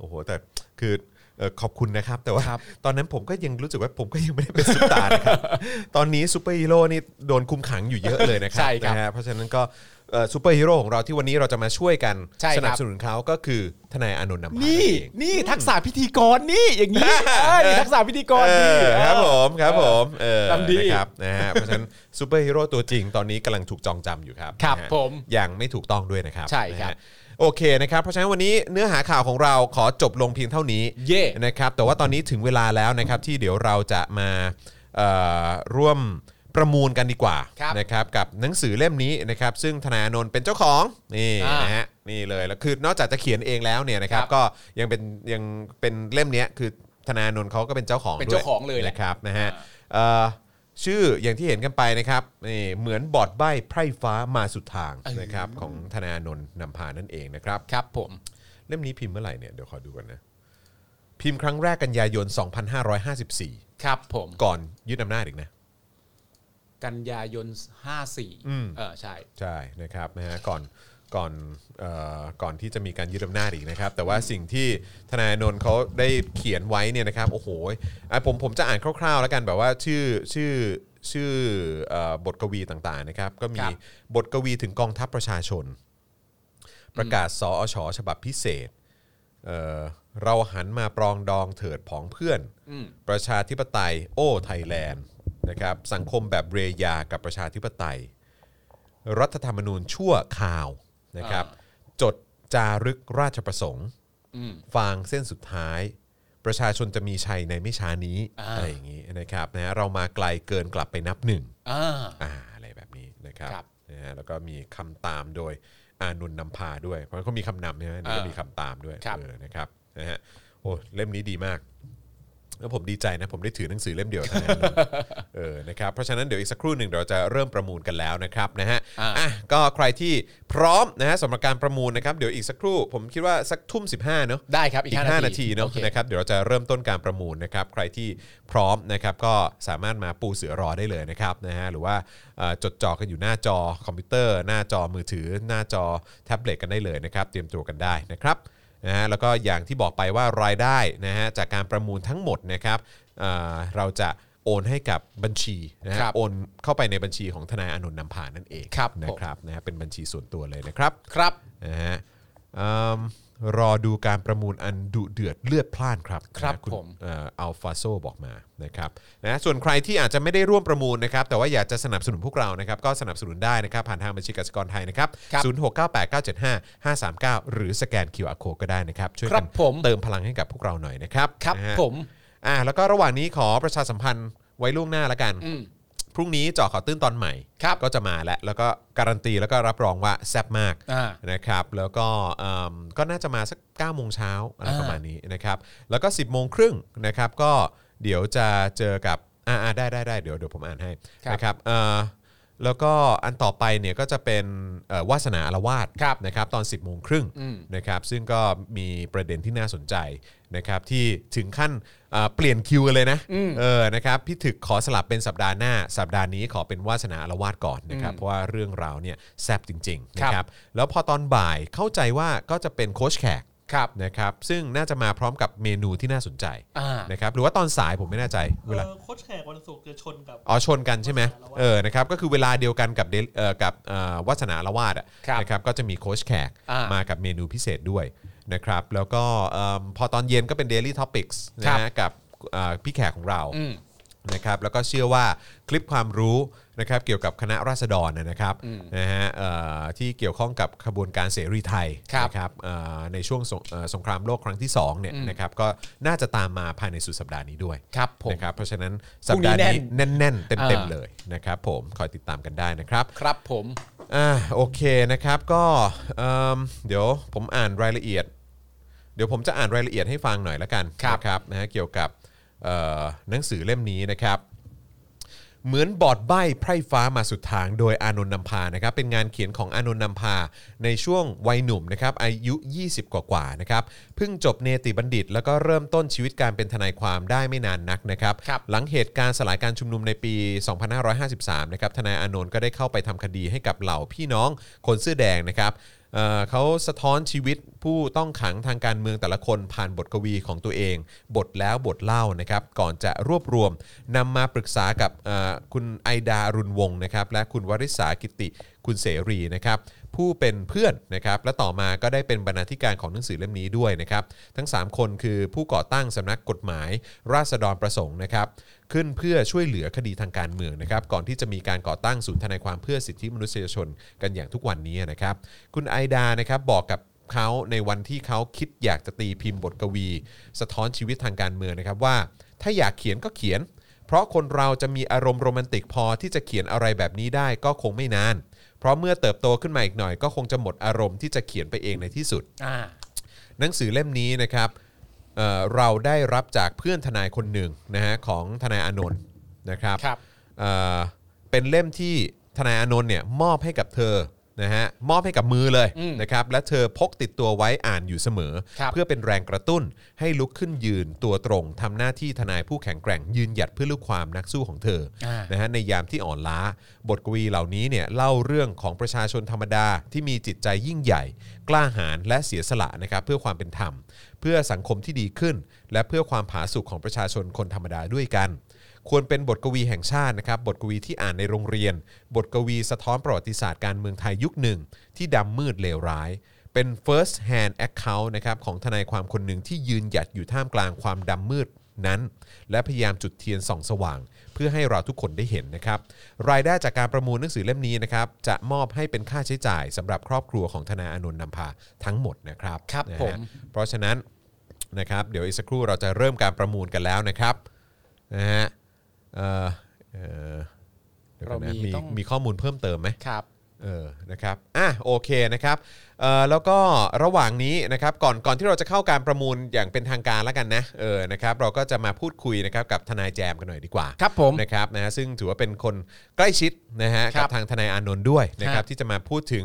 [SPEAKER 2] อ้โห แต่คือเอ่อขอบคุณนะครับ แต่ว่า
[SPEAKER 4] ครับ
[SPEAKER 2] ตอนนั้นผมก็ยังรู้สึกว่าผมก็ยังไม่ได้เป็นซุปตาร์ นะครับ ตอนนี้ซูเปอร์ฮีโร่นี่โดนคุมขังอยู่เยอะเลยนะครั
[SPEAKER 4] ใช่ครับ
[SPEAKER 2] นะฮะเพราะฉะนั้นก็เอ่อซูเปอร์ฮีโร่ของเราที่วันนี้เราจะมาช่วยกัน
[SPEAKER 4] ใช่ครับ
[SPEAKER 2] สนับสนุนเขาก็คือทนายอานนท์นำพา
[SPEAKER 4] นี่นี่ทักษะพิธีกรนี่อย่างนี้เออนี่ทักษะพิธีกร
[SPEAKER 2] เอ
[SPEAKER 4] นี่
[SPEAKER 2] อครับผมครับผมเออ
[SPEAKER 4] ทำดี
[SPEAKER 2] นะครับนะฮะเพราะฉะนั้นซูเปอร์ฮีโร่ตัวจริงตอนนี้กำลังถูกจองจำอยู่ครับ
[SPEAKER 4] ครับ
[SPEAKER 2] นะฮะ
[SPEAKER 4] ผม
[SPEAKER 2] อย่างไม่ถูกต้องด้วยนะครับ
[SPEAKER 4] ใช่ครับ
[SPEAKER 2] นะฮะโอเคนะครับ เพราะฉะนั้นวันนี้เนื้อหาข่าวของเราขอจบลงเพียงเท่านี้
[SPEAKER 4] เย่
[SPEAKER 2] นะครับแต่ว่าตอนนี้ถึงเวลาแล้วนะครับที่เดี๋ยวเราจะมาเอ่อร่วมประมูลกันดีกว่า
[SPEAKER 4] ครับ
[SPEAKER 2] นะครับกับหนังสือเล่มนี้นะครับซึ่งธนาโนนท์เป็นเจ้าของนี่
[SPEAKER 4] อ่าน
[SPEAKER 2] นะฮะนี่เลยแล้วคือนอกจากจะเขียนเองแล้วเนี่ยนะครับ
[SPEAKER 4] ครับ
[SPEAKER 2] ก็ยังเป็นยังเป็นเล่มเนี้ยคือธนาโนนท์เขาก็เป็นเจ้าของ
[SPEAKER 4] เป็น
[SPEAKER 2] ด้วย
[SPEAKER 4] เจ้าของเลยแหละ
[SPEAKER 2] นะครับนะฮะเอ่อชื่ออย่างที่เห็นกันไปนะครับนี่เหมือนบอดใบไพร่ฟ้ามาสุดทางนะครับของธนาโนนท์นำพานั่นเองนะครับ
[SPEAKER 4] ครับผม
[SPEAKER 2] เล่มนี้พิมพ์เมื่อไหร่เนี่ยเดี๋ยวขอดูกันนะ พิมพ์ครั้งแรกกันยายน 2554
[SPEAKER 4] ครับผม
[SPEAKER 2] ก่อนยึดอำนาจอีกนะ
[SPEAKER 4] กันยายน 54
[SPEAKER 2] อืม
[SPEAKER 4] เออใช่
[SPEAKER 2] ใช่นะครับนะฮะก่อนก่อนเอ่อก่อนที่จะมีการยึดอำนาจอีกนะครับ แต่ว่าสิ่งที่ทนายอานนท์เขาได้เขียนไว้เนี่ยนะครับ โอ้โหอ่ะผมผมจะอ่านคร่าวๆ แล้วกันแบบว่าชื่อชื่อชื่อเอ่อบทกวีต่างๆนะครับ ก็มี
[SPEAKER 4] ครับ
[SPEAKER 2] บทกวีถึงกองทัพประชาชน ประกาศสออชฉบับพิเศษเอ่อเราหันมาปรองดองเถิดผองเพื่อน
[SPEAKER 4] อืม
[SPEAKER 2] ประชาธิปไตยโอ้ไทยแลนด์นะครับสังคมแบบเรยากับประชาธิปไตย รัฐธรรมนูญชั่วข่าวนะครับจดจารึกราชประสงค์
[SPEAKER 4] อืม
[SPEAKER 2] ฟางเส้นสุดท้าย ประชาชนจะมีชัยในไม่ช้านี้
[SPEAKER 4] อ่า
[SPEAKER 2] อะไรอย่างนี้นะครับนะฮะเรามาไกลเกินกลับไปนับหนึ่ง
[SPEAKER 4] อ่า
[SPEAKER 2] อ่าอะไรแบบนี้นะครับ
[SPEAKER 4] ครับ
[SPEAKER 2] นะฮะแล้วก็มีคำตามโดยอานุนท์นำพาด้วย เพราะเขามีคำนำใช่ไหมนี่ก็มีคำตามด้วยเออนะครับนะฮะโอ้เล่มนี้ดีมาก แล้วผมดีใจนะ ผมได้ถือหนังสือเล่มเดียวเท่ านั้น เออนะครับเพราะฉะนั้นเดี๋ยวอีกสักครู่หนึ่งเราจะเริ่มประมูลกันแล้วนะครับนะฮะ
[SPEAKER 4] อ่า
[SPEAKER 2] อ่ะก็ใครที่พร้อมนะฮะสำหรับการประมูลนะครับเดี๋ยวอีกสักครู่ ผมคิดว่าสักทุ่ม 15เนาะ
[SPEAKER 4] ได้ครับ อี
[SPEAKER 2] อีก 5 นาทีเนาะ
[SPEAKER 4] โอค
[SPEAKER 2] นะครับเดี๋ยวเราจะเริ่มต้นการประมูลนะครับ ใครที่พร้อมนะครับก็สามารถมาปูเสือรอได้เลยนะครับนะฮะหรือว่าเอ่อจดจ่อกันอยู่หน้าจอคอมพิวเตอร์ หน้าจอมือถือ หน้าจอแท็บเล็ตกันได้เลยนะครับ เตรียมตัวกันได้นะครับ นะฮะแล้วก็อย่างที่บอกไปว่ารายได้นะฮะจากการประมูลทั้งหมดนะครับเอ่อเราจะโอนให้กับบัญชีนะฮะ
[SPEAKER 4] ครับ
[SPEAKER 2] โอนเข้าไปในบัญชีของทนายอานนท์นำพานั่นเอง
[SPEAKER 4] ครับผม
[SPEAKER 2] นะครับนะฮะเป็นบัญชีส่วนตัวเลยนะครับ
[SPEAKER 4] ครับ
[SPEAKER 2] นะฮะเอิ่มรอดูการประมูลอันดุเดือดเลือดพล่านครับ
[SPEAKER 4] ครับ
[SPEAKER 2] นะณ
[SPEAKER 4] ผม
[SPEAKER 2] เอัลฟาโซบอกมานะครับนะส่วนใครที่อาจจะไม่ได้ร่วมประมูลนะครับแต่ว่าอยากจะสนับสนุนพวกเรานะครับก็สนับสนุนได้นะครับผ่านทางบัญชีกสิกรไทยนะครับ
[SPEAKER 4] ครับ
[SPEAKER 2] ศูนย์หกเก้าแปดเก้าเจ็ดห้าห้าสามเก้าหรือสแกน QR Code ก็ได้นะครับช่วย
[SPEAKER 4] ครั
[SPEAKER 2] กับ น
[SPEAKER 4] ผม
[SPEAKER 2] เติมพลังให้กับพวกเราหน่อยนะครับ
[SPEAKER 4] ครับ
[SPEAKER 2] นะฮะ
[SPEAKER 4] ผม
[SPEAKER 2] อ่าแล้วก็ระหว่างนี้ขอประชาสัมพันธ์ไว้ล่วงหน้าละกัน
[SPEAKER 4] อืม
[SPEAKER 2] พรุ่งนี้เจาะข่าวตื้นตอนใหม่
[SPEAKER 4] ครับ
[SPEAKER 2] ก็จะมาแล้วแล้วก็การันตีแล้วก็รับรองว่าแซ่บมาก
[SPEAKER 4] อ่า
[SPEAKER 2] นะครับ แล้วก็เอิ่มก็น่าจะมาสัก9ก้าโมงเช้าอะไร
[SPEAKER 4] อ่า
[SPEAKER 2] ประมาณนี้นะครับ แล้วก็ 10บโมงครึ่งนะครับ ก็เดี๋ยวจะเจอกับอ่าอ่าได้ได้ได้เดี๋ยวเดี๋ยวผมอ่านให้นะครับเอ่อแล้วก็อันต่อไปเนี่ยก็จะเป็นเอ่อวาสนาอารวาสนะครับตอน 10บโมงครึ่ง
[SPEAKER 4] อืม
[SPEAKER 2] นะครับซึ่งก็มีประเด็นที่น่าสนใจนะครับที่ถึงขั้นเอ่อเปลี่ยนคิวกันเลยนะเออนะครับพี่ถึกขอสลับเป็นสัปดาห์หน้า สัปดาห์นี้ขอเป็นวาสนาอารวาสก่อนนะครับเพราะว่าเรื่องราวเนี่ยแซบจริงๆนะครับแล้วพอตอนบ่ายเข้าใจว่าก็จะเป็นโค้ชแขก
[SPEAKER 4] ครับ
[SPEAKER 2] นะครับซึ่งน่าจะมาพร้อมกับเมนูที่น่าสนใจ
[SPEAKER 4] อ่า
[SPEAKER 2] นะครับหรือว่าตอนสายผมไม่แน่ใจเวลา
[SPEAKER 5] เออโคชแขกวันศุกร์จะชนกับ
[SPEAKER 2] อ๋อชนกันใช่ไหมเออนะครับก็คือเวลาเดียวกันกับเดลเอ่อกับเอ่อวัฒนาละวาดอะ
[SPEAKER 4] ครับ
[SPEAKER 2] นะครับก็จะมีโค้ชแขก
[SPEAKER 4] อ่า
[SPEAKER 2] มากับเมนูพิเศษด้วยนะครับแล้วก็เอิ่มพอตอนเย็นก็เป็น Daily Topics
[SPEAKER 4] ครั
[SPEAKER 2] นะ
[SPEAKER 4] บ
[SPEAKER 2] ฮะกับเอ่อพี่แขกของเรา
[SPEAKER 4] อืม
[SPEAKER 2] นะครับแล้วก็เชื่อว่าคลิปความรู้นะครับเกี่ยวกับคณะราษฎรนะครับนะฮะเอ่อที่เกี่ยวข้องกับขบวนการเสรีไทย
[SPEAKER 4] ครับ
[SPEAKER 2] นะครับเอ่อในช่วงสงเอ่อสงครามโลกครั้งที่2เนี่ยนะครับก็น่าจะตามมาภายในสุดสัปดาห์นี้ด้วย
[SPEAKER 4] ครับผม
[SPEAKER 2] นะครับเพราะฉะนั้น
[SPEAKER 4] พ
[SPEAKER 2] สัป
[SPEAKER 4] รุ่งนี้
[SPEAKER 2] ดาห์
[SPEAKER 4] แน่น
[SPEAKER 2] นี้แน่นๆ เต็ม
[SPEAKER 4] อ่า
[SPEAKER 2] ๆเลยนะครับผมคอยติดตามกันได้นะครับ
[SPEAKER 4] ครับผม
[SPEAKER 2] อ่าโอเคนะครับก็เอิ่มเดี๋ยวผมอ่านรายละเอียด เดี๋ยวผมจะอ่านรายละเอียดให้ฟังหน่อยละกัน
[SPEAKER 4] ครับ
[SPEAKER 2] นะครับนะฮะเกี่ยวกับเอ่อหนังสือเล่มนี้นะครับ เหมือนบอดใบ้ไพร่ฟ้ามาสุดทางโดยอานนท์นำพานะครับเป็นงานเขียนของอานนท์นำพาในช่วงวัยหนุ่มนะครับอายุ 20 กว่ากว่าๆนะครับเพิ่งจบเนติบัณฑิต แล้วก็เริ่มต้นชีวิตการเป็นทนายความได้ไม่นานนักนะครับ
[SPEAKER 4] ครับ
[SPEAKER 2] หลังเหตุการณ์สลายการชุมนุมในปี 2553 นะครับ ทนายอานนท์ก็ได้เข้าไปทำคดีให้กับเหล่าพี่น้องคนเสื้อแดงนะครับเอ่อเขาสะท้อนชีวิตผู้ต้องขังทางการเมืองแต่ละคนผ่านบทกวีของตัวเอง บทแล้วบทเล่านะครับ ก่อนจะรวบรวมนำมาปรึกษากับเอ่อคุณไอดาอรุณวงศ์นะครับ และคุณวริษากิติคุณเสรีนะครับ ผู้เป็นเพื่อนนะครับและต่อมาก็ได้เป็นบรรณาธิการของหนังสือเล่มนี้ด้วยนะครับ ทั้ง 3 คนคือผู้ก่อตั้งสำนักกฎหมาย ราษฎรประสงค์นะครับขึ้นเพื่อช่วยเหลือคดีทางการเมืองนะครับ ก่อนที่จะมีการก่อตั้งศูนย์ทนายความเพื่อสิทธิมนุษยชนกันอย่างทุกวันนี้นะครับ คุณไอดานะครับบอกกับ เขาในวันที่เขาคิดอยากจะตีพิมพ์บทกวี สะท้อนชีวิตทางการเมืองนะครับว่า ถ้าอยากเขียนก็เขียน เพราะคนเราจะมีอารมณ์โรแมนติกพอที่จะเขียนอะไรแบบนี้ได้ก็คงไม่นาน เพราะเมื่อเติบโตขึ้นมาอีกหน่อย ก็คงจะหมดอารมณ์ที่จะเขียนไปเองในที่สุด
[SPEAKER 4] อ่า
[SPEAKER 2] หนังสือเล่มนี้นะครับเอ่อเราได้รับจากเพื่อนทนายคนหนึ่งนะฮะของทนายอานนท์นะครับ
[SPEAKER 4] ครับ
[SPEAKER 2] เอ่อเป็นเล่มที่ทนายอานนท์เนี่ยมอบให้กับเธอนะฮะมอบให้กับมือเลย
[SPEAKER 4] อืม
[SPEAKER 2] นะครับและเธอพกติดตัวไว้อ่านอยู่เสมอ
[SPEAKER 4] ครับ
[SPEAKER 2] เพื่อเป็นแรงกระตุ้นให้ลุกขึ้นยืนตัวตรงทำหน้าที่ทนายผู้แข็งแกร่งยืนหยัดเพื่อลูกความนักสู้ของเธอ
[SPEAKER 4] อ่า
[SPEAKER 2] นะฮะในยามที่อ่อนล้า บทกวีเหล่านี้เนี่ยเล่าเรื่องของประชาชนธรรมดาที่มีจิตใจยิ่งใหญ่ กล้าหาญและเสียสละนะครับเพื่อความเป็นธรรม เพื่อสังคมที่ดีขึ้น และเพื่อความผาสุกของประชาชนคนธรรมดาด้วยกัน ควรเป็นบทกวีแห่งชาตินะครับบทกวีที่อ่านในโรงเรียน บทกวีสะท้อนประวัติศาสตร์การเมืองไทยยุคหนึ่ง ที่ดำมืดเลวร้าย เป็น first hand account นะครับของทนายความคนหนึ่งที่ยืนหยัดอยู่ท่ามกลางความดำมืด นั้น และพยายามจุดเทียนส่องสว่าง เพื่อให้เราทุกคนได้เห็นนะครับ รายได้จากการประมูลหนังสือเล่มนี้นะครับ จะมอบให้เป็นค่าใช้จ่ายสำหรับครอบครัวของธนาอานนท์นำพาทั้งหมดนะครับ
[SPEAKER 4] ครับ
[SPEAKER 2] นะฮะ
[SPEAKER 4] ผม
[SPEAKER 2] เพราะฉะนั้นนะครับ เดี๋ยวอีกสักครู่เราจะเริ่มการประมูลกันแล้วนะครับนะฮะเอ่อเอ่อเดี๋ยวก่อนนะ
[SPEAKER 4] เรามี
[SPEAKER 2] มี
[SPEAKER 4] ต้อง
[SPEAKER 2] มีข้อมูลเพิ่มเติมไหม
[SPEAKER 4] ครับ
[SPEAKER 2] เออ นะครับ อ่ะ โอเค นะครับเอ่อแล้วก็ระหว่างนี้นะครับ ก่อน ก่อนที่เราจะเข้าการประมูลอย่างเป็นทางการแล้วกันนะ เออ นะครับ เราก็จะมาพูดคุยนะครับกับทนายแจมกันหน่อยดีกว่า
[SPEAKER 4] ครับผม
[SPEAKER 2] นะครับนะฮะซึ่งถือว่าเป็นคนใกล้ชิดนะฮะ
[SPEAKER 4] ครั
[SPEAKER 2] กับ บทางทนายอานนท์ด้วยนะครับที่จะมาพูดถึง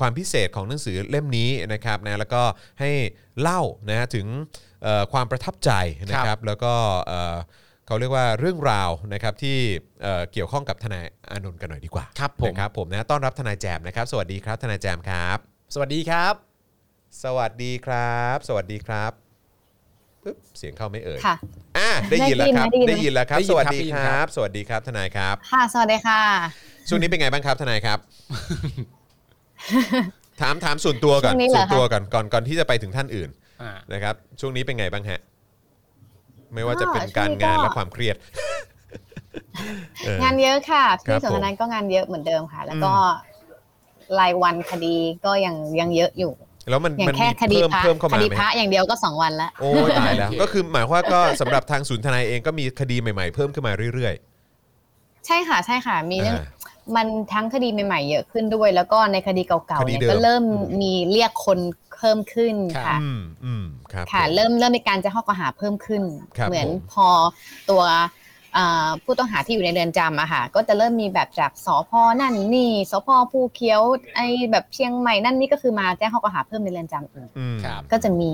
[SPEAKER 2] ความพิเศษของหนังสือเล่มนี้นะครับนะ แล้วก็ให้เล่านะฮะถึงเอ่อความประทับใจนะครับ แล้วก็เอ่อเขาเรียกว่าเรื่องราวนะครับที่เอ่อเกี่ยวข้องกับทนายอานนท์กันหน่อยดีกว่า
[SPEAKER 4] ครับผม
[SPEAKER 2] นะครับผมนะต้อนรับทนายแจมนะครับ สวัสดีครับทนายแจมครับ
[SPEAKER 4] สวัสดีครับ
[SPEAKER 2] สวัสดีครับ สวัสดีครับปึ๊บเสียงเข้าไม่เอ่ย
[SPEAKER 6] ค่ะ
[SPEAKER 2] อ่ะได้ยินแล้วครับ
[SPEAKER 6] ได้
[SPEAKER 2] ได้
[SPEAKER 6] ยิ
[SPEAKER 2] ยิน
[SPEAKER 6] นไหม
[SPEAKER 2] แล้วครับ
[SPEAKER 4] ได้ยิ
[SPEAKER 2] ส
[SPEAKER 4] น
[SPEAKER 2] วัส
[SPEAKER 4] ครับ
[SPEAKER 2] ดี
[SPEAKER 4] ได้ยิน
[SPEAKER 2] ค
[SPEAKER 4] ครั
[SPEAKER 2] รับ
[SPEAKER 4] บ
[SPEAKER 2] สวัสดีครับทนายครับ
[SPEAKER 6] ค่ะ สวัสดีค่ะ
[SPEAKER 2] ช่วงนี้เป็นไงบ้างครับทนาย ครับ ถามถามส่วนตัวก่อน
[SPEAKER 6] ช่วงนี้เหร
[SPEAKER 2] ส่ว
[SPEAKER 6] อ
[SPEAKER 2] น
[SPEAKER 6] คะ
[SPEAKER 2] ตัวก่อนก่อนก่อนที่จะไปถึงท่านอื่น
[SPEAKER 4] อ่า
[SPEAKER 2] นะครับ ช่วงนี้เป็นไงบ้างฮะ ไม่ว่าจะเป็นการงานและความเครี ยดเออ
[SPEAKER 6] งานเยอะค่ะ
[SPEAKER 2] ครั
[SPEAKER 6] พี่
[SPEAKER 2] บ
[SPEAKER 6] สนทนันก็งานเยอะเหมือนเดิมค่ะ แล้วก็
[SPEAKER 2] อื
[SPEAKER 6] รายวันคดีก็ยังยังเยอะอยู่
[SPEAKER 2] แล้วมัน
[SPEAKER 6] อย่า
[SPEAKER 2] มั
[SPEAKER 6] ง
[SPEAKER 2] น
[SPEAKER 6] แค่
[SPEAKER 2] มี
[SPEAKER 6] คดี
[SPEAKER 2] เพิ่ม
[SPEAKER 6] พระ
[SPEAKER 2] เพิ่มเข้า
[SPEAKER 6] ค
[SPEAKER 2] มา
[SPEAKER 6] ดี
[SPEAKER 2] ไหม
[SPEAKER 6] พระ
[SPEAKER 2] ฮะ
[SPEAKER 6] อย่างเดียวก็สองวันละ
[SPEAKER 2] โอ้ยตายแล้ว
[SPEAKER 4] โอเค
[SPEAKER 2] ก็คือหมายความว่าก็สำหรับทางศูนย์ทนายเองก็มีคดีใหม่ๆเพิ่มขึ้นมาเรื่อย
[SPEAKER 6] ใช่ค่ะใช่ค่ะมีเรื่อง
[SPEAKER 2] อ่า
[SPEAKER 6] มันทั้งคดีใหม่ๆเยอะขึ้นด้วย แล้วก็ในคดีเก่าๆ
[SPEAKER 2] คดี
[SPEAKER 6] เนี่ย
[SPEAKER 2] เดิม
[SPEAKER 6] ก็เริ่มมีเรียกคนเพิ่มขึ้น
[SPEAKER 4] ครับ
[SPEAKER 6] ค่ะ
[SPEAKER 2] อืมอืมครับ
[SPEAKER 6] ค่ะ
[SPEAKER 2] ผม
[SPEAKER 6] เริ่มเริ่มมีการแจะข้อกล่าวหาเพิ่มขึ้น
[SPEAKER 2] ครับ
[SPEAKER 6] เหมือน
[SPEAKER 2] ผม
[SPEAKER 6] พอตัวเอ่อผู้ต้องหาที่อยู่ในเรือนจำอะค่ะก็จะเริ่มมีแบบจากสพนั่นนี่สพภูเขียวไอแบบเชียงใหม่นั่นนี่ก็คือมาแจ้งข้อกล่าวหาเพิ่มในเรือนจำอีก
[SPEAKER 4] ครับ
[SPEAKER 6] ก็จะมี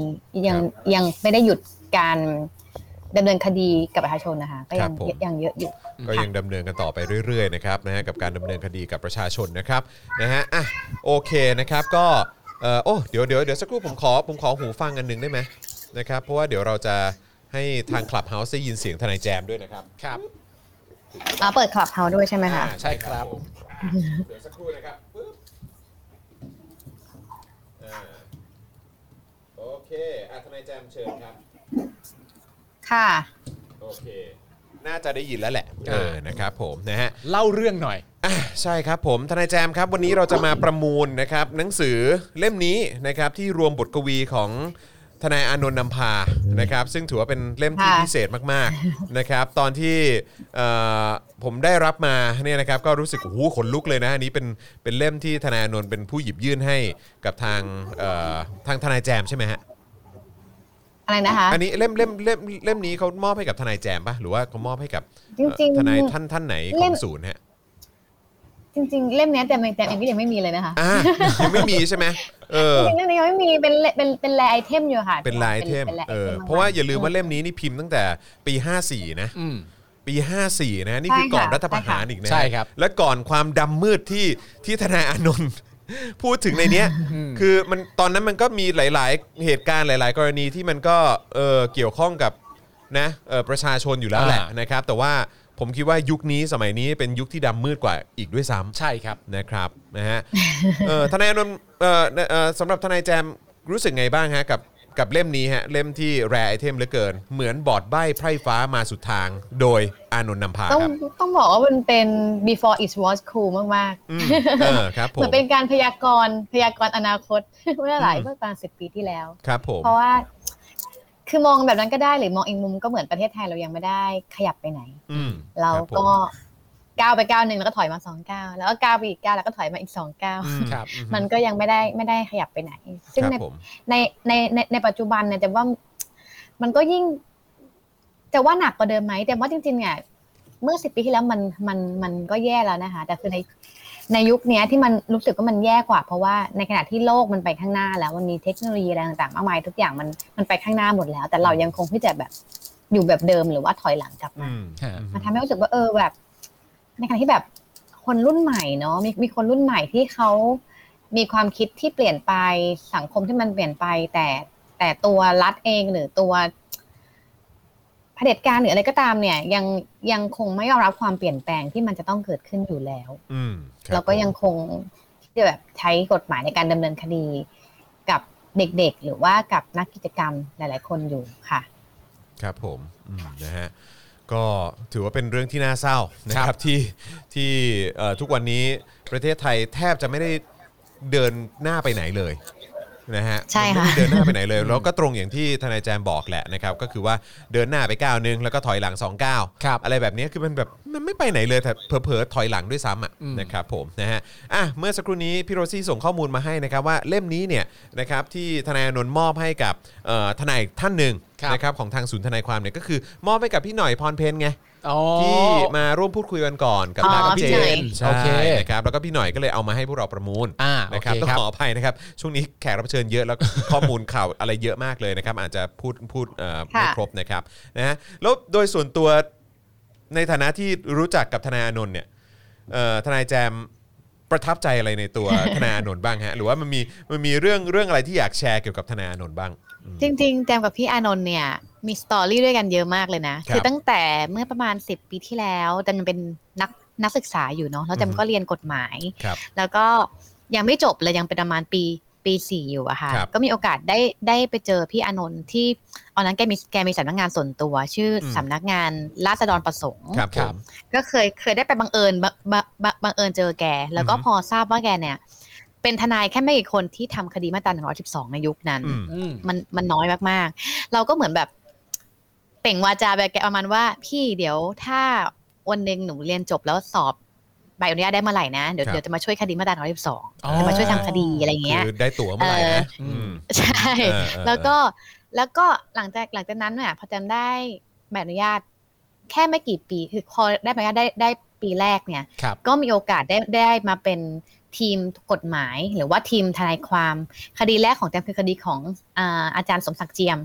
[SPEAKER 6] ยังยังไม่ได้หยุดการดำเนินคดีกับประชาชนนะคะก็
[SPEAKER 2] ครั
[SPEAKER 6] ยั
[SPEAKER 2] บ
[SPEAKER 6] ง
[SPEAKER 2] ผม
[SPEAKER 6] ยังเยอะอยู่
[SPEAKER 2] ก็ยังดำเนินกันต่อไปเรื่อยๆนะครับนะฮะกับการดำเนินคดีกับประชาชนนะครับนะฮะอ่ะโอเคนะครับก็เอ่อโอ้เดี๋ยวเดี๋ยวเดี๋ยวสักครู่ผมขอผมขอหูฟังอันหนึ่งได้ไหมนะครับเพราะว่าเดี๋ยวเราจะให้ทางคลับเฮาส์ได้ยินเสียงทนายแจมด้วยนะครับ
[SPEAKER 4] ครับ
[SPEAKER 6] อ่าเปิดคลับเฮาด้วยใช่ไหมคะ
[SPEAKER 2] อ่า
[SPEAKER 4] ใช่ครับ
[SPEAKER 2] ผมเดี๋ยวสักครู่นะครับปึ๊บอ่าโอเคอ่ะทนายแจมเชิญครับ
[SPEAKER 6] ค่ะ
[SPEAKER 2] โอเค น่าจะได้ยินแล้วแหละเออนะครับผมนะฮะ
[SPEAKER 4] เล่าเรื่องหน่อย
[SPEAKER 2] อ่ะใช่ครับผมทนายแจมครับวันนี้เราจะมาประมูลนะครับหนังสือเล่มนี้นะครับที่รวมบทกวีของทนายอานนท์นำพานะครับซึ่งถือว่าเป็นเล่มที่
[SPEAKER 6] ค่ะ
[SPEAKER 2] พิเศษมากๆ นะครับตอนที่เอ่อผมได้รับมาเนี่ยนะครับก็รู้สึกโอ้โหขนลุกเลยนะอันนี้เป็นเป็นเล่มที่ทนายอานนท์เป็นผู้หยิบยื่นให้กับทางเอ่อทางทนายแจมใช่ไหมฮะ
[SPEAKER 6] อะไรนะคะ
[SPEAKER 2] อันนี้เล่มเล่มเล่มเล่มนี้เขามอบให้กับทนายแจมปะหรือว่าเขามอบให้กับ
[SPEAKER 6] จริงๆ
[SPEAKER 2] ทนายท่านท่านไหนของศูนย์ฮะ
[SPEAKER 6] จริง ๆ เล่มเนี้ยแต่แต่เองก็ยังไม่มีเลยนะคะ
[SPEAKER 2] อ่ะยังไม่มีใช่ไหมเออ
[SPEAKER 6] จริงๆเล่มนี้ยังไม่มีเป็นเลเป็นเป็นแรไอเทมอยู่ค่ะ
[SPEAKER 2] เป็นลายไอเทม
[SPEAKER 6] ป็นป็น rare
[SPEAKER 2] เออ
[SPEAKER 6] item
[SPEAKER 2] เพราะว่าอย่าลืม
[SPEAKER 6] มกๆ
[SPEAKER 2] ว่าเล่มนี้นี่พิมพ์ตั้งแต่ปี 54 นะ
[SPEAKER 4] อืม
[SPEAKER 2] ปี 54 นะ นี่
[SPEAKER 6] ใช่
[SPEAKER 2] คือก่อน
[SPEAKER 6] ค่ะ
[SPEAKER 2] รัฐประหารอีกนะ
[SPEAKER 4] ใช่ครับ
[SPEAKER 2] และก่อนความดำมืดที่ที่ทนายอานนท์ พูดถึงในเนี้ย
[SPEAKER 4] อืม
[SPEAKER 2] คือมันตอนนั้นมันก็มีหลาย ๆ เหตุการณ์หลาย ๆ กรณีที่มันก็เออเกี่ยวข้องกับนะเออประชาชนอยู่แล้วแหละนะครับ แต่ว่าผมคิดว่ายุคนี้สมัยนี้เป็นยุคที่ดำมืดกว่าอีกด้วยซ้ำ
[SPEAKER 4] ใช่ครับ
[SPEAKER 2] นะครับนะฮะ เอ่อทนายอานนท์เอ่อเอ่อสำหรับทนายแจมรู้สึกไงบ้างฮะกับกับเล่มนี้ฮะเล่มที่แรไอเทมเหลือเกิน เหมือนบอร์ดใบ้ไพร่ฟ้ามาสุดทาง โดยอานนท์นำพาค
[SPEAKER 6] ต้อง
[SPEAKER 2] รับ
[SPEAKER 6] ต้องบอกว่ามันเป็น before it was cool มาก
[SPEAKER 2] อืม
[SPEAKER 6] ๆ
[SPEAKER 2] เออครับผ
[SPEAKER 6] เหมือ
[SPEAKER 2] ม
[SPEAKER 6] นเป็นการพยากรณ์พยากรณ์อนาคต เมื่อหลายเมื่อประมาณสิบปีที่แล้ว
[SPEAKER 2] ครับผม
[SPEAKER 6] เพราะว่าคือมองแบบนั้นก็ได้หรือมองอีกมุมก็เหมือนประเทศไทยเรายังไม่ได้ขยับไปไหน
[SPEAKER 2] อืม
[SPEAKER 6] เรา
[SPEAKER 2] คบผม
[SPEAKER 6] ก็ก้าวไปก้าวหนึ่งแล้วก็ถอยมาสองก้าวแล้วก็ก้าวไปอีกก้าวแล้วก็ถอยมาอีกสองก้าว
[SPEAKER 2] อืม
[SPEAKER 4] ครับ
[SPEAKER 6] มันก็ยังไม่ได้ไม่ได้ขยับไปไหน ซึ่ง
[SPEAKER 2] ครับ
[SPEAKER 6] ใน
[SPEAKER 2] ผม
[SPEAKER 6] ในในในในปัจจุบันเนี่ยแต่ว่ามันก็ยิ่งจะว่าหนักกว่าเดิมไหมแต่ว่าจริงๆเนี่ยเมื่อสิบปีที่แล้วมันมันมันก็แย่แล้วนะคะ แต่คือในในยุคเนี้ยที่มันรู้สึกว่ามันแย่กว่า เพราะว่าในขณะที่โลกมันไปข้างหน้าแล้วมันมีเทคโนโลยีอะไรต่างๆมากมายทุกอย่างมันมันไปข้างหน้าหมดแล้ว แต่เรายังคงที่จะแบบอยู่แบบเดิมหรือว่าถอยหลังกลับมา
[SPEAKER 2] อืม
[SPEAKER 4] ฮะ
[SPEAKER 6] มันทำให้รู้สึกว่าเออแบบ ในขณะที่แบบคนรุ่นใหม่เนาะมีมีคนรุ่นใหม่ที่เขามีความคิดที่เปลี่ยนไปสังคมที่มันเปลี่ยนไป แต่แต่ตัวรัฐเองหรือตัวเผด็จการหรืออะไรก็ตามเนี่ย ยังยังคงไม่ยอมรับความเปลี่ยนแปลงที่มันจะต้องเกิดขึ้นอยู่แล้ว
[SPEAKER 2] อืมครับ
[SPEAKER 6] เราก็ยังคงที่จะแบบใช้กฎหมายในการดำเนินคดีกับเด็กๆ หรือว่ากับนักกิจกรรมหลาย ๆ คนอยู่ค่ะ
[SPEAKER 2] ครับผมอืมนะฮะก็ถือว่าเป็นเรื่องที่น่าเศร้านะครับที่ที่เอ่อทุกวันนี้ประเทศไทยแทบจะไม่ได้เดินหน้าไปไหนเลย นะฮะ
[SPEAKER 6] ใช่
[SPEAKER 2] มัน
[SPEAKER 6] ค่ะ
[SPEAKER 2] ไม่ได้เดินหน้าไปไหนเลย แล้วก็ตรงอย่างที่ทนายแจมบอกแหละนะครับ ก็คือว่าเดินหน้าไปก้าวหนึงแล้วก็ถอยหลังสองก้าว
[SPEAKER 4] ครับ
[SPEAKER 2] อะไรแบบนี้คือมันแบบมันไม่ไปไหนเลยแต่เผลอๆถอยหลังด้วยซ้ำอ่ะนะครับผมนะฮะอ่ะเมื่อสักครู่นี้พี่โรซี่ส่งข้อมูลมาให้นะครับว่าเล่มนี้เนี่ยนะครับที่ทนายอานนท์มอบให้กับเอ่อทนายท่านหนึ่งนะครับของทางศูนย์ทนายความเนี่ยก็คือมอบให้กับพี่หน่อยพรเพนไง
[SPEAKER 4] อ๋อ
[SPEAKER 2] ที่มาร่วมพูดคุยกันก่อนกับ
[SPEAKER 6] อ๋อ
[SPEAKER 2] ทาง
[SPEAKER 6] พี่
[SPEAKER 2] เจ
[SPEAKER 6] หน่อย
[SPEAKER 2] น
[SPEAKER 4] โอ
[SPEAKER 2] ใช่
[SPEAKER 4] เค
[SPEAKER 2] นะครับแล้วก็พี่หน่อยก็เลยเอามาให้พวกเราประมูล
[SPEAKER 4] อ่า
[SPEAKER 2] นะครับ
[SPEAKER 4] โอเค
[SPEAKER 2] ต้อง
[SPEAKER 4] ครับ
[SPEAKER 2] ขออภัยนะครับ ช่วงนี้แขกรับเชิญเยอะแล้วก็ ข้อมูลข่าวอะไรเยอะมากเลยนะครับ อาจจะพูดพูดเอ่อไม่
[SPEAKER 6] ค่ะ
[SPEAKER 2] ครบนะครับนะฮะแล้วโดยส่วนตัวในฐานะที่รู้จักกับทนายอานนท์เนี่ยเอ่อทนายแจมประทับใจอะไรในตัว ทนายอานนท์บ้างฮะหรือว่ามันมีมันมีเรื่องเรื่องอะไรที่อยากแชร์เกี่ยวกับทนายอานนท์บ้าง
[SPEAKER 6] จริงๆแจมกับพี่อานนท์เนี่ย มีสตอรี่ด้วยกันเยอะมากเลยนะ
[SPEAKER 2] ครับ
[SPEAKER 6] คือตั้งแต่เมื่อประมาณ 10 ปีที่แล้วแจมยังเป็นนักนักศึกษาอยู่เนาะแล้วแจ
[SPEAKER 2] อื
[SPEAKER 6] ม
[SPEAKER 2] อฮึ
[SPEAKER 6] ก็เรียนกฎหมาย
[SPEAKER 2] ครับ
[SPEAKER 6] แล้วก็ยังไม่จบเลยยังเป็นประมาณปีปีสี่อยู่อะค่ะ
[SPEAKER 2] ครับ
[SPEAKER 6] ก็มีโอกาสได้ได้ไปเจอพี่อานนท์ที่ตอนนั้นแกมีแกมีสำนักงานส่วนตัว ชื่ออ
[SPEAKER 2] ม
[SPEAKER 6] สำนักงานราษฎรประสงค์
[SPEAKER 2] ครับผม
[SPEAKER 6] ก็เคยเคยได้ไปบังเอิญบังบังบังบังเอิญเจอแก แล้วก็
[SPEAKER 2] อือฮึ
[SPEAKER 6] พอทราบว่าแกเนี่ย เป็นทนายแค่ไม่กี่คนที่ทำคดีมาตรา112 ในยุคนั้น
[SPEAKER 2] อืม
[SPEAKER 4] อืม
[SPEAKER 6] มันมันน้อยมากๆ เราก็เหมือนแบบเต่งวาจาแบบแกประมาณว่าพี่เดี๋ยวถ้า วันหนึ่งหนูเรียนจบแล้วสอบใบอนุญาตได้เมื่อไหร่นะเดี๋ยว
[SPEAKER 2] ครับ
[SPEAKER 6] เดี๋ยวจะมาช่วยคดีมาตรา112
[SPEAKER 4] อ๋อ
[SPEAKER 6] จะมาช่วยทำคดีอะไรอย่างเงี้ย
[SPEAKER 2] คือได้ตั๋วเมื่อไหร่นะ
[SPEAKER 4] เอออื
[SPEAKER 2] ม
[SPEAKER 6] ใช่
[SPEAKER 2] เออเออ
[SPEAKER 6] แล้วก็แล้วก็หลังจากหลังจากนั้นเนี่ยพอจำได้ใบอนุญาต แค่ไม่กี่ปีคือพอได้ใบอนุญาตได้ได้ปีแรกเนี่ย
[SPEAKER 4] ครับ
[SPEAKER 6] ก็มีโอกาสได้ได้มาเป็นทีมกฎหมาย หรือว่าทีมทนายความ คดีแรกของแจมคือคดีของอาอาจารย์สมศักดิ์เจียม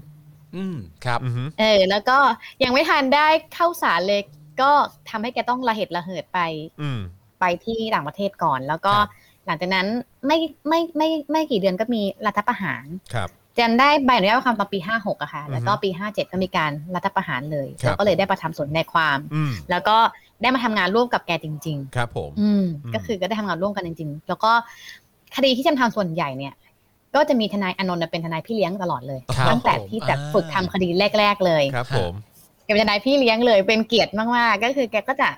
[SPEAKER 4] อืมครับ
[SPEAKER 2] อือหือ
[SPEAKER 6] เออแล้วก็ยังไม่ทันได้เข้าศาลเลย ก็ทำให้แกต้องระเหตุระเหิดไป
[SPEAKER 2] อืม
[SPEAKER 6] ไปที่ต่างประเทศก่อน แล้วก็
[SPEAKER 4] ครับ
[SPEAKER 6] หลังจากนั้นไม่ไม่ไม่ไม่กี่เดือนก็มีรัฐประหาร
[SPEAKER 2] ครับ
[SPEAKER 6] แจนได้ใบอนุญาตประคำตอนปี 56อะค่ะ แล้วก็
[SPEAKER 2] อือฮึ
[SPEAKER 6] ปี 57 ก็มีการรัฐประหารเลย
[SPEAKER 2] ครับ
[SPEAKER 6] แล้วก็เลยได้ประทำสนในความ
[SPEAKER 2] อืม
[SPEAKER 6] แล้วก็ได้มาทำงานร่วมกับแกจริง
[SPEAKER 2] ครับผม
[SPEAKER 6] ๆ อืม
[SPEAKER 2] อืม
[SPEAKER 6] ก็คือก็ได้ทำงานร่วมกันจริง ๆ แล้วก็คดีที่จำทำส่วนใหญ่เนี่ย ก็จะมีทนายอานนท์เป็นทนายพี่เลี้ยงตลอดเลย
[SPEAKER 4] ครับ
[SPEAKER 6] ตั้งแต่
[SPEAKER 4] ผม
[SPEAKER 6] ที่จัด
[SPEAKER 4] อ่า
[SPEAKER 6] ฝึกทำคดีแรก ๆ เลย
[SPEAKER 2] ครับผม
[SPEAKER 6] แกเป็นทนายพี่เลี้ยงเลยเป็นเกียรติมาก ๆ ก็คือแกก็จะ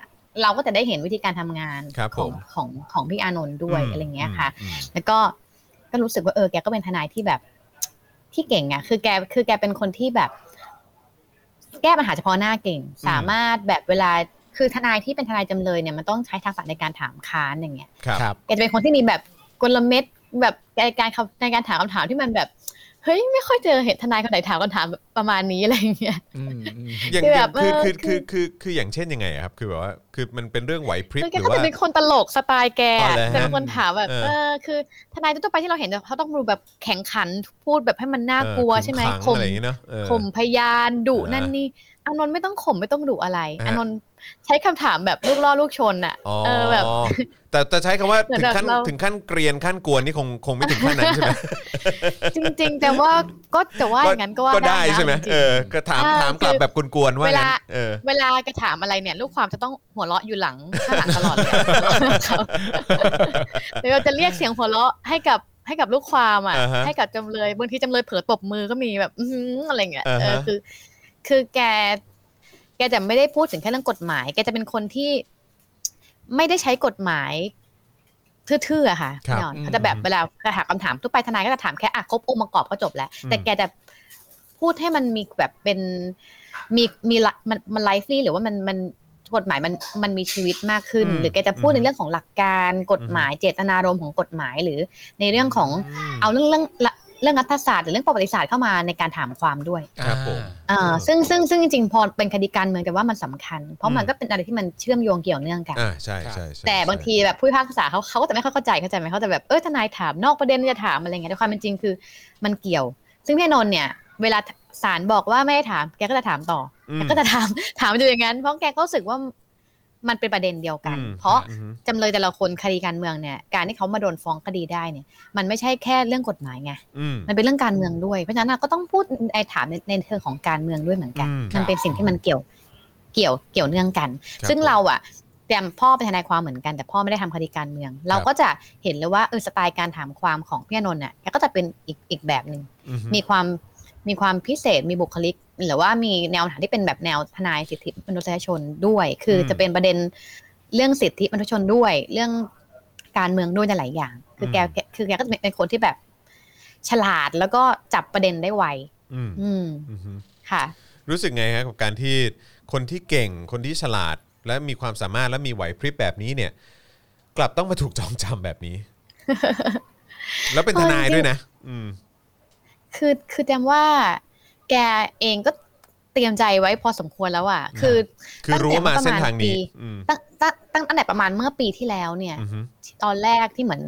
[SPEAKER 6] เราก็จะได้เห็นวิธีการทำงาน
[SPEAKER 2] ครับ
[SPEAKER 6] ขอ
[SPEAKER 2] ผ
[SPEAKER 6] ง
[SPEAKER 2] ม
[SPEAKER 6] ของของพี่อานนท์ด้วยอะไรอย่างเงี้ยค่ะ
[SPEAKER 2] อืม
[SPEAKER 6] แล้วก็ก็รู้สึกว่าเออแกก็เป็นทนายที่แบบ ที่เก่งอะคือแกคือแกเป็นคนที่แบบ แก้ปัญหาเฉพาะหน้าเก่ง สามารถแบบเวลาคือทนายที่เป็นทนายจำเลยเนี่ยมันต้องใช้ทักษะในการถามค้านอย่างเงี้ย
[SPEAKER 2] ครับ
[SPEAKER 4] ครับ
[SPEAKER 6] แกจะเป็นคนที่มีแบบกลเม็ดแบบในการคำในการถามคำถามที่มันแบบเฮ้ยไม่ค่อยเจอเห็นทนายคนไหนถามคำถามแบบประมาณนี้อะไรอย่างเงี้ย
[SPEAKER 4] อืมอืม
[SPEAKER 2] อย่าง
[SPEAKER 6] คือแบบ
[SPEAKER 2] คือ
[SPEAKER 6] เออ
[SPEAKER 2] คือคือคือคืออย่างเช่นยังไงอะครับ คือแบบว่าคือมันเป็นเรื่องไหวพริบ
[SPEAKER 6] คือแก
[SPEAKER 2] หรือ
[SPEAKER 6] ก็
[SPEAKER 2] ว่า
[SPEAKER 6] จะเป็นคนตลกสไตล์แก
[SPEAKER 2] อ๋อเหรอฮะ
[SPEAKER 6] จะเป็นคนถามแบบ
[SPEAKER 2] เออ
[SPEAKER 6] เออคือทนายทั่วไปที่เราเห็นเขาต้องดูแบบแข็งขันพูดแบบให้มันน่ากลัว
[SPEAKER 2] เออ
[SPEAKER 6] ใช่ไหม
[SPEAKER 2] ขึงขังอะไรอย่างงี้เนอะเออ
[SPEAKER 6] ข่มพยานดุ
[SPEAKER 2] เออ
[SPEAKER 6] นั่นนี่อานนท์ไม่ต้องข่มไม่ต้องดุอะไร
[SPEAKER 2] ฮะ
[SPEAKER 6] อานนท์ใช้คำถามแบบลูกล่อลูกชนอ่ะ
[SPEAKER 2] อ๋อ
[SPEAKER 6] เออแบบ
[SPEAKER 2] แต่แต่ใช้คำว่า
[SPEAKER 6] เหมือ
[SPEAKER 2] ถึ
[SPEAKER 6] น
[SPEAKER 2] ง
[SPEAKER 6] แบบ
[SPEAKER 2] ขั้น
[SPEAKER 6] เรา
[SPEAKER 2] ถึงขั้นเกรียนขั้นกวนนี่คงคงไม่ถึงขั้นนั้นใช่ไหม
[SPEAKER 6] จริง ๆ แต่ว่าก็จะ ว่าอย่างนั้นก็ว่า
[SPEAKER 2] ก็ได้
[SPEAKER 6] นะ
[SPEAKER 2] ใช่ไหม
[SPEAKER 6] จริงๆ
[SPEAKER 2] เออก็ถาม
[SPEAKER 6] เออ
[SPEAKER 2] ถามกลับ
[SPEAKER 6] คือ
[SPEAKER 2] แบบกวนๆว่า
[SPEAKER 6] เวลา
[SPEAKER 2] งั้นเออ
[SPEAKER 6] เวลาแกถามอะไรเนี่ย ลูกความจะต้องหัวเราะอยู่หลังข้างหลังตลอ ดเลยอะเดี๋ยวเราจะเรียกเสียงหัวเราะให้กับให้กับลูกความอ่ะ
[SPEAKER 2] อ่าฮะ
[SPEAKER 6] ให้กับจำเลยบางทีจำเลยเผลอตบมือก็มีแบบ อื้อหืออะไรเงี้ย
[SPEAKER 2] อ่าฮะ
[SPEAKER 6] เออคือ คือแก แกจะไม่ได้พูดถึงแค่เรื่องกฎหมาย แกจะเป็นคนที่ไม่ได้ใช้กฎหมายทื่อๆอะค่ะ
[SPEAKER 2] ครับ
[SPEAKER 6] พี่นอนเขาจะแบบเวลาถามคำถามทั่วไปทนายก็จะถามแค่อ่ะครบองค์ประกอบก็จบแล้ว แต่
[SPEAKER 2] อืม
[SPEAKER 6] แกจะพูดให้มันมีแบบเป็นมีมีละมันมันไลฟ์ลี่หรือว่ามันมันกฎหมายมันมันมีชีวิตมากขึ้น
[SPEAKER 2] อืม
[SPEAKER 6] หรือแกจะพูด
[SPEAKER 2] อืม
[SPEAKER 6] ในเรื่องของหลักการกฎหมายเจตนารมณ์ของกฎหมายหรือ ในเรื่องของเอาเรื่องเรื่องเรื่องรัฐศาสตร์หรือเรื่องประวัติศาสตร์เข้ามาในการถามความด้วย
[SPEAKER 2] ครับผม
[SPEAKER 6] อ่า
[SPEAKER 2] เออ
[SPEAKER 6] ซึ่งซึ่งซึ่งจริงๆ พอเป็นคดีการเมืองแต่ว่ามันสำคัญ เพ
[SPEAKER 2] อื
[SPEAKER 6] ราะ
[SPEAKER 2] ม
[SPEAKER 6] มันก็เป็นอะไรที่มันเชื่อมโยงเกี่ยวเนื่องกัน
[SPEAKER 2] อ่าใช่ใช่ใช่
[SPEAKER 6] แต่บางทีแบบผู้พิพากษาเขาเขาก็จะไม่ค่อยเข้าใจเข้าใจไหมเขาจะแบบเออทนายถามนอกประเด็นจะถามอะไรเงี้ยแต่ความเป็นจริงคือมันเกี่ยว ซึ่งพี่นนท์เนี่ย เวลาศาลบอกว่าไม่ให้ถามแกก็จะถามต่ออ
[SPEAKER 2] อื
[SPEAKER 6] แก
[SPEAKER 2] ม
[SPEAKER 6] ก็จะถาม ถามอยู่อย่างนั้น เพราะแกก็รู้สึกว่ามันเป็นประเด็นเดียวกัน
[SPEAKER 2] อืม
[SPEAKER 6] เพราะ
[SPEAKER 2] อือหือ
[SPEAKER 6] จำเลยแต่ละคนคดีการเมืองเนี่ยการที่เขามาโดนฟ้องคดีได้เนี่ยมันไม่ใช่แค่เรื่องกฎหมายไง
[SPEAKER 2] อืม
[SPEAKER 6] มันเป็นเรื่องการเมืองด้วย เพราะฉะนั้นน่ะก็ต้องพูดไอ้ถามในในเชิงของการเมืองด้วยเหมือนกัน
[SPEAKER 2] อืม
[SPEAKER 6] มันเป็นสิ่งที่มันเกี่ยวเกี่ยวเกี่ยวเนื่องกัน
[SPEAKER 2] ครับ
[SPEAKER 6] ซึ่ง
[SPEAKER 2] ผม
[SPEAKER 6] เราอ่ะแต่พ่อเป็นทนายความเหมือนกันแต่พ่อไม่ได้ทำคดีการเมือง เราก็จะเห็นเลยว่าเออสไตล์การถามความของพี่อานนท์อ่ะแกก็จะเป็นอีกอีกแบบหนึ่ง
[SPEAKER 2] อือฮึ
[SPEAKER 6] มีความมีความพิเศษมีบุคลิก หรือว่ามีแนวทางที่เป็นแบบแนวทนายสิทธิมนุษยชนด้วย คืออ
[SPEAKER 2] ม
[SPEAKER 6] จะเป็นประเด็นเรื่องสิทธิมนุษยชนด้วย เรื่องการเมืองด้วยหลายๆอย่าง คืออ
[SPEAKER 2] ม
[SPEAKER 6] แกแกคือแกก็จะเป็นคนที่แบบ ฉลาดแล้วก็จับประเด็นได้ไว
[SPEAKER 2] อืม
[SPEAKER 6] อืม
[SPEAKER 2] อือหือ
[SPEAKER 6] ค่ะ
[SPEAKER 2] รู้สึกไงครับกับการที่คนที่เก่งคนที่ฉลาด และมีความสามารถและมีไหวพริบแบบนี้เนี่ย กลับต้องมาถูกจองจำแบบ นี้ แล้วเป็นทนายด้วยนะ อืม
[SPEAKER 6] คือคือแจมว่า แกเองก็เตรียมใจไว้พอสมควรแล้วอ่ะ คือ
[SPEAKER 2] คือรู้ว่ามาเส้นทางนี้
[SPEAKER 6] ปี
[SPEAKER 2] อืม
[SPEAKER 6] ตั้งตั้งตั้งตั้งแต่ประมาณเมื่อปีที่แล้วเนี่ย
[SPEAKER 2] อือฮึ
[SPEAKER 6] ตอนแรกที่เหมือน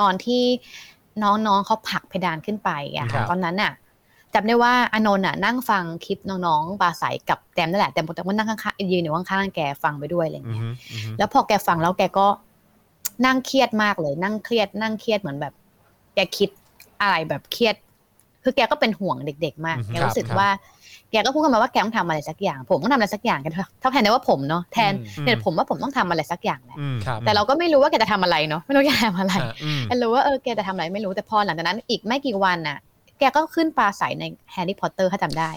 [SPEAKER 6] ตอนที่น้องๆเขาผลักเพดานขึ้นไปอะ
[SPEAKER 4] ครั
[SPEAKER 6] ค่ะ
[SPEAKER 4] บ
[SPEAKER 6] ตอนนั้นอะจำได้ว่าอานนท์อะนั่งฟังคลิปน้องๆปราศัยกับแจมนั่นแหละแจมแต่ว่านั่งข้างๆยืนอยู่ข้างๆแกฟังไปด้วยอะไรอย่าง
[SPEAKER 2] อือ
[SPEAKER 6] เงี้ย
[SPEAKER 2] ฮึอือฮึ
[SPEAKER 6] แล้วพอแกฟังแล้วแกก็นั่งเครียดมากเลย นั่งเครียด นั่งเครียดเหมือนแบบ แกคิดอะไรแบบเครียด คือแกก็เป็นห่วงเด็ก ๆ มาก
[SPEAKER 2] อือฮึ
[SPEAKER 6] แก
[SPEAKER 2] ครับ
[SPEAKER 6] รู้สึก
[SPEAKER 4] ครับ
[SPEAKER 6] ว่า แกก็พูดกันมาว่าแกต้องทำอะไรสักอย่าง ผมต้องทำอะไรสักอย่างกันถ้าแทนได้ว่าผมเนาะแทน
[SPEAKER 2] อืม
[SPEAKER 6] เนี่ยผมว่าผมต้องทำอะไรสักอย่างแหละ
[SPEAKER 2] อืม
[SPEAKER 4] ครับ
[SPEAKER 6] แต่เราก็ไม่รู้ว่าแกจะทำอะไรเนาะไม่รู้แกจะทำอะไร
[SPEAKER 4] อ่า
[SPEAKER 2] อืม
[SPEAKER 6] แต่รู้ว่าเออแกจะทำอะไรไม่รู้แต่พอหลังจากนั้นอีกไม่กี่วันน่ะ แกก็ขึ้นปลาใสในแฮร์รี่พอตเตอร์ถ้าจำได้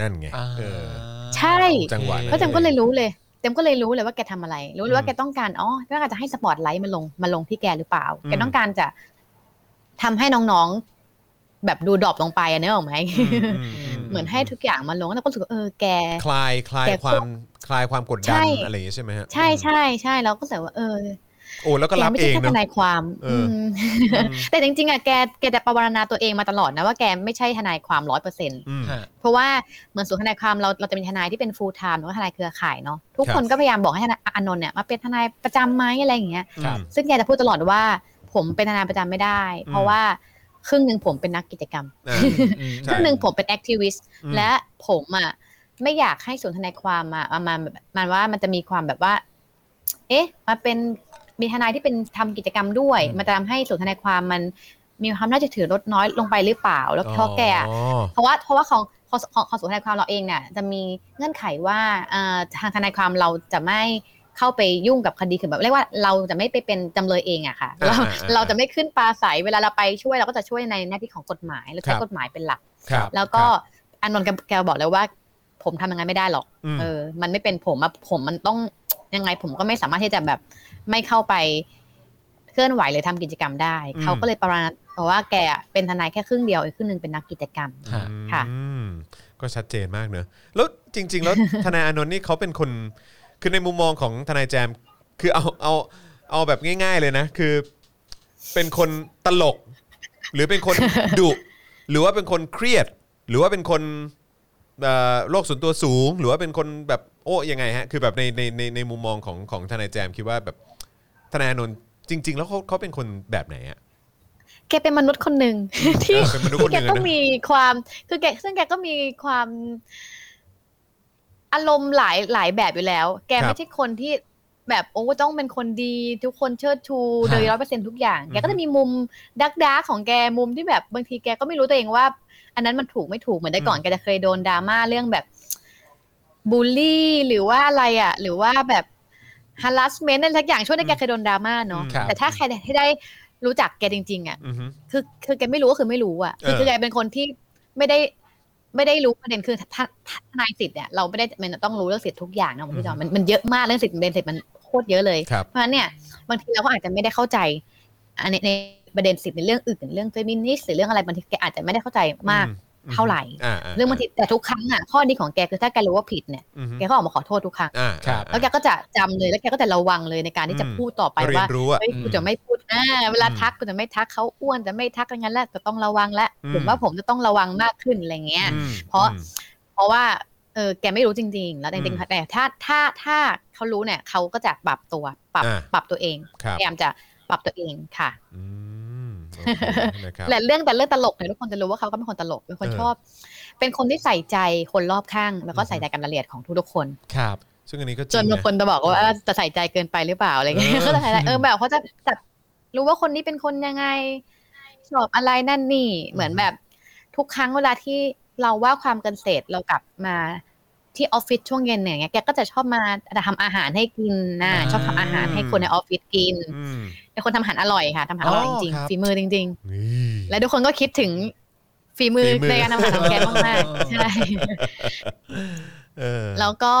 [SPEAKER 2] นั่นไง
[SPEAKER 4] อ่า
[SPEAKER 2] เออ
[SPEAKER 6] ใช่
[SPEAKER 2] จังหวะนั้น
[SPEAKER 6] แล้วเจมก็เลยรู้เลยเจมก็เลยรู้เลยว่าแกทำอะไร รู้เล
[SPEAKER 2] อืม
[SPEAKER 6] ยว่าแกต้องการ อ๋อต้องการจะให้สปอตไลท์มาลง มาลงที่แกหรือเปล่า
[SPEAKER 2] อืม
[SPEAKER 6] แกต้องการจะทำให้น้องๆ แบบดูดรอปลงไปอะเนกอะไหม
[SPEAKER 2] อืมอืม
[SPEAKER 6] เหมือนให้ทุกอย่างมันลงแล้วก็รู้สึกว่าเออแก
[SPEAKER 2] คลายคลาย
[SPEAKER 6] แต่ก็
[SPEAKER 2] ความคลายความกดดัน
[SPEAKER 6] ใช่
[SPEAKER 2] อะไรอย่างเงี้ยใช่ไหมฮะ
[SPEAKER 6] ใช่ใช่ใช่เราก็รู้สึกว่าเออ
[SPEAKER 2] โอ้แล้วก็รับ
[SPEAKER 6] แไม่
[SPEAKER 2] เอ
[SPEAKER 6] ใช่
[SPEAKER 2] ง
[SPEAKER 6] แค่
[SPEAKER 2] เนอะ
[SPEAKER 6] ทนายความ
[SPEAKER 2] เอออื
[SPEAKER 6] มแต่จริงๆอ่ะแกแกจะประวรณาตัวเองมาตลอดนะว่าแกไม่ใช่ทนายความร้อยเปอร์เซ็นต์
[SPEAKER 2] อืม
[SPEAKER 6] เพราะว่าเหมือนส่วนทนายความเราเราจะมีทนายที่เป็น full time หรือว่าทนายเครือข่ายเนาะทุก
[SPEAKER 2] ครับ
[SPEAKER 6] คนก็พยายามบอกให้ทนายอานนท์เนี่ยมาเป็นทนายประจำไหมอะไรอย่างเงี้ย
[SPEAKER 2] ครับ
[SPEAKER 6] ซึ่งแกจะพูดตลอดว่าผมเป็นทนายประจำไม่ได้ เพราะว่าครึ่งหนึ่งผมเป็นนักกิจกรรม
[SPEAKER 2] อ่า
[SPEAKER 6] ครึ่งหนึ่งผมเป็นแอคทิวิสต์
[SPEAKER 2] อืม
[SPEAKER 6] และผมอ่ะไม่อยากให้ศูนย์ทนายความมาเอามาแบบมันว่ามันจะมีความแบบว่า เอ๊ะมาเป็นมีทนายที่เป็นทำกิจกรรมด้วย มาทำให้ศูนย์ทนายความมันมีความน่าจะถือลดน้อยลงไปหรือเปล่า แล้วเพราะแกอะ
[SPEAKER 2] อ๋อ
[SPEAKER 6] เพราะว่าเพราะว่าของของของของศูนย์ทนายความเราเองเนี่ยจะมีเงื่อนไขว่าเอ่อทางทนายความเราจะไม่เข้าไปยุ่งกับคดีคือแบบเรียกว่าเราจะไม่ไปเป็นจำเลยเองอะค่ะเราเราจะไม่ขึ้นปราศัยเวลาเราไปช่วยเราก็จะช่วยในหน้าที่ของกฎหมายเราใช้กฎหมายเป็นหลัก
[SPEAKER 2] ครับ
[SPEAKER 6] แล้ว
[SPEAKER 2] ค
[SPEAKER 6] ก็
[SPEAKER 2] รับ
[SPEAKER 6] อานนท์แกแกบอกเลยว่า ผมทำยังไงไม่ได้หรอก
[SPEAKER 2] อืม
[SPEAKER 6] เออ มันไม่เป็นผมอะผมมันต้องยังไงผมก็ไม่สามารถที่จะแบบไม่เข้าไปเคลื่อนไหวหรือทำกิจกรรมได้
[SPEAKER 2] อืม
[SPEAKER 6] เขาก็เลยประมาณเพราะว่าแกอะเป็นทนายแค่ครึ่งเดียวอีกครึ่งหนึ่งเป็นนักกิจกรรม ค่ะ
[SPEAKER 2] อืมก็ชัดเจนมากเนอะแล้วจริง ๆ แล้ว ทนายอานนท์นี่เขาเป็นคน คือในมุมมองของทนายแจม คือเอาเอาเอาแบบง่าย ๆเลยนะ คือ เป็นคนตลก หรือเป็นคน ดุ หรือว่าเป็นคนเครียด หรือว่าเป็นคนเอ่อโรคส่วนตัวสูง หรือว่าเป็นคนแบบโอ้ยังไงฮะคือแบบในในในในมุมมองของของทนายแจมคิดว่าแบบทนายอานนท์จริง ๆ แล้วเขาเขาเป็นคนแบบไหนอะ
[SPEAKER 6] แกเป็นมนุษย์คนหนึ่ง ที่
[SPEAKER 2] เออเป็นมนุษย์คนหนึ่
[SPEAKER 6] แก
[SPEAKER 2] ง
[SPEAKER 6] ก็
[SPEAKER 2] อะนะ
[SPEAKER 6] มีความคือแกซึ่งแกก็มีความอารมณ์หลายหลายแบบอยู่แล้ว แก
[SPEAKER 2] ครับ
[SPEAKER 6] ไม่ใช่คนที่แบบโอ้ต้องเป็นคนดี ทุกคนเชิดชู
[SPEAKER 4] ค
[SPEAKER 6] โด
[SPEAKER 4] รับ
[SPEAKER 6] ยร้อยเปอร์เซ็นทุกอย่าง
[SPEAKER 2] อืม
[SPEAKER 6] แกก็จะมีมุมดักดักของแกมุมที่แบบบางทีแกก็ไม่รู้ตัวเองว่า อันนั้นมันถูกไม่ถูกเหมือนแต่ก่อนแกจะเคยโดนดราม่าเรื่องแบบบูลลี่หรือว่าอะไรอ่ะ หรือว่าแบบ harassment อะไรสักอย่างช่วงนั้นแกเคยโดนดราม่าเนาะ
[SPEAKER 4] ครับ
[SPEAKER 6] แต่ถ้าใครที่ได้รู้จักแกจริงๆอ่ะ
[SPEAKER 2] อือฮึ
[SPEAKER 6] คือคือแกไม่รู้ก็คือไม่รู้อ่ะคื
[SPEAKER 2] เอ
[SPEAKER 6] อ
[SPEAKER 2] อ
[SPEAKER 6] คือแกเป็นคนที่ไม่ได้ไม่ได้รู้ประเด็นคือทททนายสิทธิ์เนี่ยเราไม่ได้มันต้องรู้เรื่องสิทธิ์ทุกอย่างนะคุณพี่จอมมันมันเยอะมากเรื่องสิทธิ์ประเด็นสิทธิ์มันโคตรเยอะเลย
[SPEAKER 2] ครับ
[SPEAKER 6] เพราะฉะนั้นเนี่ยบางทีเราก็อาจจะไม่ได้เข้าใจอันในในประเด็นสิทธิ์ในเรื่องอื่นเรื่องเฟมินิสต์หรือเรื่องอะไรบางทีแกอาจจะไม่ได้เข้าใจมาก
[SPEAKER 2] อืม
[SPEAKER 6] เท่าไหร่
[SPEAKER 2] า
[SPEAKER 6] เรื่องบางทีแต่ทุกครั้งอ่ะข้อดีของแกคือถ้าแกรู้ว่าผิดเนี่ย
[SPEAKER 2] อือฮึ
[SPEAKER 6] แกก็ออกมาขอโทษทุกครั้ง
[SPEAKER 2] อ่า
[SPEAKER 4] ครับ
[SPEAKER 6] แล้วแกก็จะจำเลยแล้วแกก็จะระวังเลยในการที่จะพูดต่อไป
[SPEAKER 2] เรีย
[SPEAKER 6] ว่า
[SPEAKER 2] นรู้อะ
[SPEAKER 6] เฮ้ยกูจะไม่พูดอ่าเวลาทักกูจะไม่ทักเขาอ้วนจะไม่ทักอย่างนั้นแล้วจะต้องระวังแล้ว
[SPEAKER 2] อืม
[SPEAKER 6] ผมว่าผมจะต้องระวังมากขึ้นอะไรเงี้ย
[SPEAKER 2] อืม
[SPEAKER 6] เพราะ
[SPEAKER 2] อืม
[SPEAKER 6] เพราะว่าเออแกไม่รู้จริง ๆ แล้วจ
[SPEAKER 2] อื
[SPEAKER 6] ริง
[SPEAKER 2] ม
[SPEAKER 6] ๆแต่ถ้าถ้าถ้าเขารู้เนี่ยเขาก็จะปรับตัวปรับ
[SPEAKER 2] อ่า
[SPEAKER 6] ปรับตัวเอง
[SPEAKER 2] ครับ
[SPEAKER 6] พยายามจะปรับตัวเองค่ะ
[SPEAKER 2] อืมโอเคนะครับ
[SPEAKER 6] และเรื่องแต่เรื่องตลกเนี่ยทุกคนจะรู้ว่าเขาก็เป็นคนตลกเป็นคน
[SPEAKER 2] เออ
[SPEAKER 6] ชอบ เป็นคนที่ใส่ใจคนรอบข้าง แล้วก็ใส่ใจกับรายละเอียดของทุกๆคน
[SPEAKER 4] ครับ
[SPEAKER 2] ซึ่งอันนี้ก็จ
[SPEAKER 6] จ
[SPEAKER 2] ริง
[SPEAKER 6] นบาง
[SPEAKER 2] นะ
[SPEAKER 6] คนจะบอกว่าเออจะใส่ใจเกินไปหรือเปล่าอะไรเงี้ย
[SPEAKER 2] เออ
[SPEAKER 6] ก็จะใส่ใจเออแบบเขาจะจับรู้ว่าคนนี้เป็นคนยังไงชอบอะไรนั่นนี่เหมือนแบบทุกครั้งเวลาที่เราว่าความกันเสร็จเรากลับมาที่ออฟฟิศช่วงเย็นเนี่ยแกก็จะชอบมาทำอาหารให้กินนะ
[SPEAKER 4] อ่า
[SPEAKER 6] ชอบทำอาหารให้คนในออฟฟิศกิน
[SPEAKER 2] อืม
[SPEAKER 6] เป็นคนทำอาหารอร่อยค่ะทำอาหารอร่อยจริง
[SPEAKER 4] อ๋อครับ
[SPEAKER 6] ฝีมือจริง
[SPEAKER 2] นี่
[SPEAKER 6] ๆ และทุกคนก็คิดถึงฝีมือ
[SPEAKER 2] ฝีมือ
[SPEAKER 6] ในการทำอาหารของแกมากๆใช่
[SPEAKER 2] เออ
[SPEAKER 6] แล้วก็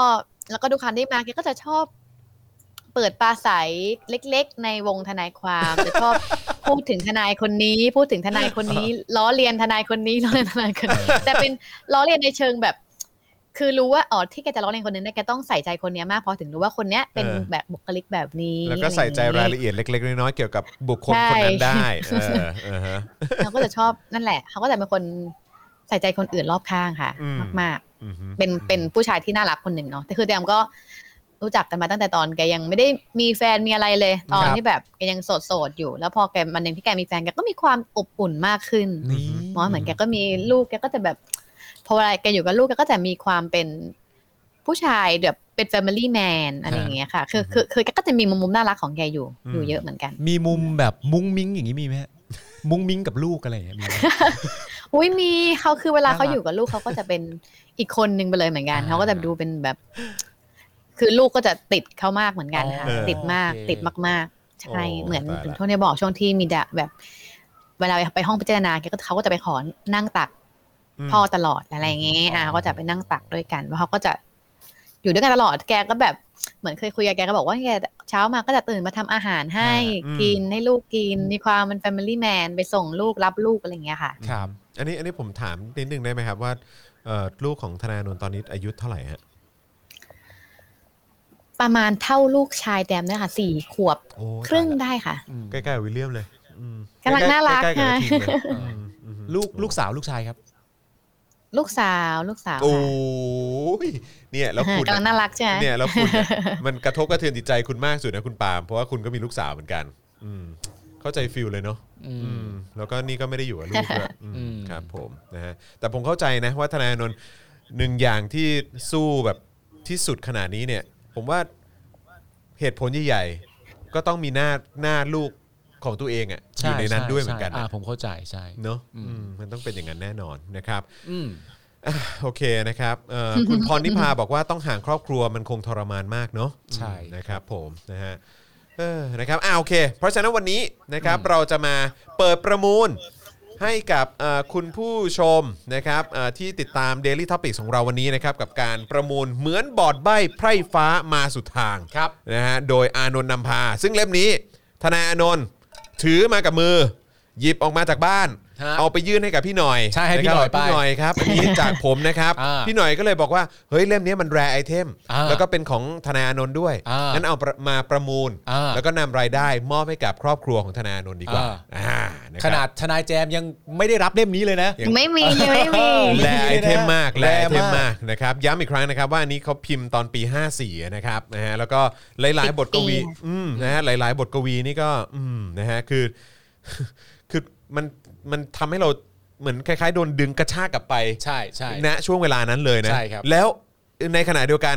[SPEAKER 6] แล้วก็ดูคันที่มาแกก็จะชอบ เปิดปลาใสเล็ก ๆ ในวงทนายความ จะชอบพูดถึงทนายคนนี้ พูดถึงทนายคน นี้ ล้อเลียนทนายคนนี้ ล้อเลียนทนายคนนี้แต่เป็นล้อเลียนในเชิงแบบ คือรู้ว่าอ๋อที่แกจะล้อเลียนคนนึงเนี่ยแกต้องใส่ใจคนเนี้ยมากเพอถึงรู้ว่าคนเนี้ยเป็น
[SPEAKER 2] เออ
[SPEAKER 6] แบบบุคลิกแบบนี้
[SPEAKER 2] แล้วก็ใส่ใจรายละเอียดเล็ก ๆ น้อยๆเกี่ยวกับบุคคลคนนั้นได้เออเออฮะ
[SPEAKER 6] เราก็จะชอบนั่นแหละเขาก็จะเป็นคนใส่ใจคนอื่นรอบข้างค่ะ
[SPEAKER 2] อืม
[SPEAKER 6] มากๆ
[SPEAKER 2] อือฮึ
[SPEAKER 6] เป็นเป็นผู้ชายที่น่ารักคนหนึ่งเนาะแต่คือแดมก็รู้จักกันมาตั้งแต่ตอนแกยังไม่ได้มีแฟนมีอะไรเลย ตอน
[SPEAKER 4] ครับ
[SPEAKER 6] ที่แบบแกยังโสดๆอยู่ แล้วพอแกมันหนึ่งที่แกมีแฟนแกก็มีความอบอุ่นมากขึ้น
[SPEAKER 4] นี่
[SPEAKER 6] เพราะเหมือนแกก็มีลูกแกก็จะแบบพอเวลาแกอยู่กับลูกแกก็จะมีความเป็นผู้ชายแบบเป็น family man อะไรอย่างเงี้ยค่ะ คือคือคือแกก็จะมีมุมมุมน่ารักของแกอยู่
[SPEAKER 2] อืม
[SPEAKER 6] อยู่เยอะเหมือนกัน
[SPEAKER 4] มีมุมแบบมุ้งมิ้งอย่างนี้มีไหมฮะมุ้งมิ้งกับลูกอะไรอย่างเงี้ยมีไหม
[SPEAKER 6] อุ้ยมีเขาคือเว
[SPEAKER 4] น่า
[SPEAKER 6] ลา
[SPEAKER 4] รัก
[SPEAKER 6] เขาอยู่กับลูกเขาก็จะเป็นอีกคนหนึ่งไปเลยเหมือนกัน
[SPEAKER 4] อ่า
[SPEAKER 6] เขาก็จะดูเป็นแบบ คือลูกก็จะติดเขามากเหมือนกันค่ะ
[SPEAKER 4] อ๋อ
[SPEAKER 6] ติดมาก
[SPEAKER 4] โอเค
[SPEAKER 6] ติดมากๆใช่
[SPEAKER 2] โอ้
[SPEAKER 6] เหมือน
[SPEAKER 2] ตายละ
[SPEAKER 6] ถึงช่วงที่บอกช่วงที่มีดะแบบ เวลาไปห้องพิจารณาแกก็เขาก็จะไปขอนั่งตัก
[SPEAKER 2] ม
[SPEAKER 6] พ่อตลอดอะไรอย่างเงี้ยอ่าก็จะไปนั่งตักด้วยกันว่าเขาก็จะอยู่ด้วยกันตลอดแกก็แบบ เหมือนเคยคุยกับแกก็บอกว่าแกเช้ามาก็จะตื่นมาทำอาหารให้
[SPEAKER 2] อ่าอืม
[SPEAKER 6] กินให้ลูกกิน มีความเป็น family man ไปส่งลูกรับลูกอะไรอย่างเงี้ยค่ะ
[SPEAKER 4] ครับ
[SPEAKER 2] อันนี้อันนี้ผมถามนิดนึงได้ไหมครับว่าเอ่อลูกของธนาโนนตอนนี้อายุเท่าไหร่ฮะ
[SPEAKER 6] ประมาณเท่าลูกชายแดมเนี่ยค่ะสี่ขวบ
[SPEAKER 2] โอ้
[SPEAKER 6] ครึ่งได้ค่ะ
[SPEAKER 2] ใกล้ๆกับวิลเลียมเลยอืม
[SPEAKER 6] กำลังน่ารัก
[SPEAKER 2] ใกล้ๆกับ
[SPEAKER 6] ค่ะ
[SPEAKER 2] ทีมเลยอืมอืม
[SPEAKER 4] ลูกลูกสาวลูกชายครับ
[SPEAKER 6] ลูกสาวลูกสาว
[SPEAKER 2] โอ้
[SPEAKER 6] ค่ะ
[SPEAKER 2] ยเนี่ยแล้ว
[SPEAKER 6] อ่า
[SPEAKER 2] คุณ
[SPEAKER 6] กำลังน่ารักใช่ไหม
[SPEAKER 2] เนี่ยแล้วคุณเนี่ยมันกระทบกระเทือนจิตใจคุณมากสุดนะคุณปาล์มเพราะว่าคุณก็มีลูกสาวเหมือนกัน อืมเข้าใจฟิลเลยเนาะอืมแล้วก็นี่ก็ไม่ได้อยู่กับลูกด้วยอืม
[SPEAKER 4] อืม
[SPEAKER 2] ครับผมนะฮะแต่ผมเข้าใจนะว่าธนาโนนท์หนึ่งอย่างที่สู้แบบที่สุดขนาดนี้เนี่ย ผมว่าเหตุผลใหญ่ๆก็ต้องมีหน้าหน้าลูกของตัวเองอะอยู่ในนั้นด้วยเหมือนกัน
[SPEAKER 4] อ่า
[SPEAKER 2] นะ
[SPEAKER 4] ผมเข้าใจใช่
[SPEAKER 2] เนาะอืมมันต้องเป็นอย่างนั้นแน่นอนนะครับ
[SPEAKER 4] อืม
[SPEAKER 2] อ่ะโอเคนะครับเอ่อคุณพรนิพาบอกว่าต้องห่างครอบครัวมันคงทรมานมากเนาะ
[SPEAKER 4] ใช่
[SPEAKER 2] อืมนะครับผมนะฮะเออนะครับอ่าโอเค เพราะฉะนั้นวันนี้นะครับเราจะมาเปิดประมูลให้กับเอ่อคุณผู้ชมนะครับเอ่อที่ติดตาม Daily Topic ของเราวันนี้นะครับกับการประมูลเหมือนบอร์ดใบไพร่ฟ้ามาสุดทางครับนะฮะโดยอานนท์นำพา ซึ่งเล่มนี้ทนายอานนท์ถือมากับมือ หยิบออกมาจากบ้าน
[SPEAKER 4] ฮะ
[SPEAKER 2] เอาไปยื่นให้กับพี่หน่อย
[SPEAKER 4] ใช่ให้พี่หน่อย
[SPEAKER 2] ะครับพี่
[SPEAKER 4] ไป
[SPEAKER 2] หน่อยครับอันนี้จากผมนะครับ
[SPEAKER 4] อ่า
[SPEAKER 2] พี่หน่อยก็เลยบอกว่า เฮ้ย เล่มนี้มันแรไอเทม
[SPEAKER 4] อ่า
[SPEAKER 2] แล้วก็เป็นของธนาอานนท์ด้วย
[SPEAKER 4] อ่างั้
[SPEAKER 2] งั้นเอาประมาประมูล
[SPEAKER 4] อ่า
[SPEAKER 2] แล้วก็นำรายได้มอบให้กับครอบครัวของธนาอานนท์ดีกว่า
[SPEAKER 4] อ่า
[SPEAKER 2] อ่าะครับ
[SPEAKER 4] ขนาดทนายแจมยังไม่ได้รับเล่มนี้เลยนะ
[SPEAKER 6] ไม่ มียังไม่มี
[SPEAKER 2] แรไอเทมมากแรไอเทม
[SPEAKER 4] แรมาม
[SPEAKER 2] าก กนะครับ ย้ำอีกครั้งนะครับว่าอันนี้เขาพิมพ์ตอนปี 54 นะครับนะฮะแล้วก็หลายๆ บทกวี
[SPEAKER 6] สิบปี
[SPEAKER 2] อืมนะฮะหลาย ๆ บทกวีนี่ก็อืมนะฮะคือ คือมันมันทำให้เราเหมือนคล้ายๆโดนดึงกระชากกลับไป
[SPEAKER 4] ใช่ใช่
[SPEAKER 2] ณช่วงเวลานั้นเลยนะ
[SPEAKER 4] ใช่ครับ
[SPEAKER 2] แล้วในขณะเดียวกัน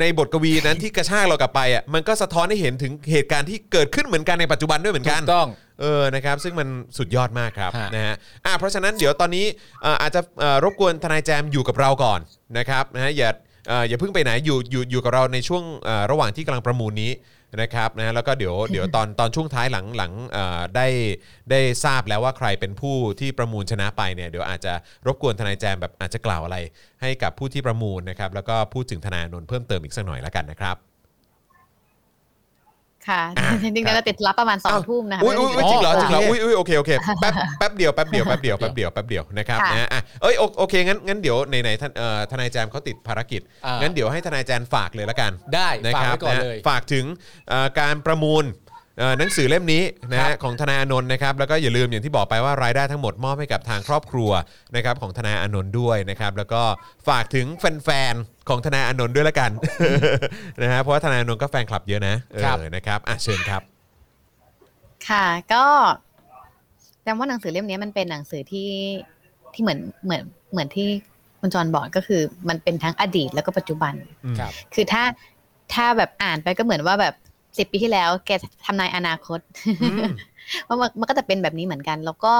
[SPEAKER 2] ในบทกวีนั้นที่กระชากเรากลับไปอ่ะมันก็สะท้อนให้เห็นถึงเหตุการณ์ที่เกิดขึ้นเหมือนกันในปัจจุบันด้วยเหมือนกัน
[SPEAKER 4] ถูกต้อง
[SPEAKER 2] เออนะครับซึ่งมันสุดยอดมากครับ
[SPEAKER 4] ฮะ
[SPEAKER 2] นะฮะอ่ะเพราะฉะนั้นเดี๋ยวตอนนี้เอ่ออาจจะเอ่อรบกวนทนายแจมอยู่กับเราก่อนนะครับนะฮะอย่าเอ่ออย่าเพิ่งไปไหนอยู่อยู่อยู่กับเราในช่วงเอ่อระหว่างที่กำลังประมูลนี้นะครับนะฮะแล้วก็เดี๋ ยวเดี๋ยวตอนตอนช่วงท้ายหลังหลังเอ่อได้ได้ทราบแล้วว่าใครเป็นผู้ที่ประมูลชนะไปเนี่ยเดี๋ยวอาจจะรบกวนทนายแจมแบบอาจจะกล่าวอะไร ให้กับผู้ที่ประมูลนะครับแล้วก็พูดถึงธนาโนนท์เพิ่มเติมอีกสักหน่อยละกันนะครับ
[SPEAKER 6] ค่ะจริงๆเราจะติดรับประมาณสองทุ่มนะคะ
[SPEAKER 2] อุ้ยอุ้ยอุ๊ยจริงเหรอจริงเหรอ
[SPEAKER 4] โอเค
[SPEAKER 2] อุ้ยอุ้ยโอเคโอเคแป๊บแป๊บเดียวแป๊บเดียวแป๊บเดียวแป๊บเดียวแป๊บเดียวนะครับ
[SPEAKER 6] ค่ะ
[SPEAKER 2] นะอ่ะเอ้ยโอโอเคงั้นงั้นเดี๋ยวไหนๆท่านเอ่อทนายแจมเขาติดภารกิจ
[SPEAKER 4] อ่างั้
[SPEAKER 2] งั้นเดี๋ยวให้ทนายแจมฝากเลยละกัน
[SPEAKER 4] ได้
[SPEAKER 2] นะ
[SPEAKER 4] ฝาก
[SPEAKER 2] ครับ
[SPEAKER 4] ไว้ก่อนเลย
[SPEAKER 2] ะฝากถึงเอ่อการประมูลเอ่อหนังสือเล่มนี้นะ
[SPEAKER 4] ครั
[SPEAKER 2] ฮะ
[SPEAKER 4] บ
[SPEAKER 2] ของธนาอานนท์นะครับแล้วก็อย่าลืมอย่างที่บอกไปว่ารายได้ทั้งหมดมอบให้กับทางครอบครัวนะครับของธนาอานนท์ด้วยนะครับแล้วก็ฝากถึงแฟนๆของธนาอานนท์ด้วยละกัน นะฮะเพราะว่าธนาอานนท์ก็แฟนคลับเยอะนะเออนะครับอ่ะเชิญครับ
[SPEAKER 6] ค่ะก็แจำว่าหนังสือเล่มนี้มันเป็นหนังสือที่ที่เหมือนเหมือนเหมือนที่คุณจรบอกก็คือ มันเป็นทั้งอดีตแล้วก็ปัจจุบัน
[SPEAKER 4] ครับ
[SPEAKER 6] คือถ้าถ้าแบบอ่านไปก็เหมือนว่าแบบสิบปีที่แล้ว แกทำนายอนาคตว่ามันมันก็จะเป็นแบบนี้เหมือนกัน แล้วก็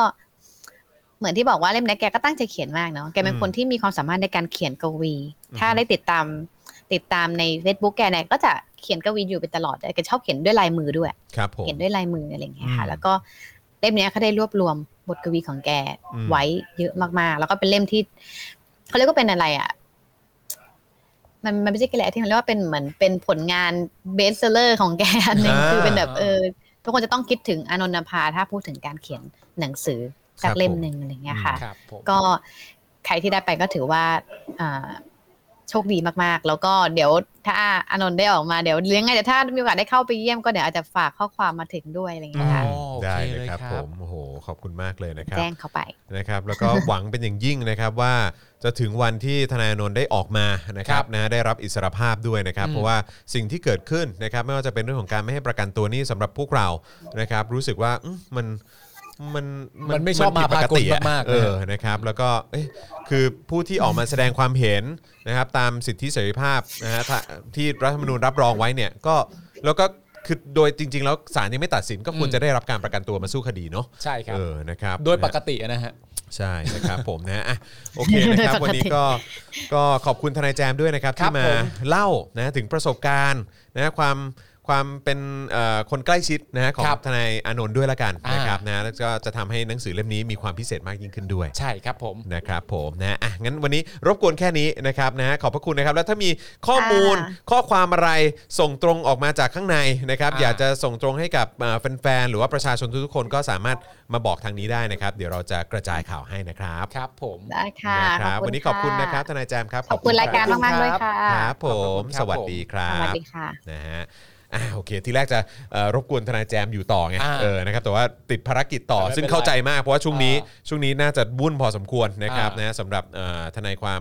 [SPEAKER 6] เหมือนที่บอกว่าเล่มนี้แกก็ตั้งใจเขียนมากเนาะแกเป็น
[SPEAKER 2] อืม
[SPEAKER 6] คนที่มีความสามารถในการเขียนกวี ถ้าได้ติดตามติดตามใน Facebook แกเนี่ยก็จะเขียนกวีอยู่เป็นตลอดแกชอบเขียนด้วยลายมือด้วย
[SPEAKER 2] ครับผม
[SPEAKER 6] เขียนด้วยลายมืออะไรอย่างเงี้ย
[SPEAKER 2] อื
[SPEAKER 6] ค่ะ
[SPEAKER 2] ม
[SPEAKER 6] แล้วก็เล่มเนี้ยเขาได้รวบรวมบทกวีของแก
[SPEAKER 2] อืม
[SPEAKER 6] ไว้เยอะมากๆ แล้วก็เป็นเล่มที่เขาเรียกว่าเป็นอะไรอ่ะ มันมันไม่ใช่แกแหละที่มันเรียกว่าเป็นเหมือนเป็นผลงานเบสเซอร์ของแกอันหนึงคือเป็นแบบเออทุกคนจะต้องคิดถึงอานนท์นภาถ้าพูดถึงการเขียนหนังสือสักเล่มหนึ่งอะไรอย่างเงี้ยค่ะ
[SPEAKER 4] ครับผม
[SPEAKER 6] ก็ใครที่ได้ไปก็ถือว่าอ่าโชคดีมากๆ แล้วก็เดี๋ยวถ้าอานนท์ได้ออกมาเดี๋ยวยังไงเดี๋ยวถ้ามีโอกาสได้เข้าไปเยี่ยมก็เดี๋ยวอาจจะฝากข้อความมาถึงด้วยอะไรอย่างเงี้ยค่ะ
[SPEAKER 4] อ๋อโอ
[SPEAKER 2] ได้
[SPEAKER 4] เค
[SPEAKER 2] เล
[SPEAKER 4] เลยย
[SPEAKER 2] ค
[SPEAKER 4] ค
[SPEAKER 2] รั
[SPEAKER 4] รั
[SPEAKER 2] บบ ผมโอ้โหขอบคุณมากเลยนะครับ
[SPEAKER 6] แจ้งเข้าไป
[SPEAKER 2] นะครับ แล้วก็ หวังเป็นอย่างยิ่งนะครับว่าจะถึงวันที่ทนายอานนท์ได้ออกมานะครั
[SPEAKER 4] ครับ บ
[SPEAKER 2] นะได้รับอิสรภาพด้วยนะครับ
[SPEAKER 4] อืม
[SPEAKER 2] เพราะว่าสิ่งที่เกิดขึ้นนะครับ ไม่ว่าจะเป็นเรื่องของการไม่ให้ประกันตัวนี่สำหรับพวกเรานะครับ รู้สึกว่าอื้อมันมัน
[SPEAKER 4] มันไม่ชอบมาพากล
[SPEAKER 2] ผิดปติอะ
[SPEAKER 4] มากๆนะ
[SPEAKER 2] เออนะครับ แล้วก็เอ๊ะคือผู้ที่ออกมาแสดงความเห็นนะครับ ตามสิทธิเสรีภาพนะฮะถ้าที่รัฐธรรมนูญรับรองไว้เนี่ยก็แล้วก็คือโดยจริง ๆ แล้วศาลยังไม่ตัดสินก็ควรจะได้รับการประกันตัวมาสู้คดีเนาะ
[SPEAKER 4] ใช่ครับ
[SPEAKER 2] เออ นะครับ
[SPEAKER 4] โดยปกตินะฮะ
[SPEAKER 2] ใช่นะครับ ผมนะอ่ะโอเคนะครับ
[SPEAKER 6] ปกติ
[SPEAKER 2] วันนี้ก็ ก็ขอบคุณทนายแจมด้วยนะครับ
[SPEAKER 4] ครั
[SPEAKER 2] ที่
[SPEAKER 4] บ
[SPEAKER 2] มา
[SPEAKER 4] ผม
[SPEAKER 2] เล่านะถึงประสบการณ์นะความ ความเป็นเอ่อคนใกล้ชิดนะฮะของ
[SPEAKER 4] ครับ
[SPEAKER 2] ทนายอานนท์ด้วยละกัน
[SPEAKER 4] อ่าน
[SPEAKER 2] นะครับนะแล้วก็จะทำให้หนังสือเล่มนี้มีความพิเศษมากยิ่งขึ้นด้วย
[SPEAKER 4] ใช่ครับผม
[SPEAKER 2] นะครับผมนะอ่ะงั้นวันนี้รบกวนแค่นี้นะครับนะขอบพระคุณนะครับ แล้วถ้ามีข้อมูล
[SPEAKER 6] ค่ะ
[SPEAKER 2] ข้อความอะไรส่งตรงออกมาจากข้างในนะครับ
[SPEAKER 4] อ่า
[SPEAKER 2] อยากจะส่งตรงให้กับเอ่อแฟนๆ หรือว่าประชาชนทุกๆคนก็สามารถมาบอกทางนี้ได้นะครับ เดี๋ยวเราจะกระจายข่าวให้นะครับ
[SPEAKER 4] ครับผม
[SPEAKER 6] ได้ค่ะ
[SPEAKER 2] นะครับ วันนี้ขอบคุณนะครับทนายแจมครับ
[SPEAKER 6] ขอบคุณรายการ
[SPEAKER 2] คบ
[SPEAKER 6] มากๆด้วยค่ะ
[SPEAKER 2] ครับผมสวัสดีครั
[SPEAKER 6] สวัส
[SPEAKER 2] บ
[SPEAKER 6] ดีค่ะ
[SPEAKER 2] นะฮะอ่าโอเค ทีแรกจะเอ่อรบกวนทนายแจมอยู่ต่อไง
[SPEAKER 4] า
[SPEAKER 2] เออนะครับแต่ว่าติดภารกิจต่อ
[SPEAKER 4] แต่ไม่เป็นไร
[SPEAKER 2] ซึ่งเข้าใจมากเพราะว่าช่วงนี้
[SPEAKER 4] อ่
[SPEAKER 2] ช่วงนี้น่าจะวุ่นพอสมควรนะครับ
[SPEAKER 4] อ่าน
[SPEAKER 2] นะสำหรับเอ่อทนายความ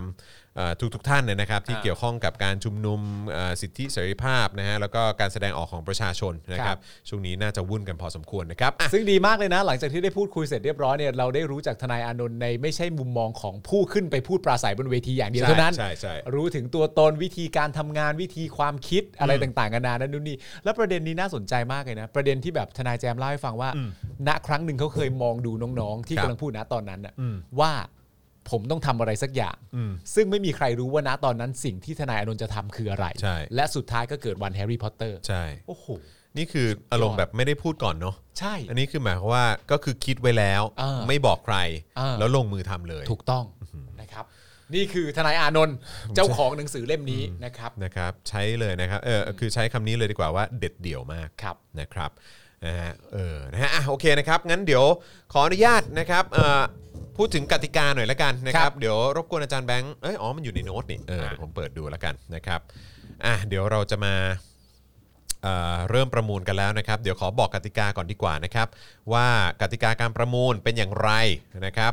[SPEAKER 2] ทุกทุกๆท่านเนี่ยนะครับ ที่
[SPEAKER 4] อ่า
[SPEAKER 2] เกี่ยวข้องกับการชุมนุมเอ่อสิทธิเสรีภาพนะฮะแล้วก็การแสดงออกของประชาชนนะค
[SPEAKER 4] ครั
[SPEAKER 2] รับบ ช่วงนี้น่าจะวุ่นกันพอสมควรนะครับอ่ะ
[SPEAKER 4] ซึ่งดีมากเลยนะ หลังจากที่ได้พูดคุยเสร็จเรียบร้อยเนี่ยเราได้รู้จากทนายอานนท์ในไม่ใช่มุมมองของผู้ขึ้นไปพูดปราศัยบนเวทีอย่างเดียวเท่านั้น
[SPEAKER 2] ใช่ใช่
[SPEAKER 4] รู้ถึงตัวตนวิธีการทำงานวิธีความคิดอะไรต่างๆกันานานั่นนู่นนี่แล้วประเด็นนี้น่าสนใจมากเลยนะ ประเด็นที่แบบทนายแจมเล่าให้ฟังว่า ณครั้งหนึ่งเขาเคยมองดูน้องๆ ที่
[SPEAKER 2] ครับ
[SPEAKER 4] กำลังพูดนะตอนนั้นน่ะ
[SPEAKER 2] อืม
[SPEAKER 4] ว่าผมต้องทำอะไรสักอย่าง
[SPEAKER 2] อืม
[SPEAKER 4] ซึ่งไม่มีใครรู้ว่าณตอนนั้นสิ่งที่ทนายอานนท์จะทำคืออะไร
[SPEAKER 2] ใช่
[SPEAKER 4] และสุดท้ายก็เกิดวันแฮร์รี่พอตเตอร์
[SPEAKER 2] ใช่
[SPEAKER 4] โอ้โห
[SPEAKER 2] นี่คืออารมณ์แบบไม่ได้พูดก่อนเนาะ
[SPEAKER 4] ใช่
[SPEAKER 2] อันนี้คือหมายความว่าก็คือคิดไว้แล้ว
[SPEAKER 4] อ่า
[SPEAKER 2] ไม่บอกใคร
[SPEAKER 4] อ่า
[SPEAKER 2] แล้วลงมือทำเลย
[SPEAKER 4] ถูกต้องนะครับ นี่คือทนายอานนท์เจ้าของหนังสือเล่มนี้นะครับ
[SPEAKER 2] นะครับใช้เลยนะครับเออคือใช้คำนี้เลยดีกว่าว่าเด็ดเดี่ยวมาก
[SPEAKER 4] ครับ
[SPEAKER 2] นะครับนะฮะเออนะฮะอ่ะโอเคนะครับ งั้นเดี๋ยวขออนุญาตนะครับเอ่อพูดถึงกติกาหน่อยละกันนะค
[SPEAKER 4] ค
[SPEAKER 2] รั
[SPEAKER 4] รับ บ
[SPEAKER 2] เดี๋ยวรบกวนอาจารย์แบงค์เอ้ยอ๋อมันอยู่ในโน้ตนี่เออเดี๋ยวผมเปิดดูละกันนะครับอ่ะเดี๋ยวเราจะมาเอ่อเริ่มประมูลกันแล้วนะครับ เดี๋ยวขอบอกกติกาก่อนดีกว่านะครับ ว่ากติกาการประมูลเป็นอย่างไรนะครับ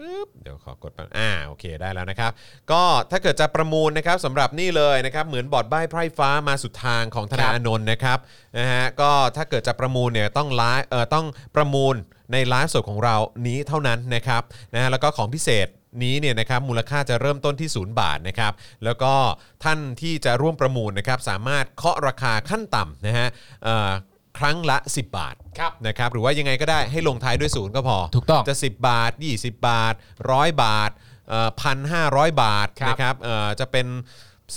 [SPEAKER 2] ปึ๊บเดี๋ยวขอกดแป๊บอ่าโอเคได้แล้วนะครับ ก็ถ้าเกิดจะประมูลนะครับสำหรับนี่เลยนะครับเหมือนบอร์ดใบไพร่ฟ้ามาสุดทางของธนาอานนท์นะครับนะฮะก็ถ้าเกิดจะประมูลเนี่ยต้องไลฟ์เอ่อต้องประมูลในไลฟ์สดของเรานี้เท่านั้นนะครับนะฮะแล้วก็ของพิเศษนี้เนี่ยนะครับมูลค่าจะเริ่มต้นที่ 0 บาทนะครับแล้วก็ท่านที่จะร่วมประมูลนะครับสามารถเคาะราคาขั้นต่ำนะฮะเอ่อครั้งละ 10 บาท
[SPEAKER 4] ครับ
[SPEAKER 2] นะครับหรือว่ายังไงก็ได้ให้ลงท้ายด้วยศูนย์ก็พอ
[SPEAKER 4] ถูกต้อง
[SPEAKER 2] จะ 10 บาท 20 บาท 100 บาทพันห้าร้อยบาท
[SPEAKER 4] ครับ
[SPEAKER 2] นะครับเอ่อจะเป็น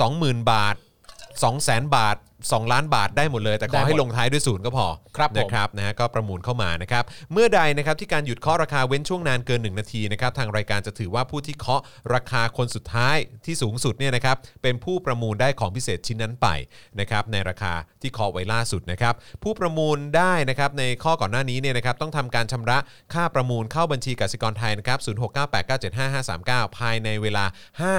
[SPEAKER 2] 20,000 บาท 200,000 บาท 2 ล้านบาทได้หมดเลย แต่ขอให้ลงท้ายด้วยศูนย์ก็พอ
[SPEAKER 4] ครับผม
[SPEAKER 2] นะครับนะฮะก็ประมูลเข้ามานะครับเมื่อใดนะครับที่การหยุดเคาะราคาเว้นช่วงนานเกิน 1 นาทีนะครับทางรายการจะถือว่าผู้ที่เคาะราคาคนสุดท้ายที่สูงสุดเนี่ยนะครับเป็นผู้ประมูลได้ของพิเศษชิ้นนั้นไปนะครับในราคาที่เคาะไว้ล่าสุดนะครับผู้ประมูลได้นะครับในข้อก่อนหน้านี้เนี่ยนะครับต้องทำการชำระค่าประมูลเข้าบัญชีกสิกรไทยนะครับ0698975539 ภายในเวลา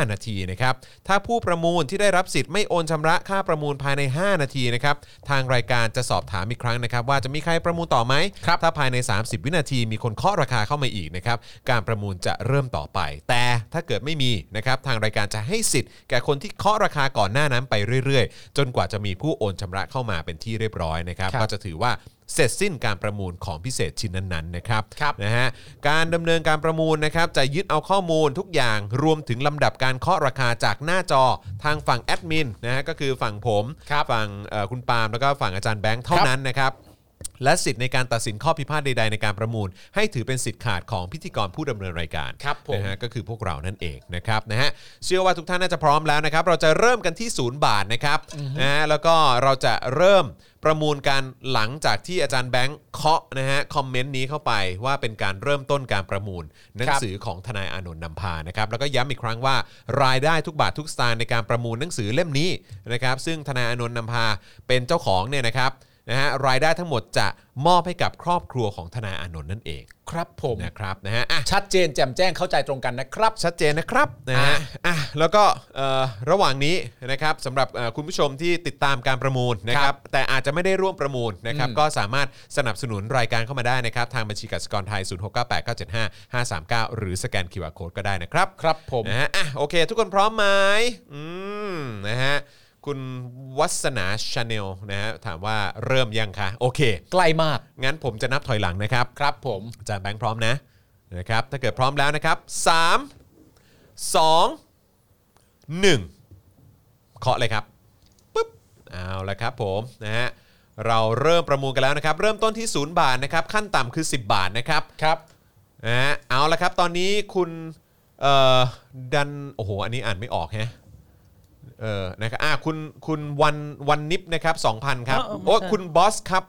[SPEAKER 2] 5 นาทีนะครับถ้าผู้ประมูลที่ได้รับสิทธิ์ไม่โอนชำระค่าประมูลภายใน 5 นาทีนะครับทางรายการจะสอบถามอีกครั้งนะครับว่าจะมีใครประมูลต่อไหมครับถ้าภายใน 30 วินาทีมีคนเคาะราคาเข้ามาอีกนะครับการประมูลจะเริ่มต่อไป แต่ถ้าเกิดไม่มีนะครับทางรายการจะให้สิทธิ์แก่คนที่เคาะราคาก่อนหน้านั้นไปเรื่อยๆ จนกว่าจะมีผู้โอนชำระเข้ามาเป็นที่เรียบร้อยนะครับ
[SPEAKER 4] ครับ
[SPEAKER 2] ก็จะถือว่าเสร็จสิ้นการประมูลของพิเศษชิ้นนั้นๆนะครับ
[SPEAKER 4] ครับ
[SPEAKER 2] นะฮะการดำเนินการประมูลนะครับจะยึดเอาข้อมูลทุกอย่างรวมถึงลำดับการเคาะราคาจากหน้าจอทางฝั่งแอดมินนะฮะก็คือฝั่งผม
[SPEAKER 4] ครับ
[SPEAKER 2] ฝั่งเอ่อคุณปาล์มแล้วก็ฝั่งอาจารย์แบงค์เท่า
[SPEAKER 4] ครับ
[SPEAKER 2] นั้นนะครับ และสิทธิ์ในการตัดสินข้อพิพาทใด ๆ ในการประมูล ให้ถือเป็นสิทธิ์ขาดของพิธีกรผู้ดำเนินรายการ
[SPEAKER 4] ครับผม
[SPEAKER 2] นะฮะก็คือพวกเรานั่นเองนะครับนะฮะเชื่อว่าทุกท่านน่าจะพร้อมแล้วนะครับ เราจะเริ่มกันที่ศูนย์บาทนะครับนะฮะแล้วก็เราจะเริ่มประมูลการหลังจากที่อาจารย์แบงค์เคาะนะฮะคอมเมนต์นี้เข้าไปว่าเป็นการเริ่มต้นการประมูลหนังสือของทนายอานนท์นำพานะครับแล้วก็ย้ำอีกครั้งว่ารายได้ทุกบาททุกสตางค์ในการประมูลหนังสือเล่มนี้นะครับซึ่งทนายอานนท์นำพาเป็นเจ้าของเนี่ยนะครับ นะฮะรายได้ทั้งหมดจะมอบให้กับครอบครัวของทนายอานนท์นั่นเอง
[SPEAKER 4] ครับผม
[SPEAKER 2] นะครับนะฮะอ่ะ
[SPEAKER 4] ชัดเจนแจ่มแจ้งเข้าใจตรงกันนะครับ
[SPEAKER 2] ชัดเจนนะครับนะฮะ
[SPEAKER 4] อ่ะ
[SPEAKER 2] อ่ะแล้วก็เอ่อระหว่างนี้นะครับสำหรับเอ่อคุณผู้ชมที่ติดตามการประมูลนะครับแต่อาจจะไม่ได้ร่วมประมูลนะครับก็สามารถสนับสนุนรายการเข้ามาได้นะครับ ทางบัญชีกสิกรไทย 0698975539 หรือสแกน QR Code ก็ได้นะครับ
[SPEAKER 4] ครับผม
[SPEAKER 2] นะฮะอ่ะโอเค ทุกคนพร้อมไหมอืมนะฮะคุณวัสนาชาแนลนะฮะถามว่าเริ่มยังคะโอเค
[SPEAKER 4] ใกล้มาก
[SPEAKER 2] งั้นผมจะนับถอยหลังนะครับ
[SPEAKER 4] ครับผม
[SPEAKER 2] อาจารย์แบงค์พร้อมนะนะครับ ถ้าเกิดพร้อมแล้วนะครับ 3 2 1 เคาะเลยครับปุ๊บเอาละครับผมนะฮะเราเริ่มประมูลกันแล้วนะครับ เริ่มต้นที่ 0 บาทนะครับ ขั้นต่ำคือ 10 บาทนะครับ
[SPEAKER 4] ครับ
[SPEAKER 2] นะฮะเอาละครับตอนนี้คุณเอ่อดันโอ้โหอันนี้อ่านไม่ออกแฮะ เออนะครับอ่ะคุณคุณวันวันนิปนะครับ2,000 ครับ
[SPEAKER 5] เออเออไม่
[SPEAKER 2] โอ้
[SPEAKER 5] ใช่
[SPEAKER 2] คุณบอสครับ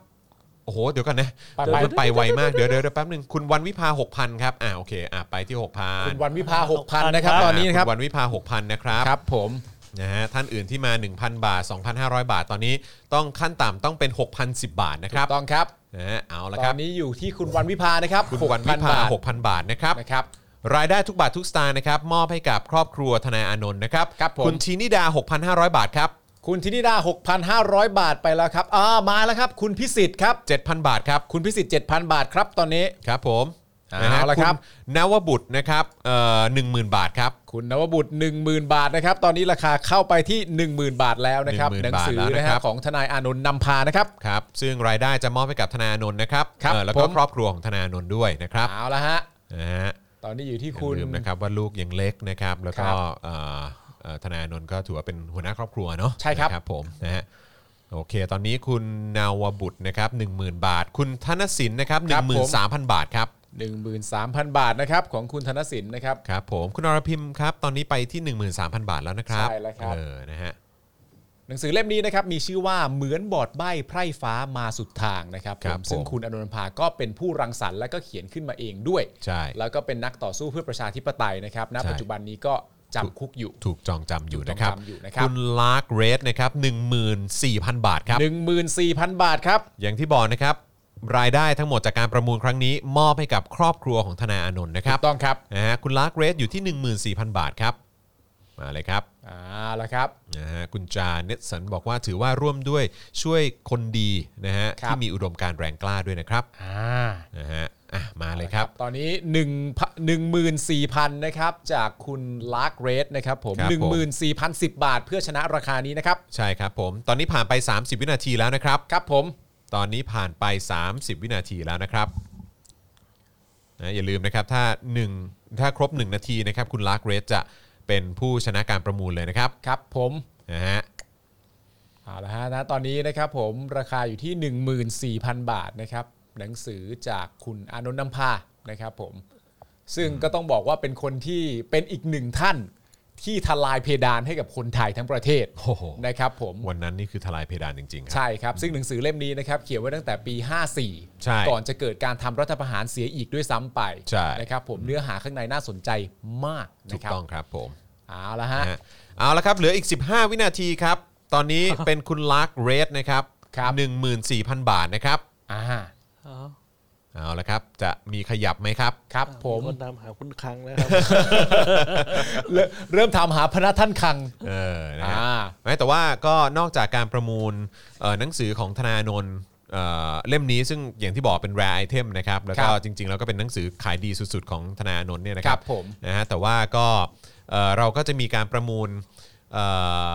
[SPEAKER 2] โอ้โห เดี๋ยวกันนะ
[SPEAKER 7] ไป
[SPEAKER 2] ไป
[SPEAKER 7] ไป
[SPEAKER 2] ไปไวมากเดี๋ยวเดี๋ยวเดี๋ยวแป๊บนึงคุณวันวิภา6,000 ครับ อ่าโอเคอ่ะไปที่
[SPEAKER 7] คุณ
[SPEAKER 2] 6,000
[SPEAKER 7] วันวิภาหกพันนะครับ ตอนนี้นะครับ
[SPEAKER 2] ณวันวิภา6,000 นะครับ
[SPEAKER 7] ครับผม
[SPEAKER 2] นะฮะท่านอื่นที่มา 1,000 บาท 2,500 บาท ตอนนี้ต้องขั้นต่ำต้องเป็น 6,010 บาทนะครับ
[SPEAKER 7] ต้องครับ
[SPEAKER 2] นะฮะเอาละ
[SPEAKER 7] ต
[SPEAKER 2] ค
[SPEAKER 7] อ
[SPEAKER 2] รับ
[SPEAKER 7] นนี้อยู่ที่คุณวันวิภานะครับ
[SPEAKER 2] คุณวันวิภา
[SPEAKER 7] 6,000
[SPEAKER 2] 6,000 บาทนะครับ
[SPEAKER 7] นะครับ
[SPEAKER 2] รายได้ทุกบาททุกสตางค์นะครับ มอบให้กับครอบครัวทนายอานนท์นะครับ
[SPEAKER 7] ครับผม
[SPEAKER 2] คุณชีนิดา 6,500 บาทครับ
[SPEAKER 7] คุณธินิดา 6,500 บาทไปแล้วครับอ่ามาแล้วครับ คุณพิสิทธิ์ครับ
[SPEAKER 2] 7,000 บาทครับ
[SPEAKER 7] คุณพิสิทธิ์7,000 บาทครับ ตอนนี้
[SPEAKER 2] ครับผม
[SPEAKER 7] เอา
[SPEAKER 2] นฮ
[SPEAKER 7] ละครับ
[SPEAKER 2] ณนวบุตรนะครับเอ่อ10,000 บาทครับ
[SPEAKER 7] คุณนวบุตร 10,000 บาทนะครับ ตอนนี้ราคาเข้าไปที่ 10,000 บาทแล้วนะครับ
[SPEAKER 2] 10,000
[SPEAKER 7] หนังสือบ
[SPEAKER 2] าทแล้ว
[SPEAKER 7] นะ
[SPEAKER 2] นะค
[SPEAKER 7] ฮะ
[SPEAKER 2] รับ
[SPEAKER 7] ของทนายอานนท์นำพานะครับ
[SPEAKER 2] ครับซึ่งรายได้จะมอบให้กับทนายอานนท์นะครับ
[SPEAKER 7] ครับ
[SPEAKER 2] เอ่อแล้วก็
[SPEAKER 7] ผม
[SPEAKER 2] ครอบครัวของทนายอานนท์ด้วยนะครับ
[SPEAKER 7] เอาละฮะ
[SPEAKER 2] นะฮะ
[SPEAKER 7] ตอนนี้อยู่ที่
[SPEAKER 2] อย่า
[SPEAKER 7] คุณ
[SPEAKER 2] ลืมนะครับว่าลูกยังเล็กนะครับ แล้วก็
[SPEAKER 7] ครับ
[SPEAKER 2] เอ่อเอ่อธนาอนนท์ก็ถือว่าเป็นหัวหน้าครอบครัวเนาะ
[SPEAKER 7] ใช่ครับ
[SPEAKER 2] นะครับผมนะฮะโอเค ตอนนี้คุณนาวบุตรนะครับ10,000 บาท คุณธนสินนะครับ13,000 บาทครับ
[SPEAKER 7] 13,000 บาทนะครับของคุณธนสินนะครับ
[SPEAKER 2] ครับผมคุณอรพิมพ์ครับตอนนี้ไปที่ 13,000 บาทแล้วนะครับ
[SPEAKER 7] ใช่แล้วครับ
[SPEAKER 2] เออนะฮะ
[SPEAKER 7] หนังสือเล่มนี้นะครับมีชื่อว่าเหมือนบอดใบไพร่ฟ้ามาสุดทางนะครับ
[SPEAKER 2] ครับ
[SPEAKER 7] ซึ่ง
[SPEAKER 2] ผม
[SPEAKER 7] คุณอนุนท์นำพาก็เป็นผู้รังสรรค์และก็เขียนขึ้นมาเองด้วย
[SPEAKER 2] ใช่
[SPEAKER 7] แล้วก็เป็นนักต่อสู้เพื่อประชาธิปไตยนะครับ ณ
[SPEAKER 2] ใช่
[SPEAKER 7] ปัจจุบันนี้ก็จำคุกอยู่
[SPEAKER 2] ถูกจองจำอยู่นะครับ
[SPEAKER 7] ถูกจองจำอยู่นะครับ
[SPEAKER 2] คุณลาร์กเรสนะครับ14,000 บาทครับ
[SPEAKER 7] 14,000 บาทครับ
[SPEAKER 2] อย่างที่บอกนะครับ รายได้ทั้งหมดจากการประมูลครั้งนี้ มอบให้กับครอบครัวของธนาอานนท์นะครับ
[SPEAKER 7] ถูกต้องครับ
[SPEAKER 2] นะฮะคุณลากเรสอยู่ที่ 14,000 บาทครับ มาเลยครับ
[SPEAKER 7] อ่าละครับ
[SPEAKER 2] นะฮะคุณจาเนตสันบอกว่าถือว่าร่วมด้วยช่วยคนดีนะฮะ
[SPEAKER 7] ครับ
[SPEAKER 2] ที่มีอุดมการณ์แรงกล้าด้วยนะครับ
[SPEAKER 7] อ่า
[SPEAKER 2] นะฮะอ่ะมาเลยครับ
[SPEAKER 7] ตอนนี้1 14,000นะครับจากคุณลาร์กเรสนะครับผม
[SPEAKER 2] ครับผม
[SPEAKER 7] 14,010 บาท เพื่อชนะราคานี้นะครับ
[SPEAKER 2] ใช่ครับผม ตอนนี้ผ่านไป 30 วินาทีแล้วนะครับ
[SPEAKER 7] ครับผม
[SPEAKER 2] ตอนนี้ผ่านไป 30 วินาทีแล้วนะครับนะอย่าลืมนะครับถ้า 1 ถ้าครบ 1 นาทีนะครับคุณลากเรสจะเป็นผู้ชนะการประมูลเลยนะครับ
[SPEAKER 7] ครับผม
[SPEAKER 2] นะฮะ
[SPEAKER 7] เอาละฮะนะตอนนี้นะครับผมราคาอยู่ที่ 14,000 บาทนะครับ หนังสือจากคุณอานนท์นำพานะครับผม ซึ่งก็ต้องบอกว่าเป็นคนที่เป็นอีกหนึ่งท่านที่ทลายเพดานให้กับคนไทยทั้งประเทศ
[SPEAKER 2] โอ้โห
[SPEAKER 7] นะครับผม
[SPEAKER 2] วันนั้นนี่คือทลายเพดานจริงๆครับ
[SPEAKER 7] ใช่ครับ ซึ่งหนังสือเล่มนี้นะครับ เขียนไว้ตั้งแต่ปี 54
[SPEAKER 2] ใช่
[SPEAKER 7] ก่อนจะเกิดการทำรัฐประหารเสียอีกด้วยซ้ำไป
[SPEAKER 2] ใช่
[SPEAKER 7] นะครับผมเนื้อหาข้างในน่าสนใจมาก
[SPEAKER 2] ถูก
[SPEAKER 7] นะครับ
[SPEAKER 2] ต้องครับผม
[SPEAKER 7] เอาละฮะ
[SPEAKER 2] นะฮะเอาละครับ เหลืออีก 15 วินาทีครับ ตอนนี้ เป็นคุณลาร์กเรสนะครับ
[SPEAKER 7] ครับ
[SPEAKER 2] 14,000 บาทนะครับ
[SPEAKER 7] อ่า
[SPEAKER 5] อ๋อ
[SPEAKER 2] เอาละครับ จะมีขยับไหมครับ
[SPEAKER 7] ครับผม
[SPEAKER 5] คนตามหาคุณคังนะครับ
[SPEAKER 7] เริ่มเริ่มถามหาพระท่านคัง
[SPEAKER 2] เออ นะฮะ
[SPEAKER 7] อ่า
[SPEAKER 2] ไม่แต่ว่าก็นอกจากการประมูลเอ่อหนังสือของธนาโนนท์เอ่อเล่มนี้ซึ่งอย่างที่บอกเป็น rare item นะครับ แล้วก็
[SPEAKER 7] ครับ
[SPEAKER 2] จริง ๆ แล้วก็เป็นหนังสือขายดีสุด ๆ ของธนาโนนท์เนี่ยนะครับ
[SPEAKER 7] ครับผม
[SPEAKER 2] นะฮะ แต่ว่าก็เอ่อเราก็จะมีการประมูลเอ่อ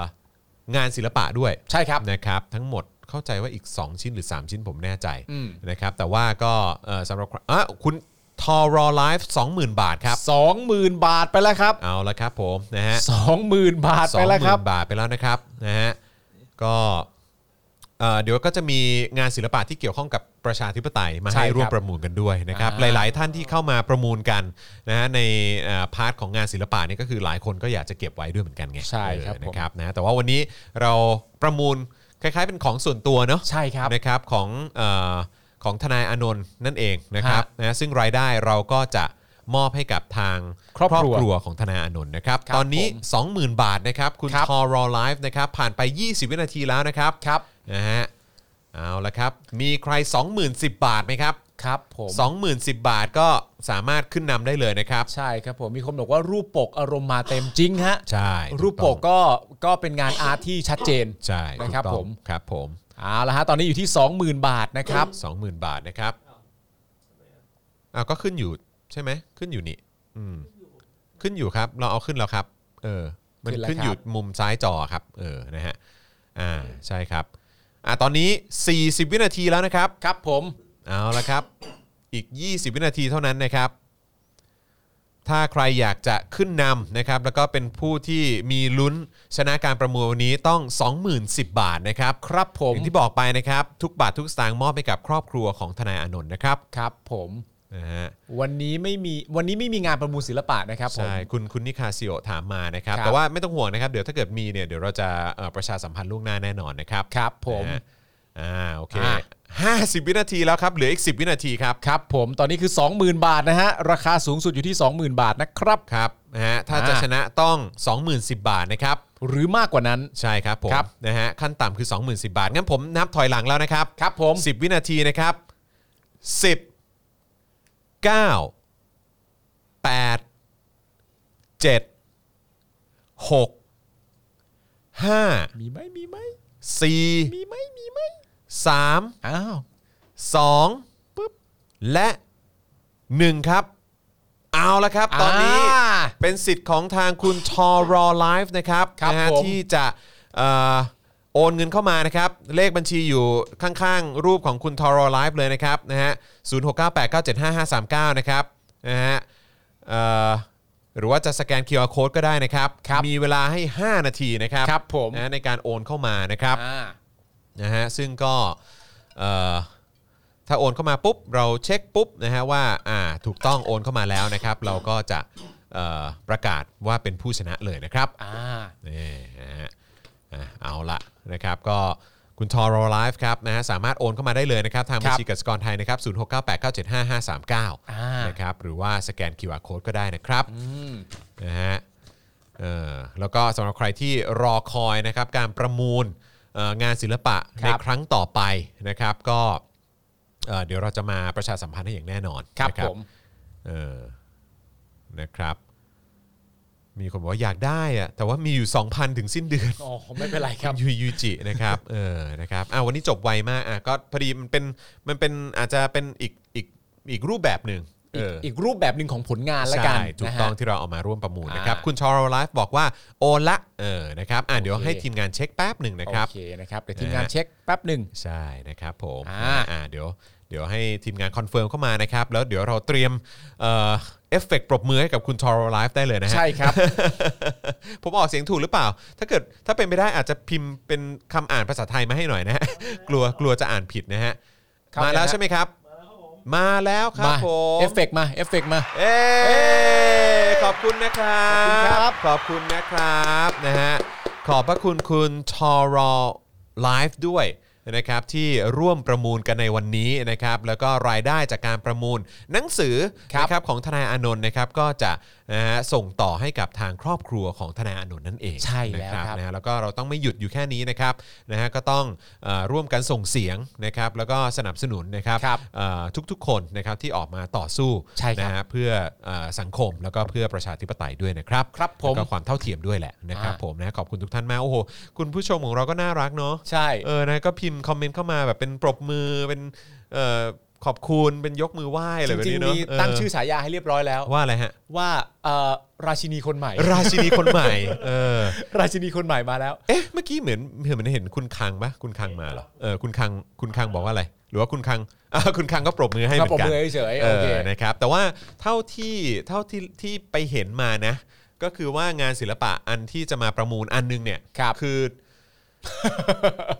[SPEAKER 2] งานศิลปะด้วย
[SPEAKER 7] ใช่ครับ
[SPEAKER 2] นะครับทั้งหมดเข้าใจว่าอีก 2 ชิ้นหรือ 3 ชิ้นผมแน่ใจ
[SPEAKER 7] อืม
[SPEAKER 2] นะครับแต่ว่าก็เอ่อสำหรับอ่ะคุณทอรอไลฟ์20,000 บาทครับ
[SPEAKER 7] สองหมื่นบาทไปแล้วครับ
[SPEAKER 2] เอาละครับผมนะฮะ
[SPEAKER 7] สองหมื่นบาทไปแล้วครับ
[SPEAKER 2] 20,000 บาทไปแล้วนะครับนะฮะก็เอ่อเดี๋ยวก็จะมีงานศิลปะที่เกี่ยวข้องกับประชาธิปไตยมา
[SPEAKER 7] ใช่
[SPEAKER 2] ให้
[SPEAKER 7] ครับ
[SPEAKER 2] ร่วมประมูลกันด้วยนะครับห
[SPEAKER 7] อ่า
[SPEAKER 2] ลาย ๆ ท่านที่เข้ามาประมูลกันนะฮะในเอ่อพาร์ทของงานศิลปะเนี่ยก็คือหลายคนก็อยากจะเก็บไว้ด้วยเหมือนกันไง
[SPEAKER 7] ใช่ครับ
[SPEAKER 2] เออ
[SPEAKER 7] ผม
[SPEAKER 2] นะครับนะแต่ว่าวันนี้เราประมูลคล้ายๆเป็นของส่วนตัวเนาะ
[SPEAKER 7] ใช่ครับ
[SPEAKER 2] นะครับของเออของทนายอานนท์นั่นเองนะครับนะซึ่งรายได้เราก็จะมอบให้กับทาง
[SPEAKER 7] ครอบครัว
[SPEAKER 2] ของทนายอานนท์นะครับ
[SPEAKER 7] ครับ
[SPEAKER 2] ตอนนี้
[SPEAKER 7] ผม
[SPEAKER 2] 20,000 บาทนะครับ คุณ
[SPEAKER 7] ครับ
[SPEAKER 2] ทอรอไลฟ์นะครับผ่านไป 20 วินาทีแล้วนะครับ
[SPEAKER 7] ครับ
[SPEAKER 2] นะฮะเอาละครับ มีใคร 20,010 บาทไหมครับ
[SPEAKER 7] ครับผม
[SPEAKER 2] 20,010 บาทก็สามารถขึ้นนำได้เลยนะครับ
[SPEAKER 7] ใช่ครับผมมีคนบอกว่ารูปปกอารมณ์มาเต็มจริงฮะ
[SPEAKER 2] ใช่
[SPEAKER 7] รูปปก
[SPEAKER 2] ถูต้อง
[SPEAKER 7] ก็ก็เป็นงานอาร์ตที่ชัดเจน
[SPEAKER 2] ใช่ถูก
[SPEAKER 7] นะครับ
[SPEAKER 2] ต้อง
[SPEAKER 7] ผม
[SPEAKER 2] ครับผม
[SPEAKER 7] เอาละฮะตอนนี้อยู่ที่ 20,000 บาทนะครับ
[SPEAKER 2] 20,000 บาทนะครับอ้าวก็ขึ้นอยู่ใช่ไหมขึ้นอยู่นี่ อืมขึ้นอยู่ครับ เราเอาขึ้นแล้วครับ เออ มัน
[SPEAKER 7] ขึ้นแล้ว
[SPEAKER 2] ขึ้นอยู่
[SPEAKER 7] ครับ
[SPEAKER 2] มุมซ้ายจอครับ เออ นะฮะ อ่า ใช่ครับ อ่าตอนนี้ 40 วินาทีแล้วนะครับ
[SPEAKER 7] ครับผม
[SPEAKER 2] เอาละครับ อีก 20 วินาทีเท่านั้นนะครับ ถ้าใครอยากจะขึ้นนำนะครับ แล้วก็เป็นผู้ที่มีลุ้นชนะการประมูลวันนี้ต้อง 20,010 บาทนะครับ
[SPEAKER 7] ครับผม
[SPEAKER 2] อย่างที่บอกไปนะครับ ทุกบาททุกสตางค์มอบให้กับครอบครัวของทนายอานนท์นะครับ
[SPEAKER 7] ครับผม
[SPEAKER 2] นะฮะ
[SPEAKER 4] วันนี้ไม่มีวันนี้ไม่มีงานประมูลศิลปะนะครับผม
[SPEAKER 2] ใช่คุณคุณนิคาซิโอถามมานะครับ
[SPEAKER 4] ครับ
[SPEAKER 2] แต่ว่าไม่ต้องห่วงนะครับ เดี๋ยวถ้าเกิดมีเนี่ยเดี๋ยวเราจะเอ่อประชาสัมพันธ์ล่วงหน้าแน่นอนนะครับ
[SPEAKER 4] ครับผม
[SPEAKER 2] นะฮะอ่าโอเค
[SPEAKER 4] อ่ะ
[SPEAKER 2] ห้าสิบวินาทีแล้วครับ เหลืออีกสิบวินาทีครับ
[SPEAKER 4] ครับผมตอนนี้คือ 20,000 บาทนะฮะ ราคาสูงสุดอยู่ที่ 20,000 บาทนะครับ
[SPEAKER 2] ครับนะฮะถ้าจะ
[SPEAKER 4] อ่า
[SPEAKER 2] ชนะต้อง 20,010 บาทนะครับ
[SPEAKER 4] หรือมากกว่านั้น
[SPEAKER 2] ใช่ครับผม
[SPEAKER 4] ครับ
[SPEAKER 2] นะฮะขั้นต่ำคือ 20,010 บาท งั้นผมนับถอยหลังแล้วนะครับ
[SPEAKER 4] ครับผม
[SPEAKER 2] 10 วินาทีนะครับ 10 9 8 7 6 5
[SPEAKER 4] มีไหมมีไหมมี
[SPEAKER 2] 4
[SPEAKER 4] ไหมมีไหม
[SPEAKER 2] 3
[SPEAKER 4] อ้าว
[SPEAKER 2] 2ปึ๊บและ 1 ครับ เอาละครับ ตอนนี้
[SPEAKER 4] า
[SPEAKER 2] เป็นสิทธิ์ของทางคุณทอรอไลฟ์นะครับ
[SPEAKER 4] ครับ
[SPEAKER 2] นะฮะ
[SPEAKER 4] ผม
[SPEAKER 2] ที่จะเอ่อโอนเงินเข้ามานะครับ เลขบัญชีอยู่ข้างๆ รูปของคุณทอรอไลฟ์เลยนะครับนะฮะศูนย์หกเก้าแปดเก้าเจ็ดห้าห้าสามเก้านะครับนะฮะเอ่อหรือว่าจะสแกน QR Code ก็ได้นะครับ
[SPEAKER 4] ครับ
[SPEAKER 2] มีเวลาให้ 5 นาทีนะครับ
[SPEAKER 4] ครับผม
[SPEAKER 2] นะฮะในการโอนเข้ามานะครับ
[SPEAKER 4] อ่า
[SPEAKER 2] นะฮะซึ่งก็เอ่อถ้าโอนเข้ามาปุ๊บ เราเช็คปุ๊บนะฮะว่าอ่าถูกต้องโอนเข้ามาแล้วนะครับ เราก็จะเอ่อประกาศว่าเป็นผู้ชนะเลยนะครับ
[SPEAKER 4] อ่า
[SPEAKER 2] นี่นะฮะอ่ะเอาละนะครับก็คุณทอรอไลฟ์ครับนะฮะสามารถโอนเข้ามาได้เลยนะครับ ทางบัญชีกสิกรไทยนะครับ 0 6 9 8 9 7 5 5 3
[SPEAKER 4] อ่า
[SPEAKER 2] 9
[SPEAKER 4] น
[SPEAKER 2] นะครับหรือว่าสแกน QR Code ก็ได้นะครับ
[SPEAKER 4] อืม
[SPEAKER 2] นะฮะเออแล้วก็สำหรับใครที่รอคอยนะครับการประมูลเอ่องานศิลปะ
[SPEAKER 4] ค
[SPEAKER 2] ใน
[SPEAKER 4] รับ
[SPEAKER 2] ครั้งต่อไปนะครับก็เอ่อเดี๋ยวเราจะมาประชาสัมพันธ์ให้อย่างแน่นอน
[SPEAKER 4] ครับ
[SPEAKER 2] นะ
[SPEAKER 4] ผม
[SPEAKER 2] เออนะครับ มีคนบอกว่าอยากได้อะแต่ว่ามีอยู่ 2,000 ถึงสิ้นเดือน
[SPEAKER 4] อ๋อ ไม่เป็นไรครับ
[SPEAKER 2] ยูยูจินะครับเออนะครับอ่าวันนี้จบไวมากอ่ะก็พอดีมันเป็นมันเป็นอาจจะเป็นอีกอีกอีกรูปแบบหนึ่งเ
[SPEAKER 4] ก อีกรูปแบบหนึ่งของผลงานละกัน
[SPEAKER 2] ใช่ถูก
[SPEAKER 4] นะฮะ
[SPEAKER 2] ต้องที่เราเอามาร่วมประมูลนะครับ
[SPEAKER 4] อ่า
[SPEAKER 2] คุณชอร์ไลฟ์บอกว่าโอนละเออนะครับอ่าเดี๋ยว
[SPEAKER 4] โอเค
[SPEAKER 2] ให้ทีมงานเช็คแป๊บหนึ่งนะครับ
[SPEAKER 4] โอเคนะครับ เดี๋ยวทีมงา
[SPEAKER 2] นะ
[SPEAKER 4] น
[SPEAKER 2] ฮะ
[SPEAKER 4] เช็คแป๊บหนึ่ง
[SPEAKER 2] ใช่นะครับผม
[SPEAKER 4] อ่า
[SPEAKER 2] อ่าเดี๋ยวเดี๋ยวให้ทีมงานคอนเฟิร์มเข้ามานะครับ แล้วเดี๋ยวเราเตรียมเอ่อเอฟเฟกต์ปรบมือให้กับคุณทอร์ไลฟ์ได้เลยนะฮะ
[SPEAKER 4] ใช่ ครับ
[SPEAKER 2] ผมออกเสียงถูกหรือเปล่า ถ้าเกิดถ้าเป็นไปได้อาจจะพิมพ์เป็นคำอ่านภาษาไทยมาให้หน่อยนะฮะ กลัวกลัวจะอ่านผิดนะฮะ
[SPEAKER 4] ครับ
[SPEAKER 2] มาแล้วใช่ไหมครับ มาแล้วครับ
[SPEAKER 4] มา
[SPEAKER 2] ผม
[SPEAKER 4] เอฟเฟกต์มาเอฟเฟกต์มา
[SPEAKER 2] เอ้ขอบคุณนะครับ ขอบคุณนะครับนะฮะขอบพระคุณคุณทอรอไลฟ์ด้วยนะครับที่ร่วมประมูลกันในวันนี้นะครับแล้วก็รายได้จากการประมูลหนังสือ
[SPEAKER 4] ครับ
[SPEAKER 2] นะครับของทนายอานนท์นะครับก็จะนะฮะส่งต่อให้กับทางครอบครัวของทนายอานนท์นั่นเอง
[SPEAKER 4] ใช่แล้วครับ
[SPEAKER 2] นะฮะแล้วก็เราต้องไม่หยุดอยู่แค่นี้นะครับนะฮะก็ต้องเออร่วมกันส่งเสียงนะครับแล้วก็สนับสนุนนะครับ
[SPEAKER 4] ครับ
[SPEAKER 2] เอ่อทุกๆคนนะครับที่ออกมาต่อสู้
[SPEAKER 4] ใช่ครับ
[SPEAKER 2] นะฮะเพื่อเออสังคมแล้วก็เพื่อประชาธิปไตยด้วยนะครับ
[SPEAKER 4] ครับผม
[SPEAKER 2] แล้วก็ความเท่าเทียมด้วยแหละนะครับ
[SPEAKER 4] อ่า
[SPEAKER 2] ผมนะขอบคุณทุกท่านมากโอ้โหคุณผู้ชมของเราก็น่ารักเนาะ
[SPEAKER 4] ใช่
[SPEAKER 2] เออนะก็พิมพ์คอมเมนต์เข้ามาแบบเป็นปรบมือเป็นเอ่อขอบคุณเป็นยกมือไหว้อะไร
[SPEAKER 4] จ
[SPEAKER 2] แบบ
[SPEAKER 4] ริง
[SPEAKER 2] นี้เนาะ
[SPEAKER 4] ๆมี
[SPEAKER 2] เออ
[SPEAKER 4] ตั้งชื่อฉายาให้เรียบร้อยแล้ว
[SPEAKER 2] ว่าอะไรฮะ
[SPEAKER 4] ว่าเอ่อราชินีคนใหม่
[SPEAKER 2] ราชินีคนใหม่เออ
[SPEAKER 4] ราชินีคนใหม่มาแล้ว
[SPEAKER 2] เอ๊ะเมื่อกี้เหมือนเหมือนเห็นคุณคังปะคุณคังมาเหรอเออคุณคังคุณคังบอกว่าอะไร หรือว่าคุณคัง อ่าคุณคังก็ปรบมือให้เหมื
[SPEAKER 4] ก็
[SPEAKER 2] อ
[SPEAKER 4] ปรบ
[SPEAKER 2] นกัน
[SPEAKER 4] มือเฉยๆ
[SPEAKER 2] เอ
[SPEAKER 4] โอเค
[SPEAKER 2] อนะครับแต่ว่าเท่าที่เท่าที่ที่ไปเห็นมานะ ก็คือว่างานศิลปะอันที่จะมาประมูลอันนึงเนี่ย
[SPEAKER 4] ครับ
[SPEAKER 2] คือ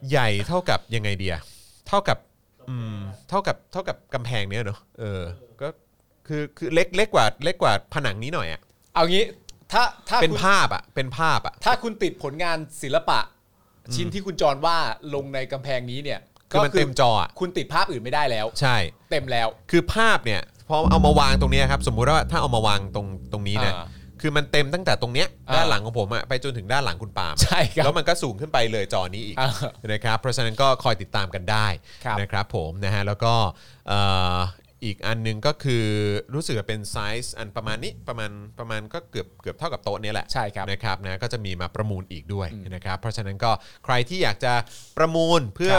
[SPEAKER 2] ใหญ่เท่ากับยังไงเดียเท่ากับอืมเท่ากับเท่ากับกำแพงเนี้ยเนอะเออก็คือคือเล็กเล็กกว่าเล็กกว่าผนังนี้หน่อยอ่ะ
[SPEAKER 4] เอางี้ถ้าถ้า
[SPEAKER 2] เป็น
[SPEAKER 4] คุณ
[SPEAKER 2] ภาพอ่ะเป็นภาพอ่ะ
[SPEAKER 4] ถ้าคุณติดผลงานศิลปะ ชิ้นที่คุณจรว่าลงในกำแพงนี้เนี่ย
[SPEAKER 2] คือมันเต็มจออะ
[SPEAKER 4] คุณติดภาพอื่นไม่ได้แล้ว
[SPEAKER 2] ใช่
[SPEAKER 4] เต็มแล้ว
[SPEAKER 2] คือภาพเนี่ยพอเอามาวางตรงเนี้ยครับสมมุติว่าถ้าเอามาวางตรงตรงนี้นะ
[SPEAKER 4] อ่า
[SPEAKER 2] คือมันเต็มตั้งแต่ตรงเนี้ย
[SPEAKER 4] อ่า
[SPEAKER 2] ด้านหลังของผมอะไปจนถึงด้านหลังคุณปาล์ม
[SPEAKER 4] ใช่ครับ
[SPEAKER 2] แล้วมันก็สูงขึ้นไปเลยจอนี้อีก
[SPEAKER 4] อ่า
[SPEAKER 2] นะครับเพราะฉะนั้นก็คอยติดตามกันได้
[SPEAKER 4] ครับ
[SPEAKER 2] นะครับผมนะฮะแล้วก็เอ่ออีกอันหนึงก็คือรู้สึกว่าเป็นไซส์อันประมาณนี้ประมาณประมาณก็เกือบเกือบเท่ากับโต๊ะเนี้แหละ
[SPEAKER 4] ใช่ครับ
[SPEAKER 2] นะครับนะก็จะมีมาประมูลอีกด้วยนะครับเพราะฉะนั้นก็ใครที่อยากจะประมูลเพื่อ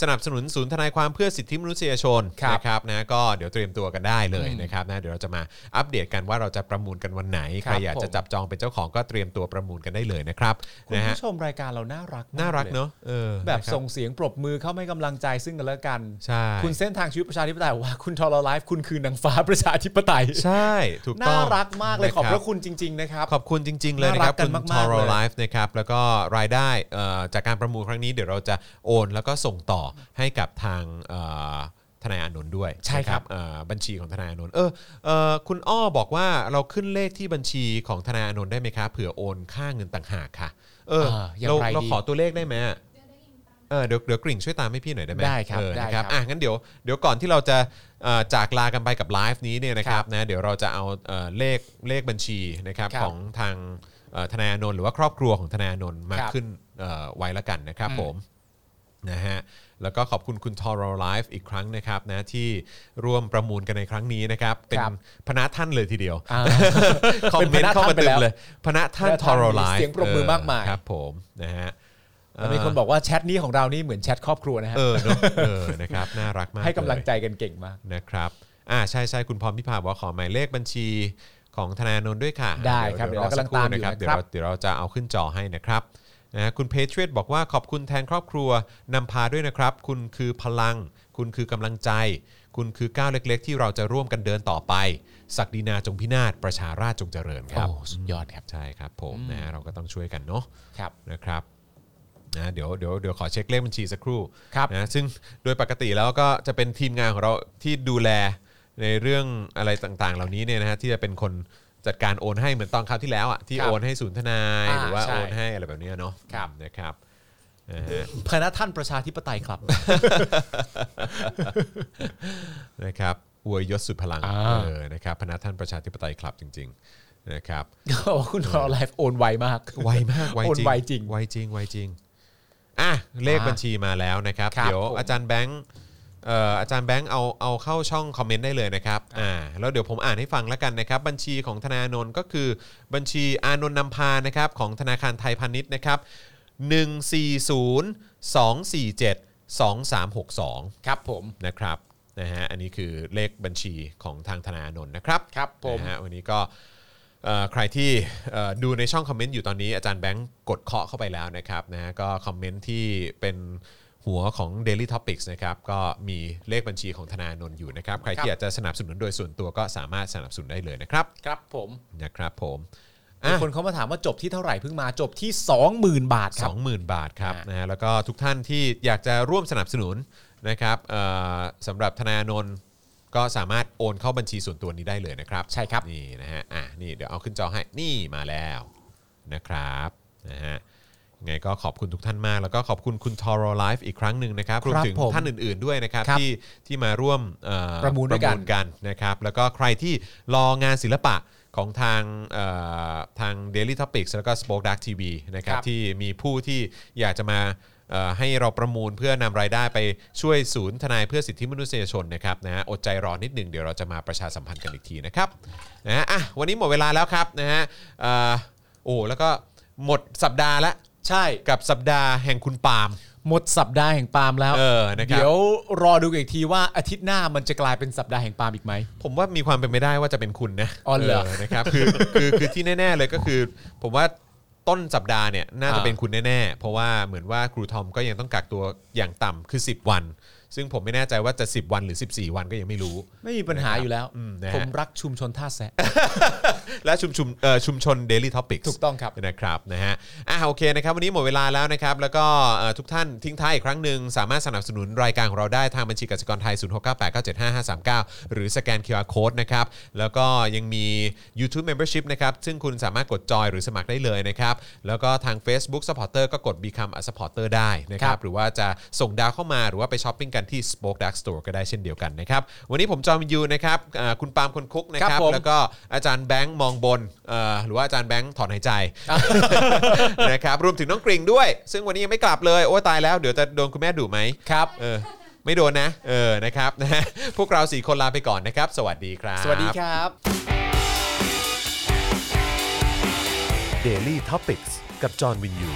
[SPEAKER 2] สนับสนุนศูนย์ทนายความเพื่อสิทธิมนุษยชน
[SPEAKER 4] ครับ
[SPEAKER 2] นะครับนะก็เดี๋ยวเตรียมตัวกันได้เลยนะครับนะเดี๋ยวเราจะมาอัปเดตกันว่าเราจะประมูลกันวันไหน
[SPEAKER 4] ค
[SPEAKER 2] ใค
[SPEAKER 4] รั
[SPEAKER 2] ร
[SPEAKER 4] บ
[SPEAKER 2] อยาก
[SPEAKER 4] ผม
[SPEAKER 2] จะจับจองเป็นเจ้าของก็เตรียมตัวประมูลกันได้เลยนะครับ
[SPEAKER 4] คุณ
[SPEAKER 2] นะฮะ
[SPEAKER 4] ผู้ชมรายการเราน่ารักม
[SPEAKER 2] น่ารัก
[SPEAKER 4] ลย
[SPEAKER 2] เนอะเออ
[SPEAKER 4] แบบ
[SPEAKER 2] นะครั
[SPEAKER 4] ส่งเสียงปรบมือเข้าให้กำลังใจซึ่งกันและกัน
[SPEAKER 2] ใช่
[SPEAKER 4] คุณเส้นทางชีวิตประชาธิปไตยบอกว่าคุณทอร์ไลฟ์คุณคือนางฟ้าประชาธิปไตย
[SPEAKER 2] ใช่ถูกต้
[SPEAKER 4] น่า
[SPEAKER 2] อง
[SPEAKER 4] รักมากเลย
[SPEAKER 2] น
[SPEAKER 4] ขอบพระ
[SPEAKER 2] บ
[SPEAKER 4] คุณจริง ๆ นะครับ
[SPEAKER 2] ขอบคุณจริง ๆ เลยนะ
[SPEAKER 4] น่า
[SPEAKER 2] ค
[SPEAKER 4] รั
[SPEAKER 2] รับ
[SPEAKER 4] กกัน
[SPEAKER 2] คุณท
[SPEAKER 4] มา
[SPEAKER 2] อก
[SPEAKER 4] ๆ
[SPEAKER 2] ร์
[SPEAKER 4] เลย
[SPEAKER 2] ไลฟ์นะครับแล้วก็รายได้เอ่อจากการประมูลครั้งนี้เดี๋ยวเราจะโอนแล้วก็ส่งต่อให้กับทางเอ่อ ทนายอานนท์ด้วย
[SPEAKER 4] ใช่ครับ
[SPEAKER 2] นะเอ่อบัญชีของทนายอานนท์เออเอ่อคุณอ้อบอกว่าเราขึ้นเลขที่บัญชีของทนายอานนท์ได้ไหมคะเผื่อโอนค่าเงินต่างหากค่ะ เออ
[SPEAKER 4] เอออย่าง
[SPEAKER 2] เรา
[SPEAKER 4] ไร
[SPEAKER 2] เรา
[SPEAKER 4] ดี
[SPEAKER 2] ขอตัวเลขได้ไหมอะเออเดี๋ยวเดี๋ยวกริ่งช่วยตามให้พี่หน่อยได้ไหม
[SPEAKER 4] ได้ครับ
[SPEAKER 2] เออ
[SPEAKER 4] ได้
[SPEAKER 2] นะค
[SPEAKER 4] ครั
[SPEAKER 2] รับบ อ่ะงั้นเดี๋ยวเดี๋ยวก่อนที่เราจะเอ่อจากลากันไปกับไลฟ์นี้เนี่ยนะค
[SPEAKER 4] ครั
[SPEAKER 2] รับบ นะเดี๋ยวเราจะเอาเอ่อเลขเลขบัญชีนะครับ
[SPEAKER 4] ครับ
[SPEAKER 2] ของทางเอ่อทนายอานนท์หรือว่าครอบครัวของทนายอานนท์มา
[SPEAKER 4] ครับ
[SPEAKER 2] ขึ้นเอ่อไว้ละกันนะครับผม นะฮะแล้วก็ขอบคุณคุณทอร์ไลฟ์อีกครั้งนะครับนะที่ร่วมประมูลกันในครั้งนี้นะครับ เป็น
[SPEAKER 4] ครับ
[SPEAKER 2] พนักท่านเลยทีเดียว
[SPEAKER 4] อ่า
[SPEAKER 2] คอมเมน
[SPEAKER 4] เป็นพนั
[SPEAKER 2] ต์
[SPEAKER 4] ก
[SPEAKER 2] เข้า
[SPEAKER 4] ท่าน
[SPEAKER 2] มา
[SPEAKER 4] ไป
[SPEAKER 2] เต็
[SPEAKER 4] แล้
[SPEAKER 2] ม
[SPEAKER 4] ว
[SPEAKER 2] เลยพนักท่าน
[SPEAKER 4] พนัก
[SPEAKER 2] ท
[SPEAKER 4] ท่า
[SPEAKER 2] อน
[SPEAKER 4] มี
[SPEAKER 2] ร์ไลฟ์
[SPEAKER 4] เสียงปรบมือมากมาย
[SPEAKER 2] ครับผมนะฮะ
[SPEAKER 4] แล้วมีคนบอกว่าแชทนี้ของเรานี่เหมือนแชทครอบครัวนะฮะ
[SPEAKER 2] เออเนอะเออนะครับน่ารักมาก
[SPEAKER 4] ให้กำลัง
[SPEAKER 2] เย
[SPEAKER 4] ใจกันเก่งมาก
[SPEAKER 2] นะครับ อ่าใช่ใช่คุณพรพิพาบอกว่าขอหมายเลขบัญชีของธนาโนนท์ด้วยค่ะ
[SPEAKER 4] ได้ครับเดี๋ยวเรากำลังตามอยู่
[SPEAKER 2] นะครับ เดี๋ยว
[SPEAKER 4] นะครับ
[SPEAKER 2] เราเดี๋ยวเราจะเอาขึ้นจอให้นะครับนะฮะคุณเพเทร t บอกว่าขอบคุณแทนครอบครัวนำพาด้วยนะครับ คุณคือพลัง คุณคือกำลังใจ คุณคือก้าวเล็ก ๆ ที่เราจะร่วมกันเดินต่อไป ศักดินาจงพินาศประชาราชจงเจริญครับ
[SPEAKER 4] โอ้สุดยอดครับ
[SPEAKER 2] ใช่ครับผมนะฮะเราก็ต้องช่วยกันเนาะ
[SPEAKER 4] ครับ
[SPEAKER 2] นะครับนะเดี๋ยวเดี๋ยวเดี๋ยวขอเช็คเลขบัญชีสักครู่
[SPEAKER 4] ครับ
[SPEAKER 2] นะซึ่งโดยปกติแล้วก็จะเป็นทีมงานของเราที่ดูแลในเรื่องอะไรต่างๆ เหล่านี้เนี่ยนะฮะที่จะเป็นคนจัดการโอนให้เหมือนตอนคราวที่แล้วอ่ะที่
[SPEAKER 4] ครับ
[SPEAKER 2] โอนให้ศูนย์ทนาย
[SPEAKER 4] อ่า
[SPEAKER 2] หรือว่า
[SPEAKER 4] ใช่
[SPEAKER 2] โอนให้อะไรแบบเนี้ยเนาะ
[SPEAKER 4] ครับ
[SPEAKER 2] นะครับนะฮะ
[SPEAKER 4] พนักท่านประชาธิปไตยครับ
[SPEAKER 2] นะครับอวยยศสุดพลัง
[SPEAKER 4] อ่า
[SPEAKER 2] เออนะครับพนักท่านประชาธิปไตยคลับจริง ๆนะครับ
[SPEAKER 4] เขาบอกคุณทอไลฟ์โอนไวมาก
[SPEAKER 2] ไวมากไวจริง
[SPEAKER 4] โอนไวจริง
[SPEAKER 2] ไวจริงไวจริงอ่ะเลข
[SPEAKER 4] อ่า
[SPEAKER 2] บัญชีมาแล้วนะครับ
[SPEAKER 4] ครับ
[SPEAKER 2] เดี๋ยว
[SPEAKER 4] ผม
[SPEAKER 2] อาจารย์แบงค์เอ่ออาจารย์แบงค์เอาเอาเข้าช่องคอมเมนต์ได้เลยนะครับอ่าแล้วเดี๋ยวผมอ่านให้ฟังแล้วกันนะครับ บัญชีของธนาโนนก็คือบัญชีอานนท์นำพานะครับของธนาคารไทยพาณิชย์นะครับ 140 247 2362
[SPEAKER 4] ครับผม
[SPEAKER 2] นะครับนะฮะอันนี้คือเลขบัญชีของทางธนาโนนนะครับ
[SPEAKER 4] ครับผม
[SPEAKER 2] นะฮะวันนี้ก็เอ่อใครที่เอ่อดูในช่องคอมเมนต์อยู่ตอนนี้อาจารย์แบงค์กดเคาะเข้าไปแล้วนะครับนะฮะก็คอมเมนต์ที่เป็นหัวของ Daily Topics นะครับก็มีเลขบัญชีของธนาโนนท์อยู่นะครับ ใครที่อยากจะสนับสนุนโดยส่วนตัวก็สามารถสนับสนุนได้เลยนะครับ
[SPEAKER 4] ครับผม
[SPEAKER 2] นะครับผม
[SPEAKER 4] มี
[SPEAKER 2] อ่ะ
[SPEAKER 4] คนเขามาถามว่าจบที่เท่าไหร่เพิ่งมาจบที่ 20,000 บาทครับ
[SPEAKER 2] 20,000 บาทครับ
[SPEAKER 4] อ่าน
[SPEAKER 2] นะฮะแล้วก็ทุกท่านที่อยากจะร่วมสนับสนุนนะครับเอ่อสำหรับธนาโนนท์ก็สามารถโอนเข้าบัญชีส่วนตัวนี้ได้เลยนะครับ
[SPEAKER 4] ใช่ครับ
[SPEAKER 2] นี่นะฮะอ่ะนี่เดี๋ยวเอาขึ้นจอให้นี่มาแล้วนะครับนะฮะยังไงก็ขอบคุณทุกท่านมาก แล้วก็ขอบคุณคุณทอร์ไลฟ์อีกครั้งหนึ่งนะครับรวมถึง
[SPEAKER 4] ผม
[SPEAKER 2] ท่านอื่น ๆด้วยนะครับ
[SPEAKER 4] ครับ
[SPEAKER 2] ที่ที่มาร่วมเอ่อ
[SPEAKER 4] ประมูลด้วยกั
[SPEAKER 2] ประ
[SPEAKER 4] น
[SPEAKER 2] มูล กันนะครับแล้วก็ใครที่รองานศิลปะของทางเอ่อทาง Daily Topics แล้วก็ Spoke Dark TV นะครับ
[SPEAKER 4] ครับ
[SPEAKER 2] ที่มีผู้ที่อยากจะมาเอ่อให้เราประมูลเพื่อนำรายได้ไปช่วยศูนย์ทนายเพื่อสิทธิมนุษยชนนะครับนะฮะอดใจรอนิดหนึ่งเดี๋ยวเราจะมาประชาสัมพันธ์กันอีกทีนะครับนะฮะอ่ะวันนี้หมดเวลาแล้วครับนะฮะเอ่อโอ้แล้วก็หมดสัปดาห์ละ
[SPEAKER 4] ใช่
[SPEAKER 2] กับสัปดาห์แห่งคุณปาล์ม
[SPEAKER 4] หมดสัปดาห์แห่งปาล์มแล้ว
[SPEAKER 2] เออนะครับ
[SPEAKER 4] ยวรอดูกันอีกทีว่าอาทิตย์หน้ามันจะกลายเป็นสัปดาห์แห่งปาล์มอีกไหม
[SPEAKER 2] ผมว่ามีความเป็นไปได้ว่าจะเป็นคุณนะ
[SPEAKER 4] อ๋อเหรอ
[SPEAKER 2] นะครับคือคือคือที่แน่ ๆ เลยก็คือ ผมว่าต้นสัปดาห์เนี่ยน่าจะ
[SPEAKER 4] อ่า
[SPEAKER 2] เป็นคุณแน่ ๆ เพราะว่าเหมือนว่าครูทอมก็ยังต้องกักตัวอย่างต่ำคือ 10 วัน ซึ่งผมไม่แน่ใจว่าจะ 10 วันหรือ 14 วันก็ยังไม่รู้
[SPEAKER 4] ไม่มีปัญหาอยู่แล้ว
[SPEAKER 2] อืมนะฮะ
[SPEAKER 4] ผมรักชุมชนท่าแซะ
[SPEAKER 2] และชุมชุมเอ่อชุมชน Daily Topics
[SPEAKER 4] ถูกต้องครับ
[SPEAKER 2] นะครับนะฮะอ่ะโอเคนะครับวันนี้หมดเวลาแล้วนะครับ แล้วก็เอ่อทุกท่านทิ้งท้ายอีกครั้งหนึ่งสามารถสนับสนุนรายการของเราได้ทางบัญชีกสิกรไทย 0698975539 หรือสแกน QR Code นะครับ แล้วก็ยังมี YouTube Membership นะครับ ซึ่งคุณสามารถกดจอยหรือสมัครได้เลยนะครับ แล้วก็ทาง Facebook Supporter ก็กด Become a Supporter ได้นะครับ หรือว่าจะส่งดาวเข้ามาหรือว่าไปช้อปปิ้งกันที่ Spoke Dark Store ก็ได้เช่นเดียวกันนะครับ วันนี้ผมจอห์นวินยูนะครับอ่าคุณปาล์มคนคุกนะค
[SPEAKER 4] ค
[SPEAKER 2] รั
[SPEAKER 4] รั
[SPEAKER 2] บบ
[SPEAKER 4] ผม
[SPEAKER 2] แล้วก็อาจารย์แบงค์มองบนเอ่อหรือว่าอาจารย์แบงค์ถอนหายใจ นะครับรวมถึงน้องกริงด้วย ซึ่งวันนี้ยังไม่กลับเลย โอ้ยตายแล้วเดี๋ยวจะโดนคุณแม่ดุไหม
[SPEAKER 4] ครับ
[SPEAKER 2] เออไม่โดนนะ เออนะครับนะฮะพวกเราสี่คนลาไปก่อนนะครับ สวัสดีครับ
[SPEAKER 4] สวัสดีครับ
[SPEAKER 1] Daily t o p i c กกับจอห์นวินยู